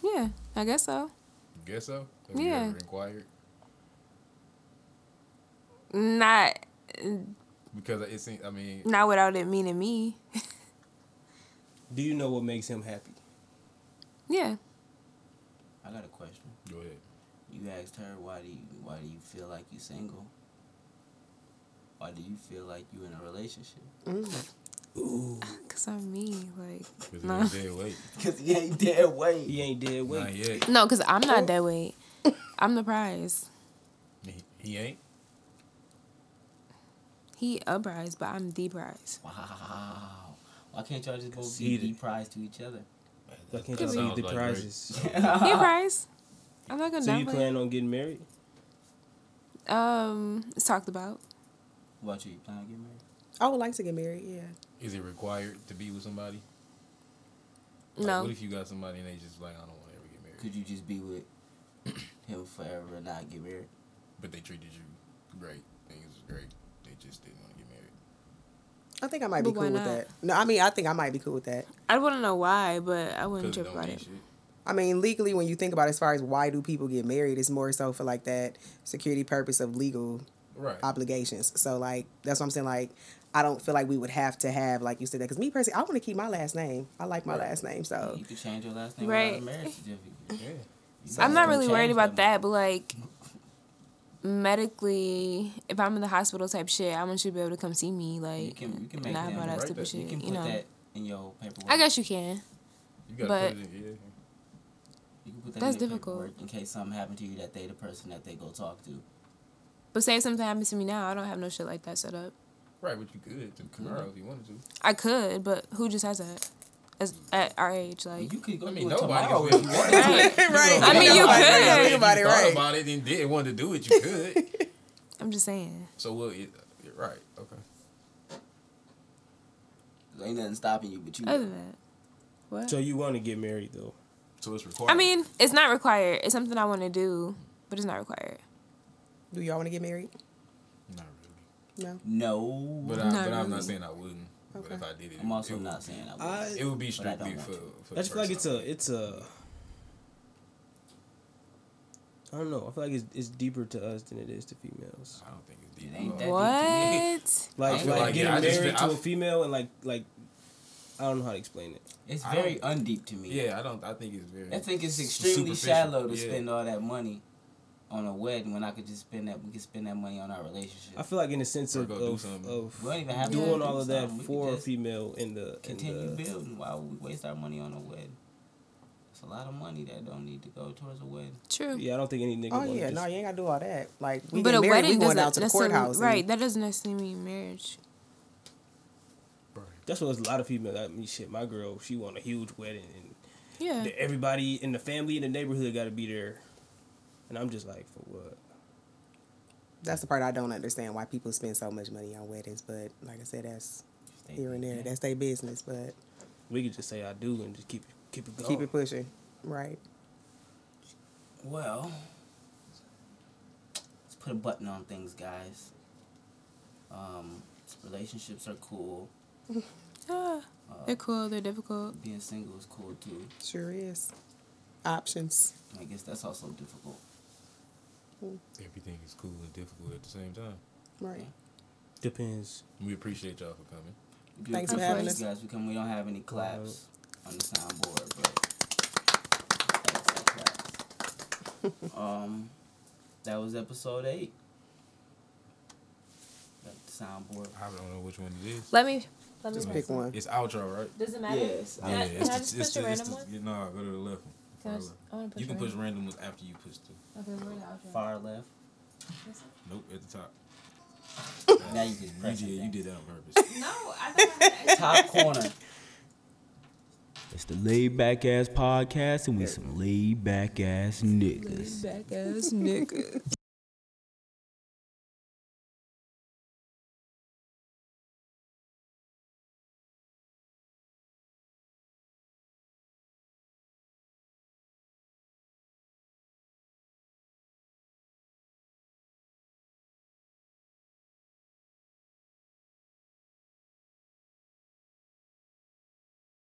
Speaker 6: Yeah, I guess so.
Speaker 4: Guess so. Have you
Speaker 6: Yeah.
Speaker 4: ever inquired?
Speaker 6: Not
Speaker 4: Because it seems. I mean,
Speaker 6: not without it meaning me.
Speaker 3: Do you know what makes him happy?
Speaker 6: Yeah.
Speaker 2: I got a question.
Speaker 4: go ahead.
Speaker 2: You asked her why do you why do you feel like you single? Why do you feel like you in a relationship?
Speaker 6: Cause I'm me, like
Speaker 4: Because
Speaker 6: No.
Speaker 4: ain't dead weight.
Speaker 2: Cause he ain't dead weight.
Speaker 3: He ain't dead weight.
Speaker 4: Not yet.
Speaker 6: no, cause I'm not that weight. I'm the prize.
Speaker 4: He, he ain't.
Speaker 6: He a prize, but I'm the prize.
Speaker 2: Wow. Why can't y'all just both
Speaker 3: Conceited.
Speaker 2: give the prize to each other?
Speaker 3: I can't
Speaker 4: That
Speaker 3: tell you
Speaker 4: sounds
Speaker 3: the
Speaker 4: like
Speaker 3: prizes.
Speaker 6: He a prize. I'm not gonna
Speaker 3: So you
Speaker 6: downplay. it.
Speaker 3: plan on getting married?
Speaker 6: Um, it's talked about.
Speaker 2: What you, you plan on getting married?
Speaker 5: I would like to get married. Yeah,
Speaker 4: Is it required to be with somebody? Like,
Speaker 6: No,
Speaker 4: What if you got somebody and they just like, I don't want to ever get married,
Speaker 2: Could you just be with him forever and not get married?
Speaker 4: but they treated you great. Things was great. They just didn't want to get married.
Speaker 5: I think I might
Speaker 6: But
Speaker 5: be
Speaker 6: why
Speaker 5: cool with
Speaker 6: not?
Speaker 5: that. No, I mean I think I might be cool with that.
Speaker 6: I wouldn't know why, but I wouldn't
Speaker 4: Because
Speaker 6: trip
Speaker 4: don't
Speaker 6: about
Speaker 4: mean
Speaker 6: it.
Speaker 4: shit.
Speaker 5: I mean, legally, when you think about it, as far as why do people get married, it's more so for like that security purpose of legal
Speaker 4: Right.
Speaker 5: obligations. So like that's what I'm saying. Like I don't feel like we would have to have like you said that because me personally, I want to keep my last name. I like my last name. So
Speaker 6: Mm-hmm.
Speaker 2: You could change your last name
Speaker 6: Right.
Speaker 2: without a marriage certificate.
Speaker 4: yeah.
Speaker 6: I'm not
Speaker 2: Something
Speaker 6: really worried
Speaker 2: changed
Speaker 6: about
Speaker 2: that
Speaker 6: that, but like medically, if I'm in the hospital type shit, I want you to be able to come see me. Like,
Speaker 2: You can you can make
Speaker 6: not
Speaker 2: them
Speaker 6: about that
Speaker 4: write
Speaker 6: stupid
Speaker 4: that.
Speaker 6: shit.
Speaker 2: You
Speaker 6: You,
Speaker 2: can put
Speaker 6: know,
Speaker 2: that in your paperwork.
Speaker 6: I guess you can.
Speaker 4: You gotta
Speaker 6: But-
Speaker 4: put it in. Yeah.
Speaker 2: you can put that
Speaker 6: that's
Speaker 2: in your
Speaker 6: difficult.
Speaker 2: paperwork in case something happened to you that they the person that they go talk to.
Speaker 6: But say if something happens to me now, I don't have no shit like that set up. Mm-hmm.
Speaker 4: Right, but you could to tomorrow if you wanted to.
Speaker 6: I could, but who just has that? as, at our age. Like,
Speaker 3: You could go
Speaker 4: I
Speaker 3: do
Speaker 4: mean,
Speaker 3: it
Speaker 4: nobody
Speaker 3: tomorrow
Speaker 4: could
Speaker 3: if you want.
Speaker 6: right.
Speaker 5: right.
Speaker 6: I mean, you
Speaker 5: Nobody
Speaker 6: could.
Speaker 5: really
Speaker 4: If
Speaker 5: think about
Speaker 4: you
Speaker 5: it,
Speaker 4: thought
Speaker 5: right.
Speaker 4: about it and didn't want to do it, you could.
Speaker 6: I'm just saying.
Speaker 4: so well, you- you're right. Okay.
Speaker 2: There ain't nothing stopping you, but you.
Speaker 6: Other than that, what?
Speaker 3: So you want to get married though?
Speaker 4: So it's required.
Speaker 6: I mean, it's not required. It's something I want to do, but it's not required.
Speaker 5: Do y'all want to get married?
Speaker 4: not really.
Speaker 5: No.
Speaker 2: no,
Speaker 4: But, I, but
Speaker 6: Not
Speaker 4: I'm not
Speaker 6: really.
Speaker 4: saying I wouldn't. But if I did it,
Speaker 2: I'm also
Speaker 4: it, would-
Speaker 2: not saying I would.
Speaker 3: I
Speaker 4: It would be
Speaker 2: But I don't
Speaker 4: strictly
Speaker 2: want
Speaker 4: for.
Speaker 2: to.
Speaker 4: for
Speaker 3: I just feel like it's
Speaker 4: personal.
Speaker 3: a it's a. I don't know. I feel like it's, it's deeper to us than it is to females.
Speaker 4: I don't think it's
Speaker 2: It
Speaker 4: deep.
Speaker 2: ain't
Speaker 4: enough.
Speaker 2: that
Speaker 6: What?
Speaker 4: I
Speaker 3: Like,
Speaker 4: feel
Speaker 3: like,
Speaker 4: like,
Speaker 3: getting
Speaker 4: yeah, I just
Speaker 3: married
Speaker 4: feel- I-
Speaker 3: to a female and like like, I don't know how to explain it.
Speaker 2: It's
Speaker 4: I
Speaker 2: very undeep to me.
Speaker 4: Yeah, I don't. I think it's very.
Speaker 2: I think it's
Speaker 4: s-
Speaker 2: extremely
Speaker 4: superficial.
Speaker 2: shallow to
Speaker 4: Yeah.
Speaker 2: spend all that money on a wedding when I could just spend that. We could spend that money on our relationship.
Speaker 3: I feel like in the sense
Speaker 4: Or
Speaker 3: of
Speaker 4: go do
Speaker 3: of,
Speaker 4: something.
Speaker 2: we don't
Speaker 3: of
Speaker 2: even have to
Speaker 3: doing
Speaker 2: do
Speaker 3: all of that
Speaker 2: something. We could
Speaker 3: for a
Speaker 2: just
Speaker 3: female in the in
Speaker 2: Continue
Speaker 3: the-
Speaker 2: building. Why would we waste our money on a wedding? It's a lot of money that don't need to go towards a wedding.
Speaker 6: True.
Speaker 3: Yeah, I don't think any nigga.
Speaker 5: Oh
Speaker 3: wanna
Speaker 5: yeah,
Speaker 3: just-
Speaker 5: no, you ain't gotta do all that. Like we
Speaker 6: but
Speaker 5: get
Speaker 6: a
Speaker 5: married,
Speaker 6: wedding
Speaker 5: we going
Speaker 6: doesn't
Speaker 5: out to the
Speaker 6: necessarily-
Speaker 5: courthouse. and-
Speaker 6: Right. That doesn't necessarily mean marriage.
Speaker 3: That's what a lot of females. I mean, shit, my girl, she want a huge wedding and
Speaker 6: Yeah.
Speaker 3: the- everybody in the family in the neighborhood got to be there, and I'm just like, for what?
Speaker 5: That's the part I don't understand why people spend so much money on weddings. But like I said, that's
Speaker 2: They-
Speaker 5: here and there. That's their business. But
Speaker 3: We could just say I do and just keep it- keep it going.
Speaker 5: keep it pushing. Right.
Speaker 2: Well, let's put a button on things, guys. Um, relationships are cool.
Speaker 6: Ah, they're cool. They're difficult.
Speaker 2: Being single is cool too.
Speaker 5: Sure is. Options.
Speaker 2: I guess that's also difficult.
Speaker 4: Everything is cool and difficult at the same time.
Speaker 5: Right.
Speaker 3: Depends.
Speaker 4: We appreciate y'all for coming.
Speaker 2: We do
Speaker 5: Thanks for
Speaker 2: appreciate
Speaker 5: having
Speaker 2: you
Speaker 5: us.
Speaker 2: guys. We can. We don't have any claps on the soundboard, but thanks for claps. um, that was episode eight. That soundboard.
Speaker 4: I don't know which one it is.
Speaker 6: Let me. Let me.
Speaker 5: Just pick one.
Speaker 4: It's outro, right?
Speaker 6: Does it matter?
Speaker 2: Yes.
Speaker 6: Can I,
Speaker 4: it's
Speaker 6: can I
Speaker 4: the-
Speaker 6: just
Speaker 4: it's
Speaker 6: push
Speaker 4: the-
Speaker 6: a
Speaker 4: it's
Speaker 6: random
Speaker 4: the-
Speaker 6: one?
Speaker 4: yeah, No, go to the left one.
Speaker 6: Can I
Speaker 4: Far
Speaker 6: just-
Speaker 4: left.
Speaker 6: I wanna push
Speaker 4: You can
Speaker 6: a
Speaker 4: push random ones after you push the
Speaker 6: Okay, where the outro?
Speaker 2: Far left.
Speaker 4: nope at the top.
Speaker 2: Now you can press
Speaker 4: you
Speaker 2: it
Speaker 4: did,
Speaker 2: down.
Speaker 4: you did that on purpose.
Speaker 6: No, I thought I
Speaker 2: Top corner.
Speaker 8: It's the laid back ass podcast, and we some laid back ass niggas.
Speaker 6: Back ass nigga.